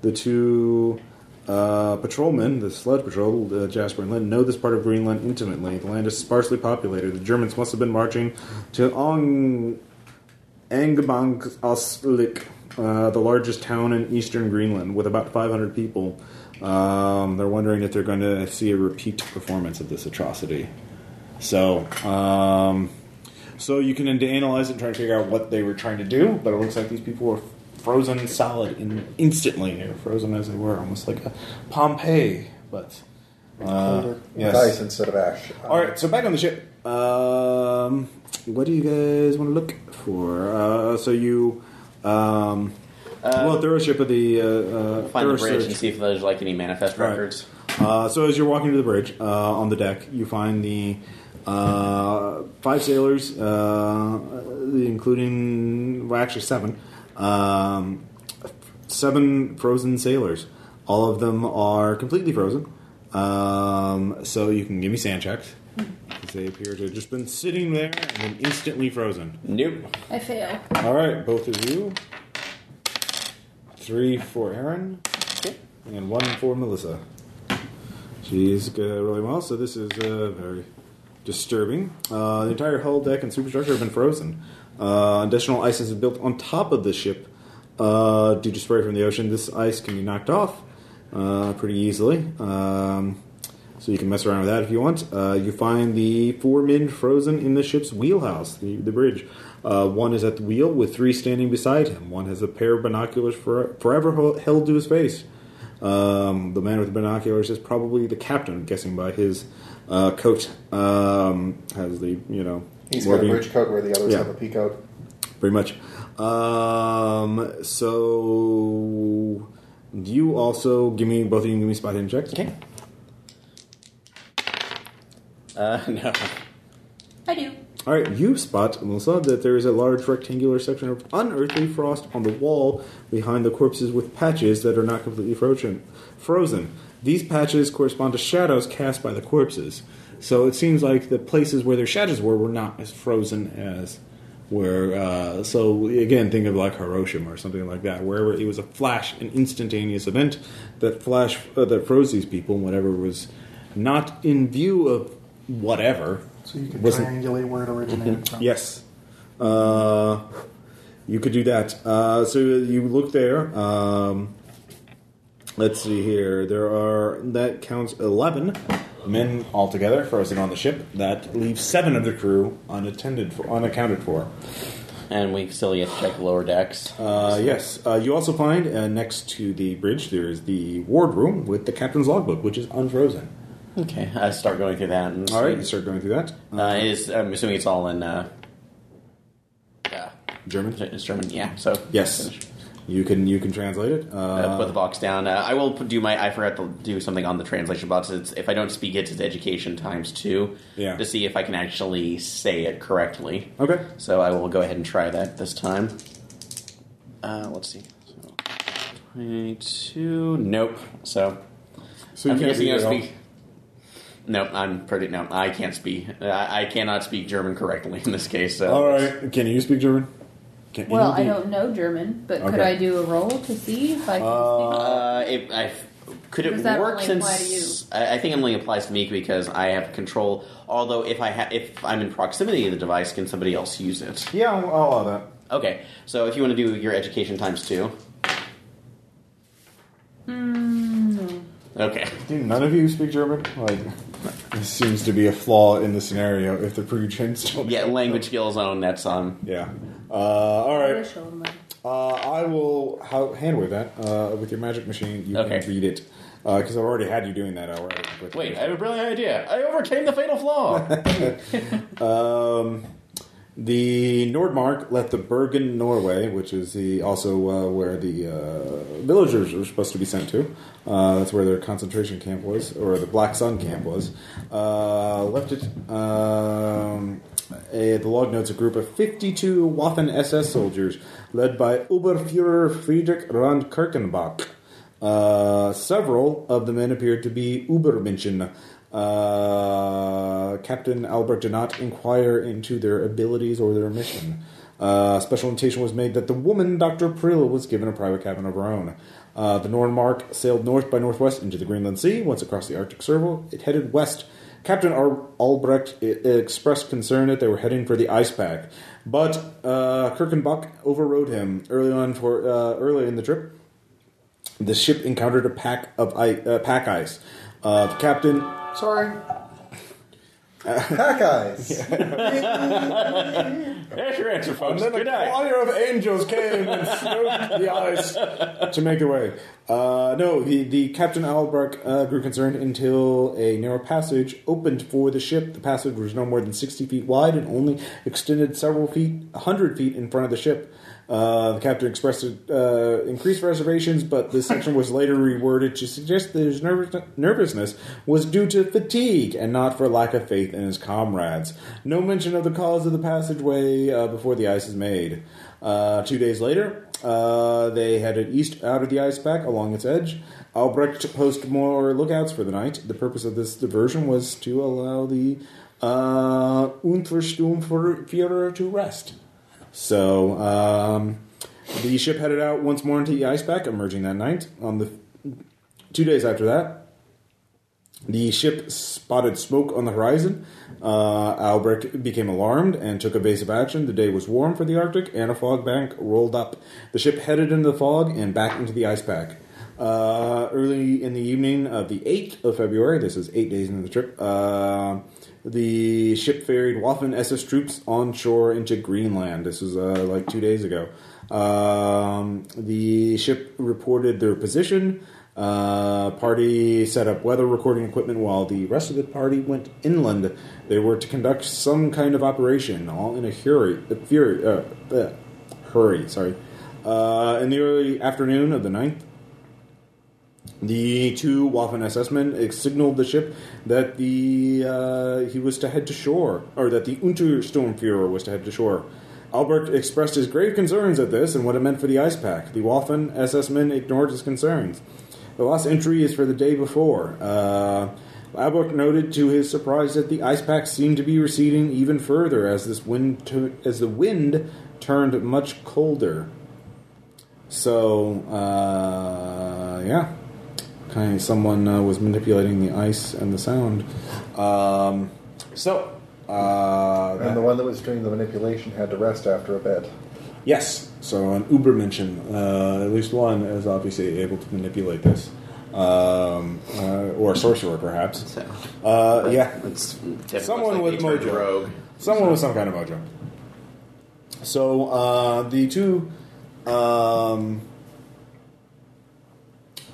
Speaker 1: The two uh, patrolmen, the sled patrol, uh, Jasper and Lynn, know this part of Greenland intimately. The land is sparsely populated. The Germans must have been marching to Ong Angbangsalik, uh, the largest town in eastern Greenland, with about 500 people. Um, they're wondering if they're going to see a repeat performance of this atrocity. So, um, so you can analyze it and try to figure out what they were trying to do, but it looks like these people were frozen solid in, instantly. They were frozen as they were, almost like a Pompeii, but. Uh, yes.
Speaker 2: Dice instead of ash. Uh,
Speaker 1: All right, so back on the ship. Um, what do you guys want to look for? Uh, so you, um, well, thorough ship of the uh, uh,
Speaker 4: Find
Speaker 1: thorough
Speaker 4: the bridge and
Speaker 1: search.
Speaker 4: see if there's like any manifest
Speaker 1: All right.
Speaker 4: records.
Speaker 1: Uh, so as you're walking to the bridge uh, on the deck, you find the uh, five sailors, uh, including well, actually seven, um, seven frozen sailors. All of them are completely frozen. Um, so you can give me sand checks. 'cause They appear to have just been sitting there and then instantly frozen.
Speaker 4: Nope.
Speaker 5: I fail.
Speaker 1: All right, both of you. Three for Aaron, and one for Melissa. She's uh, really well, so this is uh, very disturbing. Uh, the entire hull, deck, and superstructure have been frozen. Uh, additional ice has been built on top of the ship uh, due to spray from the ocean. This ice can be knocked off uh, pretty easily, um, so you can mess around with that if you want. Uh, you find the four men frozen in the ship's wheelhouse, the, the bridge. Uh, one is at the wheel with three standing beside him. One has a pair of binoculars for, forever hel- held to his face. Um, the man with the binoculars is probably the captain, I'm guessing by his uh, coat. Um, has the you know
Speaker 2: He's got a
Speaker 1: wording.
Speaker 2: bridge coat where the others
Speaker 1: Yeah.
Speaker 2: have a pea coat.
Speaker 1: pretty much. Um, so you also give me both of you give me spot hidden checks.
Speaker 4: Okay. Uh, no.
Speaker 5: I do.
Speaker 1: All right, you spot, Melissa, that there is a large rectangular section of unearthly frost on the wall behind the corpses with patches that are not completely frozen. frozen. These patches correspond to shadows cast by the corpses. So it seems like the places where their shadows were were not as frozen as where. Uh, so again, think of like Hiroshima or something like that, wherever it was a flash, an instantaneous event that flash uh, that froze these people, and whatever was not in view of whatever.
Speaker 3: So you can
Speaker 1: wasn't-
Speaker 3: triangulate where it originated from.
Speaker 1: Yes. Uh, you could do that. Uh, so you look there. Um, let's see here. There are, that counts 11 men altogether frozen on the ship. That leaves seven of the crew unattended for, unaccounted for.
Speaker 4: And we still yet to check lower decks.
Speaker 1: Uh, yes. Uh, you also find uh, next to the bridge there is the ward room with the captain's logbook, which is unfrozen.
Speaker 4: Okay, I start going through that. And
Speaker 1: All right, you start going through that.
Speaker 4: Uh, it is, I'm assuming it's all in uh, uh,
Speaker 1: German.
Speaker 4: it's German, yeah. So
Speaker 1: Yes, you can you can translate it. Uh,
Speaker 4: Uh, put the box down. Uh, I will put- do my. I forgot to do something on the translation box. It's, if I don't speak it, it's education times two
Speaker 1: Yeah.
Speaker 4: to see if I can actually say it correctly.
Speaker 1: okay.
Speaker 4: So I will go ahead and try that this time. Uh, let's see. So, 22. Nope. So,
Speaker 1: So
Speaker 4: I'm guessing
Speaker 1: read
Speaker 4: I
Speaker 1: it all.
Speaker 4: speak. No, I'm pretty. No, I can't speak. I, I cannot speak German correctly in this case. So
Speaker 1: All right. Can you speak German? Can
Speaker 5: Well, I
Speaker 1: anybody-
Speaker 5: don't know German, but could
Speaker 1: Okay.
Speaker 5: I do a roll to see if I can speak?
Speaker 4: Uh, it, I, could it
Speaker 5: Does that
Speaker 4: work
Speaker 5: only
Speaker 4: since
Speaker 5: apply to you?
Speaker 4: I, I think it only applies to me because I have control. Although if I ha- if I'm in proximity to the device, can somebody else use it?
Speaker 1: Yeah, I'll I'll allow that.
Speaker 4: Okay, so if you want to do your education times two,
Speaker 5: Mm,
Speaker 4: okay.
Speaker 1: Do none of you speak German? Like, this seems to be a flaw in the scenario if the pre-gens don't.
Speaker 4: Yeah, language skills on um, that's on.
Speaker 1: Yeah. Uh, all
Speaker 5: no.
Speaker 1: right.
Speaker 5: Wish only.
Speaker 1: Uh, I will how, hand with that uh, with your magic machine. You
Speaker 4: Okay.
Speaker 1: can read it because I've already had you doing that already. With-
Speaker 4: Wait, I have a brilliant idea. I overcame the fatal flaw.
Speaker 1: Um, the Nordmark left the Bergen, Norway, which is the also uh, where the uh, villagers were supposed to be sent to. Uh, that's where their concentration camp was, or the Black Sun camp was. Uh, left it. Um, eh, the log notes a group of 52 Waffen SS soldiers led by Oberfuhrer Friedrich Rand Kirchenbach. Uh, several of the men appeared to be Ubermenschen, Uh, Captain Albert did not inquire into their abilities or their mission. Uh, special notation was made that the woman, Dr. Prill, was given a private cabin of her own. Uh, the Nornmark sailed north by northwest into the Greenland Sea. Once across the Arctic Circle, it headed west. Captain Ar- Albrecht i- expressed concern that they were heading for the ice pack, but uh, Kirkenbach overrode him early on for uh, early in the trip. The ship encountered a pack of I- uh, pack ice. Uh, the captain
Speaker 2: Sorry. Pack eyes.
Speaker 4: There's your answer,
Speaker 1: And
Speaker 4: folks.
Speaker 1: then
Speaker 4: Good
Speaker 1: a
Speaker 4: night.
Speaker 1: choir of angels came and smote the ice to make the way. Uh, no, he, the Captain Albrecht uh, grew concerned until a narrow passage opened for the ship. The passage was no more than 60 feet wide and only extended several feet, 100 feet in front of the ship. Uh, the captain expressed uh, increased reservations, but this section was later reworded to suggest that his nervous- nervousness was due to fatigue and not for lack of faith in his comrades. No mention of the cause of the passageway uh, before the ice is made. Uh, two days later, uh, they headed east out of the ice pack along its edge. Albrecht posted more lookouts for the night. The purpose of this diversion was to allow the uh, Untersturmführer to rest. So um, the ship headed out once more into E the ice pack, emerging that night. On the two days after that, the ship spotted smoke on the horizon. Uh, Albrecht became alarmed and took evasive action. The day was warm for the Arctic, and a fog bank rolled up. The ship headed into the fog and back into the ice pack. Uh, early in the evening of the 8th of February, this is eight days into the trip, uh, the ship ferried Waffen SS troops on shore into Greenland. This was uh, like two days ago. Um, the ship reported their position. Uh, party set up weather recording equipment while the rest of the party went inland. They were to conduct some kind of operation, all in a hurry. A fury, uh, uh, hurry, sorry. Uh, in the early afternoon of the 9th, the two Waffen SS men uh, signaled the ship that the uh, he was to head to shore, or that the Untersturmführer was to head to shore. Albert expressed his grave concerns at this and what it meant for the ice pack. The Waffen SS men ignored his concerns. The last entry is for the day before. Uh, Albert noted to his surprise that the ice pack seemed to be receding even further as this wind tu- as the wind turned much colder. So uh, yeah, kind of someone uh, was manipulating the ice and the sound. Um, so uh,
Speaker 2: And
Speaker 1: that-
Speaker 2: the one that was doing the manipulation had to rest after a bit.
Speaker 1: yes, so an Uber mention uh, at least one is obviously able to manipulate this, um, uh, or a sorcerer perhaps.
Speaker 4: So,
Speaker 1: Uh, yeah,
Speaker 4: it's typical.
Speaker 1: Someone
Speaker 4: It's
Speaker 1: with
Speaker 4: they turned
Speaker 1: mojo.
Speaker 4: Rogue.
Speaker 1: Someone with some kind of mojo. So uh, the two um,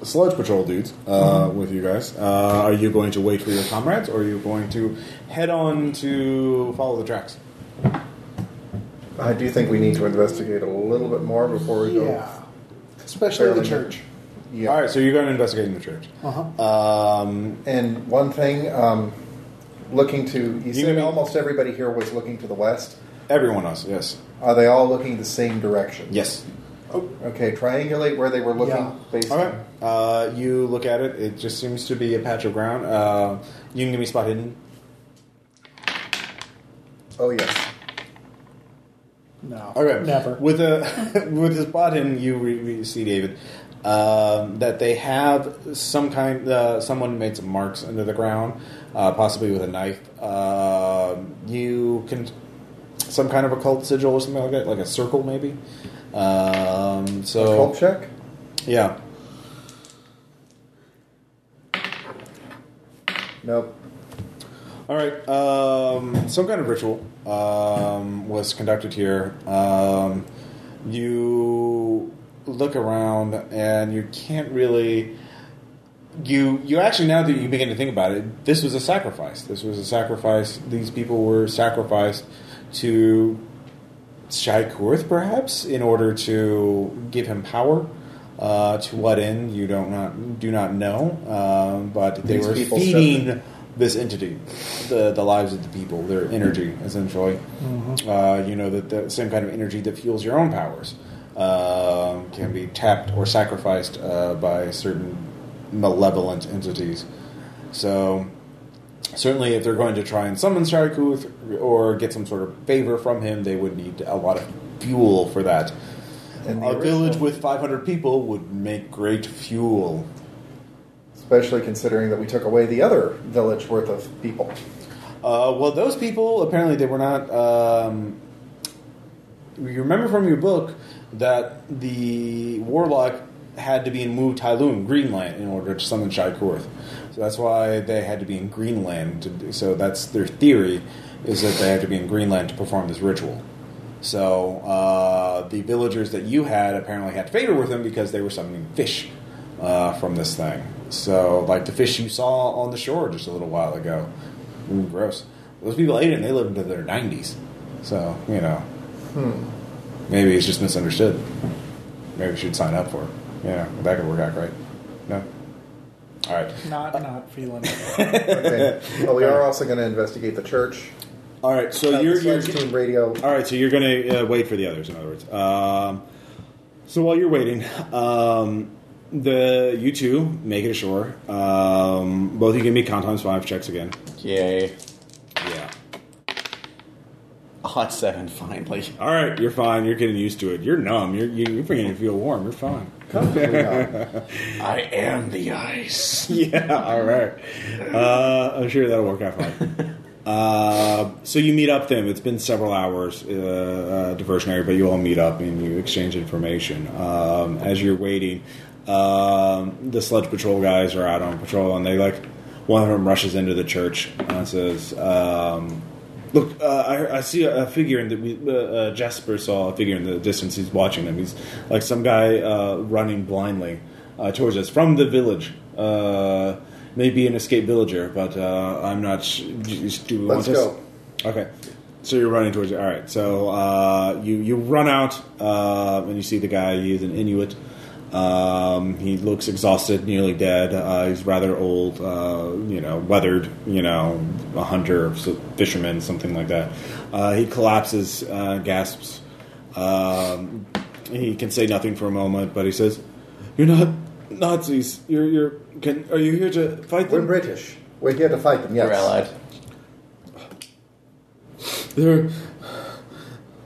Speaker 1: sludge patrol dudes uh,
Speaker 4: Mm-hmm.
Speaker 1: with you guys. Uh, are you going to wait for your comrades, or are you going to head on to follow the tracks?
Speaker 2: I do think we need to investigate a little bit more before we
Speaker 3: Yeah. Especially the
Speaker 2: Fairly.
Speaker 3: church.
Speaker 2: go. Yeah.
Speaker 1: All right, so you're going to investigate in the church.
Speaker 3: Uh-huh.
Speaker 1: Um,
Speaker 2: And one thing, um, looking to you
Speaker 1: You
Speaker 2: said
Speaker 1: mean-
Speaker 2: almost everybody here was looking to the west.
Speaker 1: everyone else, yes,
Speaker 2: Are they all looking the same direction?
Speaker 1: yes.
Speaker 2: Okay, triangulate where they were looking
Speaker 3: Yeah.
Speaker 2: based
Speaker 1: All right.
Speaker 2: on
Speaker 1: Uh, you look at it. It just seems to be a patch of ground. Uh, you can give me spot hidden.
Speaker 2: Oh yes.
Speaker 3: No.
Speaker 1: Okay.
Speaker 3: Never.
Speaker 1: With a with his bot in, you re- re- see David um, that they have some kind. Uh, someone made some marks under the ground, uh, possibly with a knife. Um you can some kind of occult sigil or something like that, like a circle maybe. Um,
Speaker 2: So,
Speaker 1: so
Speaker 2: check?
Speaker 1: yeah,
Speaker 2: Nope.
Speaker 1: All right. Um, some kind of ritual um, was conducted here. Um, you look around, and you can't really. You you actually now that you begin to think about it, this was a sacrifice. This was a sacrifice. These people were sacrificed to Shai Korth, perhaps, in order to give him power. Uh, to what end you don't not do not know, um, but they
Speaker 2: These
Speaker 1: were
Speaker 2: people
Speaker 1: feeding this entity, the the lives of the people, their energy, essentially. Uh, you know that the same kind of energy that fuels your own powers um can be tapped or sacrificed uh, by certain malevolent entities. So Certainly, if they're going to try and summon Sharkuth or get some sort of favor from him, they would need a lot of fuel for that.
Speaker 2: And the
Speaker 1: a village
Speaker 2: original-
Speaker 1: with 500 people would make great fuel.
Speaker 2: especially considering that we took away the other village worth of people.
Speaker 1: Uh, well, those people apparently they were not. Um, you remember from your book that the warlock had to be in Wu Tailun, Greenland, in order to summon Shai Kurth. So that's why they had to be in Greenland. To, do- so that's their theory is that they have to be in Greenland to perform this ritual. So uh, the villagers that you had apparently had favor with them because they were summoning fish uh, from this thing. So like the fish you saw on the shore just a little while ago. Ooh, gross. Those people ate it and they lived into their 90s. So, you know. Maybe it's just misunderstood. Maybe we should sign up for it. Yeah, that could work out great. No? All right.
Speaker 3: Not not feeling it.
Speaker 2: Okay. well, we are also going to investigate the church.
Speaker 1: All right, so
Speaker 2: uh,
Speaker 1: you're.
Speaker 2: the
Speaker 1: you're
Speaker 2: Sledge team radio.
Speaker 1: all right, so you're going to uh, wait for the others, in other words. Um, so while you're waiting, um, the you two make it ashore. Um, both of you give me con times five checks again.
Speaker 4: Yay.
Speaker 1: Yeah.
Speaker 4: A hot seven, finally.
Speaker 1: All right, you're fine. You're getting used to it. You're numb. You're, you- you're beginning to feel warm. You're fine.
Speaker 2: Hopefully not.
Speaker 4: I am the ice.
Speaker 1: yeah, all right. Uh, I'm sure that'll work out fine. Uh, so you meet up them. It's been several hours, uh, uh, diversionary, but you all meet up and you exchange information. Um, as you're waiting, um, the sledge patrol guys are out on patrol, and they like one of them rushes into the church and says, um, "Look, uh, I, I see a, a figure in the we, uh, uh, Jasper saw a figure in the distance. He's watching them. He's like some guy uh, running blindly." uh, towards us from the village. Uh, maybe an escaped villager, but uh, I'm not. s- d- Do we
Speaker 2: Let's
Speaker 1: want
Speaker 2: go.
Speaker 1: this? Okay. So you're running towards it. All right. So uh, you you run out uh, and you see the guy. He's an Inuit. Um, he looks exhausted, nearly dead. Uh, he's rather old, uh, you know, weathered, you know, a hunter, so fisherman, something like that. Uh, he collapses, uh, gasps. Um, he can say nothing for a moment, but he says, "You're not Nazis. You're you're. Can, are you here to fight
Speaker 2: We're
Speaker 1: them?
Speaker 2: British. We're here to fight them. Yes.
Speaker 4: You're allied.
Speaker 1: They're.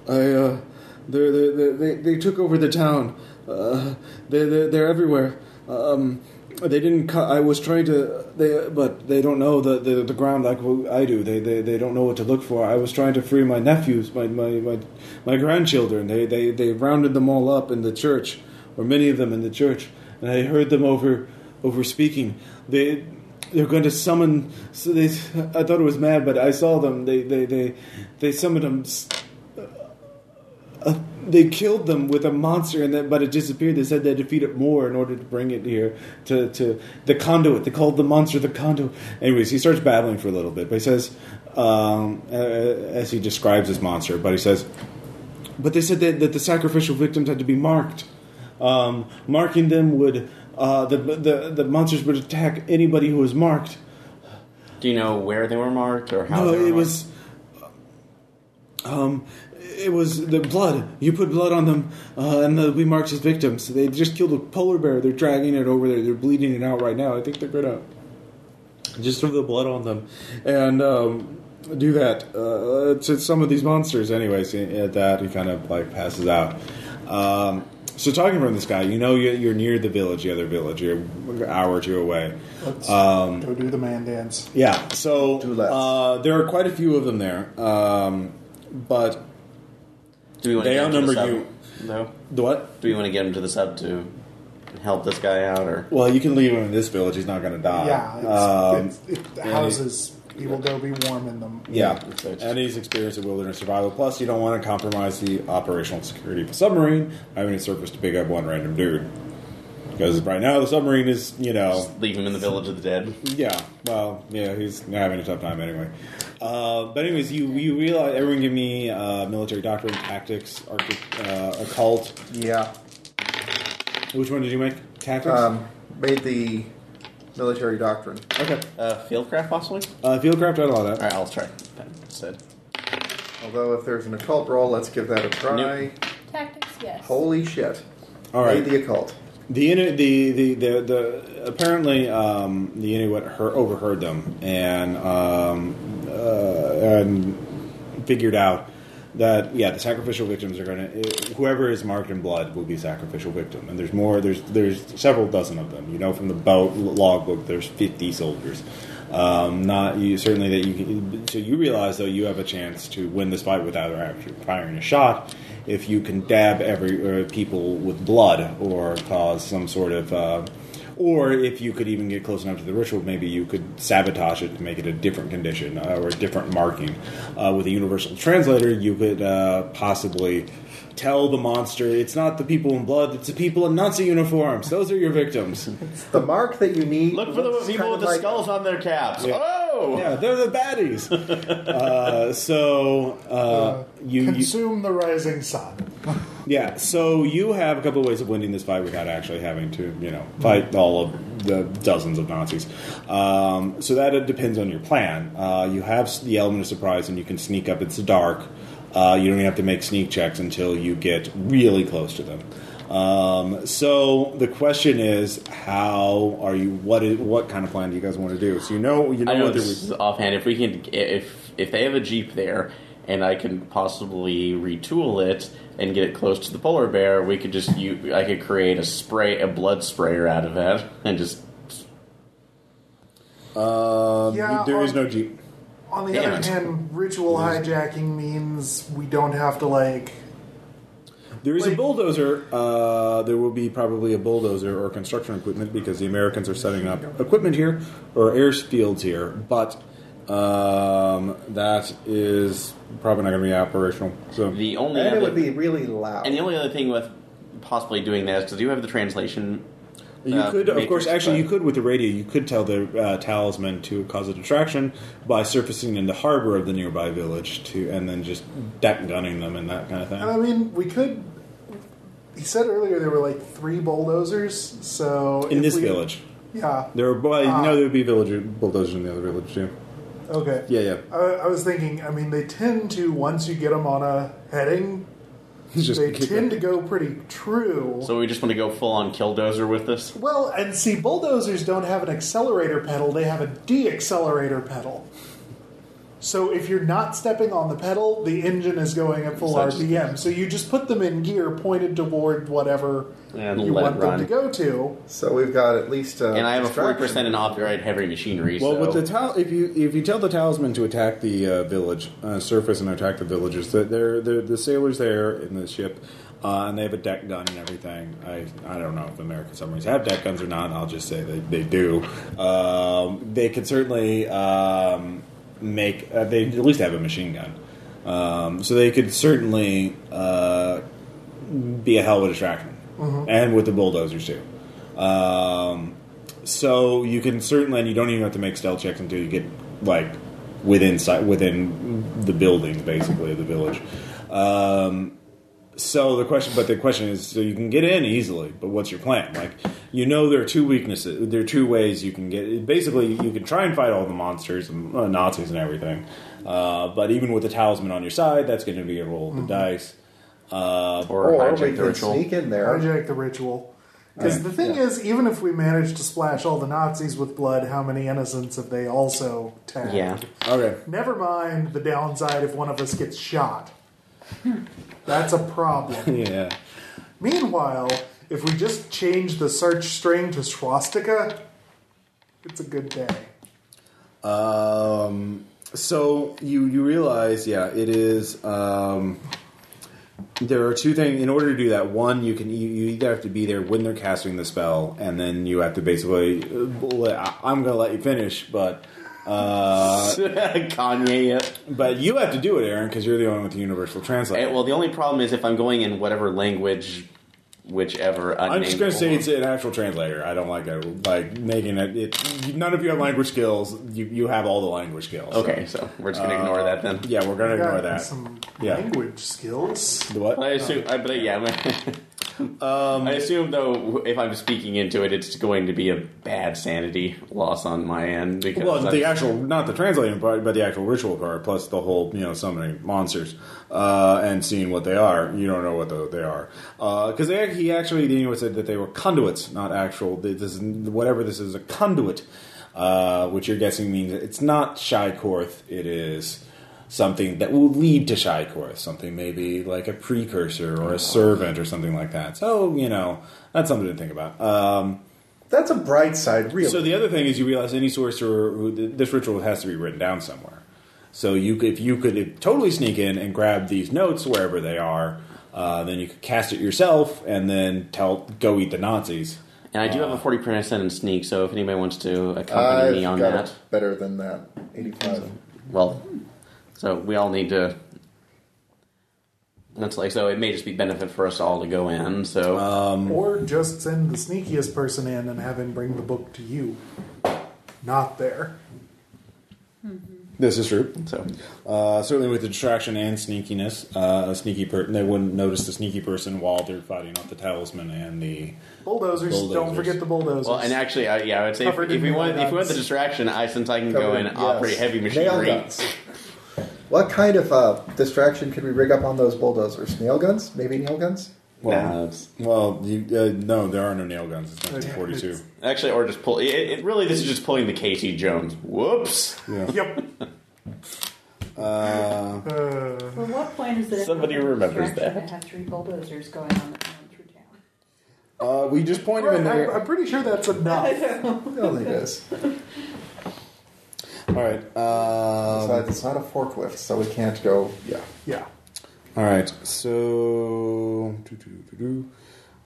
Speaker 1: I uh, they're, they're, they're, they they took over the town. Uh, they they're, they're everywhere. Um, they didn't. Co- I was trying to. They but they don't know the the, the ground like I do. They, they they don't know what to look for. I was trying to free my nephews, my my my, my grandchildren. They they they rounded them all up in the church, or many of them in the church, and I heard them over over speaking. They they're going to summon. So they, I thought it was mad, but I saw them. They they they they summoned them. s- Uh, they killed them with a monster, and then but it disappeared. They said they defeated more in order to bring it here to to the conduit. They called the monster the conduit. Anyways, he starts babbling for a little bit, but he says, um, uh, as he describes his monster, but he says, but they said that, that the sacrificial victims had to be marked. Um, marking them would uh, the, the the monsters would attack anybody who was marked.
Speaker 4: Do you know where they were marked or how
Speaker 1: No,
Speaker 4: they were
Speaker 1: it
Speaker 4: marked?
Speaker 1: was. Um, it was the blood. You put blood on them, uh, and the, we marked as victims. They just killed a polar bear. They're dragging it over there. They're bleeding it out right now. I think they're gonna just throw the blood on them, and um, do that uh, to some of these monsters. Anyways, at that he kind of like passes out. Um, so talking from this guy, you know you're, you're near the village, the other village. You're an hour or two away.
Speaker 3: Let's
Speaker 1: Um,
Speaker 3: go do the man dance.
Speaker 1: Yeah. So
Speaker 2: Two left.
Speaker 1: uh, there are quite a few of them there, um, but
Speaker 4: Do we want
Speaker 1: They
Speaker 4: to get him to the
Speaker 1: outnumber
Speaker 4: sub,
Speaker 1: you.
Speaker 4: Though,
Speaker 1: the what?
Speaker 4: do we want to get him to the sub to help this guy out, or
Speaker 1: Well, you can leave him in this village. He's not going to die.
Speaker 3: yeah, it's,
Speaker 1: uh, Um,
Speaker 3: it's, it, the houses he will go be warm in them.
Speaker 1: yeah.
Speaker 4: It's-
Speaker 1: And he's experienced in wilderness survival. Plus, you don't want to compromise the operational security of a submarine. I mean, it's surface to pick up one random dude. Because right now the submarine is, you know,
Speaker 4: leave him in the village of the dead?
Speaker 1: yeah. Well, yeah, he's having a tough time anyway. Uh, but anyways, you you realize everyone give me uh, military doctrine, tactics, archi- uh, occult,
Speaker 2: Yeah.
Speaker 1: Which one did you make? Tactics?
Speaker 2: Um, made the military doctrine.
Speaker 1: okay.
Speaker 4: Uh, fieldcraft, possibly.
Speaker 1: Uh, Fieldcraft had a lot of
Speaker 4: All
Speaker 1: that.
Speaker 4: right, I'll try. That Said.
Speaker 2: Although if there's an occult roll, let's give that a try.
Speaker 6: Tactics, yes.
Speaker 2: Holy shit!
Speaker 1: All right.
Speaker 2: Made the occult.
Speaker 1: The Inuit, the, the, the, the apparently um, the Inuit her- overheard them and um, uh, and figured out that yeah the sacrificial victims are going to whoever is marked in blood will be sacrificial victim and there's more there's there's several dozen of them you know from the boat logbook there's 50 soldiers um, not you certainly that you can, so you realize though you have a chance to win this fight without actually firing a shot if you can dab every uh, people with blood or cause some sort of uh, or if you could even get close enough to the ritual, maybe you could sabotage it to make it a different condition uh, or a different marking. Uh, with a universal translator, you could uh, possibly tell the monster it's not the people in blood, it's the people in Nazi uniforms. Those are your victims.
Speaker 2: The mark that you need.
Speaker 4: Look for the
Speaker 2: looks
Speaker 4: people
Speaker 2: kind of
Speaker 4: with the
Speaker 2: like-
Speaker 4: skulls on their caps.
Speaker 1: Yeah.
Speaker 4: Oh!
Speaker 1: yeah, they're the baddies. Uh, so uh, you, you
Speaker 3: Consume the rising sun.
Speaker 1: Yeah, so you have a couple of ways of winning this fight without actually having to, you know,
Speaker 4: Mm-hmm.
Speaker 1: fight all of the dozens of Nazis. Um, so that uh, depends on your plan. Uh, you have s- the element of surprise, and you can sneak up. It's dark. Uh, you don't even have to make sneak checks until you get really close to them. Um, so the question is, how are you? What is what kind of plan do you guys want to do? So you know, you know,
Speaker 4: I know
Speaker 1: what there
Speaker 4: this
Speaker 1: was-
Speaker 4: is offhand. If we can, if if they have a jeep there, and I can possibly retool it and get it close to the polar bear, we could just you. I could create a spray, a blood sprayer out of it, and just
Speaker 1: Um,
Speaker 3: Yeah,
Speaker 1: there is
Speaker 3: or-
Speaker 1: no jeep.
Speaker 3: On the
Speaker 4: Damn
Speaker 3: other
Speaker 4: it.
Speaker 3: hand, ritual hijacking means we don't have to like.
Speaker 1: There is a
Speaker 3: Like-
Speaker 1: bulldozer. Uh, there will be probably a bulldozer or construction equipment because the Americans are setting up equipment here or airfields here, but um, that is probably not going to be operational. So
Speaker 4: the only
Speaker 2: And
Speaker 4: other,
Speaker 2: it would be really loud.
Speaker 4: and the only other thing with possibly doing that is because you have the translation.
Speaker 1: you
Speaker 4: uh,
Speaker 1: could, of
Speaker 4: matrix,
Speaker 1: course, actually,
Speaker 4: but-
Speaker 1: you could with the radio. You could tell the uh, talisman to cause a distraction by surfacing in the harbor of the nearby village to, and then just deck gunning them and that kind of
Speaker 3: I
Speaker 1: thing.
Speaker 3: mean, we could. He said earlier there were like three bulldozers, so
Speaker 1: In
Speaker 3: if
Speaker 1: this
Speaker 3: we-
Speaker 1: village,
Speaker 3: Yeah.
Speaker 1: there are well, you know
Speaker 3: Ah.
Speaker 1: there would be villager bulldozers in the other village too.
Speaker 3: Okay.
Speaker 1: Yeah, yeah.
Speaker 3: I, I was thinking. I mean, they tend to once you get them on a heading,
Speaker 1: Just
Speaker 3: they
Speaker 1: kick
Speaker 3: tend
Speaker 1: them.
Speaker 3: to go pretty true.
Speaker 4: So we just want to go full on killdozer with this.
Speaker 3: well, and see, bulldozers don't have an accelerator pedal; they have a de-accelerator pedal. So if you're not stepping on the pedal, the engine is going at full
Speaker 4: So just-
Speaker 3: RPM. so you just put them in gear pointed toward whatever
Speaker 4: And
Speaker 3: you
Speaker 4: let it
Speaker 3: want
Speaker 4: run.
Speaker 3: them to go to.
Speaker 2: so we've got at least. A
Speaker 4: And I have a forty percent
Speaker 2: distraction.
Speaker 4: in copyright heavy machinery.
Speaker 1: Well,
Speaker 4: so
Speaker 1: with the tal- if you if you tell the talisman to attack the uh, village, uh, surface and attack the villagers, that they're, they're the sailors there in the ship, uh, and they have a deck gun and everything. I I don't know if American submarines have deck guns or not. I'll just say they they do. Um, they could certainly um, make uh, they at least have a machine gun, um, so they could certainly uh, be a hell of a distraction, and with the bulldozers too. Um, so you can certainly, and you don't even have to make stealth checks until you get like within sight, within the building, basically of the village. Um, so the question, but the question is, so you can get in easily, but what's your plan? Like, you know, there are two weaknesses. There are two ways you can get. Basically, you can try and fight all the monsters and uh, Nazis and everything, uh, but even with the talisman on your side, that's going to be a roll of the dice. Uh,
Speaker 4: or,
Speaker 2: Or
Speaker 4: hijack
Speaker 2: we
Speaker 4: the
Speaker 2: could
Speaker 4: ritual.
Speaker 2: sneak in there.
Speaker 3: hijack the ritual. Because
Speaker 1: Right.
Speaker 3: the thing is, even if we manage to splash all the Nazis with blood, how many innocents have they also tagged?
Speaker 4: Yeah.
Speaker 1: okay.
Speaker 3: Never mind the downside if one of us gets shot. That's a problem.
Speaker 1: Yeah.
Speaker 3: Meanwhile, if we just change the search string to swastika, it's a good day.
Speaker 1: Um, so you you realize, yeah, it is. Um, there are two things in order to do that. One, you can you, you either have to be there when they're casting the spell, and then you have to basically. uh, let- I- I'm going to let you finish, but uh,
Speaker 4: Kanye. it.
Speaker 1: but you have to do it, Aaron, because you're the one with the universal translator.
Speaker 4: Eh, well, the only problem is if I'm going in whatever language, whichever.
Speaker 1: I'm just
Speaker 4: unnamed
Speaker 1: going to say
Speaker 4: one.
Speaker 1: it's an actual translator. I don't like that. Like making it, it. None of you have language skills. You you have all the language skills.
Speaker 4: okay. So we're just gonna ignore that then.
Speaker 1: Uh, Yeah, we're going to
Speaker 3: Got
Speaker 1: ignore that.
Speaker 3: Some
Speaker 1: Yeah.
Speaker 3: language skills.
Speaker 1: The What?
Speaker 4: I assume, I, but yeah, I'm-
Speaker 1: Um,
Speaker 4: I assume, though, if I'm speaking into it, it's going to be a bad sanity loss on my end because
Speaker 1: Well,
Speaker 4: I'm-
Speaker 1: the actual, not the translating part, but the actual ritual part, plus the whole, you know, summoning monsters uh, and seeing what they are. You don't know what the, they are. Because they he actually, Dino said that they were conduits, not actual. This is, whatever this is, a conduit, uh, which you're guessing means it's not Shykorth, it is something that will lead to Shykorth, something maybe like a precursor or a servant or something like that. So, you know, that's something to think about. Um,
Speaker 2: That's a bright side, really.
Speaker 1: so the other thing is, you realize any sorcerer who th- this ritual has to be written down somewhere. So you, c- if you could totally sneak in and grab these notes wherever they are, uh, then you could cast it yourself and then tell go eat the Nazis.
Speaker 4: And I do have a 40% in sneak, so if anybody wants to accompany
Speaker 2: I've
Speaker 4: me on
Speaker 2: got
Speaker 4: that.
Speaker 2: it better than that. 85.
Speaker 4: Well, so we all need to. That's like so. It may just be benefit for us all to go in. So
Speaker 3: Or just send the sneakiest person in and have him bring the book to you. Not there.
Speaker 1: This is true.
Speaker 4: so
Speaker 1: Uh, certainly, with the distraction and sneakiness, uh, a sneaky person they wouldn't notice the sneaky person while they're fighting off the talisman and the.
Speaker 3: Bulldozers,
Speaker 1: Bulldozers.
Speaker 3: don't forget the bulldozers.
Speaker 4: well, and actually, I, yeah, I would say if,
Speaker 3: Covered
Speaker 4: if
Speaker 3: in
Speaker 4: we
Speaker 3: nail
Speaker 4: want if we want
Speaker 3: guns.
Speaker 4: the distraction, I since I can go
Speaker 2: Covered
Speaker 4: in
Speaker 2: in-
Speaker 4: operate
Speaker 2: yes.
Speaker 4: heavy
Speaker 2: Nail
Speaker 4: machinery.
Speaker 2: guns. What kind of uh, distraction could we rig up on those bulldozers? Nail guns? Maybe nail guns?
Speaker 4: Nah,
Speaker 1: Well,
Speaker 4: it's-
Speaker 1: well, you, uh, no, there are no nail guns. It's 1942.
Speaker 4: actually, or just pull. It, it really, this is just pulling the Casey Jones. Whoops!
Speaker 1: Yeah.
Speaker 3: yep.
Speaker 1: Uh,
Speaker 3: Uh,
Speaker 6: Well, what point is it?
Speaker 4: Somebody remembers
Speaker 6: Construction
Speaker 4: that.
Speaker 6: To have three bulldozers going on at one through town.
Speaker 1: uh, we just pointed him in
Speaker 3: I'm,
Speaker 1: there.
Speaker 3: I'm pretty sure that's enough.
Speaker 2: Well, it is.
Speaker 1: All right. Um,
Speaker 2: Besides, it's not a forklift, so we can't go. Yeah.
Speaker 3: Yeah.
Speaker 1: All right. So, doo, doo, doo, doo.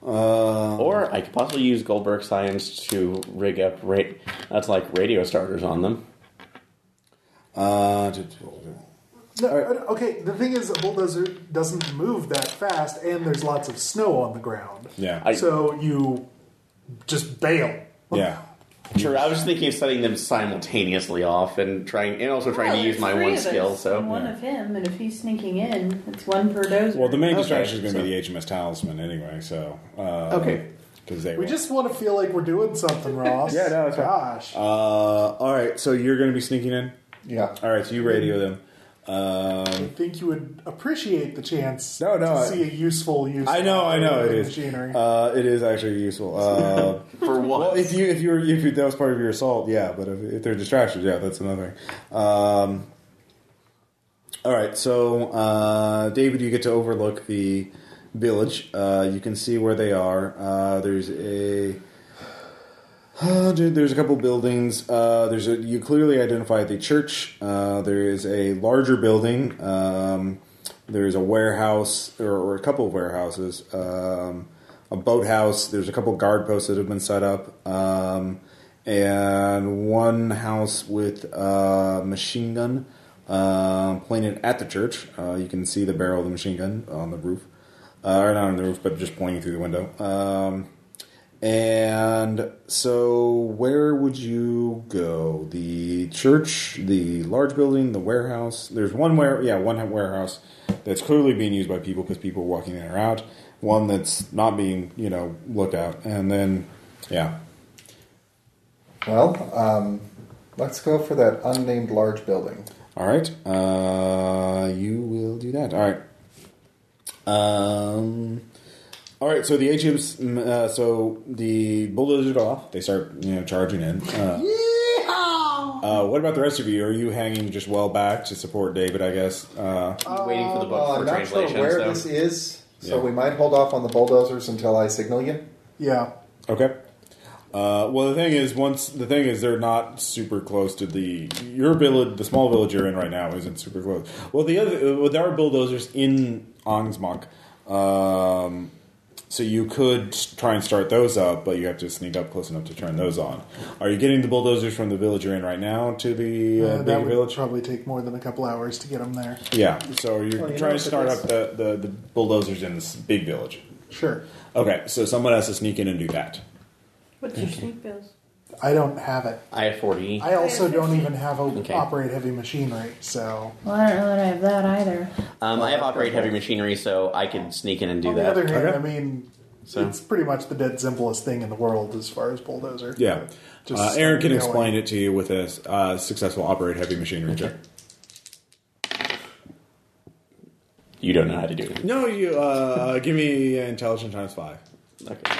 Speaker 1: Uh,
Speaker 4: Or I could possibly use Goldberg science to rig up. Ra- that's like radio starters on them.
Speaker 1: uh, doo, doo, doo.
Speaker 3: No, I- Okay, the thing is, a bulldozer doesn't move that fast, and there's lots of snow on the ground.
Speaker 1: yeah,
Speaker 4: I-
Speaker 3: So you just bail.
Speaker 1: yeah.
Speaker 4: Sure, I was thinking of setting them simultaneously off and trying, and also trying
Speaker 6: Well,
Speaker 4: to use
Speaker 6: there's
Speaker 4: my
Speaker 6: three
Speaker 4: one
Speaker 6: of us
Speaker 4: skill. So
Speaker 6: and one
Speaker 1: Yeah.
Speaker 6: of him, and if he's sneaking in, it's one per dozer.
Speaker 1: Well, the main
Speaker 4: Okay,
Speaker 1: distraction is going to
Speaker 4: so-
Speaker 1: be the HMS Talisman anyway. So, uh,
Speaker 4: Okay.
Speaker 1: because they
Speaker 3: We
Speaker 1: will-
Speaker 3: just want to feel like we're doing something, Ross.
Speaker 1: Yeah, no, it's fine.
Speaker 3: Gosh.
Speaker 1: Uh, all right. So you're going to be sneaking in.
Speaker 2: Yeah.
Speaker 1: All right. So you radio them.
Speaker 3: I
Speaker 1: Um,
Speaker 3: think you would appreciate the chance
Speaker 1: No, no,
Speaker 3: to
Speaker 1: I-
Speaker 3: see a useful use.
Speaker 1: I know. I know.
Speaker 3: of
Speaker 1: It is.
Speaker 3: machinery.
Speaker 1: Uh, it is actually useful. Uh,
Speaker 4: for what?
Speaker 1: well, if you if you were if you, that was part of your assault, yeah. But if, if they're distractions, yeah, that's another thing. Um, All right, so uh, David, you get to overlook the village. Uh, you can see where they are. Uh, there's a uh, dude, there's a couple buildings. Uh, there's a you clearly identify the church. Uh, there is a larger building. Um, there's a warehouse or, or a couple of warehouses. Um, a boathouse. There's a couple guard posts that have been set up. Um, and one house with a machine gun um, pointed at the church. Uh, you can see the barrel of the machine gun on the roof, uh, or not on the roof, but just pointing through the window. Um, and so, where would you go? The church, the large building, the warehouse. There's one where, yeah, one warehouse that's clearly being used by people because people are walking in or out. One that's not being, you know, looked at, and then, yeah.
Speaker 2: Well, um, let's go for that unnamed large building.
Speaker 1: All right. Uh, you will do that. All right. Um, all right. So the HMs, mm, uh, so the bulldozers go off. They start, you know, charging in. Uh, uh, what about the rest of you? Are you hanging just well back to support David? I guess. Uh,
Speaker 4: waiting for the book
Speaker 2: Well, I'm
Speaker 4: for
Speaker 2: Oh, not sure
Speaker 4: translation.
Speaker 2: where
Speaker 4: so.
Speaker 2: this is, so
Speaker 1: Yeah.
Speaker 2: we might hold off on the bulldozers until I signal you.
Speaker 3: yeah.
Speaker 1: okay. Uh, well, the thing is, once the thing is, they're not super close to the your village. The small village you're in right now isn't super close. Well, the other well, there are bulldozers in Angsmok. Um, So you could try and start those up, but you have to sneak up close enough to turn those on. Are you getting the bulldozers from the village you're in right now to the uh,
Speaker 3: Uh, that
Speaker 1: big
Speaker 3: would
Speaker 1: village?
Speaker 3: probably take more than a couple hours to get them there.
Speaker 1: yeah. So you're
Speaker 2: Well, you
Speaker 1: trying
Speaker 2: know,
Speaker 1: to start up
Speaker 2: if
Speaker 1: the, the, the bulldozers in this big village.
Speaker 3: Sure.
Speaker 1: Okay, so someone has to sneak in and do that.
Speaker 6: What's your sneak bills?
Speaker 3: I don't have it.
Speaker 4: I have 40.
Speaker 3: I also don't even have a
Speaker 4: Okay.
Speaker 3: operate heavy machinery, so.
Speaker 5: Well, I don't know that I have that either.
Speaker 4: Um, I have operate heavy machinery, so I could sneak in and do
Speaker 3: On the
Speaker 4: that.
Speaker 3: other hand,
Speaker 1: Okay.
Speaker 3: I mean,
Speaker 4: So
Speaker 3: It's pretty much the dead simplest thing in the world as far as bulldozer.
Speaker 1: Yeah.
Speaker 3: Just
Speaker 1: uh, Aaron can
Speaker 3: going.
Speaker 1: explain it to you with a uh, successful operate heavy machinery check.
Speaker 4: you don't know how to do it.
Speaker 1: No, you uh, give me intelligence times five.
Speaker 4: Okay.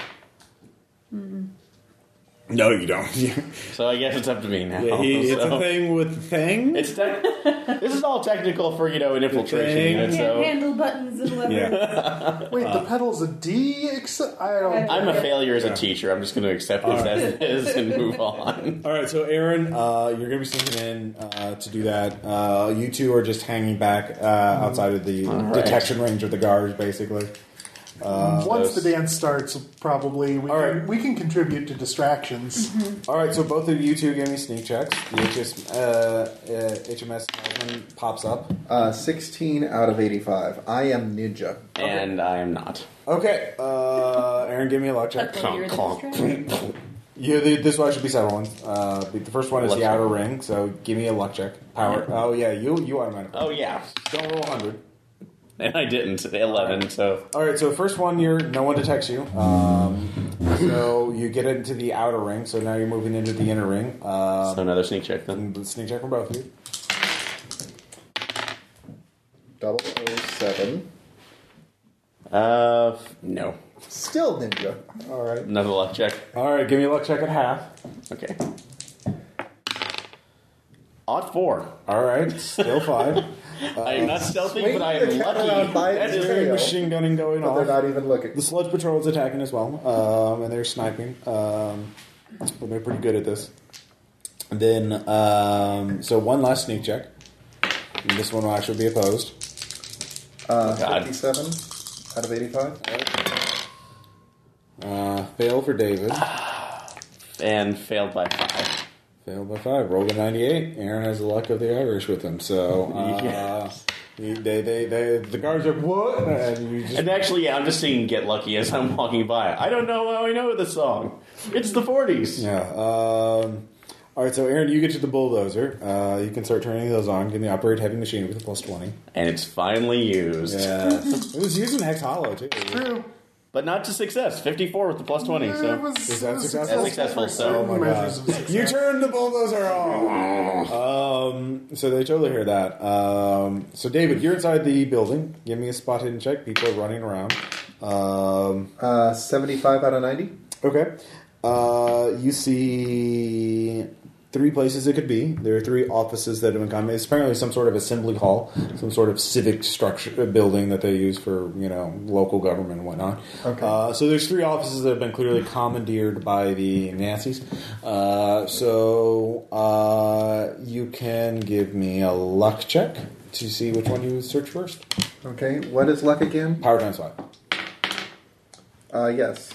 Speaker 1: No, you don't. Oh, yeah,
Speaker 4: So I guess it's up to me now.
Speaker 1: he, it's a
Speaker 4: so-
Speaker 1: thing with the thing.
Speaker 4: It's tec- this is all technical for you know an infiltration
Speaker 1: Thing.
Speaker 4: unit.
Speaker 6: Can't
Speaker 4: So
Speaker 6: handle buttons and levers.
Speaker 1: Yeah.
Speaker 3: Wait, the pedal's a D. Ex- I don't.
Speaker 4: I'm a failure as a teacher. I'm just going to accept this
Speaker 1: All
Speaker 4: as it is and move on.
Speaker 1: All right, so Aaron, uh, you're going to be sneaking in uh, to do that. Uh, you two are just hanging back uh, outside of the
Speaker 4: Mm-hmm. All right.
Speaker 1: detection range of the guards, basically.
Speaker 3: Once the dance starts, probably we
Speaker 1: Uh, All
Speaker 3: can,
Speaker 1: right.
Speaker 3: we can contribute to distractions.
Speaker 1: All right, so both of you two give me sneak checks. The HS, uh, uh, HMS talisman pops up.
Speaker 2: Uh, 16 out of 85. I am ninja.
Speaker 4: And I am not.
Speaker 1: Okay, uh, Aaron, give me a luck check.
Speaker 6: Okay, you're the distraction.
Speaker 1: Yeah, the, this one should be settling. Uh, the the first one is
Speaker 4: Luck
Speaker 1: the
Speaker 4: check.
Speaker 1: outer ring, so give me a luck check. Power. Oh yeah, you you automatically.
Speaker 4: Oh yeah,
Speaker 1: Don't roll hundred.
Speaker 4: and I didn't. Eleven. So
Speaker 1: All right, so first one, you're no one detects you. Um, so you get into the outer ring. So now you're moving into the inner ring.
Speaker 4: so
Speaker 1: Um,
Speaker 4: another sneak check then.
Speaker 1: and sneak check from both of you.
Speaker 2: 007.
Speaker 4: Uh, f- no,
Speaker 2: Still ninja.
Speaker 1: All right.
Speaker 4: another luck check.
Speaker 1: All right, give me a luck check at half.
Speaker 4: Okay. Odd four.
Speaker 1: All right, still five.
Speaker 4: I am not stealthy,
Speaker 2: swing
Speaker 4: but I
Speaker 2: the
Speaker 4: am
Speaker 2: cat around by
Speaker 4: lucky. That
Speaker 2: its
Speaker 4: is
Speaker 2: tail.
Speaker 1: Machine gunning going
Speaker 2: But they're
Speaker 1: on.
Speaker 2: not even looking.
Speaker 1: The sludge patrol is attacking as well, um, and they're sniping. Um, but they're pretty good at this. And then, um, so one last sneak check. And this one will actually be opposed.
Speaker 2: Uh,
Speaker 4: Oh, God.
Speaker 2: 57 out of 85.
Speaker 1: Uh, fail for David.
Speaker 4: and failed by five.
Speaker 1: Fail by five. Roll the 98. Aaron has the luck of the Irish with him. So, uh,
Speaker 4: Yes.
Speaker 1: you- they, they, they, the guards are, what? And you just,
Speaker 4: And actually, yeah, I'm just singing "Get Lucky" as I'm walking by. I don't know how I know this song. It's the '40s.
Speaker 1: yeah. Um, all right, so Aaron, you get to the bulldozer. Uh, you can start turning those on. Give me operate heavy machine with a plus 20.
Speaker 4: and it's finally used.
Speaker 1: Yeah. it was using Hex Hollow, too.
Speaker 3: True.
Speaker 4: But not to success. 54 with the plus 20.
Speaker 3: It
Speaker 4: So
Speaker 3: was,
Speaker 1: Is that
Speaker 3: it was
Speaker 1: successful?
Speaker 4: Successful,
Speaker 3: for
Speaker 4: so-
Speaker 3: certain
Speaker 1: Oh my
Speaker 3: measures
Speaker 1: God.
Speaker 3: of success.
Speaker 1: You turn the bulldozer on! um, so they totally hear that. Um, so, David, you're inside the building. Give me a spot hidden check. People are running around. Um,
Speaker 2: Uh, 75 out of 90.
Speaker 1: okay. Uh, you see three places it could be. There are three offices that have been common. It's apparently some sort of assembly hall, some sort of civic structure uh, building that they use for, you know, local government and whatnot.
Speaker 2: Okay.
Speaker 1: Uh, uh, so there's three offices that have been clearly commandeered by the Nazis. Uh, so uh, you can give me a luck check to see which one you would search first.
Speaker 2: Okay, what is luck again?
Speaker 1: Power times five.
Speaker 2: Uh, yes.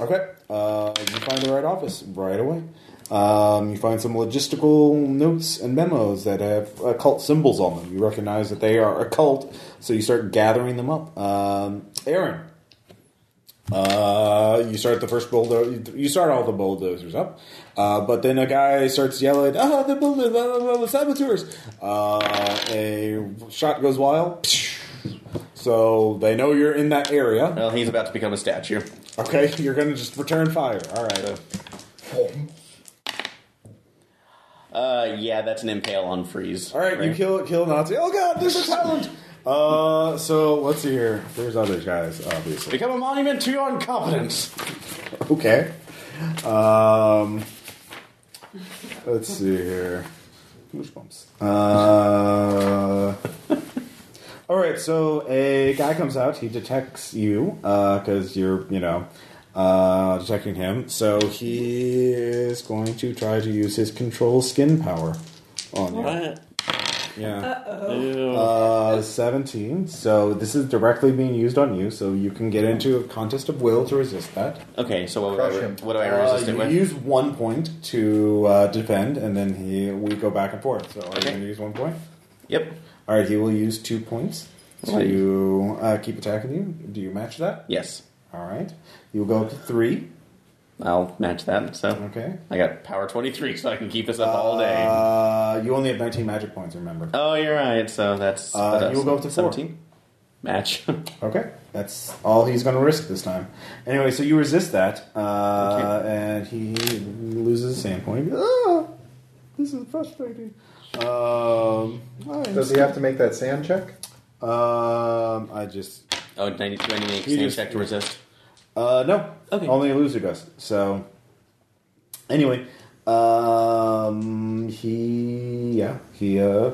Speaker 1: Okay. Uh, you find the right office right away. Um, you find some logistical notes and memos that have occult symbols on them. You recognize that they are occult, so you start gathering them up. Um, Aaron, uh, you start the first bulldozer. You start all the bulldozers up, uh, but then a guy starts yelling, "Ah, the bulldozer, blah, blah, blah, the saboteurs!" Uh, a shot goes wild. So they know you're in that area.
Speaker 4: well, he's about to become a statue.
Speaker 1: Okay, you're gonna just return fire. All right.
Speaker 4: Uh, yeah, that's an impale on freeze.
Speaker 1: All right, you
Speaker 4: Right?
Speaker 1: kill kill Nazi. Oh god, there's a talent. Uh, so let's see here. There's other guys, obviously.
Speaker 4: Become a monument to your incompetence.
Speaker 1: Okay. Um, let's see here. Goosebumps. Uh. All right, so a guy comes out. He detects you because you're, you know, uh, detecting him. So he is going to try to use his control skin power on you.
Speaker 4: What?
Speaker 1: Yeah.
Speaker 4: Ew.
Speaker 1: Uh, 17. So this is directly being used on you, so you can get into a contest of will to resist that.
Speaker 4: okay, so what would I,
Speaker 2: Crush
Speaker 4: re-
Speaker 2: him.
Speaker 4: what do I
Speaker 1: Uh,
Speaker 4: resist it
Speaker 1: you
Speaker 4: with?
Speaker 1: use one point to uh, defend, and then he we go back and forth. So are you
Speaker 4: Okay.
Speaker 1: going to use one point?
Speaker 4: yep.
Speaker 1: All right, he will use two points to uh, keep attacking you. Do you match that?
Speaker 4: Yes.
Speaker 1: All right. You'll go up to three.
Speaker 4: I'll match that. So
Speaker 1: Okay.
Speaker 4: I got power 23, so I can keep this up all day.
Speaker 1: Uh, you only have 19 magic points, remember.
Speaker 4: Oh, you're right. So that's
Speaker 1: Uh,
Speaker 4: that's
Speaker 1: you will go up to four.
Speaker 4: 17. match.
Speaker 1: Okay, that's all he's going to risk this time. Anyway, so you resist that, uh, and he loses a sand point. Ah, this is frustrating. Um, I,
Speaker 2: Does he have to make that sand check?
Speaker 1: um, I just
Speaker 4: oh, do I need, do I need to make a
Speaker 1: You
Speaker 4: sand
Speaker 1: just-
Speaker 4: check to resist?
Speaker 1: uh, no.
Speaker 4: Okay.
Speaker 1: Only a loser does. So, anyway, um, he yeah he uh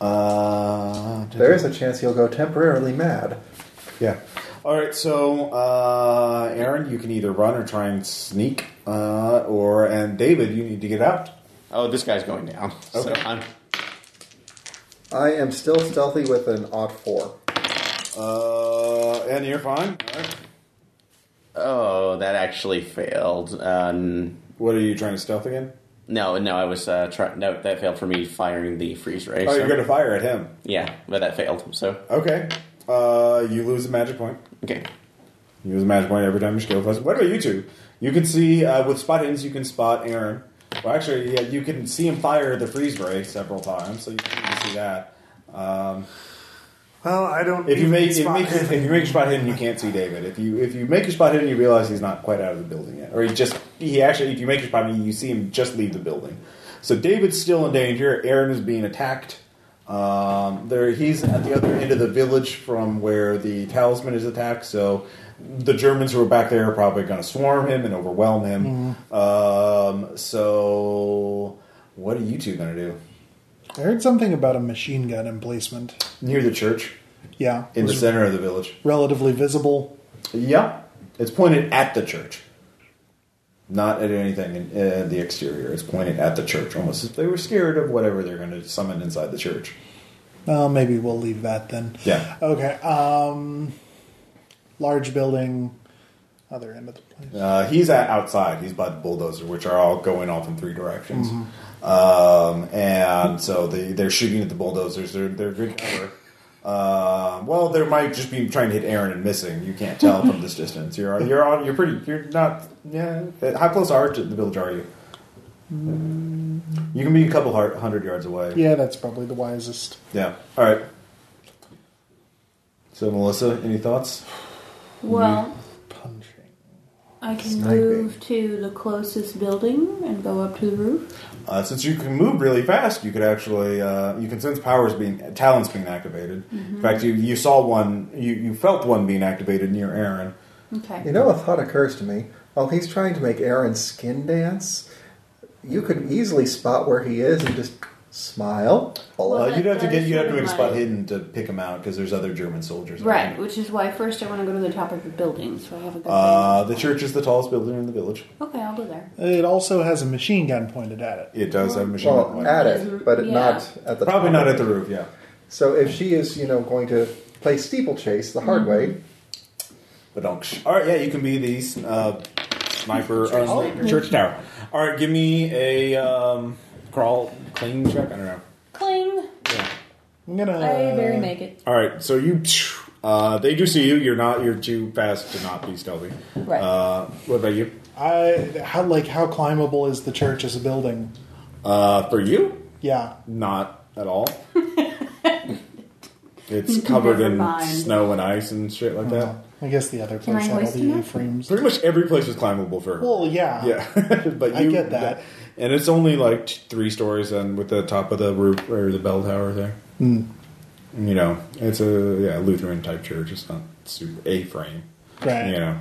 Speaker 1: uh
Speaker 2: There is a chance he'll go temporarily mad.
Speaker 1: Yeah. All right. So, uh, Aaron, you can either run or try and sneak, uh, or and David, you need to get out.
Speaker 4: Oh, this guy's going down. So
Speaker 1: Okay.
Speaker 4: I'm,
Speaker 2: I am still stealthy with an odd four.
Speaker 1: Uh, and you're fine. All right.
Speaker 4: oh, that actually failed. Um,
Speaker 1: What are you trying to stealth again?
Speaker 4: no, no, I was uh, trying. No, that failed for me firing the freeze ray.
Speaker 1: Oh,
Speaker 4: so-
Speaker 1: you're going to fire at him.
Speaker 4: Yeah, but that failed. So
Speaker 1: Okay. Uh, you lose a magic point.
Speaker 4: okay.
Speaker 1: You lose a magic point every time your skill plus. What about you two? You can see uh, with spot ins, you can spot Aaron. Well, actually, yeah, you can see him fire the freeze ray several times, so you can see that. Um,
Speaker 3: Well, I don't.
Speaker 1: If you
Speaker 3: even
Speaker 1: make if, you
Speaker 3: spot
Speaker 1: make
Speaker 3: hidden.
Speaker 1: if you make your spot hidden, you can't see David. If you if you make your spot hidden, you realize he's not quite out of the building yet, or he just he actually if you make your spot hidden, you see him just leave the building. So David's still in danger. Aaron is being attacked. Um, there he's at the other end of the village from where the talisman is attacked. So the Germans who are back there are probably going to swarm him and overwhelm him.
Speaker 3: Mm-hmm.
Speaker 1: Um, so what are you two going to do
Speaker 3: I heard something about a machine gun emplacement.
Speaker 1: near the church
Speaker 3: Yeah,
Speaker 1: in the
Speaker 3: was
Speaker 1: center of the village?
Speaker 3: relatively visible.
Speaker 1: Yeah, it's pointed at the church, not at anything in uh, the exterior. It's pointed at the church, almost as if they were scared of whatever they're going to summon inside the church.
Speaker 3: Well, maybe we'll leave that then.
Speaker 1: Yeah.
Speaker 3: Okay. Um, large building, other end of the place.
Speaker 1: Uh, he's at outside. He's by the bulldozer, which are all going off in three directions. Um, and so they, they're shooting at the bulldozers. They're they're good cover. Uh, well, they might just be trying to hit Aaron and missing. You can't tell from this distance. You're you're on, you're pretty. You're not. Yeah. Uh, How close are to the village are you?
Speaker 2: Mm.
Speaker 1: You can be a couple har- hundred yards away.
Speaker 3: Yeah, that's probably the wisest.
Speaker 1: Yeah. All right. So Melissa, any thoughts?
Speaker 4: Mm-hmm.
Speaker 6: Well,
Speaker 3: Punching.
Speaker 6: I can
Speaker 2: Sniping.
Speaker 6: move to the closest building and go up to the roof.
Speaker 1: Uh, since you can move really fast, you could actually uh, you can sense powers being talents being activated. In fact,
Speaker 2: Mm-hmm.
Speaker 1: you, you saw one, you, you felt one being activated near Aaron.
Speaker 6: Okay.
Speaker 2: You know, a thought occurs to me. While he's trying to make Aaron's skin dance, you could easily spot where he is and just smile. Hello.
Speaker 1: Uh,
Speaker 6: Well,
Speaker 1: you'd have to
Speaker 6: that
Speaker 1: get
Speaker 6: is
Speaker 1: you have to
Speaker 6: sort of
Speaker 1: make a spot
Speaker 6: my-
Speaker 1: hidden to pick him out because there's other German soldiers.
Speaker 6: Right, which is why first I want to go to the top of the building, so I have a good
Speaker 1: Uh, the
Speaker 6: vantage
Speaker 1: church is the tallest building in the village.
Speaker 6: point. Okay, I'll go there.
Speaker 3: It also has a machine gun pointed at it.
Speaker 1: It does have a machine gun.
Speaker 2: Well,
Speaker 1: point.
Speaker 2: at it, but
Speaker 6: Yeah.
Speaker 2: not at the
Speaker 1: Probably
Speaker 2: top.
Speaker 1: not at the roof. Yeah.
Speaker 2: So if she is, you know, going to play steeplechase the hard way,
Speaker 1: But don't. All right, yeah, you can be the uh, sniper church,
Speaker 6: sniper.
Speaker 1: church tower. All right, give me a um, crawl clean check. I don't know.
Speaker 6: Cling!
Speaker 1: Yeah.
Speaker 3: Mm-hmm. I'm gonna.
Speaker 6: I
Speaker 2: uh,
Speaker 6: barely make it.
Speaker 1: All right, so you. Uh, they do see you. You're not. You're too fast to not be stealthy.
Speaker 6: Right.
Speaker 1: Uh, what about you?
Speaker 3: I how like how climbable is the church as a building?
Speaker 1: Uh, for you,
Speaker 3: Yeah.
Speaker 1: not at all. it's covered
Speaker 6: Never
Speaker 1: in
Speaker 6: mind.
Speaker 1: snow and ice and shit like
Speaker 2: Uh-huh.
Speaker 1: that.
Speaker 3: I guess the other
Speaker 6: Can
Speaker 3: place
Speaker 6: I
Speaker 3: had all
Speaker 6: hoist
Speaker 3: the
Speaker 6: him up?
Speaker 3: frames.
Speaker 1: Pretty much every place is climbable for her.
Speaker 3: Well, yeah.
Speaker 1: Yeah, but
Speaker 3: I
Speaker 1: you
Speaker 3: get that.
Speaker 1: and it's only like t- three stories, and with the top of the roof or the bell tower there.
Speaker 3: Hmm.
Speaker 1: You know, it's a yeah Lutheran type church. It's not super A frame.
Speaker 3: Right.
Speaker 1: You know.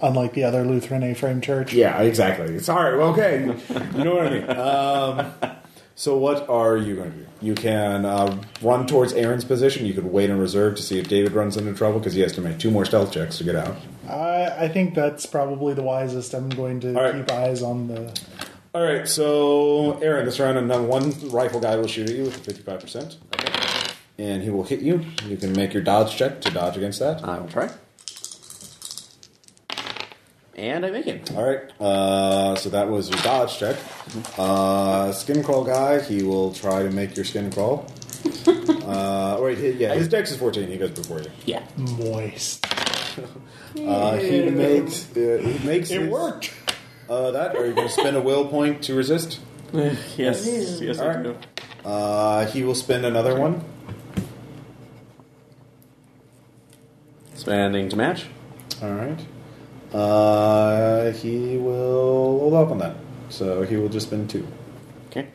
Speaker 3: Unlike the other Lutheran A-frame church.
Speaker 1: Yeah, exactly. It's all right. Well, okay. you know what I mean. Um, so what are you going to do? You can uh, run towards Aaron's position. You could wait in reserve to see if David runs into trouble because he has to make two more stealth checks to get out.
Speaker 3: I, I think that's probably the wisest. I'm going to
Speaker 1: All right.
Speaker 3: keep eyes on the.
Speaker 1: All right. So Aaron, this round, another one rifle guy will shoot at you with a fifty-five percent. And he will hit you. You can make your dodge check to dodge against that.
Speaker 4: I will try. And I make it.
Speaker 1: All right. Uh, so that was your dodge check.
Speaker 3: Mm-hmm.
Speaker 1: Uh, skin crawl guy. He will try to make your skin crawl. Uh, wait, his, yeah, his dex is fourteen. He goes before you.
Speaker 4: Yeah.
Speaker 3: Moist.
Speaker 1: Uh, he makes. Uh, he makes.
Speaker 3: It
Speaker 1: his-
Speaker 3: worked.
Speaker 1: Uh, that. Are you going to spend a will point to resist?
Speaker 4: Yes. Yes,
Speaker 1: All right. Uh, he will spend another one.
Speaker 4: Spending to match.
Speaker 1: All right. Uh, he will hold off on that. So he will just spend two.
Speaker 4: Okay.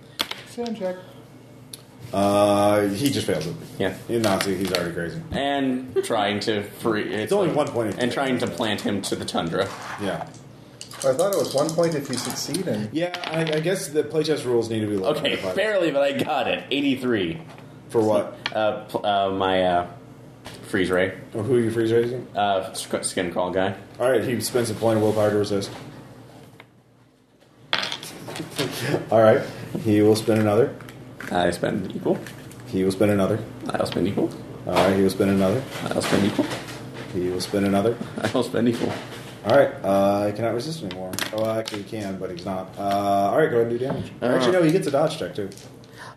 Speaker 3: Sound check.
Speaker 1: Uh, he just fails it.
Speaker 4: Yeah.
Speaker 1: He's Nazi. He's already crazy.
Speaker 4: And trying to free. It's,
Speaker 1: only one point.
Speaker 4: And trying to plant him to the tundra.
Speaker 1: Yeah.
Speaker 2: I thought it was one point if you succeed in.
Speaker 1: Yeah, I, I guess the playtest rules need to be looked
Speaker 4: Okay,
Speaker 1: at.
Speaker 4: barely, but I got it. 83.
Speaker 1: For what?
Speaker 4: Uh, pl- uh, my uh, freeze ray.
Speaker 1: Or who are you freeze raising?
Speaker 4: Uh, sc- skin crawl guy.
Speaker 1: All right, he spends a point of willpower to resist. All right, he will spend another.
Speaker 4: I spend equal.
Speaker 1: He will spend another.
Speaker 4: I'll spend equal.
Speaker 1: All right, he will spend another.
Speaker 4: I'll spend equal.
Speaker 1: He will spend another.
Speaker 4: I'll spend equal.
Speaker 1: All right, uh, I cannot resist anymore. Oh, actually, he can, but he's not. Uh, all right, go ahead and do damage. actually, no, he gets a dodge check too.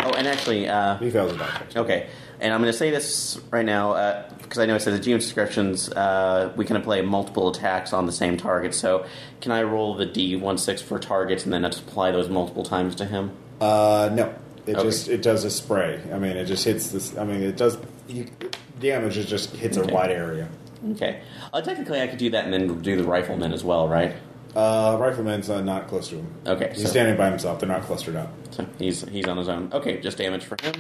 Speaker 4: Oh, and actually, uh,
Speaker 1: He fails a dodge check.
Speaker 4: Okay, and I'm going to say this right now because I know it says the GM descriptions. Uh, we can apply multiple attacks on the same target. So, can I roll the D16 for targets and then apply those multiple times to him?
Speaker 1: Uh, no, it
Speaker 4: Okay.
Speaker 1: just it does a spray. I mean, it just hits this. I mean, it does you, damage. It just hits
Speaker 4: Okay.
Speaker 1: a wide area.
Speaker 4: Okay. Uh, technically, I could do that and then do the rifleman as well, right?
Speaker 1: Uh, rifleman's uh, not close to him.
Speaker 4: Okay,
Speaker 1: he's
Speaker 4: so-
Speaker 1: standing by himself. They're not clustered up.
Speaker 4: So he's he's on his own. Okay, just damage for him,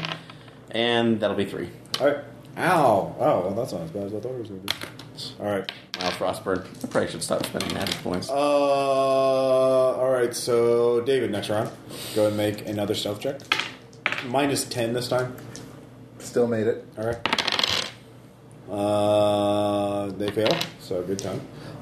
Speaker 4: and that'll be three.
Speaker 1: All right. Ow! Oh, well, that's not as bad as I thought it was going to be. All right.
Speaker 4: Miles Frostburn. I probably should stop spending magic points.
Speaker 1: Uh,
Speaker 6: Oh.
Speaker 1: all right. So David, next round, go and make another stealth check. Minus ten this time.
Speaker 2: Still made it.
Speaker 1: All right. Uh, they fail, so good time.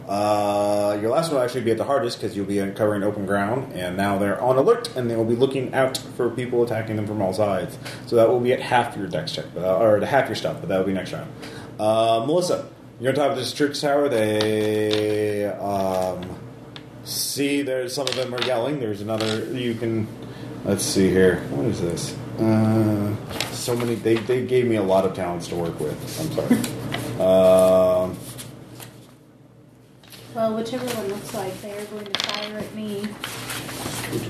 Speaker 1: Uh, your last one will actually be at the hardest because you'll be uncovering open ground, and now they're on alert, and they will be looking out for people attacking them from all sides. So that will be at half your dex check, uh, or at half your stuff, but that will be next round. Uh, Melissa, you're on top of this church tower. They um, see there's some of them are yelling. There's another you can. Let's see here. What is this? Uh, so many. They, they gave me a lot of talents to work with. I'm sorry. Um
Speaker 6: Well, whichever one looks like they are going to fire at me,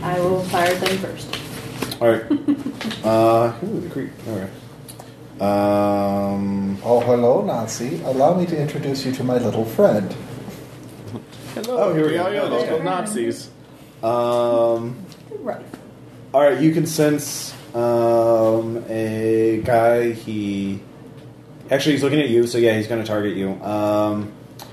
Speaker 6: I will fire at them first.
Speaker 1: all right. Uh, ooh, the creep. All right. Um,
Speaker 2: Oh, hello, Nazi. Allow me to introduce you to my little friend.
Speaker 4: Hello,
Speaker 1: oh, here we go.
Speaker 4: are
Speaker 1: Let's
Speaker 4: those
Speaker 1: go.
Speaker 4: Nazis.
Speaker 1: um,
Speaker 6: Right.
Speaker 1: all right. You can sense um, a guy. He actually he's looking at you. So yeah, he's going to target you. Um,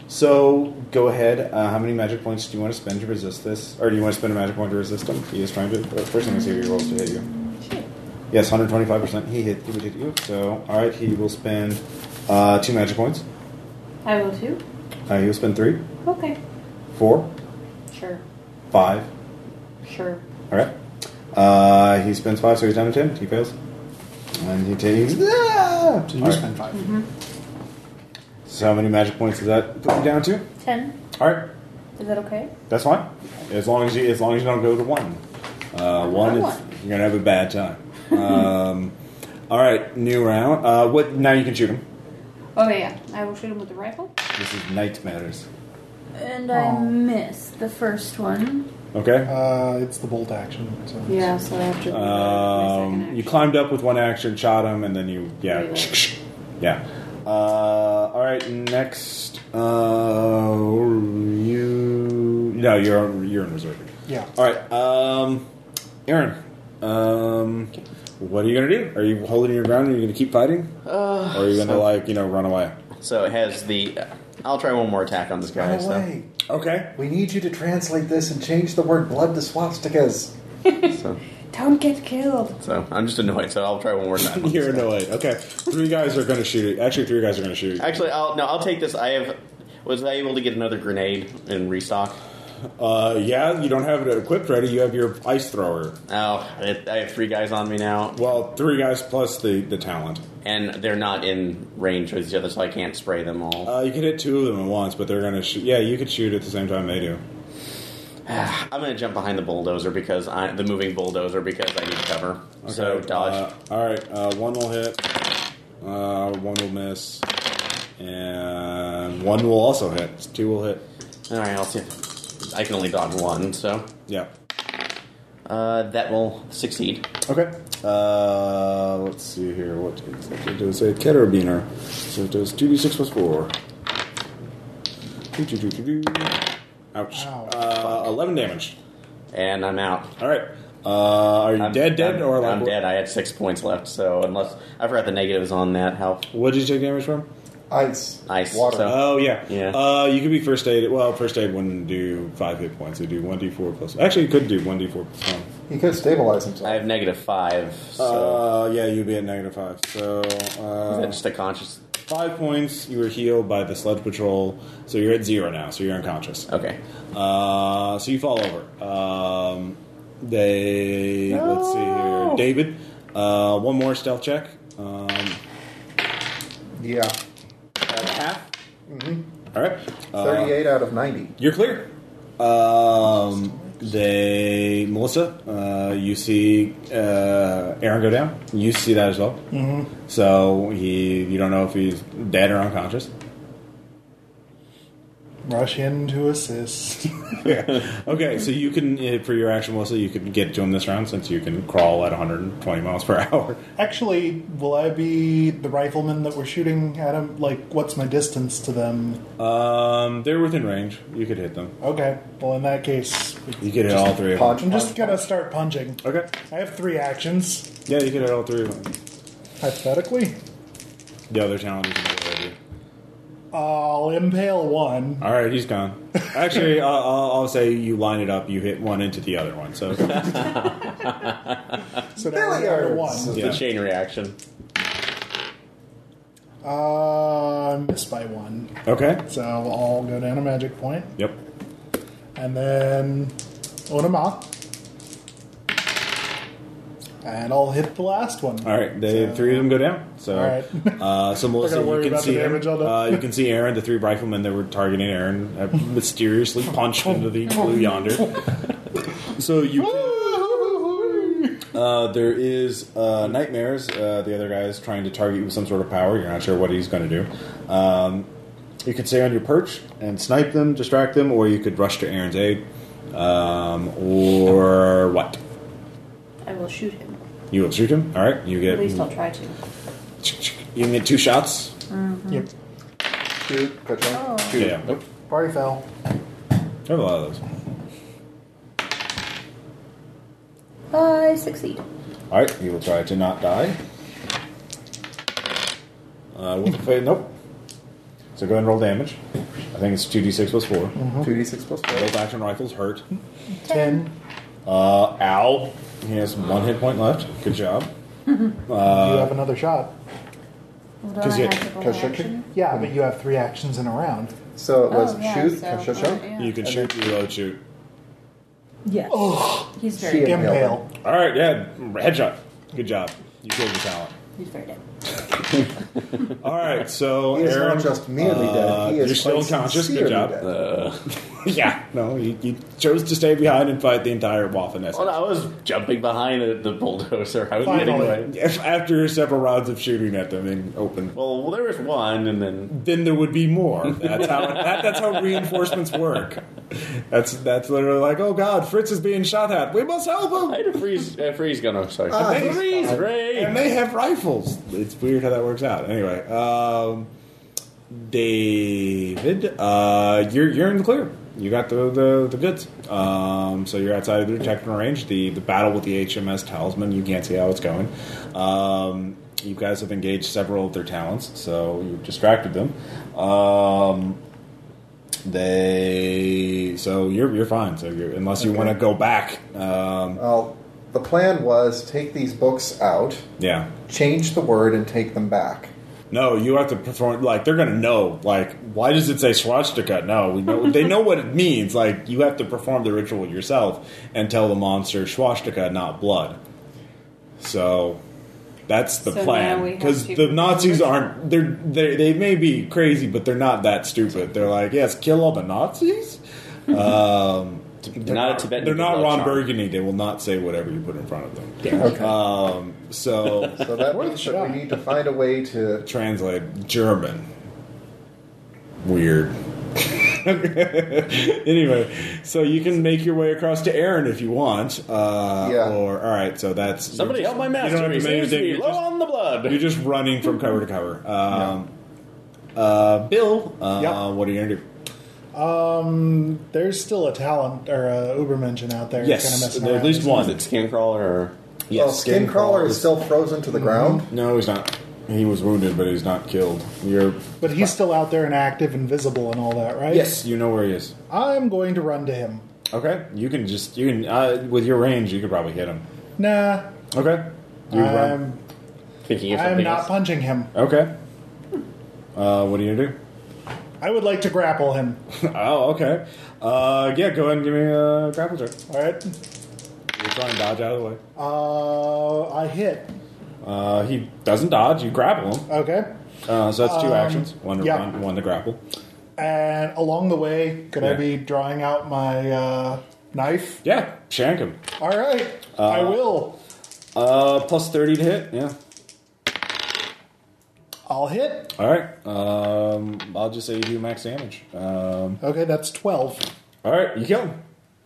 Speaker 1: so go ahead. Uh, how many magic points do you want to spend to resist this, or do you want to spend a magic point to resist him? He is trying to. First thing is here he rolls to hit you.
Speaker 6: Shit.
Speaker 1: Yes, 125%. He hit, he would hit you. So, alright, he will spend uh, two magic points.
Speaker 6: I will too.
Speaker 1: Uh, he will spend three,
Speaker 6: Okay.
Speaker 1: four,
Speaker 6: Sure.
Speaker 1: five.
Speaker 6: Sure.
Speaker 1: Alright. Uh, he spends five, so he's down to ten. He fails. And he takes. Ah!
Speaker 3: So you
Speaker 1: Alright,
Speaker 3: spend five.
Speaker 1: So, how many magic points does that put you down to?
Speaker 6: Ten.
Speaker 1: Alright,
Speaker 6: Is that okay?
Speaker 1: that's fine. As long as you, as long as you don't go to one. Uh, one is.
Speaker 6: One.
Speaker 1: You're going to have a bad time. um, Alright, new round. Uh, what? Now you can shoot him.
Speaker 6: Okay, Oh, yeah. I will shoot him with the rifle.
Speaker 1: This is night matters.
Speaker 6: And
Speaker 3: Aw.
Speaker 6: I missed the first one.
Speaker 1: Okay?
Speaker 3: Uh, it's the bolt action. So
Speaker 6: Yeah, so after
Speaker 5: Oh,
Speaker 6: the
Speaker 1: Um, you climbed up with one action, shot him, and then you yeah,
Speaker 6: Reload.
Speaker 1: yeah. Uh, all right, next. Uh, you no, you're you're in reserve.
Speaker 3: Yeah.
Speaker 1: All right, um, Aaron. Um, what are you gonna do? Are you holding your ground? Are you gonna keep fighting?
Speaker 4: Uh,
Speaker 1: Or are you gonna
Speaker 4: so-
Speaker 1: like you know run away?
Speaker 4: So it has the. uh, I'll try one more attack on this guy.
Speaker 2: Run
Speaker 4: so.
Speaker 2: away.
Speaker 1: Okay.
Speaker 2: We need you to translate this and change the word blood to swastikas.
Speaker 4: So,
Speaker 6: Don't get killed.
Speaker 4: so I'm just annoyed. So I'll try one more time. on
Speaker 1: You're
Speaker 4: this guy.
Speaker 1: annoyed. Okay, three guys are gonna shoot. you. Actually, three guys are gonna shoot. you.
Speaker 4: Actually, I'll no. I'll take this. I have. Was I able to get another grenade and restock?
Speaker 1: Uh, yeah, you don't have it equipped ready. You have your ice thrower.
Speaker 4: Oh, I I have three guys on me now,
Speaker 1: Well, three guys plus the, the talent.
Speaker 4: and they're not in range with each other, so I can't spray them all.
Speaker 1: Uh, you can hit two of them at once, but they're gonna shoot. Yeah, you could shoot at the same time they do.
Speaker 4: I'm gonna jump behind the bulldozer because I the moving bulldozer because I need cover.
Speaker 1: Okay,
Speaker 4: So dodge.
Speaker 1: Uh, all right, uh, one will hit, uh, one will miss, and one will also hit. Two will hit.
Speaker 4: all right, I'll see. If, I can only dodge one, so
Speaker 1: Yeah.
Speaker 4: uh, that will succeed.
Speaker 1: Okay. Uh, let's see here. What exactly does it say? Keter beaner. So it does two d six plus four. Ouch.
Speaker 3: Ow.
Speaker 1: Uh, 11 damage.
Speaker 4: and I'm out.
Speaker 1: All right. Uh, are you
Speaker 4: I'm,
Speaker 1: dead, dead,
Speaker 4: I'm,
Speaker 1: or like
Speaker 4: I'm dead. I had six points left, so unless I forgot the negatives on that, how
Speaker 1: What did you take damage from?
Speaker 2: Ice.
Speaker 4: Ice,
Speaker 2: Water.
Speaker 4: so-
Speaker 1: Oh yeah,
Speaker 4: Yeah.
Speaker 1: Uh, you could be first aid. Well, first aid wouldn't do five hit points. It'd do one d four plus. Actually, you could do one d four plus one.
Speaker 2: He could stabilize
Speaker 4: I
Speaker 2: himself.
Speaker 4: have negative five. So
Speaker 1: Uh, yeah, you'd be at negative five. So uh,
Speaker 4: that's just a conscious.
Speaker 1: five points. You were healed by the sludge patrol, so you're at zero now. So you're unconscious.
Speaker 4: Okay,
Speaker 1: Uh, so you fall over. Um, they let's see here, David. Uh, one more stealth check. Um,
Speaker 2: Yeah.
Speaker 4: half.
Speaker 1: all right, Uh,
Speaker 2: 38 out of 90.
Speaker 1: You're clear. Um, they, Melissa, uh, you see uh, Aaron go down. You see that as well. Mm-hmm. So he, you don't know if he's dead or unconscious.
Speaker 3: Rush in to assist.
Speaker 1: Okay, so you can uh, for your action, Melissa, you could get to him this round since you can crawl at 120 miles per hour.
Speaker 3: Actually, will I be the rifleman that we're shooting at him? Like, what's my distance to them?
Speaker 1: Um, they're within range. You could hit them.
Speaker 3: Okay, well, in that case,
Speaker 1: You could hit all three of them.
Speaker 2: Punch,
Speaker 3: I'm just
Speaker 2: punch.
Speaker 3: gonna start punching.
Speaker 1: Okay.
Speaker 3: I have three actions,
Speaker 1: Yeah, you could hit all three of them.
Speaker 3: hypothetically.
Speaker 1: The other talent is another idea.
Speaker 3: I'll impale one.
Speaker 1: All right, he's gone. Actually, I'll, I'll, I'll say you line it up. You hit one into the other one. So
Speaker 3: So now we're down to one.
Speaker 1: Yeah.
Speaker 4: The chain reaction.
Speaker 3: Uh, I missed by one.
Speaker 1: okay.
Speaker 3: So I'll go down a magic point,
Speaker 1: Yep.
Speaker 3: and then Onama. And I'll hit the last one.
Speaker 1: All right. The three of them go down. So,
Speaker 3: All right.
Speaker 1: uh, so Melissa,
Speaker 3: gotta
Speaker 1: you
Speaker 3: worry
Speaker 1: can
Speaker 3: about
Speaker 1: see
Speaker 3: the damage all
Speaker 1: uh,
Speaker 3: done.
Speaker 1: you can see Aaron, the three riflemen that were targeting Aaron, have mysteriously punched into the blue yonder. so you. Uh, there is uh, nightmares. Uh, the other guy is trying to target you with some sort of power. You're not sure what he's going to do. Um, you could stay on your perch and snipe them, distract them, or you could rush to Aaron's aid. Um, or what?
Speaker 6: I will shoot him.
Speaker 1: You will shoot him. All right. You get
Speaker 6: At least I'll try to.
Speaker 1: You can get two shots.
Speaker 3: Yep.
Speaker 2: Shoot. Ka-chunk.
Speaker 1: Yeah, yeah. Nope.
Speaker 6: Oh.
Speaker 3: Party foul.
Speaker 1: I have a lot of those.
Speaker 6: I succeed.
Speaker 1: All right, you will try to not die. Uh, with a fa- nope. So go ahead and roll damage. I think it's two d six plus four.
Speaker 2: 2d6 plus 4.
Speaker 1: Both action rifles hurt.
Speaker 3: Ten.
Speaker 1: Uh, ow. He has one hit point left. Good job.
Speaker 3: you have another shot.
Speaker 5: Well,
Speaker 1: Does
Speaker 5: I
Speaker 1: it-
Speaker 5: have to roll
Speaker 2: Kashyyyk?
Speaker 5: action?
Speaker 3: Yeah, but you have three actions in a round.
Speaker 2: So it was
Speaker 6: Oh, yeah,
Speaker 2: shoot,
Speaker 6: so-
Speaker 2: ka-chunk.
Speaker 6: yeah.
Speaker 1: You can shoot, reload, shoot.
Speaker 5: Yes. He's very
Speaker 2: Shit.
Speaker 3: Impale.
Speaker 1: All right, yeah, headshot. Good job. You killed your talent.
Speaker 6: He's very dead.
Speaker 1: All right, so
Speaker 2: He is
Speaker 1: Aaron,
Speaker 2: not just merely dead. He
Speaker 1: uh,
Speaker 2: is
Speaker 1: you're still
Speaker 2: quite
Speaker 1: unconscious. Good
Speaker 2: sincerely
Speaker 1: job. Uh,
Speaker 2: dead.
Speaker 1: yeah, no, you, you chose to stay behind and fight the entire Waffen
Speaker 4: Well, I was jumping behind the, the bulldozer. I was getting
Speaker 3: Finally.
Speaker 4: away.
Speaker 1: If after several rounds of shooting at them in open,
Speaker 4: Well, there was one, and then
Speaker 1: then there would be more. That's how that, that's how reinforcements work. That's that's literally like, oh god, Fritz is being shot at. We must help
Speaker 4: I
Speaker 1: him.
Speaker 4: had a freeze. A freeze gun. I'm sorry.
Speaker 3: Uh,
Speaker 2: Ah,
Speaker 4: A freeze
Speaker 2: he's-
Speaker 1: And
Speaker 4: ray.
Speaker 1: they have rifles. It's weird how that works out. Anyway, um, David, uh, you're you're in the clear. You got the the, the goods. Um, so you're outside of the detecting range. The the battle with the HMS Talisman. You can't see how it's going. Um, you guys have engaged several of their talents, so you've distracted them. Um, they so you're you're fine. So you're, unless you want to go back, um,
Speaker 2: Well, the plan was take these books out,
Speaker 1: yeah.
Speaker 2: change the word, and take them back.
Speaker 1: No, you have to perform. Like they're gonna know. Like why does it say swastika? No, we know they know what it means. Like you have to perform the ritual yourself and tell the monster swastika, not blood. So that's the
Speaker 6: So now we
Speaker 1: plan
Speaker 6: have
Speaker 1: because
Speaker 6: to
Speaker 1: the
Speaker 6: perform
Speaker 1: Nazis
Speaker 6: the
Speaker 1: aren't. They're, they they may be crazy, but they're not that stupid. They're like, yes, kill all the Nazis. um, they're
Speaker 4: not a Tibetan
Speaker 1: They're not
Speaker 4: blood
Speaker 1: Ron
Speaker 4: charm.
Speaker 1: Burgundy. They will not say whatever you put in front of them.
Speaker 2: Okay.
Speaker 1: Um, so
Speaker 2: so that means that we need to find a way to.
Speaker 1: translate German. Weird. anyway, so you can make your way across to Aaron if you want. Uh,
Speaker 2: Yeah.
Speaker 1: Or all right, so that's
Speaker 4: Somebody help my
Speaker 1: You don't
Speaker 4: master.
Speaker 1: have to
Speaker 4: He
Speaker 1: make
Speaker 4: seems to
Speaker 1: anything.
Speaker 4: be
Speaker 1: You're
Speaker 4: low
Speaker 1: just-
Speaker 4: on the
Speaker 1: You're
Speaker 4: blood.
Speaker 1: just running from cover to cover. Um, uh, Bill, uh,
Speaker 3: Yep.
Speaker 1: what are you gonna do?
Speaker 3: Um, there's still a talent or a Ubermenschen out there.
Speaker 8: Yes,
Speaker 3: kinda messing
Speaker 8: there- at
Speaker 3: around.
Speaker 8: least one.
Speaker 4: Is it Scancrawler or.
Speaker 8: Yes,
Speaker 2: well, skin crawler is still frozen
Speaker 1: Mm-hmm.
Speaker 2: to the ground.
Speaker 1: No, he's not. He was wounded, but he's not killed. You're
Speaker 3: But he's still out there and active and visible and all that, right?
Speaker 1: yes, you know where he is.
Speaker 3: I'm going to run to him.
Speaker 1: Okay, you can just you can uh, with your range, you could probably hit him.
Speaker 3: Nah,
Speaker 1: Okay, you
Speaker 3: Um,
Speaker 1: run.
Speaker 3: I'm,
Speaker 4: Thinking of
Speaker 3: I'm
Speaker 4: something
Speaker 3: Oh. not
Speaker 4: else?
Speaker 3: punching him.
Speaker 1: Okay. Uh, what do you do?
Speaker 3: I would like to grapple him.
Speaker 1: oh, okay. Uh, yeah, go ahead and give me a grapple check.
Speaker 3: All right.
Speaker 1: You're trying to dodge out of the way.
Speaker 3: Uh, I hit.
Speaker 1: Uh, he doesn't dodge. You grapple him.
Speaker 3: Okay.
Speaker 1: Uh, so that's two
Speaker 3: Um,
Speaker 1: actions. One to
Speaker 3: yeah.
Speaker 1: run, one to grapple.
Speaker 3: And along the way, could I
Speaker 1: Yeah.
Speaker 3: be drawing out my uh, knife?
Speaker 1: Yeah, shank him.
Speaker 3: All right. I will.
Speaker 1: Uh, plus thirty to hit. Yeah.
Speaker 3: I'll hit.
Speaker 1: All right. Um, I'll just say you do max damage. Um,
Speaker 3: Okay, that's 12.
Speaker 1: all right, you kill him.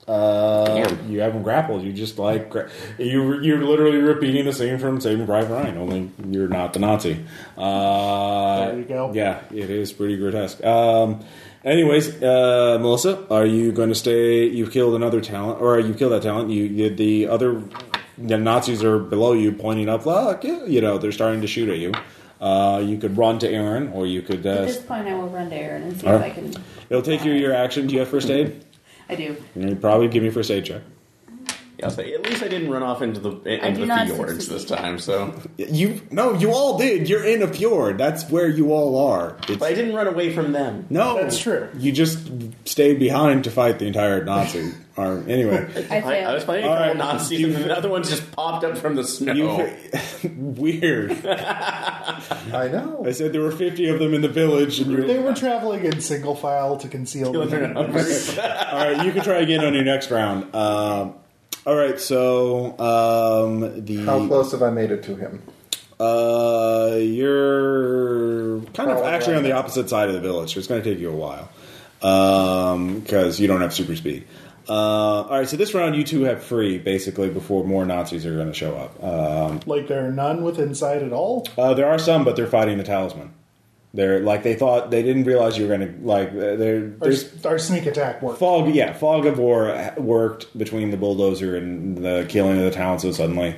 Speaker 1: Uh,
Speaker 4: Damn.
Speaker 1: you haven't grappled. You just like gra- you. You're literally repeating the same from Saving Private Ryan. Only you're not the Nazi. Uh,
Speaker 3: There you go.
Speaker 1: Yeah, it is pretty grotesque. Um, anyways, uh, Melissa, are you going to stay? You killed another talent, or you killed that talent. You, you the other the Nazis are below you, pointing up. Look, you know they're starting to shoot at you. Uh, you could run to Aaron, or you could.
Speaker 6: At
Speaker 1: Uh,
Speaker 6: this point, I will run to Aaron and see
Speaker 1: All
Speaker 6: if I
Speaker 1: right.
Speaker 6: can.
Speaker 1: it'll take you your action. Do you have first aid?
Speaker 6: I do.
Speaker 1: You probably give me first aid check.
Speaker 4: Yeah, I'll say, at least I didn't run off into the
Speaker 6: I
Speaker 4: into
Speaker 6: do
Speaker 4: the
Speaker 6: not
Speaker 4: fjords
Speaker 6: succeed.
Speaker 4: this time. So,
Speaker 1: You no, you all did. You're in a fjord. That's where you all are. It's-
Speaker 4: but I didn't run away from them.
Speaker 1: no,
Speaker 3: That's true.
Speaker 1: You just stayed behind to fight the entire Nazi army. Anyway,
Speaker 6: I
Speaker 4: I, I
Speaker 6: failed.
Speaker 4: was fighting a
Speaker 1: All
Speaker 4: couple
Speaker 1: right.
Speaker 4: Nazis,
Speaker 1: You-
Speaker 4: and then the other ones just popped up from the
Speaker 3: Oh.
Speaker 4: snow.
Speaker 1: you, weird.
Speaker 2: I know.
Speaker 1: I said there were fifty of them in the village, and
Speaker 3: They
Speaker 1: you.
Speaker 3: were traveling in single file to conceal the
Speaker 4: Children of
Speaker 3: numbers.
Speaker 4: Earth.
Speaker 1: All right, you can try again on your next round. Um, all right, so um, the
Speaker 2: How close have I made it to him?
Speaker 1: Uh, you're kind of
Speaker 2: Probably.
Speaker 1: actually on the opposite side of the village, so it's going to take you a while because you don't have super speed. Uh, all right, so this round you two have free basically before more Nazis are going to show up. Um,
Speaker 3: Like there are none with inside at all.
Speaker 1: uh, there are some, but they're fighting the talisman. They're like they thought they didn't realize you were going to like uh, they're
Speaker 3: Our,
Speaker 1: there's
Speaker 3: our sneak attack worked.
Speaker 1: fog yeah fog of war worked between the bulldozer and the killing of the town so suddenly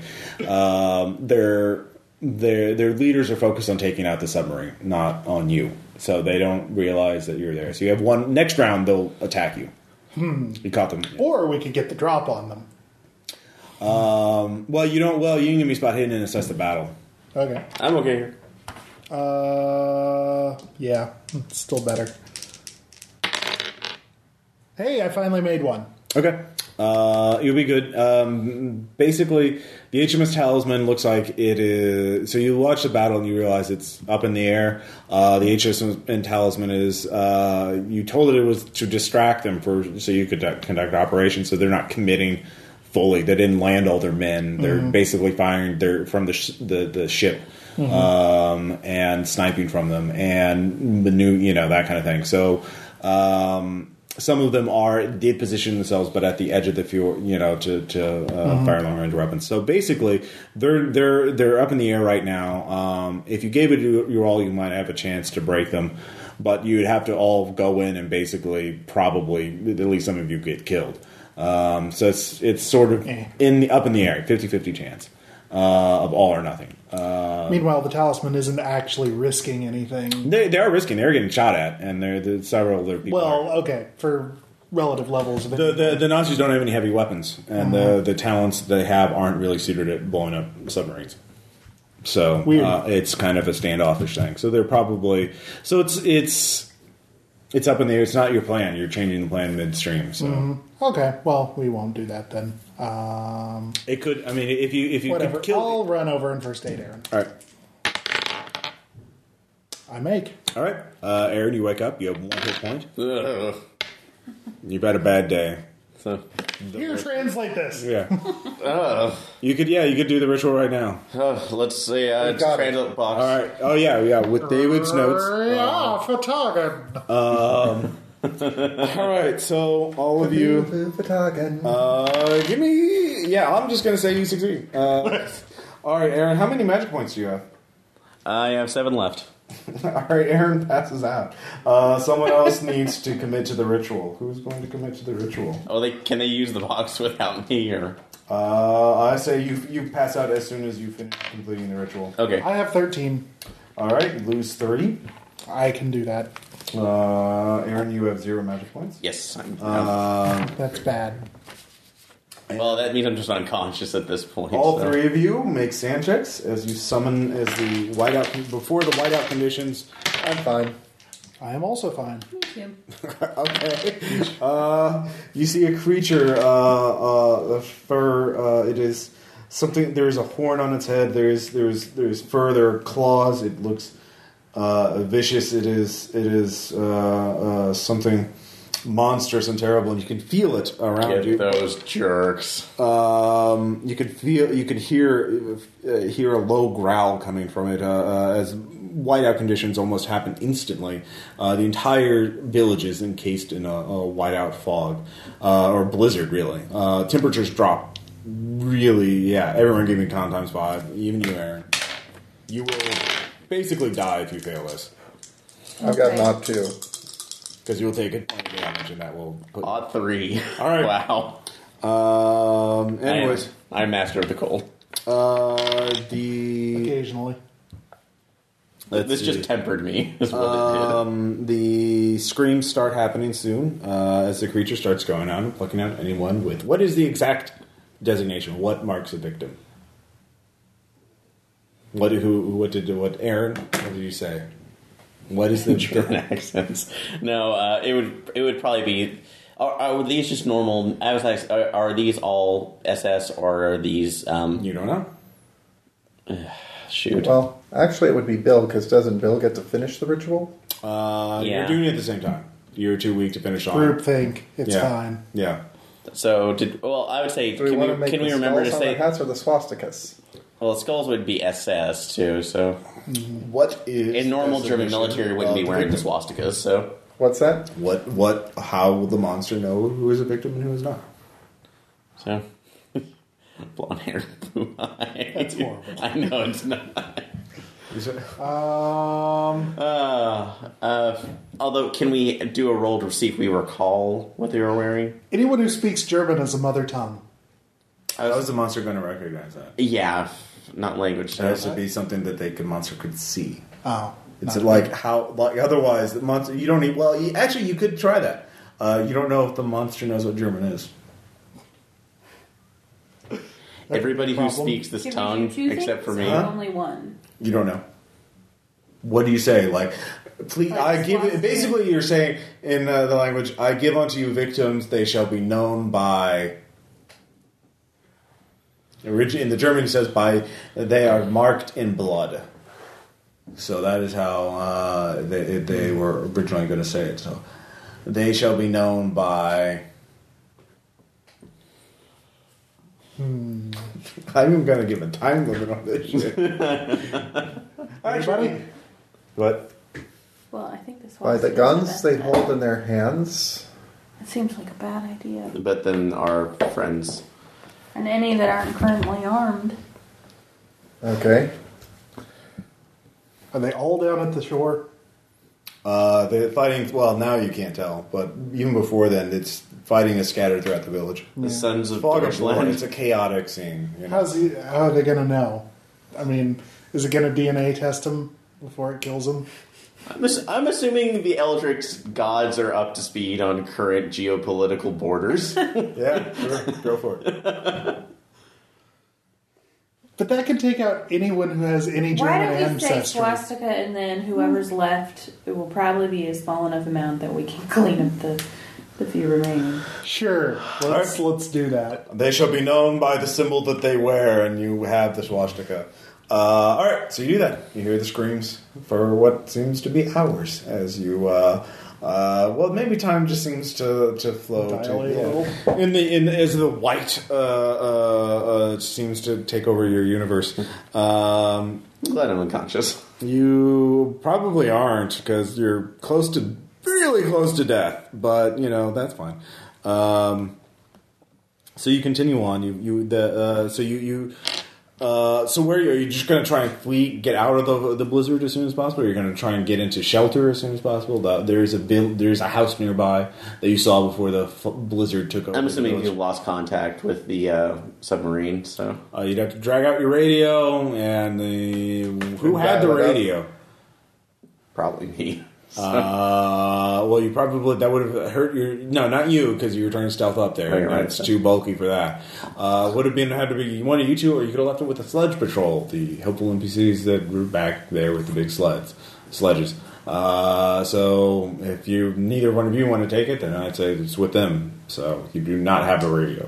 Speaker 1: um, their their their leaders are focused on taking out the submarine not on you so they don't realize that you're there so you have one next round they'll attack you you caught them
Speaker 3: Or we could get the drop on them.
Speaker 1: well you don't well you can give me spot hidden and assess the battle
Speaker 3: Okay.
Speaker 4: I'm okay here.
Speaker 3: Uh, yeah, it's still better. Hey, I finally made one.
Speaker 1: Okay. Uh, you'll be good. Um, basically, the HMS Talisman looks like it is. So you watch the battle and you realize it's up in the air. Uh, the HMS and Talisman is. Uh, you told it it was to distract them for so you could conduct operations. So they're not committing fully. They didn't land all their men. They're basically firing their from the sh- the, the ship um, and sniping from them and the new you know that kind of thing. So. Um, some of them are did position themselves, but at the edge of the fjord, you know, to, to uh, fire long range weapons. So basically, they're they're they're up in the air right now. Um, if you gave it your your all, you might have a chance to break them, but you would have to all go in and basically probably at least some of you get killed. Um, so it's it's sort of
Speaker 3: Eh.
Speaker 1: in the up in the air, 50-50 chance uh, of all or nothing.
Speaker 3: Meanwhile, the talisman isn't actually risking anything.
Speaker 1: They they are risking; they're getting shot at, and there there's several other people. are.
Speaker 3: Well, okay, for relative levels of
Speaker 1: The, the the Nazis don't have any heavy weapons, and the the talents they have aren't really suited at blowing up submarines. So
Speaker 3: Weird.
Speaker 1: Uh, it's kind of a standoffish thing. So they're probably so it's it's it's up in the air. It's not your plan. You're changing the plan midstream. So
Speaker 3: Mm-hmm. Okay, well, we won't do that then. Um,
Speaker 1: it could. I mean, if you if you
Speaker 3: whatever.
Speaker 1: could kill.
Speaker 3: I'll run over and first aid Aaron.
Speaker 1: all right,
Speaker 3: I make.
Speaker 1: all right, uh, Aaron. You wake up. You have one hit point.
Speaker 4: Ugh.
Speaker 1: You've had a bad day.
Speaker 4: So,
Speaker 3: Here, translate this.
Speaker 1: Yeah. You could yeah you could do the ritual right now.
Speaker 4: uh, let's say uh, it's
Speaker 2: got it.
Speaker 4: translate box.
Speaker 1: All right. Oh yeah yeah with David's notes.
Speaker 3: Uh, Yeah, for target.
Speaker 1: All right. So all of you. Uh, give me. Yeah, I'm just gonna say E you succeed. Uh, all right, Aaron. How many magic points do you have?
Speaker 4: I have seven left.
Speaker 1: All right, Aaron passes out. Uh, someone else needs to commit to the ritual. Who's going to commit to the ritual?
Speaker 4: Oh, they can they use the box without me or?
Speaker 1: Uh, I say you you pass out as soon as you finish completing the ritual.
Speaker 4: Okay.
Speaker 3: I have 13.
Speaker 1: All right, lose thirty.
Speaker 3: I can do that.
Speaker 1: Uh, Aaron, you have zero magic points.
Speaker 4: Yes. I'm,
Speaker 1: Um,
Speaker 3: That's bad.
Speaker 4: well, that means I'm just unconscious at this point.
Speaker 1: all
Speaker 4: so-
Speaker 1: three of you make sand checks as you summon as the whiteout before the whiteout conditions.
Speaker 2: I'm fine.
Speaker 3: I am also fine.
Speaker 1: okay. Uh, you see a creature. Uh, uh, a fur. Uh, it is something. There is a horn on its head. There is there is there is fur. There are claws. It looks uh, vicious. It is it is uh, uh, something monstrous and terrible, and you can feel it around
Speaker 4: Get
Speaker 1: you.
Speaker 4: those jerks.
Speaker 1: Um, you could feel, you could hear uh, hear a low growl coming from it uh, uh, as whiteout conditions almost happen instantly. Uh, the entire village is encased in a, a whiteout fog uh, or blizzard, really. Uh, temperatures drop really. Yeah, everyone give me con times five, even you, Aaron. You will basically die if you fail this
Speaker 2: I've got
Speaker 5: Okay.
Speaker 2: an op too.
Speaker 1: because you will take a point of damage, and that will. Put,
Speaker 4: Odd three.
Speaker 1: All right.
Speaker 4: Wow.
Speaker 1: um.
Speaker 4: I am-
Speaker 1: Anyways,
Speaker 4: I'm master of the cold.
Speaker 1: uh, the.
Speaker 3: Occasionally.
Speaker 1: Let's
Speaker 4: this
Speaker 1: see.
Speaker 4: just tempered me. Is what it
Speaker 1: Um, the screams start happening soon uh, as the creature starts going out and plucking out anyone with what is the exact designation? What marks a victim? What who? What did what? Aaron? What did you say? What is the
Speaker 4: did. German accents. No, uh, it would it would probably be. Are, are these just normal? I was like, are, are these all SS or are these? Um,
Speaker 1: You don't know. Uh,
Speaker 4: shoot.
Speaker 2: Well, actually, it would be Bill because doesn't Bill get to finish the ritual?
Speaker 1: Uh, You're
Speaker 4: Yeah.
Speaker 1: doing it at the same time. You're too weak to finish on.
Speaker 3: Group think. It's
Speaker 1: yeah.
Speaker 3: fine.
Speaker 1: Yeah.
Speaker 4: So did well. I would say
Speaker 2: Do we
Speaker 4: can
Speaker 2: want
Speaker 4: we,
Speaker 2: to make
Speaker 4: can
Speaker 2: the
Speaker 4: we remember to
Speaker 2: skulls on
Speaker 4: say
Speaker 2: the hats or the swastikas?
Speaker 4: well skulls would be SS too. So
Speaker 1: What is
Speaker 4: in normal German
Speaker 1: designation
Speaker 4: military wouldn't be
Speaker 1: of
Speaker 4: wearing the
Speaker 1: victim?
Speaker 4: swastikas. So
Speaker 2: What's that?
Speaker 1: What? What? How will the monster know who is a victim and who is not?
Speaker 4: so blonde hair, blue eyes.
Speaker 3: That's horrible.
Speaker 4: I know it's not.
Speaker 1: Is it-
Speaker 3: Um,
Speaker 4: Uh, uh, although, can we do a roll to see if we recall what they were wearing?
Speaker 3: anyone who speaks German as a mother tongue.
Speaker 1: How is the monster going to recognize that?
Speaker 4: Yeah, not language.
Speaker 1: It has
Speaker 4: So.
Speaker 1: to be something that they could monster could see.
Speaker 3: Oh.
Speaker 1: It's
Speaker 3: not-
Speaker 1: like how like otherwise the monster you don't need. Well, you, actually, you could try that. Uh, you don't know if the monster knows what German is.
Speaker 4: Everybody who
Speaker 3: Problem.
Speaker 4: speaks this tongue, except for me.
Speaker 1: Huh?
Speaker 5: Only one.
Speaker 1: You don't know. What do you say? Like, please,
Speaker 5: Like
Speaker 1: I give.
Speaker 5: swastika.
Speaker 1: Basically, you're saying in uh, the language, "I give unto you victims; they shall be known by." Orig- In the German, it says by they are marked in blood. So that is how uh, they, they were originally going to say it. So they shall be known by. Hmm. I'm going to give a time limit on this shit.
Speaker 3: Everybody?
Speaker 1: What?
Speaker 6: Well, I think this
Speaker 2: By
Speaker 6: was
Speaker 2: the guns they hold in their hands.
Speaker 6: It seems like a bad idea.
Speaker 4: But then our friends.
Speaker 6: And any that aren't currently armed.
Speaker 2: Okay.
Speaker 3: Are they all down at the shore?
Speaker 1: Uh, the fighting. Well, now you can't tell, but even before then, it's fighting is scattered throughout the village.
Speaker 4: The sons of
Speaker 1: Fog of war. It's
Speaker 4: Deutschland.
Speaker 1: a chaotic scene. You know?
Speaker 3: How's he, how are they going to know? I mean, is it going to DNA test him before it kills him?
Speaker 4: I'm, ass- I'm assuming the Eldritch gods are up to speed on current geopolitical borders.
Speaker 1: Yeah, sure. Go for it.
Speaker 3: But that can take out anyone who has any
Speaker 6: Why
Speaker 3: German
Speaker 6: don't we
Speaker 3: ancestry.
Speaker 6: say swastika and then whoever's left, it will probably be a small enough amount that we can clean up the, the few remaining.
Speaker 3: Sure, let's let's do that.
Speaker 1: They shall be known by the symbol that they wear, and you have the swastika. Uh, all right, so you do that. You hear the screams for what seems to be hours as you. Uh, uh, well, maybe time just seems to to flow to-
Speaker 3: Dilate a
Speaker 1: yeah.
Speaker 3: little.
Speaker 1: In the in as the white uh, uh, uh, seems to take over your universe. Um,
Speaker 4: Glad I'm unconscious.
Speaker 1: You probably aren't because you're close to really close to death, but you know that's fine. Um, so you continue on. You you the uh, so you you Uh, so where are you? Are you just going to try and flee, get out of the, the blizzard as soon as possible? Or you're going to try and get into shelter as soon as possible? The- there's a buil- there's a house nearby that you saw before the f- blizzard took over.
Speaker 4: I'm
Speaker 1: the
Speaker 4: assuming you
Speaker 1: village.
Speaker 4: lost contact with the uh, submarine, so
Speaker 1: Uh, you'd have to drag out your radio and the who had the
Speaker 2: Dial it up.
Speaker 1: radio.
Speaker 4: probably me. So,
Speaker 1: Uh, well, you probably that would have hurt your no, not you because you were trying to stealth up there.
Speaker 4: Oh, you're right.
Speaker 1: It's too bulky for that. Uh, would have been had to be one of you two, or you could have left it with the sledge patrol, the helpful NPCs that were back there with the big sleds, sledges. Uh, so if you neither one of you want to take it, then I'd say it's with them. So you do not have a radio.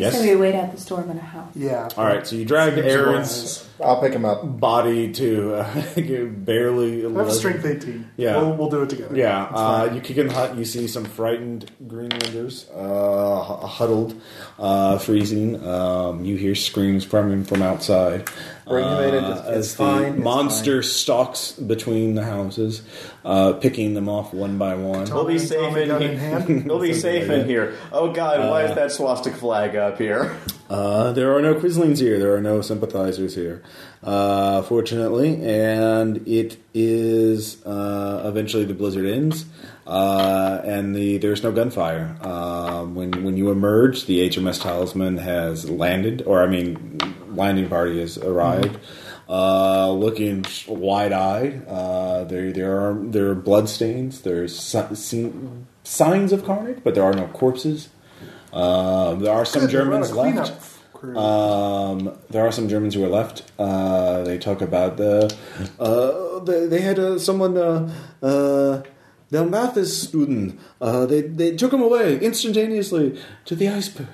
Speaker 6: I say we
Speaker 1: Yes.
Speaker 6: wait out the storm in a house.
Speaker 3: Yeah.
Speaker 1: All right. So you dragged Aaron's
Speaker 2: I'll pick him up.
Speaker 1: body to uh, barely.
Speaker 3: I have a strength 18.
Speaker 1: Yeah.
Speaker 3: We'll, we'll do it together.
Speaker 1: Yeah, uh, you kick in the hut. You see some frightened Greenlanders uh, hu- huddled, uh, freezing. Um, you hear screams from him from outside.
Speaker 2: Bring him in, it's-
Speaker 1: Uh,
Speaker 2: it's
Speaker 1: as
Speaker 2: fine,
Speaker 1: the
Speaker 2: it's
Speaker 1: monster stalks between the houses, uh, picking them off one by one.
Speaker 4: we'll be
Speaker 3: Tommy,
Speaker 4: safe
Speaker 3: Tommy
Speaker 4: in
Speaker 3: gun
Speaker 4: here.
Speaker 3: in hand.
Speaker 4: we'll be safe in here. Oh God, why is that swastika flag up here?
Speaker 1: Uh, there are no Quislings here. There are no sympathizers here, uh, fortunately. And it is uh, eventually the blizzard ends, uh, and the there's no gunfire. Um, when when you emerge, the HMS Talisman has landed, or I mean, landing party has arrived. Uh, looking wide-eyed, uh, there there are there are bloodstains. There's si- si- signs of carnage, but there are no corpses. Uh, there are some
Speaker 3: Good, we're on a
Speaker 1: Germans left.
Speaker 3: cleanup crew.
Speaker 1: Um, there are some Germans who are left. Uh, they talk about the. Uh, they, they had uh, someone. Uh, uh, the Mathis student. Uh, they, they took him away instantaneously to the iceberg.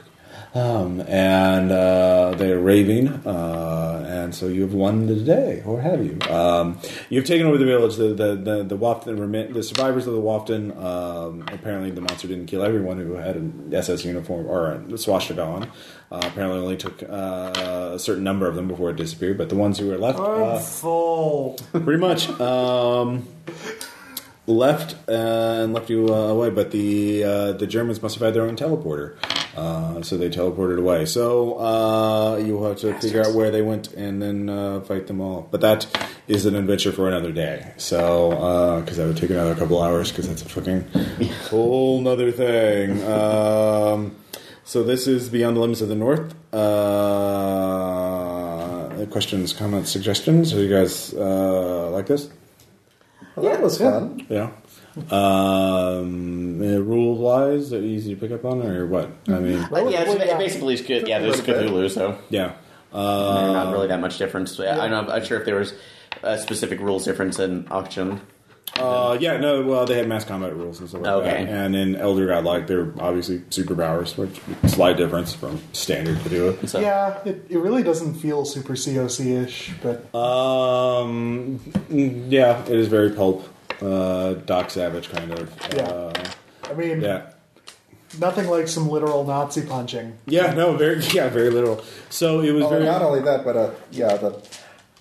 Speaker 1: Um, and uh, they're raving, uh, and so you've won the day, or have you? Um, you've taken over the village. The the the, the Wafton remi- the survivors of the Wafton. Um, apparently, the monster didn't kill everyone who had an SS uniform or a swastika on. Uh, apparently, only took uh, a certain number of them before it disappeared. But the ones who were left,
Speaker 3: I'm
Speaker 1: uh,
Speaker 3: full.
Speaker 1: pretty much um, left uh, and left you uh, away. But the uh, the Germans must have had their own teleporter, uh, so they teleported away. So uh, you will have to figure out where they went and then uh, fight them all. But that is an adventure for another day. So because that would take another couple hours because that's a fucking whole nother thing. Um, so this is Beyond the Limits of the North. Uh, questions, comments, suggestions? Are you guys uh, like this?
Speaker 2: Well, that was fun.
Speaker 1: Yeah. Um, rule wise, are easy to pick up on, or what? I mean,
Speaker 4: But yeah, it's,
Speaker 3: what do you got?
Speaker 4: basically it's good. Um, Yeah, there's
Speaker 2: Little bit.
Speaker 4: Cthulhu, so
Speaker 1: yeah.
Speaker 4: There's
Speaker 1: Uh,
Speaker 4: not really that much difference. I- I'm not I'm sure if there was a specific rules difference in auction.
Speaker 1: uh, yeah, no, well, they had mass combat rules and stuff like
Speaker 4: Okay.
Speaker 1: that. And in Elder God, like, they're obviously superpowers, which slight difference from standard to do it.
Speaker 4: So
Speaker 3: Yeah, it, it really doesn't feel super COC ish, but
Speaker 1: Um, mm, yeah, it is very pulp, uh, Doc Savage kind of. Uh,
Speaker 3: I mean,
Speaker 1: yeah.
Speaker 3: nothing like some literal Nazi punching.
Speaker 1: Yeah, no, very, yeah, very literal. So it was
Speaker 2: Well,
Speaker 1: very.
Speaker 2: not only that, but uh, yeah, the,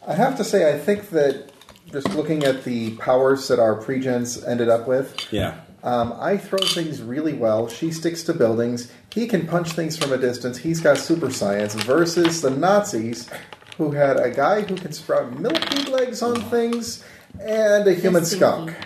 Speaker 2: I have to say, I think that just looking at the powers that our pregens ended up with,
Speaker 1: yeah.
Speaker 2: um, I throw things really well. She sticks to buildings. He can punch things from a distance. He's got super science versus the Nazis, who had a guy who can sprout milky legs on things and a human
Speaker 5: Just
Speaker 2: skunk.
Speaker 5: thinking.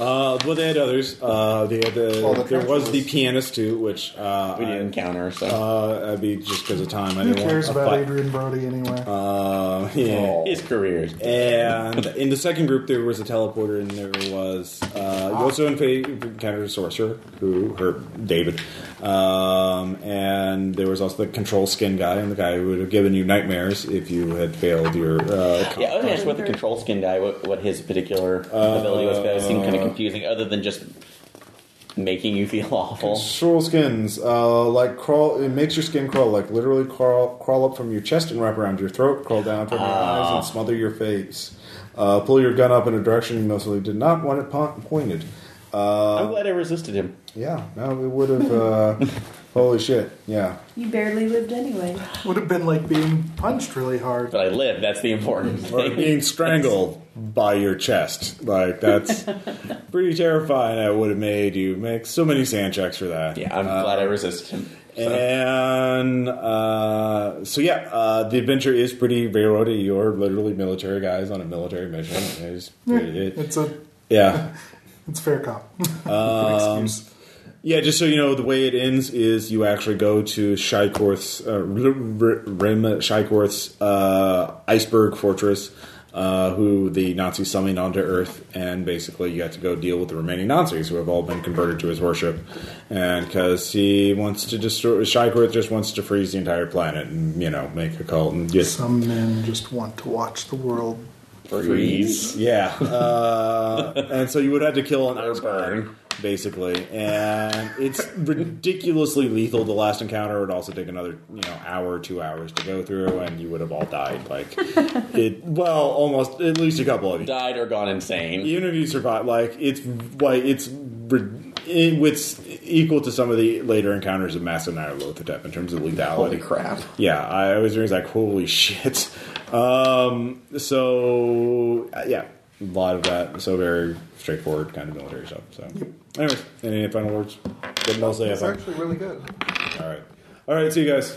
Speaker 1: Uh, well, they had others. Uh, they had the,
Speaker 2: Well, the
Speaker 1: there was the
Speaker 2: tarantulas.
Speaker 1: pianist too, which uh,
Speaker 4: we didn't encounter. So
Speaker 1: I, uh, I'd be just because of time. I
Speaker 3: Who
Speaker 1: didn't
Speaker 3: cares
Speaker 1: want a
Speaker 3: about
Speaker 1: fight.
Speaker 3: Adrian Brody anyway?
Speaker 1: Uh, yeah.
Speaker 4: his career.
Speaker 1: And in the second group, there was a teleporter, and there was uh, you also encountered a sorcerer who her David, um, and there was also the control skin guy, and the guy who would have given you nightmares if you had failed your. Uh,
Speaker 4: Yeah, I was gonna ask what the control skin guy, what, what his particular ability was, but it seemed kind of confusing. Other than just making you feel awful.
Speaker 1: Control skins, uh, like crawl. It makes your skin crawl, like literally crawl, crawl up from your chest and wrap around your throat, crawl down from your eyes and smother your face. Uh, pull your gun up in a direction you mostly did not want it po- pointed. Uh,
Speaker 4: I'm glad I resisted him.
Speaker 1: yeah, no, it would have. Uh, holy shit! Yeah,
Speaker 6: You barely lived anyway.
Speaker 3: Would have been like being punched really hard.
Speaker 4: But I lived. That's the important
Speaker 1: or
Speaker 4: thing.
Speaker 1: being strangled by your chest, like that's pretty terrifying. That would have made you make so many sand checks for that.
Speaker 4: Yeah, I'm glad I resisted him.
Speaker 1: And uh, so, yeah, uh, the adventure is pretty railroady. You're literally military guys on a military mission. It's pretty- it-
Speaker 3: It's a
Speaker 1: yeah.
Speaker 3: it's fair cop.
Speaker 1: Um, yeah, just so you know, the way it ends is you actually go to Shykorth's, uh, R- R- Rim Shykorth's uh, iceberg fortress, uh, who the Nazis summoned onto Earth, and basically you have to go deal with the remaining Nazis who have all been converted to his worship. And because he wants to destroy, Shykorth just wants to freeze the entire planet and, you know, make a cult and just
Speaker 3: Some men just want to watch the world.
Speaker 4: Freeze.
Speaker 1: yeah, uh, and so you would have to kill an
Speaker 4: Or burn.
Speaker 1: basically, and it's ridiculously lethal. The last encounter would also take another you know hour, two hours to go through, and you would have all died. Like it, well, almost at least a couple of you.
Speaker 4: Died or gone insane.
Speaker 1: Even if you survive, like it's like it's. rid- It, it's equal to some of the later encounters of Mass Nyarlathotep in terms of lethality.
Speaker 4: Holy crap.
Speaker 1: Yeah, I always was like, holy shit. Um, so, uh, yeah, a lot of that. So, very straightforward kind of military stuff. So, anyways, any final words? Didn't all say
Speaker 7: It's
Speaker 1: I
Speaker 7: actually really good.
Speaker 1: All right. All right, see you guys.